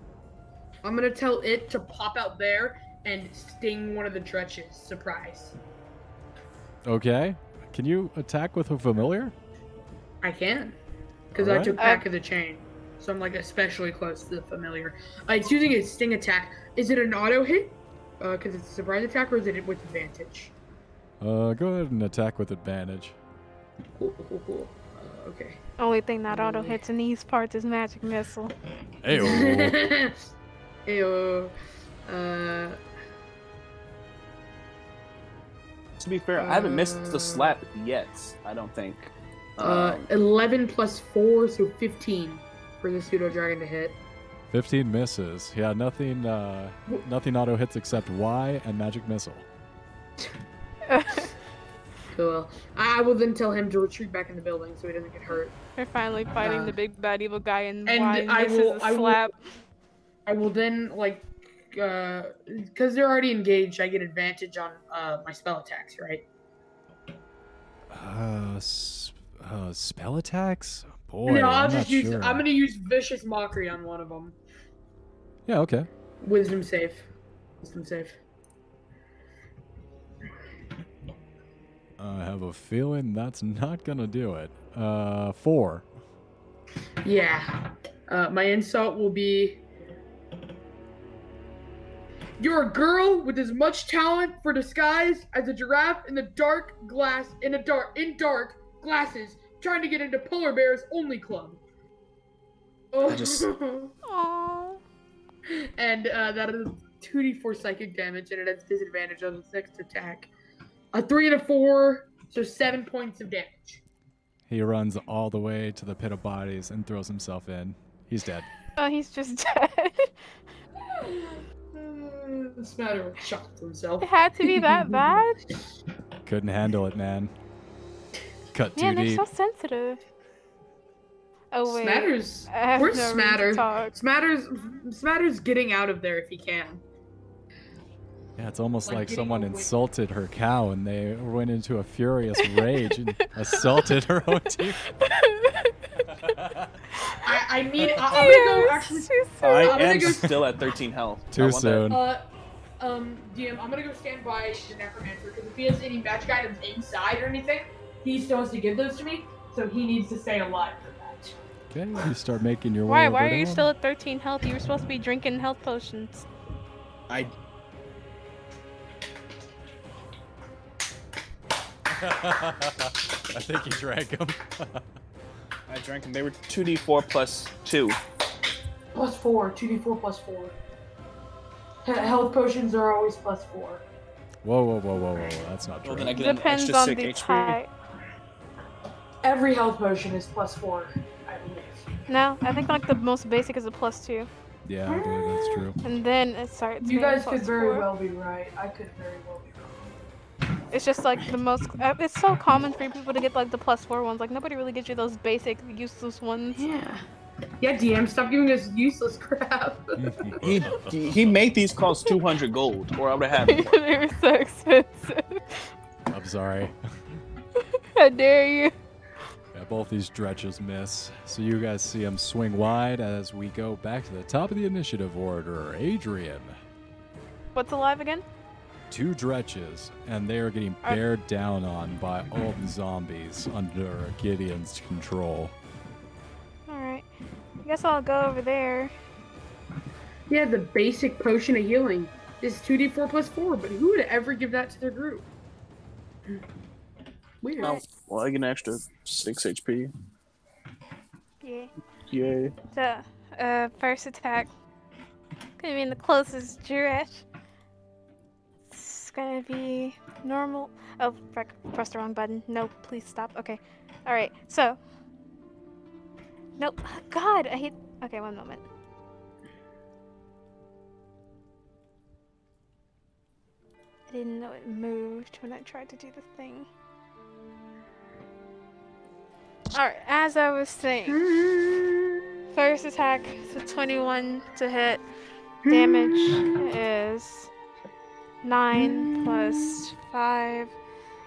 A: I'm gonna tell it to pop out there and sting one of the dretches. Surprise.
C: Okay. Can you attack with a familiar?
A: I can. Uh, Because I
C: Alright.
A: took back of the chain. So I'm like especially close to the familiar. Uh, it's using its sting attack. Is it an auto hit? Because it's a surprise attack, or is it with advantage?
C: Uh, go ahead and attack with advantage.
A: Cool, cool, cool. Uh, okay.
F: Only thing that auto hits in these parts is magic missile.
C: Ayo.
A: Ew. Uh,
D: To be fair, I haven't missed the slap yet. I don't think.
A: uh,
D: Um,
A: 11 plus 4, so 15 for the pseudo dragon to hit.
C: 15 misses. Yeah, nothing uh, nothing auto hits except Y and magic missile.
A: Cool. I I will then tell him to retreat back in the building so he doesn't get hurt.
F: We're
C: Oh
F: finally fighting
A: Uh,
F: the big bad evil guy, and,
A: and
F: why
A: I
F: this
A: will-
F: is
A: I
F: a
A: will-
F: slap.
A: I will then like because they're already engaged, I get advantage on uh, my spell attacks, right?
C: Uh, s- uh spell attacks? Boy,
A: no, I'll
C: I'm
A: just
C: not
A: use.
C: sure.
A: I'm gonna use vicious mockery on one of them.
C: Yeah, okay.
A: Wisdom save. Wisdom save.
C: I have a feeling that's not gonna do it. Uh, four.
A: Yeah. Uh, my insult will be. You're a girl with as much talent for disguise as a giraffe in the dark glass in a dark in dark glasses trying to get into polar bears only club. Oh.
D: just-
F: Aww.
A: and uh, that is two d four psychic damage, and it has disadvantage on its next attack. A three and a four, so seven points of damage.
C: He runs all the way to the pit of bodies and throws himself in. He's dead.
F: Oh, he's just dead.
A: This matter Uh, was shocked himself.
F: It had to be that bad?
C: Couldn't handle it, man. Cut too
F: Man, they're
C: deep.
F: so sensitive. Oh, wait.
A: Smatters.
F: I have
A: Where's
F: no room to
A: Smatter?
F: talk.
A: Smatters. Smatters getting out of there if he can.
C: Yeah, it's almost
A: Like
C: like
A: getting
C: someone
A: away-
C: insulted her cow and they went into a furious rage and assaulted her own team.
A: I, I need. I, I'm gonna go.
F: Yes,
A: Actually,
F: she's so-
D: I
A: I'm gonna
D: am
A: go-
D: still at 13 health. I
C: Too
D: want that.
C: soon.
A: Uh, um, DM, I'm gonna go stand by the necromancer because if he has any magic items inside or anything, he still has to give those to me, so he needs to stay alive for that.
C: Okay, you start making your way.
F: Why?
C: over
F: Why are you
C: there.
F: still at 13 health? You were supposed to be drinking health potions.
V: I
C: I think you drank him.
D: I drank them. They were 2d4 plus 2.
A: Plus four, two d four plus four. He- Health potions are always plus four.
C: Whoa, whoa, whoa, whoa, whoa! That's not true.
D: Well, then I get an
F: Depends
D: extra
F: on
D: 6
F: the
D: HP.
F: type.
A: Every health potion is plus four, I believe.
F: No, I think like the most basic is a plus two,
C: Yeah, I believe that's true.
F: and then it's sorry. It's
A: You
F: maybe
A: guys could
F: plus
A: very
F: four.
A: well be right. I could very well be wrong.
F: It's just like the most. uh, It's so common for people to get like the plus four ones. Like nobody really gives you those basic useless ones.
A: Yeah. Yeah, DM, stop giving us useless crap.
D: He, he- he made these cost 200 gold, or I would have
F: they
D: had more.
F: were so expensive.
C: I'm sorry.
F: How dare you?
C: Yeah, both these dretches miss. So you guys see them swing wide as we go back to the top of the initiative order. Adrian,
F: What's alive again?
C: two dretches, and they are getting
F: Are-
C: bared down on by all the zombies under Gideon's control.
F: All right. I guess I'll go over there.
A: yeah, the basic potion of healing is 2d4 plus 4, but who would ever give that to their group? Weird.
D: Oh, well, I get an extra 6 HP.
F: Yeah.
D: Yay.
F: So, uh, first attack. Gonna be in the closest Juresh. It's gonna be normal. Oh, frick, pressed the wrong button. No, please stop. Okay. Alright, so. Nope. God, I hate. Okay, one moment. I didn't know it moved when I tried to do the thing. Alright, as I was saying. First attack is a 21 to hit.
A: Hmm.
F: Damage is 9 plus 5.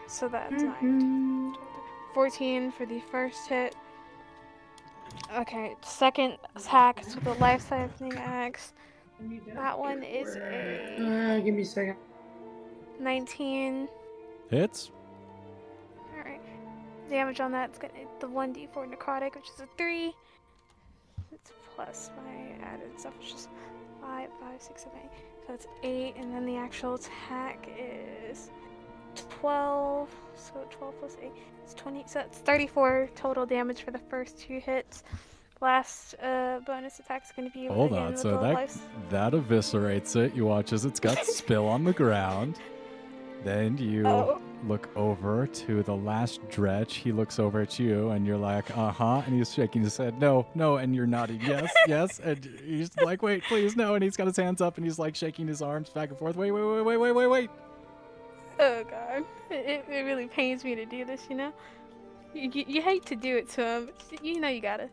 F: So that's 9.
A: Mm-hmm.
F: 14 for the first hit. Okay, second attack is with a life threatening axe. That one is a
A: Uh, give me a second.
F: 19.
C: Hits?
F: Alright. Damage on that's gonna the 1d4 necrotic, which is a 3. It's plus my added stuff, which is 5, 5, 6, 7, 8. So that's 8, and then the actual attack is 12. So 12 plus 8 is 20. So that's 34 total damage for the first two hits. Last uh, bonus attack's gonna be
C: Hold
F: again
C: on,
F: with
C: so
F: the
C: that-
F: life-
C: That eviscerates it. You watch as it's got spill on the ground. Then you
F: Oh.
C: look over to the last dretch. He looks over at you, and you're like, "Uh huh," and he's shaking his head, "No, no," and you're nodding, "Yes, yes," and he's like, "Wait, please, no," and he's got his hands up, and he's like shaking his arms back and forth. Wait, wait, wait, wait, wait, wait, wait.
F: Oh god, it, it- it really pains me to do this, you know. You, you, you hate to do it to him, but you know you gotta.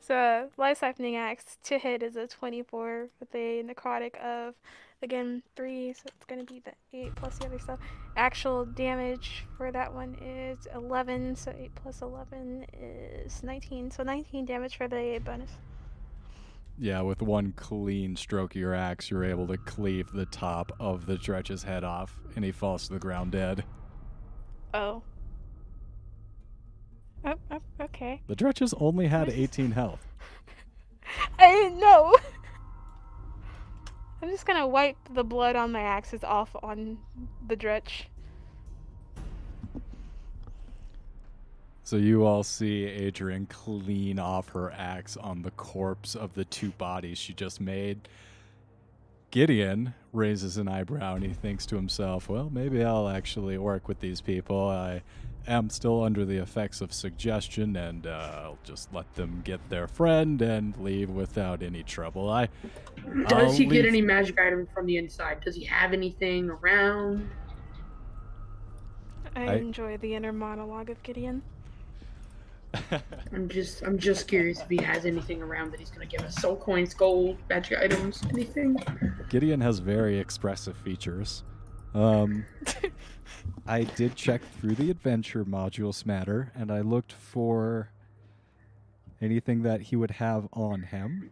F: So, uh, life siphoning axe to hit is a 24 with a necrotic of, again, 3, so it's gonna be the 8 plus the other stuff. Actual damage for that one is 11, so 8 plus 11 is 19, so 19 damage for the bonus.
C: Yeah, with one clean stroke of your axe, you're able to cleave the top of the dretch's head off, and he falls to the ground dead.
F: Oh. Oh, oh okay.
C: The dretches only had 18 health.
F: I didn't know. I'm just gonna wipe the blood on my axes off on the dretch.
C: So you all see Adrian clean off her axe on the corpse of the two bodies she just made. Gideon raises an eyebrow and he thinks to himself, "Well, maybe I'll actually work with these people. I am still under the effects of suggestion and uh, I'll just let them get their friend and leave without any trouble. I
A: Does he
C: leave-
A: get any magic item from the inside? Does he have anything around?
F: I,
C: I-
F: enjoy the inner monologue of Gideon.
A: I'm just I'm just curious if he has anything around that he's gonna give us. Soul coins, gold, magic items, anything.
C: Gideon has very expressive features. Um, I did check through the adventure module smatter and I looked for anything that he would have on him.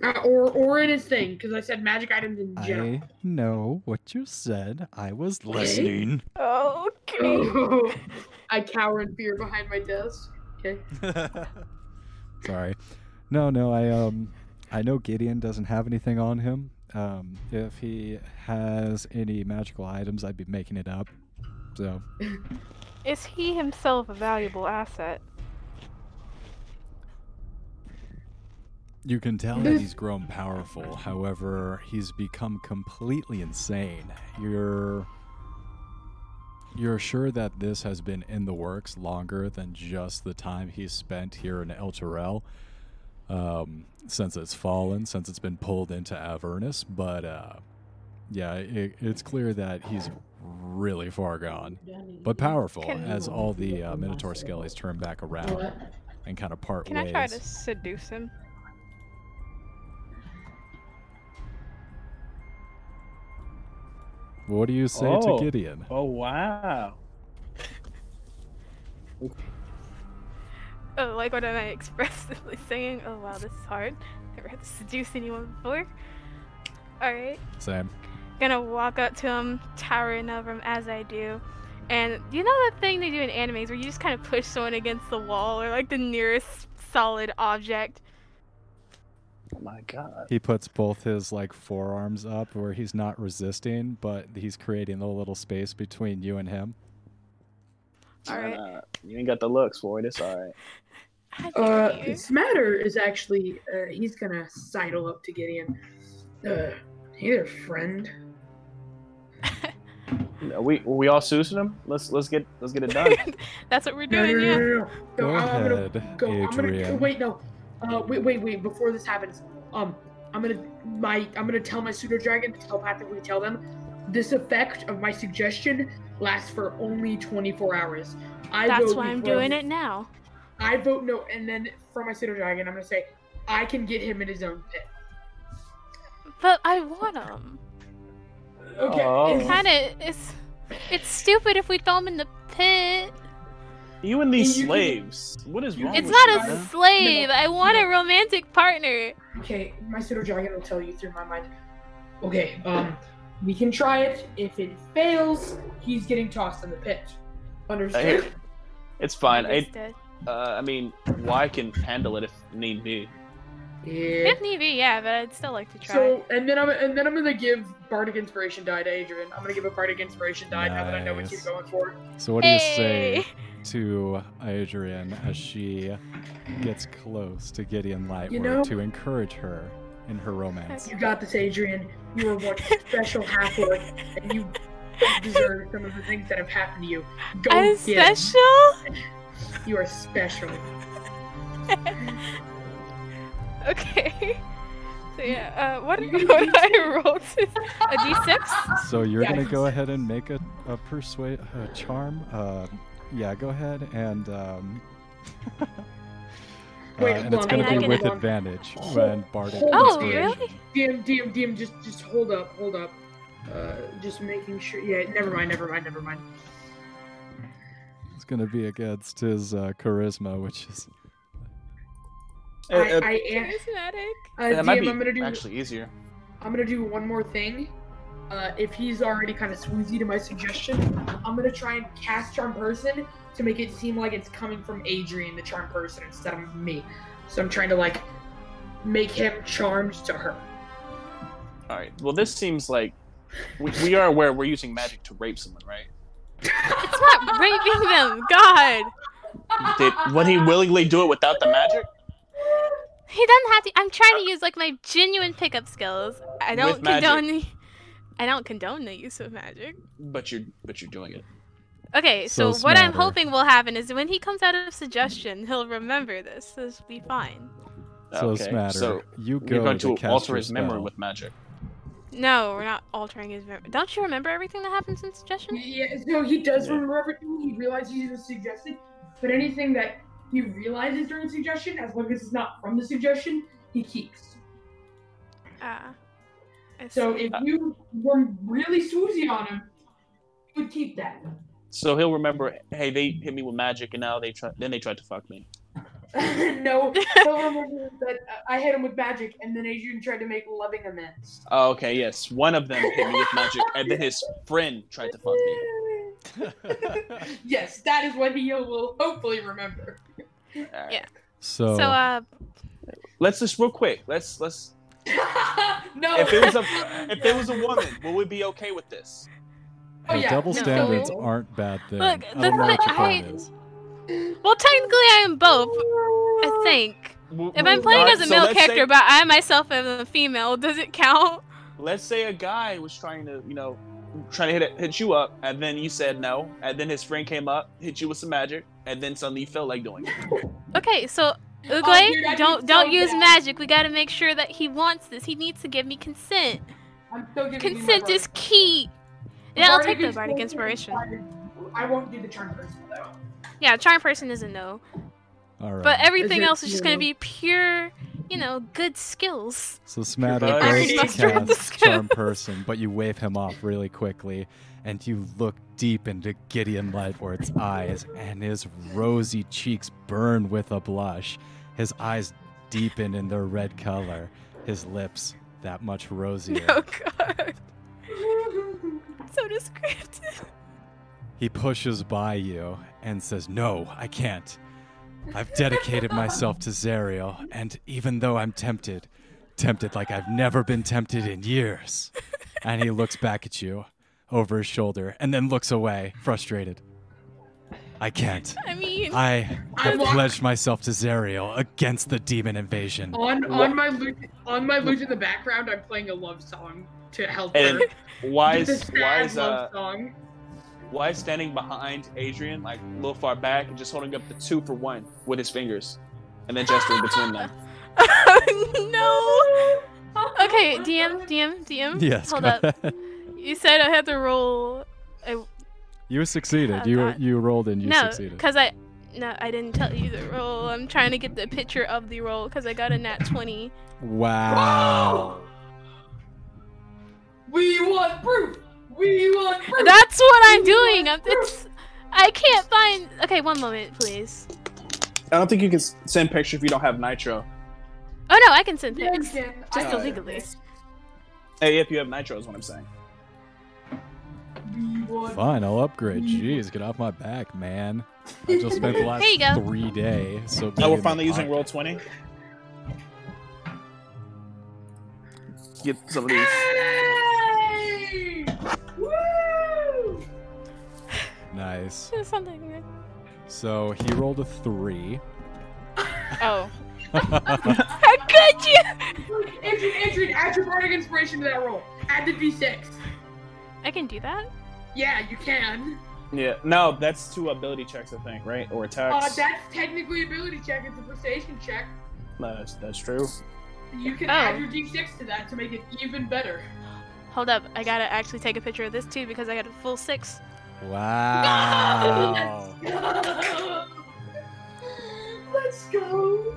A: Uh, or or in his thing, because I said magic items in general.
C: I know what you said. I was
W: Listening.
C: listening.
F: Oh,
A: Oh, I cower in fear behind my desk. Okay.
C: Sorry. No, no, I um I know Gideon doesn't have anything on him. Um if he has any magical items, I'd be making it up. So,
F: Is he himself a valuable asset?
C: You can tell
F: Mm-hmm.
C: that he's grown powerful. However, he's become completely insane. You're you're sure that this has been in the works longer than just the time he's spent here in El Terrell, um, since it's fallen, since it's been pulled into Avernus. But uh, yeah, it, it's clear that he's really far gone, but powerful
F: Can-
C: as all the uh, Minotaur skellies turn back around and kind of part
F: Can
C: ways.
F: I try to seduce him?
C: What do you say
E: Oh.
C: to Gideon?
E: Oh wow.
F: Oh, like what am I expressively saying? Oh wow, this is hard. Never had to seduce anyone before. Alright.
C: Same.
F: Gonna walk up to him, towering over him as I do. And you know that thing they do in animes where you just kind of push someone against the wall or like the nearest solid object?
E: Oh my god.
C: He puts both his like forearms up where he's not resisting, but he's creating a little space between you and him.
F: All right.
E: Uh, you ain't got the looks for it. It's all right.
F: I dare
A: Uh,
F: you.
A: Smatter is actually uh, he's gonna sidle up to Gideon. Uh, hey there, friend.
E: No, we we all suiting him. Let's let's get let's get it done.
F: That's what we're
A: No, no,
F: doing,
A: no, no,
F: yeah.
A: no.
C: Go
A: No, I- I'm gonna
C: ahead,
A: go. I'm gonna
C: Adrian.
A: wait. No, uh, wait, wait, wait. Before this happens, um, I'm gonna my I'm gonna tell my pseudo dragon to telepathically tell them this effect of my suggestion lasts for only 24 hours. I
F: That's
A: vote
F: why
A: we
F: I'm
A: throw-
F: doing it now.
A: I vote no, and then for my pseudo dragon, I'm gonna say I can get him in his own pit.
F: But I want him.
A: Okay.
E: Oh.
A: is-
F: Kind of, it's, it's stupid if we throw him in the pit.
E: You and these
A: You-
E: slaves. What is
A: you-
E: wrong?
F: It's
E: with you,
F: not a
E: man?
F: slave. I want a romantic partner.
A: Okay, my pseudo dragon will tell you through my mind. Okay, um, we can try it. If it fails, he's getting tossed in the pit.
E: I
A: Understood?
E: hear- It's fine.
F: He's
E: I,
F: dead.
E: uh, I mean, why can handle it if need be.
A: Yeah.
F: If need be, yeah, but I'd still like to try.
A: So, and then I'm and then I'm gonna give bardic inspiration die to Adrian. I'm gonna give a bardic inspiration die now that I know what she's
C: Nice.
A: going for.
C: So what do you say to Adrian as she gets close to Gideon Lightward
A: know-
C: to encourage her in her romance?
F: Okay.
A: You got this, Adrian. You are one special half orc, and you deserve some of the things that have happened to you. Go
F: I'm
A: get. it.
F: special?
A: You are special.
F: Okay. So yeah, uh, what, what did I roll to? A d6?
C: So you're
A: Yeah.
C: gonna go ahead and make a, a persuade a charm. Uh, yeah, go ahead and. Um,
A: Wait,
C: uh, and it's
A: hold on,
C: going
F: hold
C: to
F: on,
C: be
F: hold
C: with
A: on.
C: advantage
A: Hold-
C: when Bardic
A: hold
F: Oh,
C: inspiration.
F: really?
A: DM, DM, DM, just, just hold up, hold up. Uh, just making sure. Yeah, never mind, never mind, never mind.
C: It's going to be against his uh, charisma, which is
A: I,
E: Uh, uh,
A: I am.
F: Charismatic.
A: Uh,
E: that
A: DM,
E: might be
A: I'm gonna do.
E: actually easier.
A: I'm gonna do one more thing. Uh, if he's already kind of swoozy to my suggestion, I'm gonna try and cast Charm Person to make it seem like it's coming from Adrian, the Charm Person, instead of me. So I'm trying to like make him charmed to her.
E: All right. Well, this seems like we, we are aware we're using magic to rape someone, right?
F: It's not raping them. God.
E: Did would he willingly do it without the magic?
F: He doesn't have to. I'm trying to use like my genuine pickup skills. I don't
E: With magic.
F: condone. The, I don't condone the use of magic.
E: But you're but you're doing it.
F: Okay, so,
C: So
F: what I'm
C: smarter.
F: hoping will happen is when he comes out of suggestion, he'll remember this. This will be fine.
C: So
D: okay.
C: Smatter,
D: So
C: you go
D: you're going to
C: cast
D: alter
C: your
D: his memory
C: spell.
D: with magic.
F: No, we're not altering his memory. Don't you remember everything that happens in suggestion?
A: Yeah, so he does
D: Yeah.
A: remember everything. He realizes he was suggested, but anything that he realizes during suggestion, as long as it's not from the suggestion, he keeps.
F: Ah. I
A: So
F: see.
A: if you were really swoozy on him, he would keep that.
D: So he'll remember, hey, they hit me with magic, and now they try. Then they tried to fuck me.
A: no, he'll remember that uh, I hit him with magic, and then Adrian tried to make loving amends.
D: Oh, okay, yes, one of them hit me with magic, and then his friend tried to fuck me.
A: yes, that is what he will hopefully remember.
D: All right.
F: Yeah.
C: So,
F: So, uh,
D: Let's just real quick. Let's let's.
A: no.
D: If it was a if it was a woman, would we be okay with this?
A: Oh,
C: hey,
A: yeah,
C: double
A: no.
C: standards aren't bad things.
F: Look,
C: I don't know
F: the-
C: what your
F: I-
C: problem is.
F: well, technically I am both, I think.
D: W-
F: If
D: w-
F: I'm playing
D: all
F: as
D: right,
F: a
D: so
F: male
D: let's say-
F: character, but I myself am a female, does it count?
D: let's say a guy was trying to, you know, trying to hit hit you up, and then you said no, and then his friend came up, hit you with some magic, and then suddenly you felt like doing it.
F: Okay, so Uguay,
A: dude, I'd be
F: don't
A: so
F: don't use
A: mad.
F: magic. We gotta make sure that he wants this. He needs to give me consent.
A: I'm still giving you my
F: Consent
A: bardic-
F: is key.
A: the
F: Yeah, I'll
A: bardic
F: take the bardic inspiration.
A: I won't do the charm person though.
F: Yeah, charm person is a no,
C: All right.
F: but everything
A: it
F: else is just gonna
A: you?
F: be pure, you know, good skills.
C: So Smatter
D: If I
C: goes
D: was
C: to
F: muster with
C: cast
F: this guy-
C: Charm Person, but you wave him off really quickly, and you look deep into Gideon Lightworth's eyes, and his rosy cheeks burn with a blush. His eyes deepen in their red color, his lips that much rosier.
F: Oh god, so descriptive.
C: He pushes by you and says, No, I can't. I've dedicated myself to Zerial, and even though I'm tempted, tempted like I've never been tempted in years. And he looks back at you over his shoulder and then looks away, frustrated. I can't.
F: I mean,
C: I
A: I
C: have
A: walk-
C: pledged myself to Zerial against the demon
F: Uh,
C: invasion.
A: on on my lute on my lute in the background, I'm playing a love song to help
D: And
A: her.
D: why
A: It's
D: is
A: a sad
D: why is uh
A: love song.
D: why is standing behind Adrian like a little far back and just holding up the two for one with his fingers, and then gesturing between them.
F: no. Okay, DM, DM, DM.
C: Yes.
F: Oh,
C: go
F: Hold up.
C: ahead.
F: You said I had to roll.
C: You succeeded.
F: Oh,
C: you
F: God.
C: you rolled and you
F: no,
C: succeeded.
F: because I. No, I didn't tell you the roll. I'm trying to get the picture of the roll because I got a nat 20.
C: Wow.
A: We want proof. We want proof.
F: That's what I'm doing. I'm, it's. I can't find. Okay, one moment, please.
D: I don't think you can s- send picture if you don't have nitro.
F: Oh no, I can send pics.
A: Jensen, I
F: Just
D: yeah.
A: got
F: illegally.
D: Hey, if you have nitro is what I'm saying.
A: it. We want
C: Fine, I'll upgrade. Jeez, get off my back, man. I just spent the last
F: Here you go.
C: three days. So
D: Oh,
C: maybe
D: we're
C: the
D: finally using
C: podcast-
D: roll twenty. Get some of these.
A: Hey! Woo!
C: Nice.
F: Just Something.
C: So he rolled a three.
F: Oh. How could you?
A: Adrian, Adrian, add your bardic inspiration to that roll. Add the d6.
F: I can do that.
A: Yeah, you can.
D: Yeah, no, that's two ability checks, I think, right? Or
A: Uh,
D: attacks.
A: that's technically ability check. It's a persuasion check.
D: No, that's, that's true.
A: You can
F: Oh.
A: add your d6 to that to make it even better.
F: Hold up, I gotta actually take a picture of this too because I got a full six.
C: Wow.
A: Let's go.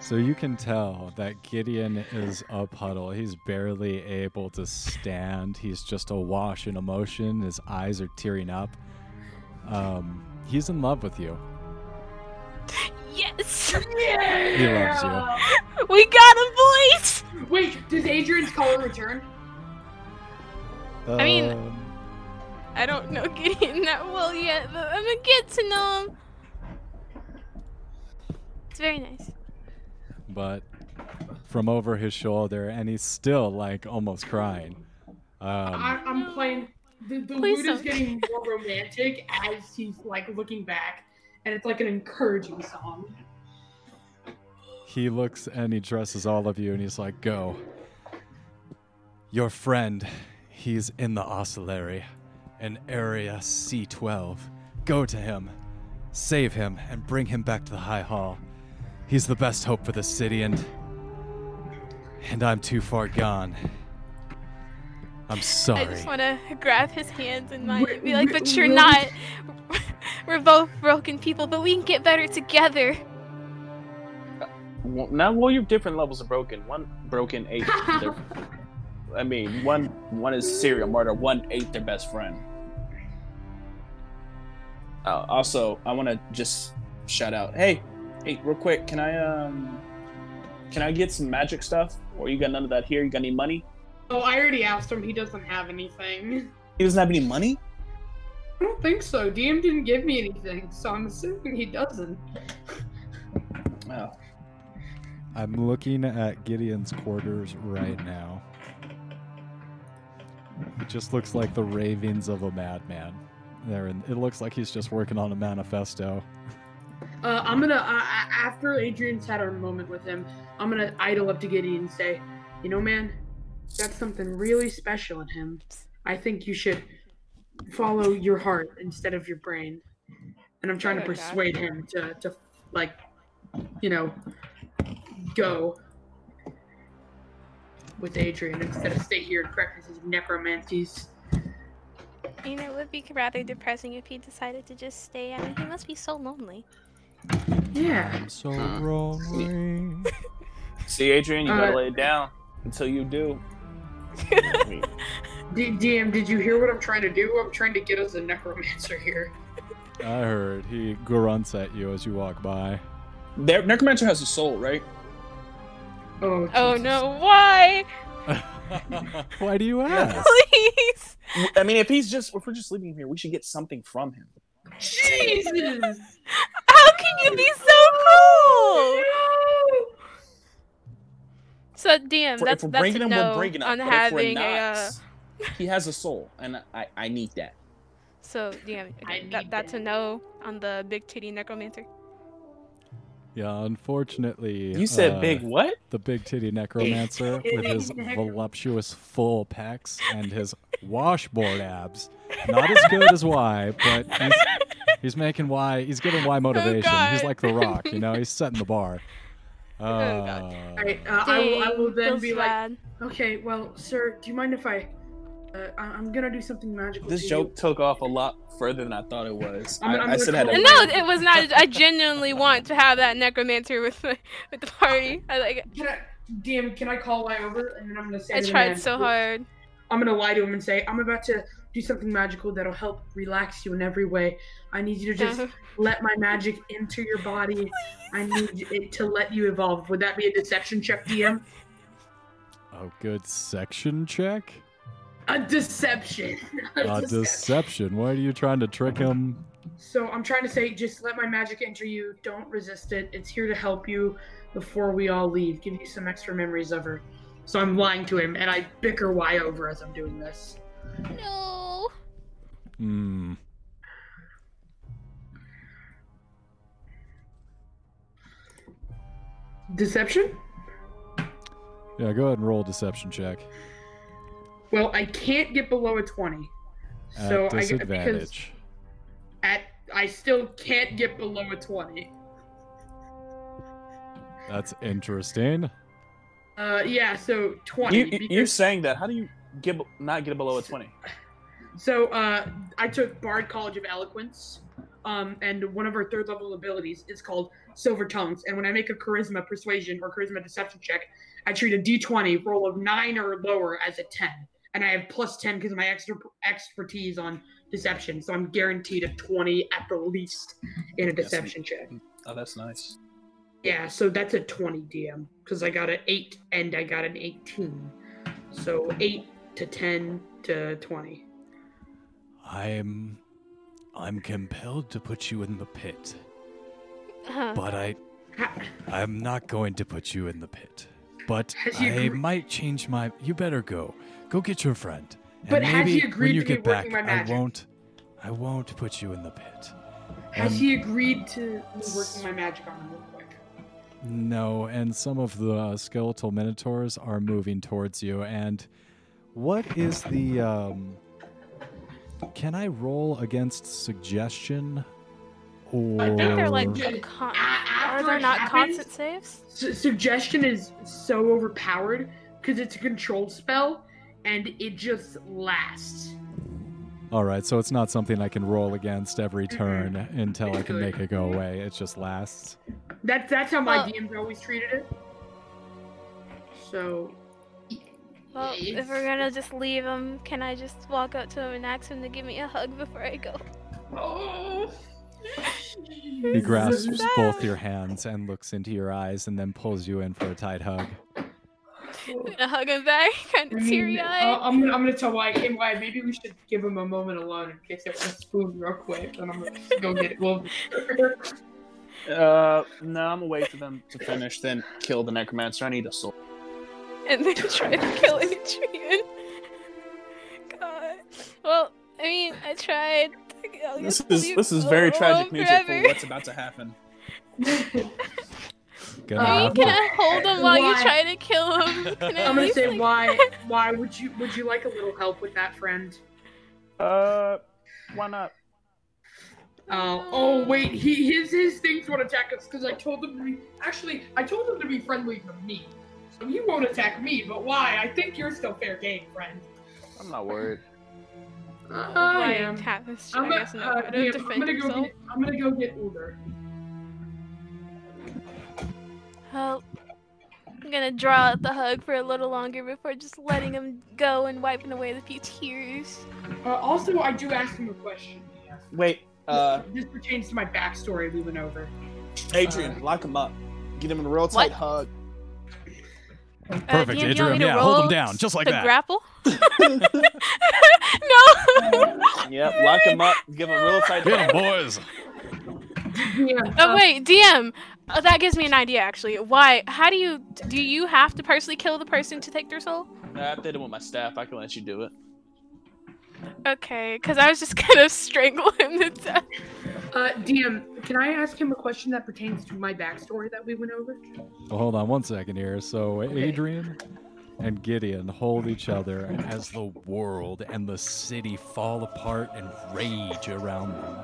C: so you can tell that Gideon is a puddle. He's barely able to stand. He's just awash in emotion. His eyes are tearing up. Um, he's in love with you.
F: Yes!
C: He loves you.
F: We got him, boys!
A: Wait, does Adrian's color return?
F: I mean-
C: Um,
F: I don't know Gideon that well yet, but I'm gonna get to know him. It's very nice.
C: but from over his shoulder, and he's still like almost crying. Um,
A: I, I'm playing. The, the
F: Please
A: lute is
F: don't.
A: getting more romantic as he's like looking back, and it's like an encouraging song.
C: he looks and he dresses all of you, and he's like, "Go, your friend. He's in the oscillary, in Area C12. Go to him, save him, and bring him back to the High Hall. He's the best hope for the city, and. and I'm too far gone. I'm sorry.
F: I just want to grab his hands in mine
A: Wi-
F: and be like,
A: wi-
F: but you're
A: will-
F: not. We're both broken people, but we can get better together.
D: Well, now, well, you have different levels of broken. One broken eighth. their- I mean, one one is serial murder. One eighth their best friend. Uh, also, I want to just shout out. Hey, hey, real quick, can I um, can I get some magic stuff? Or you got none of that here? You got any money?
A: Oh, I already asked him. He doesn't have anything.
D: He doesn't have any money.
A: I don't think so. DM didn't give me anything, so I'm assuming he doesn't.
D: Oh,
C: I'm looking at Gideon's quarters right now. It just looks like the ravings of a madman. There, and it looks like he's just working on a manifesto.
A: Uh, I'm gonna uh, a- after Adrian's had her moment with him, I'm gonna idle up to Gideon and say, you know, man, you got something really special in him. I think you should follow your heart instead of your brain. And I'm trying to
F: Okay.
A: persuade him to, to like, you know, go with Adrian instead of stay here and practice his necromancies.
X: You know, it would be rather depressing if he decided to just stay. I mean, he must be so lonely.
A: Yeah.
C: so
D: Uh,
C: lonely.
D: see, Adrian, you gotta
A: Uh,
D: lay it down until you do.
A: D- DM, did you hear what I'm trying to do? I'm trying to get us a necromancer here.
C: I heard he grunts at you as you walk by.
D: Their necromancer has a soul, right?
A: Oh,
F: Oh
A: Jesus.
F: no, why?
C: Why do you ask?
F: Please!
D: I mean, if he's just if we're just leaving him here, we should get something from him.
A: Jesus!
F: How can you be so cruel? So DM,
D: If we're-
F: that's
D: if we're
F: that's a
D: bringing him,
F: no
D: we're bringing him.
F: on
D: But if we're
F: having a.
D: not,
F: Uh,
D: He has a soul, and I, I need that.
F: so DM,
A: I
F: again, that,
A: need
F: that's a
A: that.
F: no on the big titty necromancer.
C: Yeah, unfortunately,
D: You said
C: uh,
D: big what?
C: the big titty necromancer with his voluptuous full pecs and his washboard abs. Not as good as Y, but he's, he's making Y. He's giving
A: Oh,
C: Y motivation. he's
F: God.
C: like The Rock, you know. He's setting the bar.
A: Oh,
C: Uh,
F: God.
A: Alright, uh, I, will, I will
F: Dang,
A: then
F: feels
A: be like,
F: bad.
A: okay, well, sir, do you mind if I, uh, I- I'm gonna do something magical. to
D: This
A: you."
D: joke took off a lot further than I thought it was.
A: I'm-
D: I,
A: I'm
D: I said had
A: gonna
D: a,
F: No, it was not. I genuinely want to have that necromancer with the, with the party. I like.
A: Can I, DM, can I call Y over and then I'm gonna say.
F: I
A: to the man,
F: tried so hard.
A: I'm gonna lie to him and say I'm about to do something magical that'll help relax you in every way. I need you to just
F: Uh,
A: let my magic into your body. I need it to let you evolve. Would that be a deception check, DM?
C: a good section check.
A: A deception.
C: A deception. What are you trying to trick him?
A: So I'm trying to say, just let my magic enter you. Don't resist it. It's here to help you before we all leave. Give you some extra memories of her. So I'm lying to him, and I bicker Y over as I'm doing this.
X: No.
C: Hmm.
A: Deception?
C: Yeah, go ahead and roll a deception check
A: Well, I can't get below a 20.
C: at
A: So I get because
C: disadvantage.
A: at I still can't get below a 20.
C: That's interesting.
A: Uh, yeah, so 20.
D: you, you- you're
A: because-
D: saying that. How do you get not get below a twenty?
A: So uh, I took Bard College of Eloquence, um, and one of our third level abilities is called Silver Tongues. And when I make a Charisma Persuasion or Charisma Deception check, I treat a D20 roll of nine or lower as a ten, and I have plus ten because of my extra expertise on deception. So I'm guaranteed a twenty at the least in a
D: Yes,
A: deception check.
D: Oh, that's nice.
A: Yeah, so that's a twenty DM because I got an eight and I got an eighteen, so eight to ten to twenty.
C: I'm I'm compelled to put you in the pit,
F: huh.
C: but I
A: Ha-
C: I'm not going to put you in the pit. But
A: Has he
C: I
A: agree-
C: might change my You better go. Go get your friend. And
A: But
C: maybe
A: has he agreed
C: when you
A: to me
C: get back,
A: working my
C: I
A: magic?
C: won't I won't put you in the pit.
A: Has
C: Um,
A: he agreed to me working my magic on him real quick?
C: No, and some of the uh, skeletal minotaurs are moving towards you. And what is the um Can I roll against suggestion? Or
Y: I think they're like
A: Or-
Y: a con-
A: A- after
Y: are there
A: it
Y: not
A: happens-
Y: constant saves?
A: Su- suggestion is so overpowered because it's a controlled spell and it just lasts.
C: All right, so it's not something I can roll against every turn until I can make it go away. It just lasts.
A: That, that's how my
F: Well-
A: DMs always treated it. So.
F: Well, if
A: it's-
F: we're gonna just leave him, can I just walk up to him and ask him to give me a hug before I go?
A: Oh.
C: He grasps both your hands and looks into your eyes and then pulls you in for a tight hug.
F: a hug him back, kind
A: I mean,
F: of
A: oh,
F: teary
A: I-
F: eyed.
A: I'm, gonna- I'm gonna tell why I came why. Maybe we should give him a moment alone in case it was a spoon real quick. And I'm gonna go get it. Well,
D: Uh, no, I'm gonna wait for them to finish, then kill the necromancer. I need a soul.
F: And then try to kill Adrian. God. Well, I mean, I tried. I'll
D: This
F: just
D: is
F: leave
D: this is
F: him
D: very
F: alone
D: tragic music for
F: forever.
D: what's about to happen.
C: Gonna
A: Uh,
C: have
F: I mean,
C: to-
F: can I hold him while you
A: Why?
F: try to kill him? Can I
A: I'm gonna
F: at
A: say
F: least, like-
A: why. Why would you would you like a little help with that, friend?
D: Uh, why not?
A: Uh, oh wait, he his his things won't attack us because I told them to be actually I told them to be friendly to me, so he won't attack me. But why? I think you're still fair game, friend.
D: I'm not worried.
A: I am.
Y: Tapestry,
A: I'm
Y: I
A: gonna,
Y: guess, know
A: uh,
Y: how to
A: Liam, I'm
Y: defend
A: gonna go
Y: yourself.
A: get I'm gonna go get Uber.
F: Well, I'm gonna draw out the hug for a little longer before just letting him go and wiping away the few tears.
A: Uh, also, I do ask him a question. yeah.
D: Wait, uh,
A: this pertains to my backstory we went over.
D: Adrian, lock him up. Get him in a real tight hug.
C: Perfect,
F: DM, Uh, you want
C: Adrian.
F: me to
C: Yeah, hold him
F: roll
C: down, just like
F: to
C: that.
F: grapple? no.
D: Yep, lock him up. Give him a real tight
C: Get 'em,
D: hug.
C: boys.
A: Yeah,
Y: Uh,
A: uh,
F: Oh wait, DM. Oh, that gives me an idea actually. Why? How do you do? You have to personally kill the person to take their soul?
D: Nah, I did it with my staff. I can let you do it.
F: Okay, because I was just gonna strangle him to death.
A: uh, DM, can I ask him a question that pertains to my backstory that we went over?
C: Well, hold on one second here. So Adrian and Gideon hold each other as the world and the city fall apart and rage around them.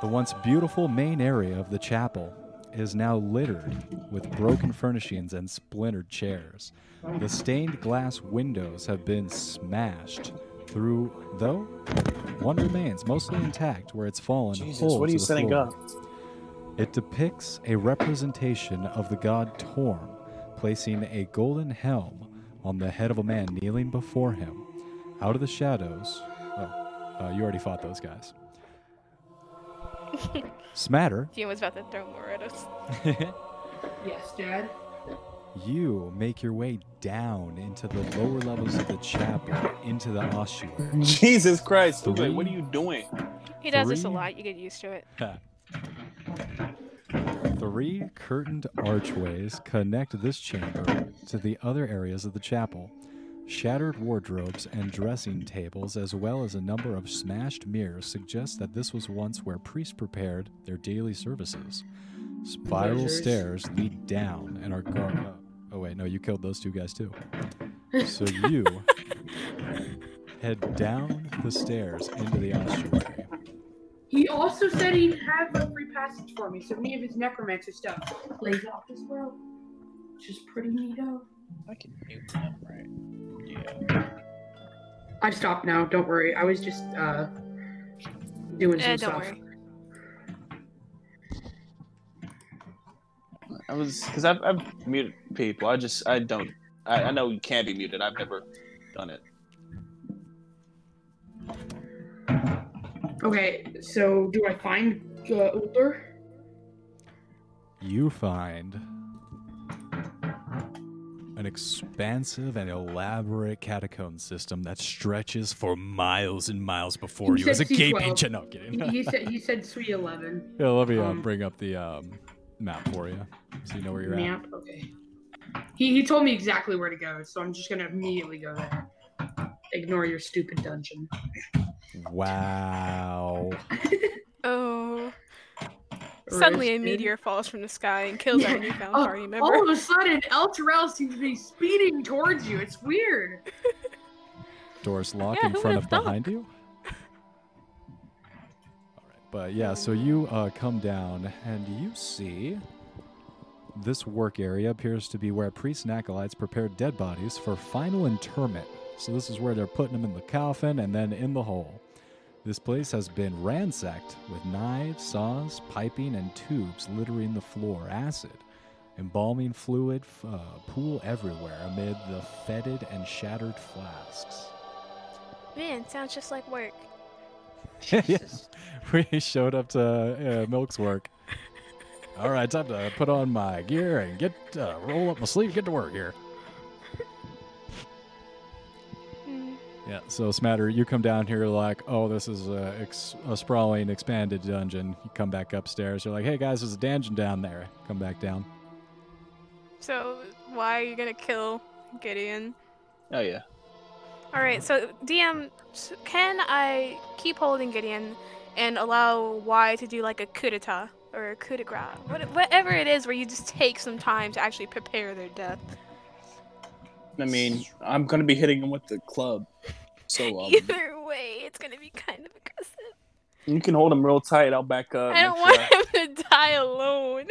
C: The once beautiful main area of the chapel is now littered with broken furnishings and splintered chairs. The stained glass windows have been smashed through, though one remains mostly intact where it's fallen. whole to the floor. It depicts a representation of the god Torm placing a golden helm on the head of a man kneeling before him. Out of the shadows. Oh, uh, you already fought those guys. Smatter,
Y: Dean was about to throw more at us.
A: Yes, Dad.
C: you make your way down into the lower levels of the chapel, into the ossuary.
D: Jesus Christ!
C: Three.
D: Wait, what are you doing?
Y: He does this a
C: Three.
Y: lot. You get used to it.
C: Three curtained archways connect this chamber to the other areas of the chapel. Shattered wardrobes and dressing tables, as well as a number of smashed mirrors, suggest that this was once where priests prepared their daily services. Spiral
A: Pleasures.
C: stairs lead down and are going up. Oh, wait, no, you killed those two guys too. So you head down the stairs into the ossuary.
A: He also said he'd have a free passage for me, so any of his necromancer stuff lays off as well. Which is pretty neato.
Z: I can mute them, right?
A: I've stopped now, don't worry. I was just, uh, doing some
F: Eh,
A: stuff.
F: don't worry.
D: I was because I've, I've muted people. I just I don't. I, I know you can't be muted. I've never done it.
A: Okay, so do I find uh, Ulder?
C: you find an expansive and elaborate catacomb system that stretches for miles and miles before
A: You
C: you as a
A: said C12.
C: gaping chin. No,
A: He,
C: kidding.
A: he said he said sweet eleven.
C: Yeah, let me uh,
A: Um,
C: bring up the um, map for you so you know where you're at.
A: Map. Okay. He he told me exactly where to go, so I'm just gonna immediately go there. Ignore your stupid dungeon.
C: Wow.
Y: Oh. Suddenly, a
A: Roasted.
Y: meteor falls from the sky and kills
A: Yeah.
Y: our newfound
A: Oh,
Y: party member.
A: All of a sudden, El Terrell seems to be speeding towards you. It's weird.
C: Doors lock
Y: Yeah,
C: in
Y: who
C: front
Y: would've
C: of behind you. But yeah, so you uh, come down and you see this work area appears to be where priests and acolytes prepare dead bodies for final interment. So this is where they're putting them in the coffin and then in the hole. This place has been ransacked with knives, saws, piping, and tubes littering the floor, acid, embalming fluid f- uh, pool everywhere amid the fetid and shattered flasks.
G: Man, sounds just like work.
A: Jesus.
C: we showed up to uh, Milk's work. All right, time to put on my gear and get uh, roll up my sleeve, get to work here.
G: Hmm.
C: Yeah, so Smatter, you come down here like, oh, this is a, ex- a sprawling, expanded dungeon. You come back upstairs. You're like, hey guys, there's a dungeon down there. Come back down.
F: So why are you gonna kill Gideon?
B: Oh yeah.
F: All right. So DM, s- can I keep holding Gideon and allow Y to do like a coup d'état or a coup de grace, what, whatever it is, where you just take some time to actually prepare their death?
B: I mean, I'm gonna be hitting him with the club. So um,
G: Either way, it's gonna be kind of aggressive.
D: You can hold him real tight. I'll back up.
G: I don't
D: make
G: want
D: sure
G: him to die alone.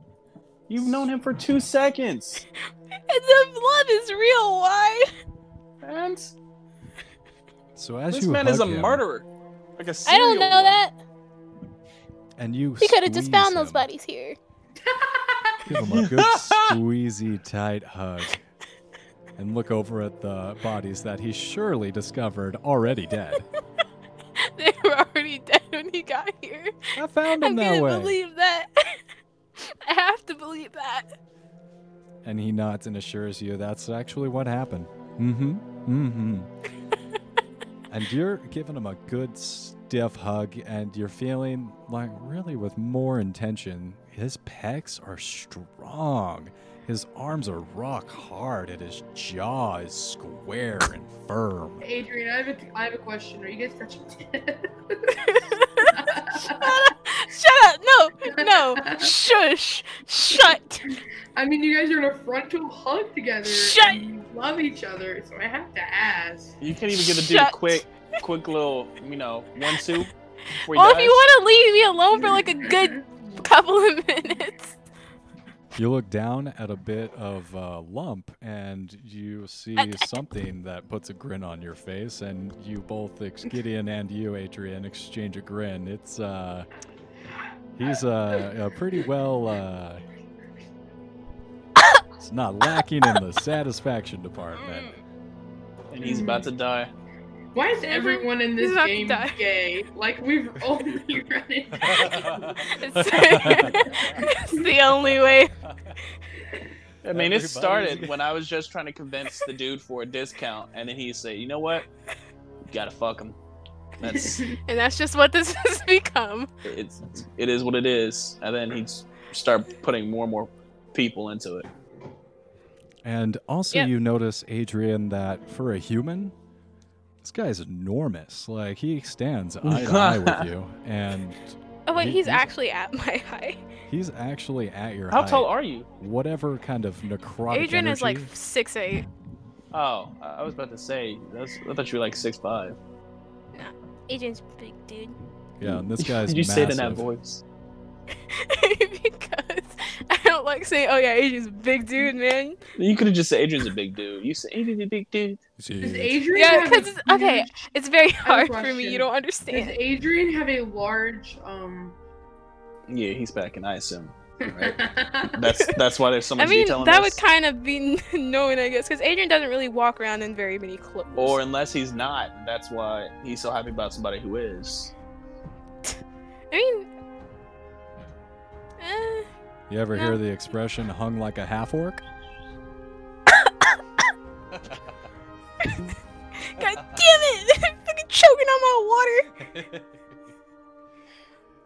D: You've known him for two seconds.
G: And the blood is real. Why?
D: And
C: So as
D: this
C: you
D: man is a
C: hug him
D: murderer. Like a
G: I don't know
D: serial one.
G: that.
C: and you
G: He could have just
C: squeeze
G: found those
C: him.
G: buddies here.
C: Give him a good squeezy tight hug. And look over at the bodies that he surely discovered already dead.
G: They were already dead when he got here.
C: I found him
G: I'm
C: that
G: gonna
C: way.
G: believe that. I have to believe that.
C: and he nods and assures you that's actually what happened. Mm-hmm. Mm-hmm. and you're giving him a good stiff hug, and you're feeling like really with more intention. His pecs are strong. His arms are rock hard, and his jaw is square and firm.
A: Adrian, I have a, I have a question. Are you guys touching
G: Shut up! No, no. Shush! Shut!
A: I mean, you guys are in a frontal hug together.
G: Shut-
A: and you love each other, so I have to ask.
D: You can't even give the dude a
G: Shut.
D: quick, quick little, you know, one two. Before he
G: Well, if
D: dies.
G: you want to leave me alone for like a good couple of minutes,
C: You look down at a bit of a lump, and you see
G: I- I-
C: something that puts a grin on your face, and you both, ex- Gideon and you, Adrian, exchange a grin. It's uh, he's uh, uh, pretty well. Uh, it's not lacking in the satisfaction
F: Mm.
C: department.
D: and he's about to die.
A: Why is everyone in
G: He's
A: this
G: about to
A: game
G: die.
A: gay? Like we've only run into.
G: it's, it's the only way.
D: I mean, it
C: Everybody's
D: started
C: gay.
D: when I was just trying to convince the dude for a discount, and then he said, "You know what? You gotta fuck him." That's
G: And that's just what this has become.
D: it's it is what it is. And then he start putting more and more people into it.
C: And also,
F: Yep.
C: you notice, Adrian, that for a human, this guy's enormous. Like, he stands eye to eye with you. And
F: Oh wait,
C: He-
F: he's
C: he's-
F: actually at my high.
C: he's actually at your
D: How
C: height.
D: tall are you?
C: whatever kind of necrotic
F: Adrian is like
C: energy-
F: six eight.
D: Oh, I I was about to say. That's, I thought you were like six five.
G: Adrian's big dude.
C: yeah, and this guy's
D: Did you say it in that
C: massive.
D: voice?
F: because I don't like saying, "Oh yeah, Adrian's a big dude, man."
D: You could have just said Adrian's a big dude. You said Adrian's a big dude.
A: Does
C: Jeez.
A: Adrian?
F: Yeah,
A: have
F: 'cause
A: a
F: it's- okay,
A: huge-
F: It's very
A: have a
F: hard for me.
A: question.
F: You don't
A: Does
F: understand.
A: Adrian have a large um?
D: Yeah, he's back in ISIM. That's that's why there's so
F: I
D: much
F: mean,
D: detail in
F: that
D: this.
F: would kind of be known, I guess, because Adrian doesn't really walk around in very many clothes.
P: Mm.
D: or unless he's not, that's why he's so happy about somebody who is.
F: I mean, eh,
C: You ever
F: No.
C: hear the expression "hung like a half orc"?
F: god damn it! I'm fucking choking on my water.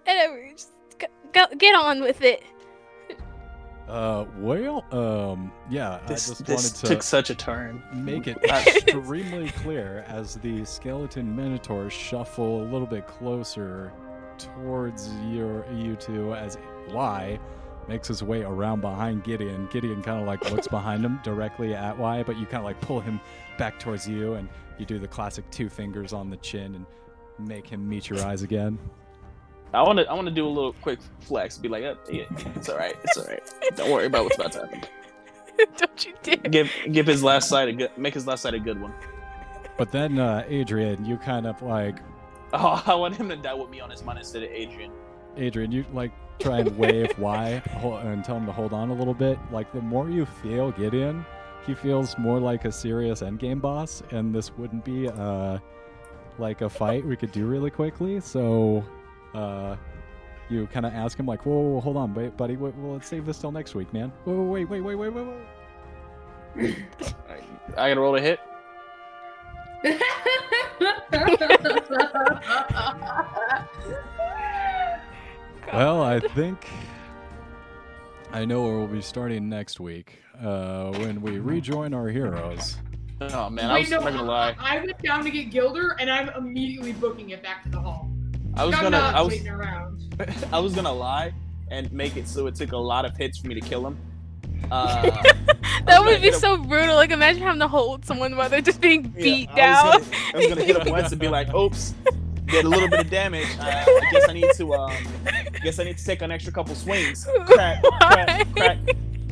G: Whatever. Just go, go, get on with it.
C: Uh, well, um, yeah,
D: This,
C: I just
D: this
C: wanted to
D: took such a turn.
C: make it
D: I-
C: extremely clear as the skeleton minotaurs shuffle a little bit closer towards your you two as Y makes his way around behind Gideon. Gideon kind of like looks behind him directly at Y, but you kind of like pull him back towards you and you do the classic two fingers on the chin and make him meet your eyes again.
D: I want to. I want to do a little quick flex. Be like, oh, yeah, it's all right. It's all right. Don't worry about what's about to happen.
B: Don't you dare.
D: Give give his last side a good. Make his last side a good one.
G: But then, uh, Adrian, you kind of like
D: Oh, I want him to die with me on his mind instead of Adrian.
G: Adrian, you like try and wave why hol- and tell him to hold on a little bit. Like the more you feel Gideon, he feels more like a serious endgame boss, and this wouldn't be uh like a fight we could do really quickly. So uh you kind of ask him like, whoa, whoa, whoa, hold on, wait, buddy, wait, well, let's save this till next week, man. Whoa, whoa, wait, wait, wait, wait, wait, wait.
D: I gotta roll a hit.
G: Well, I think I know where we'll be starting next week uh, when we rejoin our heroes.
D: Oh man, I was
A: no, uh,
D: not gonna lie.
A: I, I went down to get Gilder, and I'm immediately booking it back to the hall.
D: I was
A: I'm
D: gonna.
A: not
D: I was.
A: waiting around.
D: I was gonna lie and make it so it took a lot of hits for me to kill him. Uh,
B: That would be
D: hit him-
B: so brutal. Like, imagine having to hold someone while they're just being beat
D: yeah, I
B: down.
D: was gonna- I was gonna hit him once and be like, "Oops, did a little bit of damage. Uh, I guess I need to. Um, guess I need to take an extra couple swings. Crack,
B: Why?
D: crack, crack.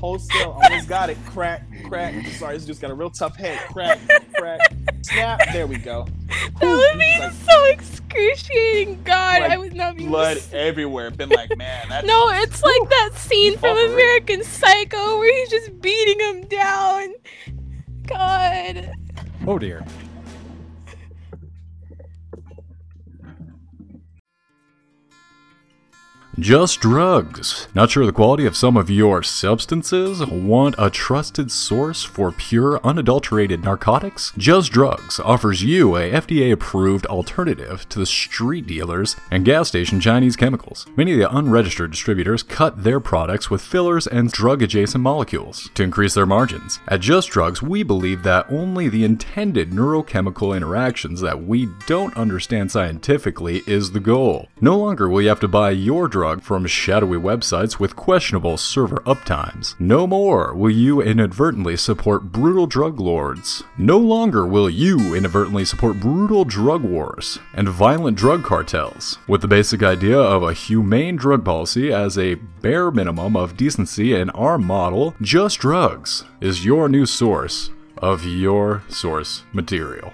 D: Hold still. Almost got it. Crack, crack. Sorry, this dude's got a real tough head. Crack, crack. Snap. There we go.
B: That would be
D: He's like-
B: so excruciating. God, I
D: Like,
B: would not be.
D: Blood everywhere. Been like, man, that's
B: No, it's like that scene from
D: Offering.
B: American Psycho where he's just beating him down. God.
G: Oh dear.
C: Just Drugs. Not sure of the quality of some of your substances? Want a trusted source for pure, unadulterated narcotics? Just Drugs offers you a FDA approved alternative to the street dealers and gas station Chinese chemicals. Many of the unregistered distributors cut their products with fillers and drug adjacent molecules to increase their margins. At Just Drugs, we believe that only the intended neurochemical interactions that we don't understand scientifically is the goal. No longer will you have to buy your drug from shadowy websites with questionable server uptimes. No more will you inadvertently support brutal drug lords. No longer will you inadvertently support brutal drug wars and violent drug cartels. With the basic idea of a humane drug policy as a bare minimum of decency in our model, Just Drugs is your new source of your source material.